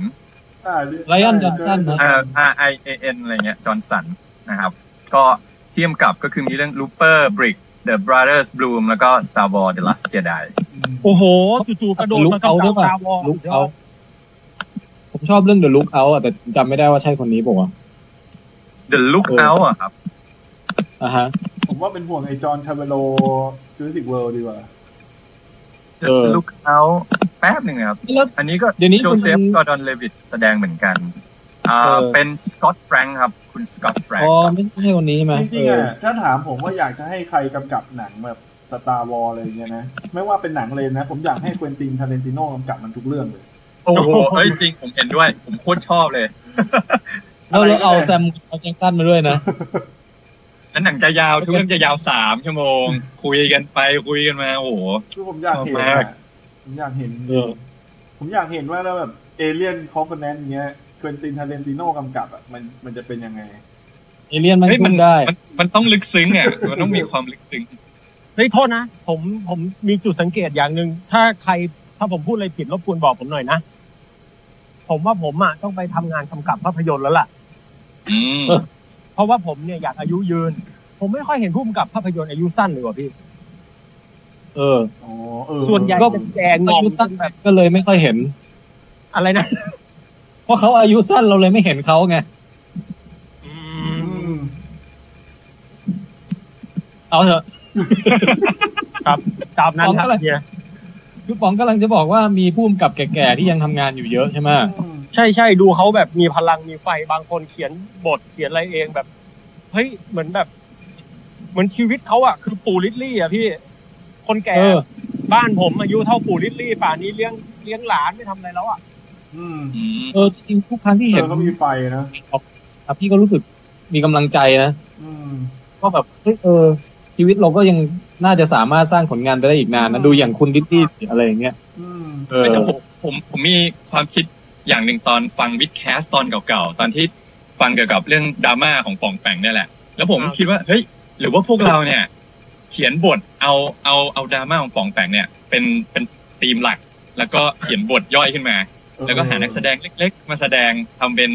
[SPEAKER 1] Ryan Johnson นะ
[SPEAKER 5] เอ่อ R I A N อะไรเงี้ยจอห์นสันนะครับ ก็เทียมกับก็คือมีเรื่อง Looper Brick The Brothers Bloom แล้วก็ Star Wars The Last Jedi
[SPEAKER 7] โอ้โหจู่ๆกระโดด
[SPEAKER 1] ลุก
[SPEAKER 7] มา
[SPEAKER 1] เอาหรือเปล่า
[SPEAKER 7] ตาวอ
[SPEAKER 1] ลุกเอาผมชอบเรื่องเดอะลุกเอาแต่จำไม่ได้ว่าใช่คนนี้ป่าวะ
[SPEAKER 5] The Lookout อ่ะครับ
[SPEAKER 1] อ่ะฮะ
[SPEAKER 4] ผมว่าเป็นห่วงไอ้จอห์นทาเวโลจูเลสิกเวิลดีกว่า
[SPEAKER 5] The
[SPEAKER 1] เออ
[SPEAKER 5] Lookout แป๊บหนึ่งนะครับ
[SPEAKER 1] แล้ว
[SPEAKER 5] อันนี้ก็
[SPEAKER 1] เดี๋ยวนี้
[SPEAKER 5] โจ
[SPEAKER 1] คุณ
[SPEAKER 5] เซฟกอร์ดอนเลวิตแสดงเหมือนกัน อ่า
[SPEAKER 1] เออ
[SPEAKER 5] เป็นสกอตแฟรงค์ครับ คุณสกอตแฟรง
[SPEAKER 1] อ๋
[SPEAKER 5] ค์
[SPEAKER 1] อไม่ใช่คนนี้ไหม
[SPEAKER 4] จริง
[SPEAKER 1] เ
[SPEAKER 4] ๆอ่ะถ้าถามผมว่าอยากจะให้ใครกำกับหนังแบบสตาร์วอลอะไรอย่างเงี้ยนะ ไม่ว่าเป็นหนังเลยนะ ผมอยากให้ควินตินทาเรนติโนกำกับมันทุกเรื่องเลย
[SPEAKER 5] โอ้โหเฮ้ยจริง ผมเห็นด้วย ผมโคตรชอบเลย
[SPEAKER 1] แล้วเราเอาแซมเอาแจ็คสันมาด้วยนะ
[SPEAKER 5] นั้นหนังจะยาว ทุกเรื่องจะยาวสามชั่วโมง คุยกันไปคุยกันมา โอ้โห
[SPEAKER 4] คือผมอยากเห็น
[SPEAKER 5] มาก
[SPEAKER 4] อะผมอยากเห็น
[SPEAKER 1] เออ
[SPEAKER 4] ผมอยากเห็นว่าแล้วแบบเอเลี่ยนคอมโพเนนต์เงี้ยควินตินทาเรนติโนกำกับอ่ะมันมันจะเป็นยังไง
[SPEAKER 1] เอเลียนมัน
[SPEAKER 5] เฮ้ย
[SPEAKER 1] พู
[SPEAKER 5] มั
[SPEAKER 1] ด
[SPEAKER 5] น
[SPEAKER 1] ได้
[SPEAKER 5] มันมันต้องลึกซึ้งอ่ะ มันต้องมีความลึกซึ้ง
[SPEAKER 7] เฮ้ยโทษนะ ผมผมมีจุดสังเกตอย่างหนึ่งถ้าใครถ้าผมพูดอะไรผิดรบกวนบอกผมหน่อยนะ ผมว่าผมอ่ะต้องไปทำงานกำกับภาพยนตร์แล้วล่ะ
[SPEAKER 5] อืม
[SPEAKER 1] เออ
[SPEAKER 7] เพราะว่าผมเนี่ยอยากอายุยืน ผมไม่ค่อยเห็นผู้กำกับภาพยนตร์อายุสั้นเลยว่ะพี่
[SPEAKER 1] เออ
[SPEAKER 4] อ๋อเออ
[SPEAKER 7] ส่วนใหญ่
[SPEAKER 1] ก็
[SPEAKER 7] จะแดงง
[SPEAKER 1] อา
[SPEAKER 7] อม
[SPEAKER 1] ยุสั้นแบบก็เลยไม่ค่อยเห็น
[SPEAKER 7] อะไรนะ
[SPEAKER 1] เพราะเขาอายุสั้นเราเลยไม่เห็นเขาไง เอาเถอะ
[SPEAKER 7] ครับตามนั้นค
[SPEAKER 1] อ๋อก็เล
[SPEAKER 7] รับ
[SPEAKER 1] ย
[SPEAKER 7] เฮีย
[SPEAKER 1] คือป๋องกำลังจะบอกว่ามีผู้กำกับแก่ๆที่ยังทำงานอยู่เยอะใช่ไหม
[SPEAKER 7] ใช่ใช่ดูเขาแบบมีพลังมีไฟบางคนเขียนบทเขียนอะไรเองแบบเฮ้ยเหมือนแบบ เหมือนชีวิตเขาอะคือปู่ลิตลี่อะพี่ คนแก่
[SPEAKER 1] เออ
[SPEAKER 7] บ้านผมอายุเท่าปู่ลิตลี่ ป่านนี้เลี้ยงเลี้ยงหลานไม่ทำอะไรแล้วอะ
[SPEAKER 4] อืม
[SPEAKER 5] อืม
[SPEAKER 1] เออจริงๆทุกครั้งที่
[SPEAKER 4] เธ
[SPEAKER 1] เห็น
[SPEAKER 4] อก็มีไฟนะ
[SPEAKER 1] อ่ะพี่ก็รู้สึกมีกำลังใจนะ
[SPEAKER 4] อืม
[SPEAKER 1] ก็แบบเฮ้ยเออ ชีวิตเราก็ยังน่าจะสามารถสร้างผลงานไปได้อีกนานนะ ดูอย่างคุณดิตตี้สิอะไรอย่างเงี้ย
[SPEAKER 4] อืม
[SPEAKER 1] เออ
[SPEAKER 5] แต่ผมผมผมมีความคิดอย่างหนึ่งตอนฟังวิดแคสตอนเก่าๆ ตอนที่ฟังเกี่ยวกับเรื่องดราม่าของป่องแปงเนี่ยแหละ แล้วผมคิดว่าเฮ้ยหรือว่าพวกเราเนี่ย เขียนบทเอาเอาเอาดราม่าของป่องแปงเนี่ย เป็นเป็นธีมหลัก แล้วก็เขียนบทย่อยขึ้นมา แล้วก็หานักแสดงเล็ก ๆ มาแสดงทำเป็น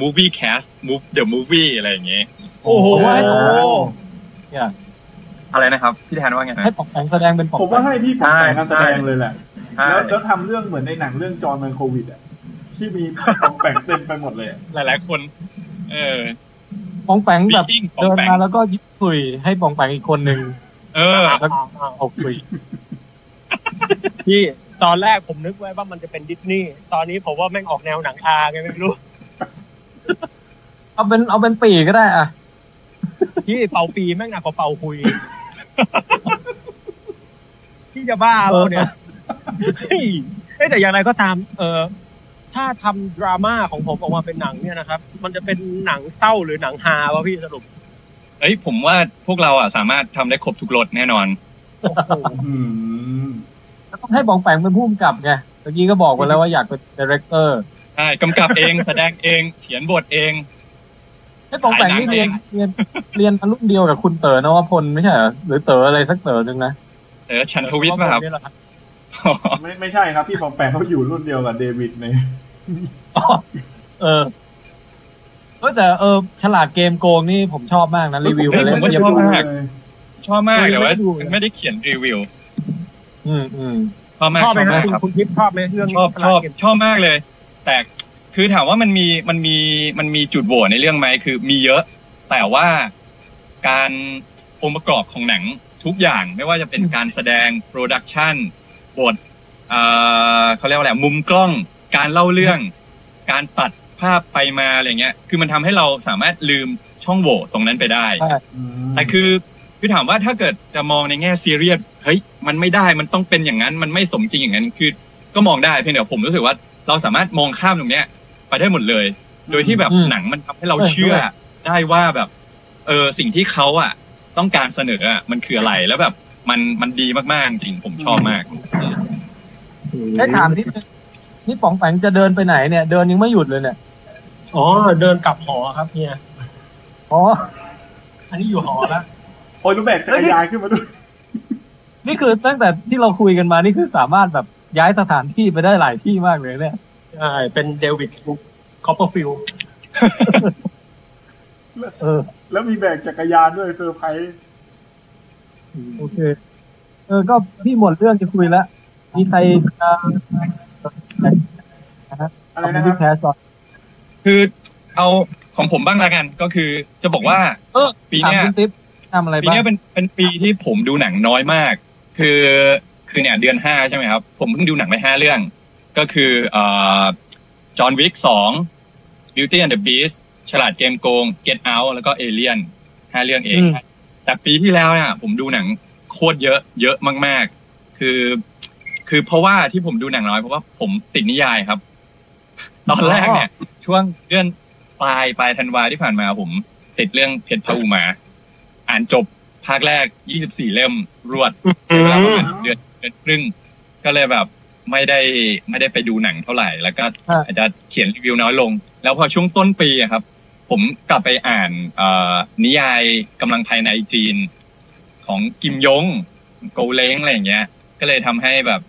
[SPEAKER 5] มูฟวี่แคสต์มูฟเดอะมูฟวี่อะไรอย่างเงี้ย
[SPEAKER 7] โอ้โห
[SPEAKER 4] โอ้โห
[SPEAKER 5] อะไรนะครับ พี่แทนว่าไงนะ
[SPEAKER 1] ให้ป๋องแปงแสดงเป็นป๋อง
[SPEAKER 4] ผมว่าให้พี่ผมแต่งงาน
[SPEAKER 5] ใช่
[SPEAKER 4] แสดง
[SPEAKER 5] ใช่
[SPEAKER 4] เลยแหละ
[SPEAKER 5] ใช่
[SPEAKER 4] แล้วแล้วทำเรื่องเหมือนในหนังเรื่องจอห์นแมนโควิดอ่ะ ที่มีของแปลกเต็มไปหมดเลยอะ
[SPEAKER 5] หลายๆคน เออ
[SPEAKER 1] ป๋องแปงแบบ
[SPEAKER 5] Beating ป๋อง
[SPEAKER 1] เดิน
[SPEAKER 5] แปง
[SPEAKER 1] มาแล้วก็ยิ้มสุยให้ป๋องแปงอีกคนหนึ่ง
[SPEAKER 5] เออ
[SPEAKER 1] แล้วก็เอาคุย
[SPEAKER 7] พี่ตอนแรกผมนึกไว้ว่ามันจะเป็นดิสนีย์ตอนนี้ผมว่าแม่งออกแนวหนังอาไงไม่รู้
[SPEAKER 1] เอาเป็นเอาเป็นปีกก็ได้อ่ะ
[SPEAKER 7] พี่เป่าปีแม่งหนักกว่าเป่าคุย พี่จะบ้า
[SPEAKER 1] เอ
[SPEAKER 7] เรา
[SPEAKER 1] อ
[SPEAKER 7] เนี่ยเฮ้ยเอ้ยแต่อย่างไรก็ตาม เออ ถ้าทำดราม่าของผมออกมาเป็นหนังเนี่ยนะครับ มันจะเป็นหนังเศร้าหรือหนังฮาวะพี่สรุป
[SPEAKER 5] เอ้ยผมว่าพวกเราอ่ะสามารถทำได้ครบทุกรสแน่นอน
[SPEAKER 4] อืม
[SPEAKER 1] แล้วต้องให้ป๋องแปงเป็นผู้กำกับไงเมื่อกี้ก็บอกไปแล้วว่าอยากเป็นดีเรคเตอร์
[SPEAKER 5] ใช่กำกับเอง แสดงเอง เขียนบทเอง
[SPEAKER 1] ไอ้ปองแปงนี่เรียนเรียนเรียนมารุ่นเดียวกับคุณเต๋อนวพลไม่ใช่เหรอหรือเต๋ออะไรสักเต๋อหนึ่งนะ
[SPEAKER 5] เออชันทวิทย์ป่ะครับ [LAUGHS]
[SPEAKER 1] นี่แหละครับ
[SPEAKER 4] ไม่ไม่ใช่ครับ พี่ปองแปงเขาอยู่รุ่นเดียวกับเดวิดใน
[SPEAKER 1] อ๋อ [LAUGHS] เออเออแต่เออฉลาดเกมโกงนี่ผมชอบมากนะรีวิวไปเลย
[SPEAKER 5] ผมก็ชอบ มาก
[SPEAKER 4] เลย
[SPEAKER 5] ชอบมากแต่ว่าไม่ได้เขียนรีวิว
[SPEAKER 1] อืมอืม
[SPEAKER 5] ชอบมากช
[SPEAKER 7] ชอ
[SPEAKER 5] อ
[SPEAKER 7] บบ ไหมครั
[SPEAKER 5] มากค
[SPEAKER 7] บคุณ
[SPEAKER 5] รับ
[SPEAKER 7] คุณทิพย์ชอบไหมเรื่อง
[SPEAKER 5] ชอบ
[SPEAKER 7] พ
[SPEAKER 5] ช
[SPEAKER 7] ลั
[SPEAKER 5] อบ
[SPEAKER 7] งเก็
[SPEAKER 5] ชอบมากเลย แต่คือถามว่ามันมีมันมีมันมีจุดโหวตในเรื่องไหมคือมีเยอะ แต่ว่าการองค์ประกอบของหนังทุกอย่างไม่ว่าจะเป็นการแสดงโปรดักชันบทเอ่อเขาเรียกว่าอะไรมุมกล้องการเล่าเรื่อง การตัดภาพไปมาอะไรเงี้ย คือมันทำให้เราสามารถลืมช่องโหว่ตรงนั้นไปได้
[SPEAKER 4] อืม
[SPEAKER 5] แต่คือคือถามว่าถ้าเกิดจะมองในแง่ซีเรียสเฮ้ยมันไม่ได้มันต้องเป็นอย่างนั้น มันไม่สมจริงอย่างนั้น คือก็มองได้เพียงแต่ผมรู้สึกว่าเราสามารถมองข้ามตรงเนี้ย ไปได้หมดเลย โดยที่แบบหนังมันทำให้เราเชื่อได้ว่าแบบ เออสิ่งที่เขาอ่ะ ต้องการเสนออ่ะมันคืออะไรแล้วแบบมันมันดีมากๆจริงผมชอบมาก
[SPEAKER 1] ได้ถามนิดนึงนี่ปองแปงจะเดินไปไหนเนี่ย เดินยังไม่หยุดเลยเนี่ย
[SPEAKER 7] อ๋อเดินกลับหอครับเฮีย
[SPEAKER 1] อ๋อ
[SPEAKER 7] อันนี้อยู่หอแล้ว
[SPEAKER 4] โอ้ยรู้แบกจักรยานขึ้นมาด้วย
[SPEAKER 1] นี่คือตั้งแต่ที่เราคุยกันมานี่คือสามารถแบบย้ายสถานที่ไปได้หลายที่มากเลยเนี่ย
[SPEAKER 7] ใช่เป็นเดวิดคอปเปอร์ฟิลด์
[SPEAKER 1] เออ
[SPEAKER 4] แล้วมีแบกจักรยานด้วยเซอร์ไพรส์
[SPEAKER 1] โอเค เออ ก็พี่หมดเรื่องจะคุยแล้ว มีใครจะ
[SPEAKER 4] อะไร
[SPEAKER 1] ทำ
[SPEAKER 4] นะค
[SPEAKER 1] ที่
[SPEAKER 4] รับ
[SPEAKER 1] แคสก่อน
[SPEAKER 5] คือเอาของผมบ้างละกัน ก็คือจะบอกว่า
[SPEAKER 1] เออ
[SPEAKER 5] ปีเนี้ย
[SPEAKER 1] ถามคุณติ๊บทำอะไร
[SPEAKER 5] ปี
[SPEAKER 1] บ้าง
[SPEAKER 5] เนี้ยเป็นเป็นปีที่ผมดูหนังน้อยมาก คือคือเนี่ยเดือนห้าใช่ไหมครับ ผมเพิ่งดูหนังไปห้าเรื่อง ก็คือเอ่อจอห์นวิกสอง Beauty and the Beast ฉลาดเกมโกง Get Out แล้วก็ Alien ห้าเรื่องเอง แต่ปีที่แล้วเนี่ยผมดูหนังโคตรเยอะเยอะมาก ๆ คือ คือเพราะว่าที่ผมดูหนังน้อยเพราะว่าผมติดนิยายครับ [LAUGHS] ตอนแรกเนี่ย ช่วงเดือนปลายปลายธันวาที่ผ่านมาผมติดเรื่องเพชรพระอุมา อ่านจบภาคแรก 24 เล่มรวดใช้เวลาประมาณเดือนเดือนครึ่ง ก็เลยแบบไม่ได้ไม่ได้ไปดูหนังเท่าไหร่ แล้วก็อาจจะเขียนรีวิวน้อยลง แล้วพอช่วงต้นปีอะครับ ผมกลับไปอ่านเอ่อนิยายกำลังภายในจีนของกิมยง โกเล้งอะไรอย่างเงี้ย ก็เลยทำให้แบบ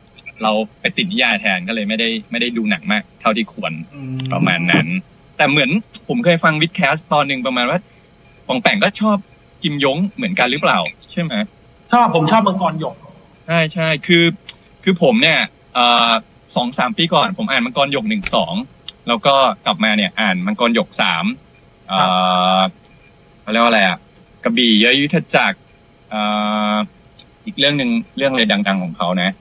[SPEAKER 5] เราไปติดนิยายแทนก็เลยไม่ได้ไม่ได้ดูหนังมากเท่าที่ควร
[SPEAKER 4] อื
[SPEAKER 5] ประมาณนั้น แต่เหมือนผมเคยฟังวิดแคสตอนหนึ่งประมาณว่าปองแปงก็ชอบกิมยงเหมือนกันหรือเปล่า ใช่ไหม
[SPEAKER 7] ชอบผมชอบมังกรหยก
[SPEAKER 5] ใช่ใช่คือ คือผมเนี่ยเอ่อสองสามปีก่อน ผมอ่านมังกรหยกหนึ่งสอง แล้วก็กลับมาเนี่ยอ่านมังกรหยกสามเอ่อเขาเรียกว่าอะไรอ่ะกระบี่เยอะยุทธจักรเอ่ออีกเรื่องหนึ่งเรื่องอะไรดัง ๆ ของเขานะ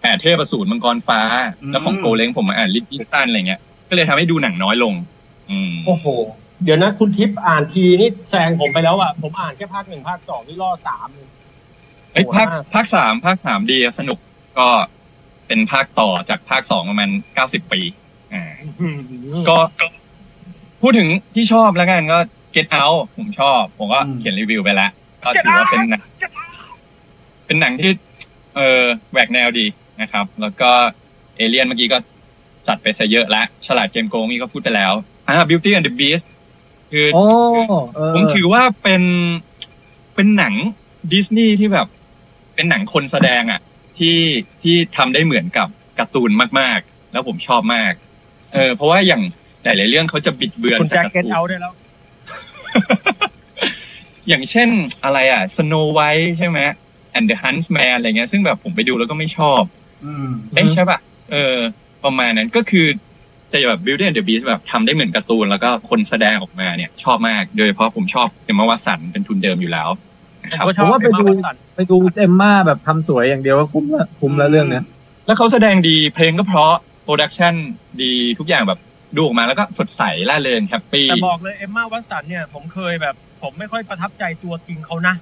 [SPEAKER 5] แอบเทพสูตรมังกรฟ้า แล้วของ
[SPEAKER 4] อืม
[SPEAKER 5] โกเล้งผมมาอ่านลิทยิ่งสั้นอะไรเงี้ยก็เลยทำให้ดูหนังน้อยลง อืม
[SPEAKER 7] โอ้โห เดี๋ยวนะคุณทิพย์อ่านทีนี่แซงผมไปแล้วอ่ะ ผมอ่านแค่ภาคหนึ่งภาคสองนี่ล่อสามเลย
[SPEAKER 5] เอ้ย
[SPEAKER 7] โหด
[SPEAKER 5] ภาค
[SPEAKER 7] มาก
[SPEAKER 5] ภาคสามภาคสามดีครับสนุกก็เป็นภาคต่อจากภาคสองประมาณเก้าสิบปีอ่าก็ก็ พูดถึงที่ชอบแล้วกันก็ Get Out ผมชอบ ผมก็
[SPEAKER 4] อืม
[SPEAKER 5] เขียนรีวิวไปแล้ว ก็ถือว่าเป็นหนังเป็นหนังที่ เออแหวกแนวดีนะครับ แล้วก็เอเลียนเมื่อกี้ก็จัดไปซะเยอะแล้ว ฉลาดเกมโกงนี่ก็พูดไปแล้วอ่า Beauty and the Beast คือ
[SPEAKER 1] โอ้เออ
[SPEAKER 5] ผมถือว่าเป็นเป็นหนังดิสนีย์ที่แบบ เป็นหนังคนแสดงอะที่ที่ทำได้เหมือนกับการ์ตูนมากๆ แล้วผมชอบมาก เออเพราะว่าอย่างหลายๆเรื่องเขาจะบิดเบือน
[SPEAKER 7] คุณแจ็ค
[SPEAKER 5] จาก
[SPEAKER 7] เก็
[SPEAKER 5] กา
[SPEAKER 7] ต
[SPEAKER 5] ร์ตูน
[SPEAKER 7] เอาได้แล้ว
[SPEAKER 5] อย่างเช่นอะไรอ่ะ Snow White ใช่ไหม and the Huntsman อะไรเงี้ยซึ่งแบบผมไปดูแล้วก็ไม่ชอบ
[SPEAKER 4] อืม
[SPEAKER 5] เอ้ยใช่ป่ะ เออ ประมาณนั้นก็คือแต่แบบ Beauty and the Beast แบบทำได้เหมือนการ์ตูน แล้วก็คนแสดงออกมาเนี่ย ชอบมาก โดยเฉพาะผมชอบเอมมาวัตสันเป็นทุนเดิมอยู่แล้วนะครับ
[SPEAKER 1] ผมว่าไปดูไปดูเอมม่าแบบทำสวยอย่างเดียวก็คุ้มละคุ้มละเรื่องเนี้ย
[SPEAKER 5] แล้วเขาแสดงดีเพลงก็เพราะโปรดักชันดีทุกอย่างแบบดูออกมาแล้วก็สดใสล่าเริงแฮปปี้
[SPEAKER 7] แต่บอกเลยเอมมาวัตสันเนี่ย ผมเคยแบบ ผมไม่ค่อยประทับใจตัวจริงเขานะ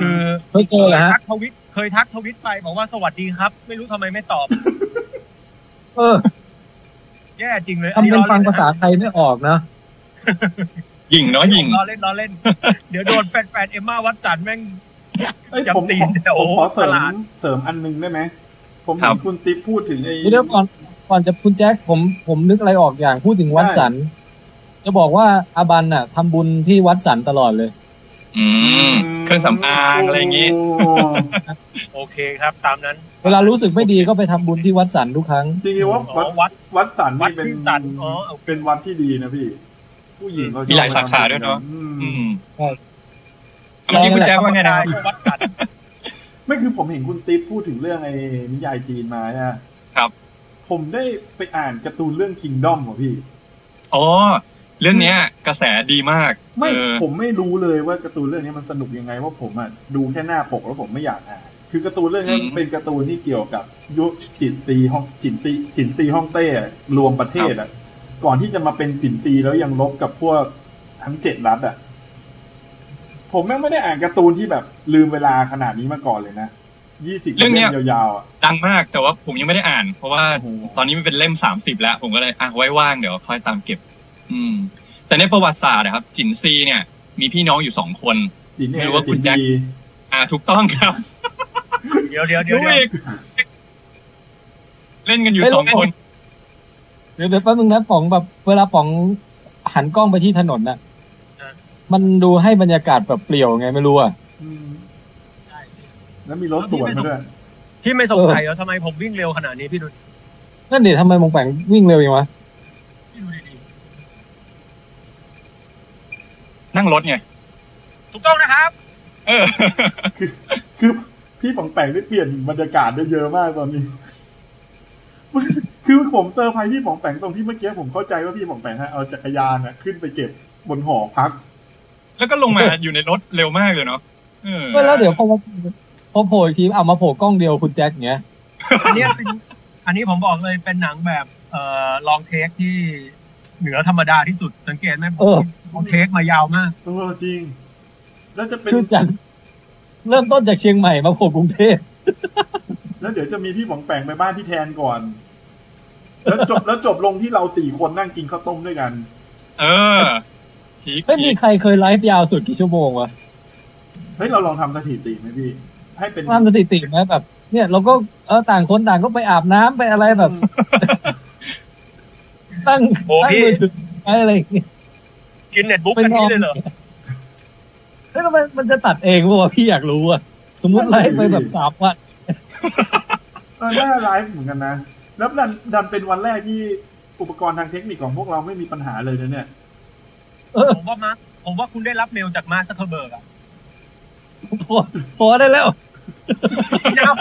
[SPEAKER 7] คือ
[SPEAKER 1] เฮ้ยเจอเหรอฮะ
[SPEAKER 7] ทักทวิตเคยทักทวิตไปบอกว่าสวัสดีครับ ไม่รู้ทำไมไม่ตอบ
[SPEAKER 1] เออ
[SPEAKER 7] แย่จริงเลย
[SPEAKER 1] ทำเป็นฟังภาษา
[SPEAKER 7] อัน
[SPEAKER 1] ไทยไม่ออกนะ
[SPEAKER 5] หญิงเนาะหญิง
[SPEAKER 7] นี้ล้อเล่นล้อเล่นล้อเล่น เดี๋ยวโดนแฟนๆเอมมาวัตสันแม่ง
[SPEAKER 4] เอ้ย
[SPEAKER 7] จับ
[SPEAKER 4] ผม
[SPEAKER 7] ตี
[SPEAKER 4] ขอน
[SPEAKER 7] แถว
[SPEAKER 4] ผมขอเสริม
[SPEAKER 7] ตลาด
[SPEAKER 4] เสริมอันหนึงได้ไหม ผม
[SPEAKER 5] ครั
[SPEAKER 4] เห็
[SPEAKER 5] บ
[SPEAKER 4] นคุณติ๊บพูดถึงไอ้
[SPEAKER 1] เดี๋ยวก่อนก่อนจะคุณแจ็คผมผมนึกอะไรออกอย่างพูดถึงวัดสัน จะบอกว่าอาบันน่ะทำบุญที่วัดสันตลอดเลย
[SPEAKER 5] อืม เครื่องสำอางอะไรอย่างงี้
[SPEAKER 4] โอ้
[SPEAKER 7] โอเคครับ ตามนั้น
[SPEAKER 1] เวลารู้สึกไม่ดีก็ไปทำบุญที่วัดสันทุกครั้ง
[SPEAKER 4] จริงๆว่า
[SPEAKER 7] อ๋
[SPEAKER 4] วั
[SPEAKER 7] อ
[SPEAKER 4] ด
[SPEAKER 7] วัด
[SPEAKER 4] วัดสันนี่เป็น
[SPEAKER 7] วัดที่สันอ๋อโอเค
[SPEAKER 4] เป็นวัดที่ดีนะพี่ ผู้หญิงเขาชอบ
[SPEAKER 5] มีหลายสาขาด้วยเนอะ
[SPEAKER 4] อืม
[SPEAKER 5] อืม
[SPEAKER 1] ใช่
[SPEAKER 5] เมื่อกี้คุณแจ๊คว่าไงนะ
[SPEAKER 7] ได้วัตสัน
[SPEAKER 4] ไม่คือผมเห็นคุณติ๊บพูดถึงเรื่องไอ้นิยายจีนมาเนี่ย
[SPEAKER 5] ครับ
[SPEAKER 4] ผมได้ไปอ่านการ์ตูนเรื่องคิงดอมว่ะพี่
[SPEAKER 5] อ๋อ เรื่องเนี้ย กระแสดีมาก
[SPEAKER 4] ไม่
[SPEAKER 5] เออ
[SPEAKER 4] ผมไม่รู้เลยว่าการ์ตูนเรื่องนี้มันสนุกยังไงว่าะผมอ่ะดูแค่หน้าปกแล้วผมไม่อยากอ่านคือการ์ตูนเรื่องนี้
[SPEAKER 5] อืม
[SPEAKER 4] เป็นการ์ตูนที่เกี่ยวกับยุคจินซีฮ่องจินซีจินซีฮ่องเต้อะรวมประเทศอ่ะ ก่อนที่จะมาเป็นจินซีแล้วยังลบกับพวกทั้งเจ็ดรัฐอ่ะ ผมแม่งไม่ได้อ่านการ์ตูนที่แบบลืมเวลาขนาดนี้มาก่อนเลยนะยี่สิบ
[SPEAKER 5] เรื่องเนี้
[SPEAKER 4] เล่
[SPEAKER 5] ย
[SPEAKER 4] มยาวๆอ่ะ
[SPEAKER 5] ดังมากแต่ว่าผมยังไม่ได้อ่าน เพราะว่า
[SPEAKER 4] โอ้โห
[SPEAKER 5] ตอนนี้มันเป็นเล่มสามสิบแล้ว ผมก็เลยอ่ะไว้ว่างเดี๋ยวค่อยตามเก็บ อืม แต่ในประวัติศาสตร์นะครับ จินซีเนี่ย มีพี่น้องอยู่สองคน
[SPEAKER 4] จินเอ
[SPEAKER 5] ไม่รู้
[SPEAKER 4] กั
[SPEAKER 5] ว่า
[SPEAKER 4] บ
[SPEAKER 5] คุ
[SPEAKER 4] จิ
[SPEAKER 5] ณ
[SPEAKER 4] น
[SPEAKER 5] แจ็ค
[SPEAKER 4] ดี
[SPEAKER 5] อ่าถูกต้องครับ
[SPEAKER 7] เดี๋ยวเดี๋ยวเดี๋ยว
[SPEAKER 5] รู้
[SPEAKER 7] เดี๋ยว
[SPEAKER 5] อีกเล่นกันอยู่
[SPEAKER 1] ไม่รู้
[SPEAKER 5] สองคน
[SPEAKER 1] เดี๋ยวเดี๋ยวแป๊บนึงนะป๋องแบบเวลาป๋องหันกล้องไปที่ถนนน่ะ มันดูให้บรรยากาศแบบเปลี่ยวไงไม่รู้อ่ะ
[SPEAKER 4] อืมแล้วมีรถสวนมาด้วย
[SPEAKER 7] พี่ไม่สงสัยเหรอทำไมผมวิ่งเร็วขนาดนี้พี่ดูดิ
[SPEAKER 1] นั่นเดี๋ยวทำไมมงแปงวิ่งเร็วอย่างวะ
[SPEAKER 7] พี่ดูดี
[SPEAKER 5] นั่งรถไง
[SPEAKER 7] ๆถูกต้องนะครับ
[SPEAKER 5] เอ
[SPEAKER 1] [LAUGHS]
[SPEAKER 5] อ
[SPEAKER 4] คือคือพี่ป๋องแปงได้เปลี่ยนบรรยากาศได้เยอะมากตอนนี้ [LAUGHS] คือผมเซอร์ไพรส์พี่ป๋องแปงตรงที่เมื่อกี้ผมเข้าใจว่าพี่ป๋องแปงฮะเอาจักรยานนะขึ้นไปเก็บบนหอพัก
[SPEAKER 5] แล้วก็ลงมาอยู่ในรถเร็วมากเลยเนาะเออ
[SPEAKER 1] เออแล้วเดี๋ยวพอมาพอโผล่อีกทีเอามาโผล่กล้องเดียวคุณแจ็คเงี้ย
[SPEAKER 7] อันเนี้ยเป็นอันนี้ผมบอกเลยเป็นหนังแบบเอ่อลองเทคที่เหนือธรรมดาที่สุดสังเกตไหม
[SPEAKER 1] เออ
[SPEAKER 7] ลองเทคมายาวมาก
[SPEAKER 4] เออจริง แล้วจะเป็น
[SPEAKER 1] คือจากเริ่มต้นจากเชียงใหม่มาโผล่กรุงเทพ
[SPEAKER 4] แล้วเดี๋ยวจะมีพี่ป๋องแปงไปบ้านพี่แทนก่อน แล้วจบ [LAUGHS] แล้วจบลงที่เราสี่คนนั่งกินข้าวต้มด้วยกัน
[SPEAKER 5] เออพีค
[SPEAKER 1] ไม่มีใครเคยไลฟ์ยาวสุดกี่ชั่วโมงวะ
[SPEAKER 4] เฮ้ยเราลองทำสถิติไหมพี่ ให้เป็น
[SPEAKER 1] ทำสถิติไหมแบบ เนี่ยเราก็เออต่างคนต่างก็ไปอาบน้ำไปอะไรแบบ ตั้ง
[SPEAKER 7] โอ้
[SPEAKER 1] ตั้ง
[SPEAKER 7] พี่
[SPEAKER 1] มือถือไว้อะไรอย่างเงี้ย
[SPEAKER 7] กินเน็ตบุ๊ก
[SPEAKER 1] เป็
[SPEAKER 7] กัน
[SPEAKER 1] น
[SPEAKER 7] นี้
[SPEAKER 1] ลอง
[SPEAKER 7] เลยเหรอ
[SPEAKER 1] แล้วมันมันจะตัดเองวะพี่อยากรู้อะสมมติไลฟ์ไปแบบสามวัน
[SPEAKER 4] เออน่าไลฟ์เหมือนกันนะ แล้วดันดันเป็นวันแรกที่อุปกรณ์ทางเทคนิคของพวกเราไม่มีปัญหาเลยนะเนี่ย
[SPEAKER 7] ผมว่ามาร์คผมว่าคุณได้รับเมลจากมาร์คซักเคอร์เบิร์กอะ
[SPEAKER 1] พอพอได้แล้ว
[SPEAKER 7] เดี๋ยว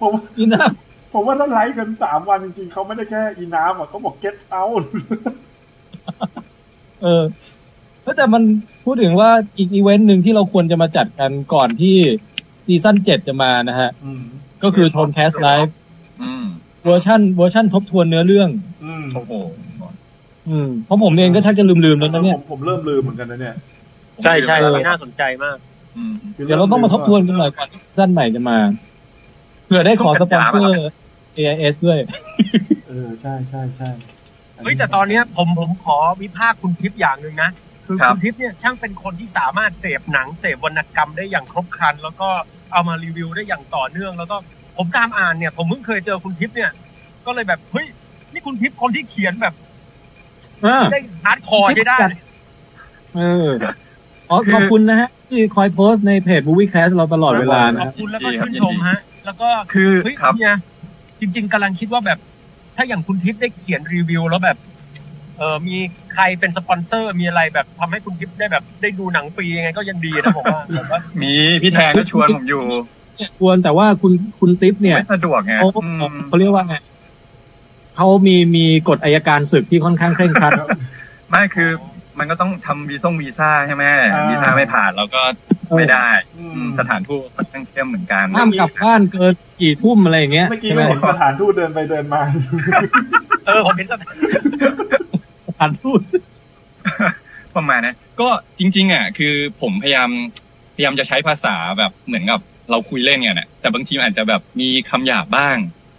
[SPEAKER 4] ผม
[SPEAKER 1] อีน่า
[SPEAKER 4] ผมว่าถ้าไลฟ์กันสามวันจริงๆเขาไม่ได้แค่อีน้ำอ่ะเขาบอกเก็ตเอา
[SPEAKER 1] เออเฮ้ยแต่มันพูดถึงว่าอีกอีเวนต์หนึ่งที่เราควรจะมาจัดกันก่อนที่ซีซั่นเจ็ดจะมานะฮะ
[SPEAKER 4] อืม
[SPEAKER 1] ก็คือโทนแคสไลฟ์
[SPEAKER 5] อืม
[SPEAKER 1] เวอร์ชันเวอร์ชันทบทวนเนื้อเรื่อง
[SPEAKER 4] อืม
[SPEAKER 5] โอ้โห
[SPEAKER 1] อืมเพราะผมเองก็ชักจะลืมๆแล้วนะเนี่ย
[SPEAKER 4] ผมผมเริ่มลืมเหมือนกันนะเนี่ย
[SPEAKER 7] ใช่ใช่ๆน่าสนใจมาก
[SPEAKER 5] อืม
[SPEAKER 1] เดี๋ยวเราต้องมาทบทวนกันหน่อยก่อนที่ซีซั่นใหม่จะมาเผื่อได้ขอสปอนเซอร์ AIS ด้วย
[SPEAKER 4] เออใช่ใช่ใช่
[SPEAKER 7] เฮ้ยแต่ตอนเนี้ยผมผมขอวิพากษ์คุณทิพย์อย่างหนึ่งนะ คือ
[SPEAKER 5] ครับ
[SPEAKER 7] คุณทิพย์เนี่ยช่างเป็นคนที่สามารถเสพหนังเสพวรรณกรรมได้อย่างครบครัน แล้วก็เอามารีวิวได้อย่างต่อเนื่อง แล้วก็ผมตามอ่านเนี่ย ผมเพิ่งเคยเจอคุณทิพย์เนี่ย ก็เลยแบบเฮ้ยนี่คุณทิพย์คนที่เขียนแบบ
[SPEAKER 1] อ่า
[SPEAKER 7] ได้ฮาร์ดคอร์ใช่ได้
[SPEAKER 1] เอออ๋อขอบคุณนะฮะ ที่คอยโพสต์ในเพจ Movie Cast เราตลอดเวลานะ
[SPEAKER 7] ขอ
[SPEAKER 1] ฮะ
[SPEAKER 7] บคุณแล้วก็ชื่นชมฮะ แล้วก็
[SPEAKER 5] คือ
[SPEAKER 7] เฮ้ย
[SPEAKER 5] ครับ
[SPEAKER 7] เนี่ยจริง ๆกำลังคิดว่าแบบ ถ้าอย่างคุณทิพย์ได้เขียนรีวิว แล้วแบบ เออมีใครเป็นสปอนเซอร์มีอะไรแบบทำให้คุณทิพย์ได้แบบ ได้ดูหนังปียังไงก็ยังดีนะผมว่า [LAUGHS] แบบว่า
[SPEAKER 5] มีพี่แทนก็ชวนผมอยู่
[SPEAKER 1] ชวนแต่ว่าคุณคุณติ๊บเนี่ย
[SPEAKER 5] ไม่สะดวกไง
[SPEAKER 1] เขา
[SPEAKER 5] อืม
[SPEAKER 1] เขาเรียกว่าไงเขามีมีกฎอายการศึกที่ค่อนข้างเคร่งครัด
[SPEAKER 5] ไม่คือมันก็ต้องทำวีซ่งวีซ่าใช่ไหมวีซ่าไม่ผ่านเราก็ไม่ได้
[SPEAKER 4] อื
[SPEAKER 5] อื
[SPEAKER 4] ม
[SPEAKER 5] มสถานทูตค่อนข้างเข้มเหมือนกัน
[SPEAKER 1] ห้ามกลับบ้านเกินกี่ทุ่มอะไรอย่างเงี้ย
[SPEAKER 4] เมื่อกี้
[SPEAKER 1] ใช่ไหม
[SPEAKER 4] ไม่เห็นสถานทูตเดินไปเดินมา
[SPEAKER 7] เออผมเห็นสถาน
[SPEAKER 1] อ่านทูต
[SPEAKER 5] ประมาณนะก็จริง ๆอ่ะคือผมพยายามพยายามจะใช้ภาษาแบบเหมือนกับเราคุยเล่นกันอ่ะแต่บางทีมันอาจจะแบบมีคำหยาบบ้าง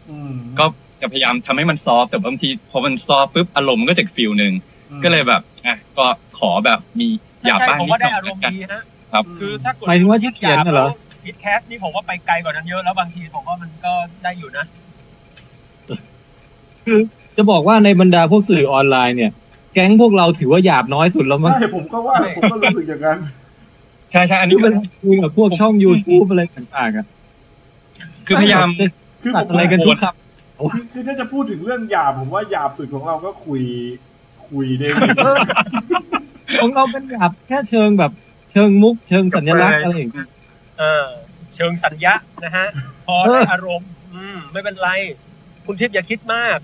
[SPEAKER 4] อืม
[SPEAKER 5] ก็จะพยายามทำให้มันซอฟต์แต่บางทีพอมันซอฟต์ปุ๊บอารมณ์มันก็จะอีกฟิลหนึ่ง
[SPEAKER 4] อืม
[SPEAKER 5] ก็เลยแบบอ่ะก็ขอแบบมีหยาบ
[SPEAKER 7] ใช่
[SPEAKER 5] บ้าง
[SPEAKER 7] ผม
[SPEAKER 5] นิ
[SPEAKER 7] ว่า
[SPEAKER 5] ดห
[SPEAKER 7] ได้
[SPEAKER 5] น่อย
[SPEAKER 7] อารมณ์
[SPEAKER 5] กัน
[SPEAKER 7] ดีฮะ
[SPEAKER 5] ครับ
[SPEAKER 7] คือถ้ากด
[SPEAKER 1] หมายถึงว่าที่เขียนน่ะเหรอ
[SPEAKER 7] พิดแคสต์นี่ผมว่าไปไกลกว่านั้นเยอะแล้วบางทีผมว่ามันก็ได้อยู่นะ
[SPEAKER 1] จะบอกว่าในบรรดาพวกสื่อออนไลน์เนี่ย แก๊งพวกเราถือว่าหยาบน้อยสุดแล้วมั้ง
[SPEAKER 4] ใช่ผมก็ว่าผมก็รู้สึกอย่างนั้น
[SPEAKER 5] ใช่ใช่อัน
[SPEAKER 1] นี่
[SPEAKER 5] นี้
[SPEAKER 1] เป็นคุยกับพวกช่อง YouTube อะไรต่างๆอ่ะ
[SPEAKER 5] คือพยายาม
[SPEAKER 4] คือ
[SPEAKER 1] ตั
[SPEAKER 4] ผ
[SPEAKER 1] ด
[SPEAKER 4] ม
[SPEAKER 1] อะไรกันทุกคำ
[SPEAKER 4] คือคือถ้าจะพูดถึงเรื่องหยาบผมว่าหยาบสุดของเราก็คุย คุยได้
[SPEAKER 1] [LAUGHS] ของเราเป็นหยาบแค่เชิงแบบเชิงมุก เชิงสัญลักษณ์อะไรอย่างเงี้ย
[SPEAKER 7] เออเชิงสัญญะนะฮะ พอ
[SPEAKER 1] เออ
[SPEAKER 7] ได้อารมณ์ อืม ไม่เป็นไร คุณทิพย์อย่าคิดมาก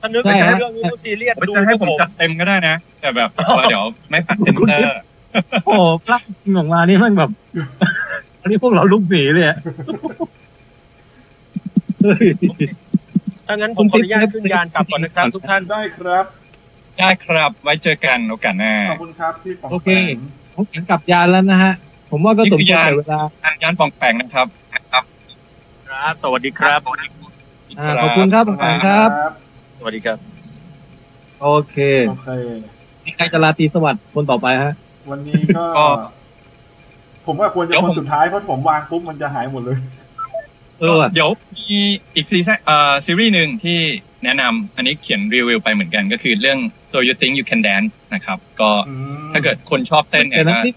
[SPEAKER 7] ถ้านึก
[SPEAKER 1] ใช่
[SPEAKER 7] ถึง
[SPEAKER 1] ฮะ
[SPEAKER 7] เรื่องนี้ต้องซีเรียส
[SPEAKER 5] ผม
[SPEAKER 7] ดู
[SPEAKER 5] จะให้ผม
[SPEAKER 7] พวก
[SPEAKER 5] จัดเต็มก็ได้นะ แต่แบบว่าเดี๋ยวไม่ผ่านเซนเตอร์
[SPEAKER 1] [LAUGHS] โอ้โหพลักจริงออกมานี่มันแบบ อันนี้พวกเราลุกหนีเลยอะเฮ้ย
[SPEAKER 7] ถ้างั้นผ
[SPEAKER 1] คุ
[SPEAKER 7] ม
[SPEAKER 1] ณ
[SPEAKER 7] ขออนุญาต
[SPEAKER 1] ติ๊บ
[SPEAKER 7] ขึ้นยานกลับก่อนนะครับ ทุกท่าน
[SPEAKER 4] ได้ครับ
[SPEAKER 5] ได้ครับไว้เจอกันโอกาสหน้า
[SPEAKER 4] ขอบคุณครับพี่ป๋อง
[SPEAKER 1] โอเค ผมเห็นกลับยานแล้วนะฮะ ผมว่าก็สมควรแก่เวลา
[SPEAKER 5] อันยานปองแปงนะครับนะครับ
[SPEAKER 7] ครับ สวัสดีครับ
[SPEAKER 1] อ่าขอบคุณครับขอบคุณค
[SPEAKER 4] แปง
[SPEAKER 1] รับ
[SPEAKER 7] สวัสดีครับ
[SPEAKER 1] โอเค
[SPEAKER 4] โอเค
[SPEAKER 1] มีใครจะลาตรีสวัสดิ์คนต่อไปฮะ
[SPEAKER 4] วันนี้ก็
[SPEAKER 5] ก็
[SPEAKER 4] ผมว่าควรจะ
[SPEAKER 5] เดี๋ยว
[SPEAKER 4] ค
[SPEAKER 5] ผม
[SPEAKER 4] นสุดท้ายเพราะผมวางปุ๊บมันจะหายหมดเลย
[SPEAKER 1] เออว่ะ
[SPEAKER 5] เดี๋ยวมีอีกซีซั่นเอ่อซีรีส์หนึ่งที่แนะนำอันนี้เขียนรีวิวไปเหมือนกันก็คือเรื่อง so you think you can dance นะครับ ก็
[SPEAKER 4] อืม
[SPEAKER 5] ถ้าเกิดคนชอบเต้น
[SPEAKER 1] เดี๋
[SPEAKER 5] เนี่ย ยว
[SPEAKER 1] นะ
[SPEAKER 5] ก็
[SPEAKER 1] นี่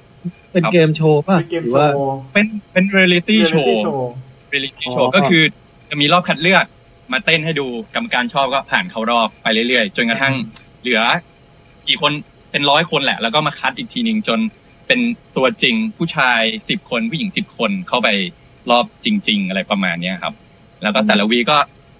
[SPEAKER 1] เป็นเกมโชว์ป่ะ
[SPEAKER 4] เป็นเกม
[SPEAKER 1] หรือ
[SPEAKER 4] โช
[SPEAKER 1] ว่า
[SPEAKER 4] ว์
[SPEAKER 5] เป็นเป็นเรียลิตี้โชว์
[SPEAKER 4] ว์
[SPEAKER 5] เรียลิตี้
[SPEAKER 1] อ๋อ
[SPEAKER 5] โชว์ก็คือจะมีรอบคัดเลือกมาเต้นให้ดูกรรมการชอบก็ผ่านเข้ารอบไปเรื่อยๆ จนกระทั่งเหลือ กี่คนเป็นร้อยคนแหละ แล้วก็มาคัดอีกทีหนึ่งจนเป็นตัวจริงผู้ชายสิบคนผู้หญิงสิบคนเข้าไปรอบจริง ๆ อะไรประมาณเนี้ยครับ แล้วก็แต่ละวีก็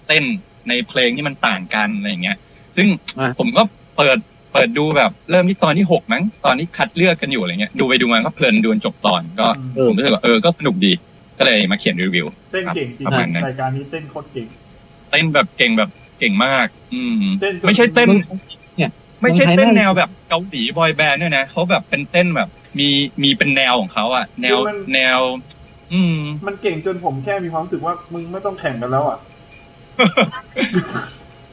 [SPEAKER 5] เต้นในเพลงที่มันต่างกันอะไรอย่างเงี้ย ซึ่ง
[SPEAKER 1] อ่ะ
[SPEAKER 5] ผมก็เปิดเปิดดูแบบเริ่มที่ตอนที่หกมั้งตอนที่คัดเลือกกันอยู่อะไรเงี้ยดูไปดูมาก็เพลินดูจนจบตอนก็
[SPEAKER 4] อืม
[SPEAKER 5] ผมรู้สึกว่าเออก็สนุกดีก็เลยมาเขียนรีวิว
[SPEAKER 4] เต้นเก่งจริง
[SPEAKER 5] ประมาณนั้น
[SPEAKER 4] รายการนี้เต้นโคตรเก่ง
[SPEAKER 5] เต้นแบบเก่งแบบเก่งมาก อืม
[SPEAKER 4] เต้นจน
[SPEAKER 5] ไม่ใช่เต้น
[SPEAKER 1] เนี่ย
[SPEAKER 5] ไม่ใช่เต้น
[SPEAKER 1] เมืองไทยน่า
[SPEAKER 5] แนวแบบเกาหลีบอยแบนด์ด้วยนะเขาแบบเป็นเต้นแบบ มีมีเป็นแนวของเขาอะแนว
[SPEAKER 4] คือมัน
[SPEAKER 5] แนว อืม
[SPEAKER 4] มันเก่งจนผมแค่มีความรู้สึกว่ามึงไม่ต้องแข่งกัน
[SPEAKER 5] [LAUGHS]
[SPEAKER 4] แล้วอ่ะ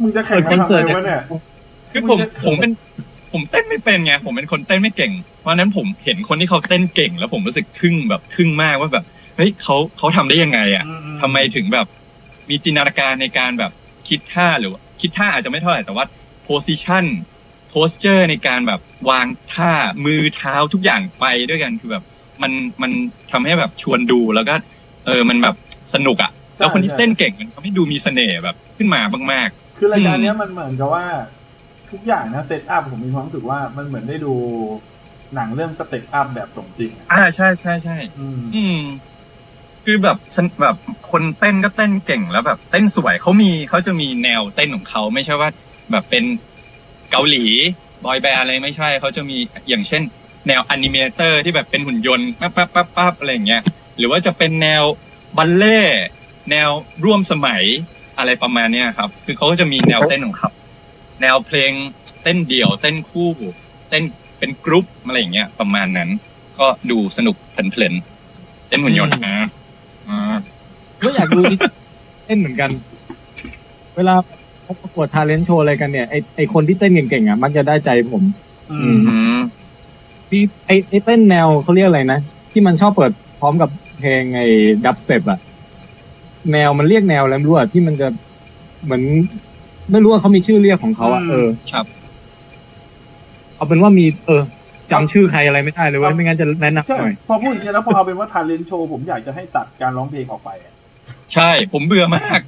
[SPEAKER 4] มึงจะแข่
[SPEAKER 1] เปิด
[SPEAKER 4] ง
[SPEAKER 1] ค
[SPEAKER 4] กั
[SPEAKER 1] อนน
[SPEAKER 4] ทำ
[SPEAKER 1] เสิร์ตเนี่
[SPEAKER 4] ไมวะเนี่ย
[SPEAKER 1] ย
[SPEAKER 5] คือผม
[SPEAKER 4] มันจะ
[SPEAKER 5] ผมเป็น ผมเต้นไม่เป็นไงผมเป็นคนเต้นไม่เก่ง เพราะฉะนั้นผมเห็นคนที่เขาเต้นเก่ง แล้วผมรู้สึกทึ่งแบบทึ่งมากว่าแบบเฮ้ยเขาเขาทำได้ยังไงอะ
[SPEAKER 4] อื
[SPEAKER 5] ทำไมถึงแบบมีจินตนาการในการแบบคิดท่าหรือว่าคิดท่าอาจจะไม่เท่าไหร่แต่ว่า position posture ในการแบบวางท่ามือเท้าทุกอย่างไปด้วยกันคือแบบ มันมันทำให้แบบชวนดูแล้วก็ เออมันแบบสนุกอะ่ะแล้วคนที่เต้นเก่งมันทำให้ดูมีเสน่ห์แบบขึ้นมามาก
[SPEAKER 4] คือรายการเนี้ยมันเหมือนกับว่า ทุกอย่างนะเซตอัพผมมีความรู้สึกว่ามันเหมือนได้ดูหนังเรื่องสเต็ปอัพแบบสมจริงอะ
[SPEAKER 5] ๆ อ่าใช่ใช่ใช่
[SPEAKER 4] อืม
[SPEAKER 5] อืม คือแบบฉันแบบคนเต้นก็เต้นเก่งแล้วแบบ เต้นสวยเขามีเขาจะมีแนวเต้นของเขาไม่ใช่ว่าแบบเป็นเกาหลีบอยแบนด์อะไรไม่ใช่เขาจะมีอย่างเช่น แนวอนิเมเตอร์ที่แบบเป็นหุ่นยนต์ปั๊บปั๊บปั๊บปั๊บอะไรอย่างเงี้ยหรือว่าจะเป็นแนวบัลเล่ต์แนวร่วมสมัยอะไรประมาณเนี้ยครับ คือเขาก็จะมีแนวเต้นของเขาแนวเพลงเต้นเดี่ยว เต้นคู่ เต้นเป็นกรุ๊ปอะไรอย่างเงี้ยประมาณนั้น ก็ดูสนุกเพลินๆเต้นหุ่นยนต์นะอ่า
[SPEAKER 1] ก็อยากดูที่เต้นเหมือนกัน เวลาเขาประกวดทาเลนต์โชว์อะไรกันเนี่ยไอไอคนที่เต้นเก่งๆอ่ะมักจะได้ใจผม
[SPEAKER 4] อื
[SPEAKER 1] อื
[SPEAKER 4] ม
[SPEAKER 1] มพี่ไอไอเต้นแนวเขาเรียกอะไรนะ ที่มันชอบเปิดพร้อมกับเพลงไอดับสเต็ปอะแนวมันเรียกแนวอะไรไม่รู้อะที่มันจะเหมือนไม่รู้ว่าเขามีชื่อเรียกของเขาอะเออ
[SPEAKER 5] ครับ
[SPEAKER 1] เอาเป็นว่ามี เออจำชื่อใครอะไรไม่ได้เลยเว้ยไม่งั้นจะแนะนำ
[SPEAKER 4] ใช่
[SPEAKER 1] หน่อย
[SPEAKER 4] พอพูดอย่างนี้ยแล้วพอเอาเป็นว่าทาเลนโชว์ผมอยากจะให้ตัดการร้องเพลงออกไปอะ
[SPEAKER 5] ใช่ ผมเบื่อมาก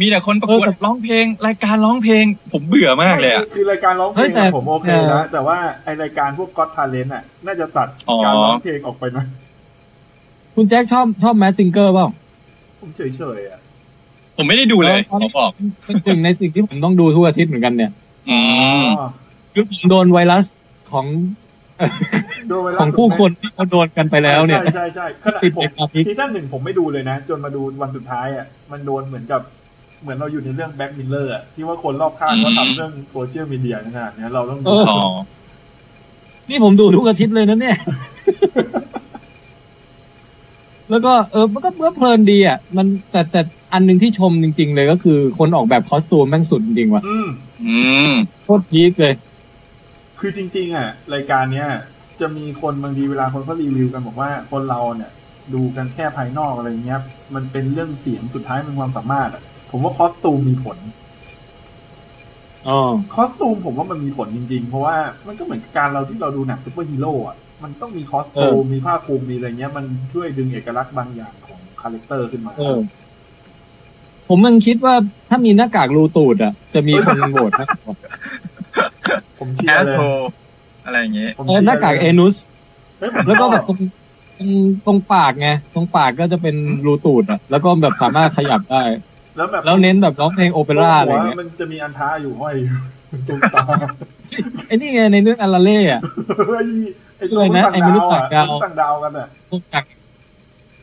[SPEAKER 5] มีแต่คนประกว
[SPEAKER 1] เออ
[SPEAKER 5] ด
[SPEAKER 1] แต่
[SPEAKER 5] ร้องเพลง รายการร้องเพลง ผมเบื่อมากเลยอะ
[SPEAKER 4] คือรายการร้องเพ
[SPEAKER 1] เฮ้
[SPEAKER 4] ล
[SPEAKER 1] ย
[SPEAKER 4] ง
[SPEAKER 1] แต่
[SPEAKER 4] อะผมโอเคนะแต่ว่าไอรายการพวกก็ทาเลนอ่ะ น่าจะตัด
[SPEAKER 5] อ๋อ
[SPEAKER 4] การร้องเพลงออกไปหนะ
[SPEAKER 1] คุณแจ็คชอบชอบแมสซิงเกอร์เปล่า
[SPEAKER 4] ผมเฉยๆอ่ะ
[SPEAKER 5] ผมไม่ได้ดูเลย
[SPEAKER 1] เออ
[SPEAKER 5] เขาบอก
[SPEAKER 1] เป็นหนึ่งในสิ่งที่ผมต้องดูทุกอาทิตย์เหมือนกันเนี่ย
[SPEAKER 5] อืม
[SPEAKER 4] อ๋อ
[SPEAKER 1] คือผมโดนไวรัสของ
[SPEAKER 4] ดูไว้แล้ว
[SPEAKER 1] ของผู้คนที่เขาโดนกันไปแล้วเนี่ย
[SPEAKER 4] ใช่ใช่ใช่ขนาด
[SPEAKER 1] ติด
[SPEAKER 4] ผม
[SPEAKER 1] ในความคิด
[SPEAKER 4] ซีซั่นหนึ่งผมไม่ดูเลยนะ จนมาดูวันสุดท้ายอ่ะมันโดนเหมือนกับเหมือนเราอยู่ในเรื่องแบ็กมิลเลอร์ที่ว่าคนรอบข้างเขาทำเรื่องโซเชียลมีเดียขนาดเนี้ยเราต้องดู
[SPEAKER 5] อ๋อ
[SPEAKER 1] นี่ผมดูทุกอาทิตย์เลยนะเนี่ย [LAUGHS] แล้วก็เออมันก็เมื่อเพลินดีอ่ะมันแต่แต่อันหนึ่งที่ชมจริง ๆ เลยก็คือคนออกแบบคอสตูมแม่งสุดจริงว่ะ
[SPEAKER 4] อืม
[SPEAKER 5] อืม
[SPEAKER 1] โคตรยีดเลย
[SPEAKER 4] คือจริง ๆ อ่ะ รายการเนี้ย จะมีคนบางทีเวลาคนเขารีวิวกันบอกว่าคนเราเนี่ย ดูกันแค่ภายนอกอะไรเงี้ย มันเป็นเรื่องเสียงสุดท้ายมันความสามารถอ่ะ ผมว่าคอสตูมมีผล
[SPEAKER 1] อ๋อ
[SPEAKER 4] คอสตูมผมว่ามันมีผลจริง ๆ เพราะว่ามันก็เหมือนกับการเราที่เราดูหนังซูเปอร์ฮีโร่อ่ะ มันต้องมีคอสตูมมีผ้าคลุมมีอะไรเงี้ย มันช่วยดึงเอกลักษณ์บางอย่างของคาแรคเตอร์ขึ้นมา
[SPEAKER 1] เออ ผมยังคิดว่าถ้ามีหน้ากากรูตูดอ่ะ จะมีคนโหวตนะ
[SPEAKER 4] ผมเชีย
[SPEAKER 5] แอ
[SPEAKER 4] ร์
[SPEAKER 5] ส
[SPEAKER 4] เลย
[SPEAKER 5] โชอะไรอย่างเงี้ย
[SPEAKER 4] ผม
[SPEAKER 1] เอ
[SPEAKER 4] ชี
[SPEAKER 1] อย
[SPEAKER 4] ร์
[SPEAKER 1] หน้ากาก
[SPEAKER 4] ลย
[SPEAKER 1] เอนุส
[SPEAKER 4] เฮ้ยผม
[SPEAKER 1] แล้วก็แบบต
[SPEAKER 4] ช
[SPEAKER 1] ร
[SPEAKER 4] อ
[SPEAKER 1] งตรงตรงปากไงตรงปากก็จะเป็นรูตูดอ่ะ แล้วก็แบบสามารถขยับได้
[SPEAKER 4] แล้วแบบ
[SPEAKER 1] แล้วเน้นแบบร้องเพลงโอเปร่าอะไรเงี้ย
[SPEAKER 4] หัวมันจะมีอันท้าอยู่ห้อยอยู่ [LAUGHS] ตรงตา
[SPEAKER 1] ไอ้นี่ไงในเรื่องอาราเล่อะ
[SPEAKER 4] เฮ้ยไอ้ตัว
[SPEAKER 1] อะไรนะไอ้มนุษย์ต่างดาว
[SPEAKER 4] มนุษย์ต่างดาวกันอ่ะ
[SPEAKER 1] พวกกัก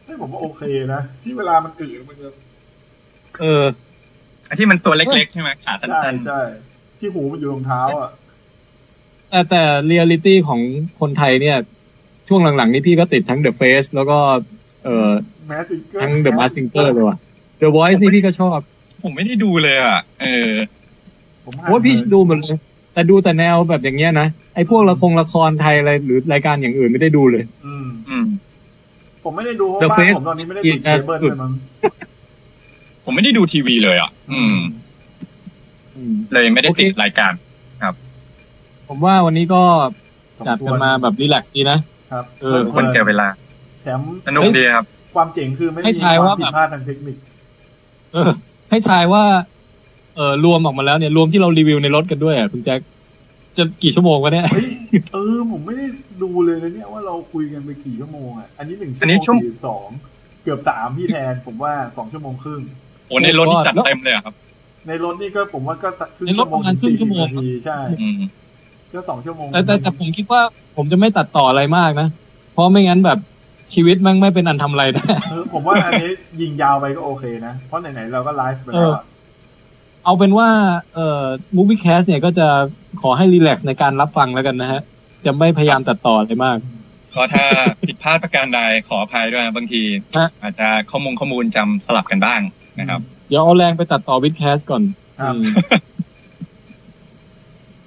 [SPEAKER 4] เฮ้ยผมว่าโอเคนะ ที่เวลามันตื่นมันจะ
[SPEAKER 1] เออ
[SPEAKER 5] ที่มันตัวเล็กๆ ใช่ไหมขาสั
[SPEAKER 4] ใช่
[SPEAKER 5] ้น
[SPEAKER 4] ใช่ที่หูมันอยู่รองเท้าอ่ะ
[SPEAKER 1] แต่แต่เรียลิตี้ของคนไทยเนี่ย ช่วงหลังๆ นี่พี่ก็ติดทั้ง The Face แล้วก็เอ่อ
[SPEAKER 4] แมสซิงเกอร์
[SPEAKER 1] ทั้ง The Mask Singer เลยว่ะ The Voice นี่พี่ก็ชอบ
[SPEAKER 5] ๆ ผมไม่ได้ดูเลยอ่ะ เออ
[SPEAKER 4] ผม
[SPEAKER 1] โอ้ยพี่ดูหมดเลยแต่ดูแต่แนวแบบอย่างเงี้ยนะไอ้พวกละครละครไทยอะไรหรือรายการอย่างอื่นไม่ได้ดูเลย
[SPEAKER 4] อืม
[SPEAKER 5] อืม
[SPEAKER 4] ผมไม่ได้ดูเพราะ
[SPEAKER 1] The
[SPEAKER 4] บ้าน
[SPEAKER 1] Face
[SPEAKER 4] ผมตอนนี้ไม่ได้ติดเคเบิล
[SPEAKER 1] is
[SPEAKER 4] เลยมั้ง
[SPEAKER 5] ผมไม่ได้ดูทีวีเลยอ่ะ อืม
[SPEAKER 1] อืม
[SPEAKER 5] เลยไม่ได้
[SPEAKER 1] โอเค
[SPEAKER 5] ติดรายการ
[SPEAKER 1] ผมว่าวันนี้ก็จัด
[SPEAKER 4] สมคว
[SPEAKER 1] กั
[SPEAKER 4] ร
[SPEAKER 1] นมาแบบรีแลกซ์ดีนะ
[SPEAKER 4] ครับ
[SPEAKER 1] เออ
[SPEAKER 5] คนแก่เวลา
[SPEAKER 4] แถม
[SPEAKER 5] สนุกดีครับ
[SPEAKER 4] ความเจ๋งคือไม่
[SPEAKER 1] ให้
[SPEAKER 4] มี
[SPEAKER 1] ทายว่าว
[SPEAKER 4] คามผิ
[SPEAKER 1] แบ
[SPEAKER 4] ด
[SPEAKER 1] บ
[SPEAKER 4] พลาดทางเทคนิค
[SPEAKER 1] เออ ให้ทายว่า เออรวมออกมาแล้วเนี่ยรวมที่เรารีวิวในรถกันด้วยอะคุณแจ็คจะกี่ชั่วโมงวะเนี่ย
[SPEAKER 4] เฮ้ย เออ ผมไม่ได้ดูเลยนะเนี่ยว่าเราคุยกันไปกี่ชั่วโมงอ่ะ อันนี้หนึ่ง
[SPEAKER 5] อันนี้ชั่
[SPEAKER 4] ชั่ว
[SPEAKER 5] ว
[SPEAKER 4] โมงสี่สิบสองเกือบสามพี่แทนผมว่าสองชั่วโมงครึ่ง
[SPEAKER 5] โอ้ในรถนี่จัด
[SPEAKER 1] แล้ว
[SPEAKER 5] เต็มเลยอะครับ
[SPEAKER 4] ในรถนี่ก็ผมว่าก็สักครึ่ง
[SPEAKER 1] ในรถประมาณครึ่งชั่วโมง
[SPEAKER 4] นาทีใช่
[SPEAKER 5] อืม
[SPEAKER 4] ก็สองชั่วโมง
[SPEAKER 1] แต่แต่แต่ผมคิดว่าผมจะไม่ตัดต่ออะไรมากนะ เพราะไม่งั้นแบบชีวิตแมันไม่เป็นอันทำอะไรนะ [LAUGHS]
[SPEAKER 4] เออผมว่าอันนี้ยิงยาวไปก็โอเคนะ เพราะไหนๆเราก็ไลฟ์ไปแล้วอะ
[SPEAKER 1] เอาเป็นว่าเอ่อ Movie Cast เนี่ยก็จะขอให้รีแลกซ์ในการรับฟังแล้วกันนะฮะ จะไม่พยายามตัดต่ออะไรมาก
[SPEAKER 5] ก็ถ้าผิดพลาดประการใดขออภัยด้วยบางที
[SPEAKER 1] ฮะ
[SPEAKER 5] อาจจะข้อมูลข้อมูลจำสลับกันบ้างนะครับ
[SPEAKER 1] เดี๋ยวเอาแรงไปตัดต่อวิดแคสก่อน
[SPEAKER 4] ครับ
[SPEAKER 1] อืม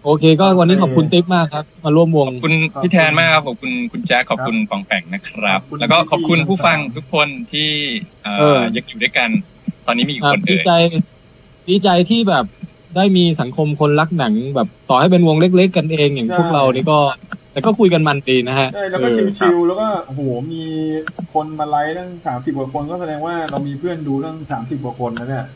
[SPEAKER 1] โอเค ก็วันนี้ขอบคุณติ๊กมากครับ มาร่วมวง
[SPEAKER 5] คุณ
[SPEAKER 4] ครับ
[SPEAKER 5] พี่แทนมากครับขอบคุณคุณแจ็คขอบคุณปองแปงนะครับ
[SPEAKER 4] ขอบคุณ
[SPEAKER 5] แล้วก็ขอบคุณผู้ฟังทุกคนที่เอ่อ
[SPEAKER 1] เออ
[SPEAKER 5] ยังอยู่ด้วยกัน ตอนนี้มีกี่
[SPEAKER 1] ครั
[SPEAKER 5] ค
[SPEAKER 1] บ
[SPEAKER 5] น
[SPEAKER 1] ดี
[SPEAKER 5] เอ่ย
[SPEAKER 1] ใจ ดีใจที่แบบได้มีสังคมคนรักหนัง แบบต่อให้เป็นวงเล็ก ๆ กันเองอย่าง
[SPEAKER 4] ใช่
[SPEAKER 1] พวกเรานี่ก็ แต่ก็คุยกันมันดีนะฮะ
[SPEAKER 4] ใช่แล้วก็
[SPEAKER 1] เออ
[SPEAKER 4] ชิวๆแล้วก็โอ้โหมีคนมาไลฟ์ตั้งสามสิบกว่าคนก็แสดงว่าเรามีเพื่อนดูตั้งสามสิบกว่าคนนะเนี่ย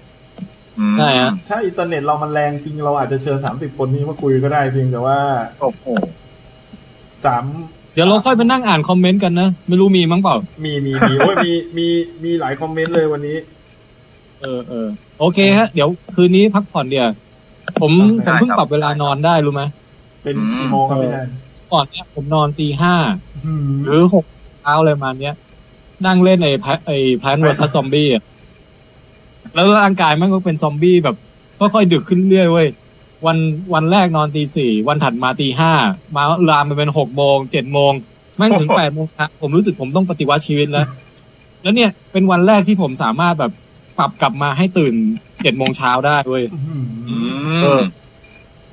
[SPEAKER 5] อืม
[SPEAKER 1] ใช่ฮะ
[SPEAKER 4] ถ้าอินเทอร์เน็ตเรามันแรงจริงเราอาจจะเชิญสามสิบคนนี้มาคุยก็ได้เพียงแต่ว่า
[SPEAKER 5] โอ้โห
[SPEAKER 4] สาม
[SPEAKER 1] เดี๋ยวเราค่อยไปนั่งอ่านคอมเมนต์กันนะ ไม่รู้มีมั้งเปล่า
[SPEAKER 4] มีมีมีโอ้ยมีมีมีหลายคอมเมนต์เลยวันนี้
[SPEAKER 1] เออเออโอเคฮะ เดี๋ยวคืนนี้พักผ่อนเดี๋ยวผม
[SPEAKER 5] ได้
[SPEAKER 1] ผมเพิ่ง
[SPEAKER 5] ครับ
[SPEAKER 1] ปรับเวลานอนได้รู้ไหม
[SPEAKER 4] เป็นกี่โมงครับพี่แดน
[SPEAKER 1] ก่อนเนี้ยผมนอนตีห้าหรือหกเช้าอะไรประมาณเนี้ย นั่งเล่นไอ้แพไอ้พลนวอร์ซัสซอมบี้อะแล้วร่างกายมันก็เป็นซอมบี้แบบก็ค่อยดึกขึ้นเรื่อยเว้ยวันวันแรกนอนตีสี่วันถัดมาตีห้ามาลามไปเป็นหกโมงเจ็ดโมงแม่งถึงแปดโมงครับผมรู้สึกผมต้องปฏิวัติชีวิตแล้ว แล้วเนี่ยเป็นวันแรกที่ผมสามารถแบบปรับกลับมาให้ตื่นเจ็ดโมงเช้าได้เว้ย
[SPEAKER 5] อื
[SPEAKER 1] เอ
[SPEAKER 5] ม
[SPEAKER 1] อ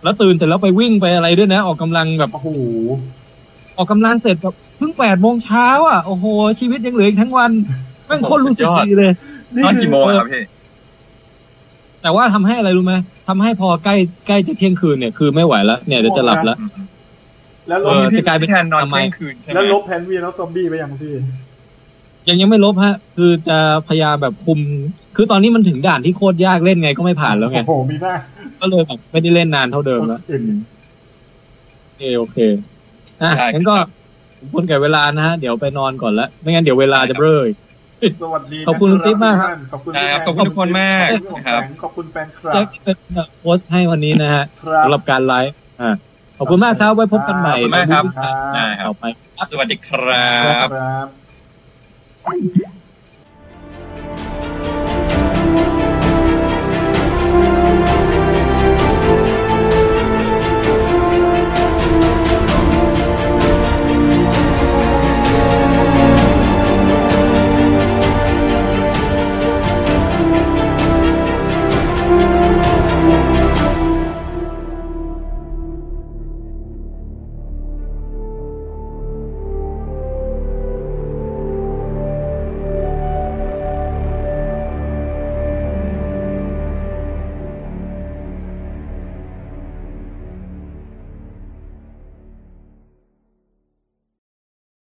[SPEAKER 1] แล้วตื่นเสร็จแล้วไปวิ่งไปอะไรด้วยนะ ออกกำลังแบบ
[SPEAKER 4] โอ้โห
[SPEAKER 1] ออกกำลังเสร็จแบบเพิ่งแปดโมงเช้าอ่ะโอ้โห ชีวิตยังเหลืออีกทั้งวันแม่งโคนรู้สึกดีเลย
[SPEAKER 5] นอนกี่โมงอะครับพี่
[SPEAKER 1] แต่ว่าทำให้อะไรรู้ไหมทำให้พอใกล้ใกล้จะเที่ยงคืนเนี่ยคือไม่ไหวแล้วเนี่ยเดี๋ยวจะหลับแล้ว
[SPEAKER 4] แล้วล
[SPEAKER 1] เอบ อจะกลายเป็น
[SPEAKER 5] พี่แทนนอน
[SPEAKER 1] ทำไม
[SPEAKER 5] เที่ยงคืนใช่ไหม
[SPEAKER 4] แล้วลบแพนเวียแล้วซอมบี้ไปยังพี่
[SPEAKER 1] ยังยังไม่ลบฮะ คือจะพยายามแบบคุม คือตอนนี้มันถึงด่านที่โคตรยากเล่นไงก็ไม่ผ่านแล้วไง
[SPEAKER 4] โอ้โห มีมาก
[SPEAKER 1] ก็เลยแบบไม่ได้เล่นนานเท่าเดิมแล้ว
[SPEAKER 4] อื่น
[SPEAKER 1] โอเคโอเคอ่ะงั้นก็ขอบคุณแก่เวลานะฮะ เดี๋ยวไปนอนก่อนละไม่งั้นเดี๋ยวเวลาจะเบ้ออีก
[SPEAKER 4] สวัสดีนะ
[SPEAKER 1] ขอบคุณคุณติ๊บมากครับ
[SPEAKER 4] ขอบคุณ
[SPEAKER 5] ครับขอบคุณทุกคนมากนะครับ
[SPEAKER 4] ขอบคุณแฟนคลับ
[SPEAKER 1] แจ็คเป็นโพสต์ให้วันนี้นะฮะ
[SPEAKER 4] ครับ
[SPEAKER 1] สำหรับการไลฟ์อ่าขอบคุณมากครับไว้พบกันใหม่
[SPEAKER 5] ขอบคุณมากครับ
[SPEAKER 4] ครั
[SPEAKER 5] ได้
[SPEAKER 4] บ
[SPEAKER 5] ครั
[SPEAKER 1] ต่
[SPEAKER 5] บ
[SPEAKER 1] อไป
[SPEAKER 5] สวัสดีครับ
[SPEAKER 4] ครับ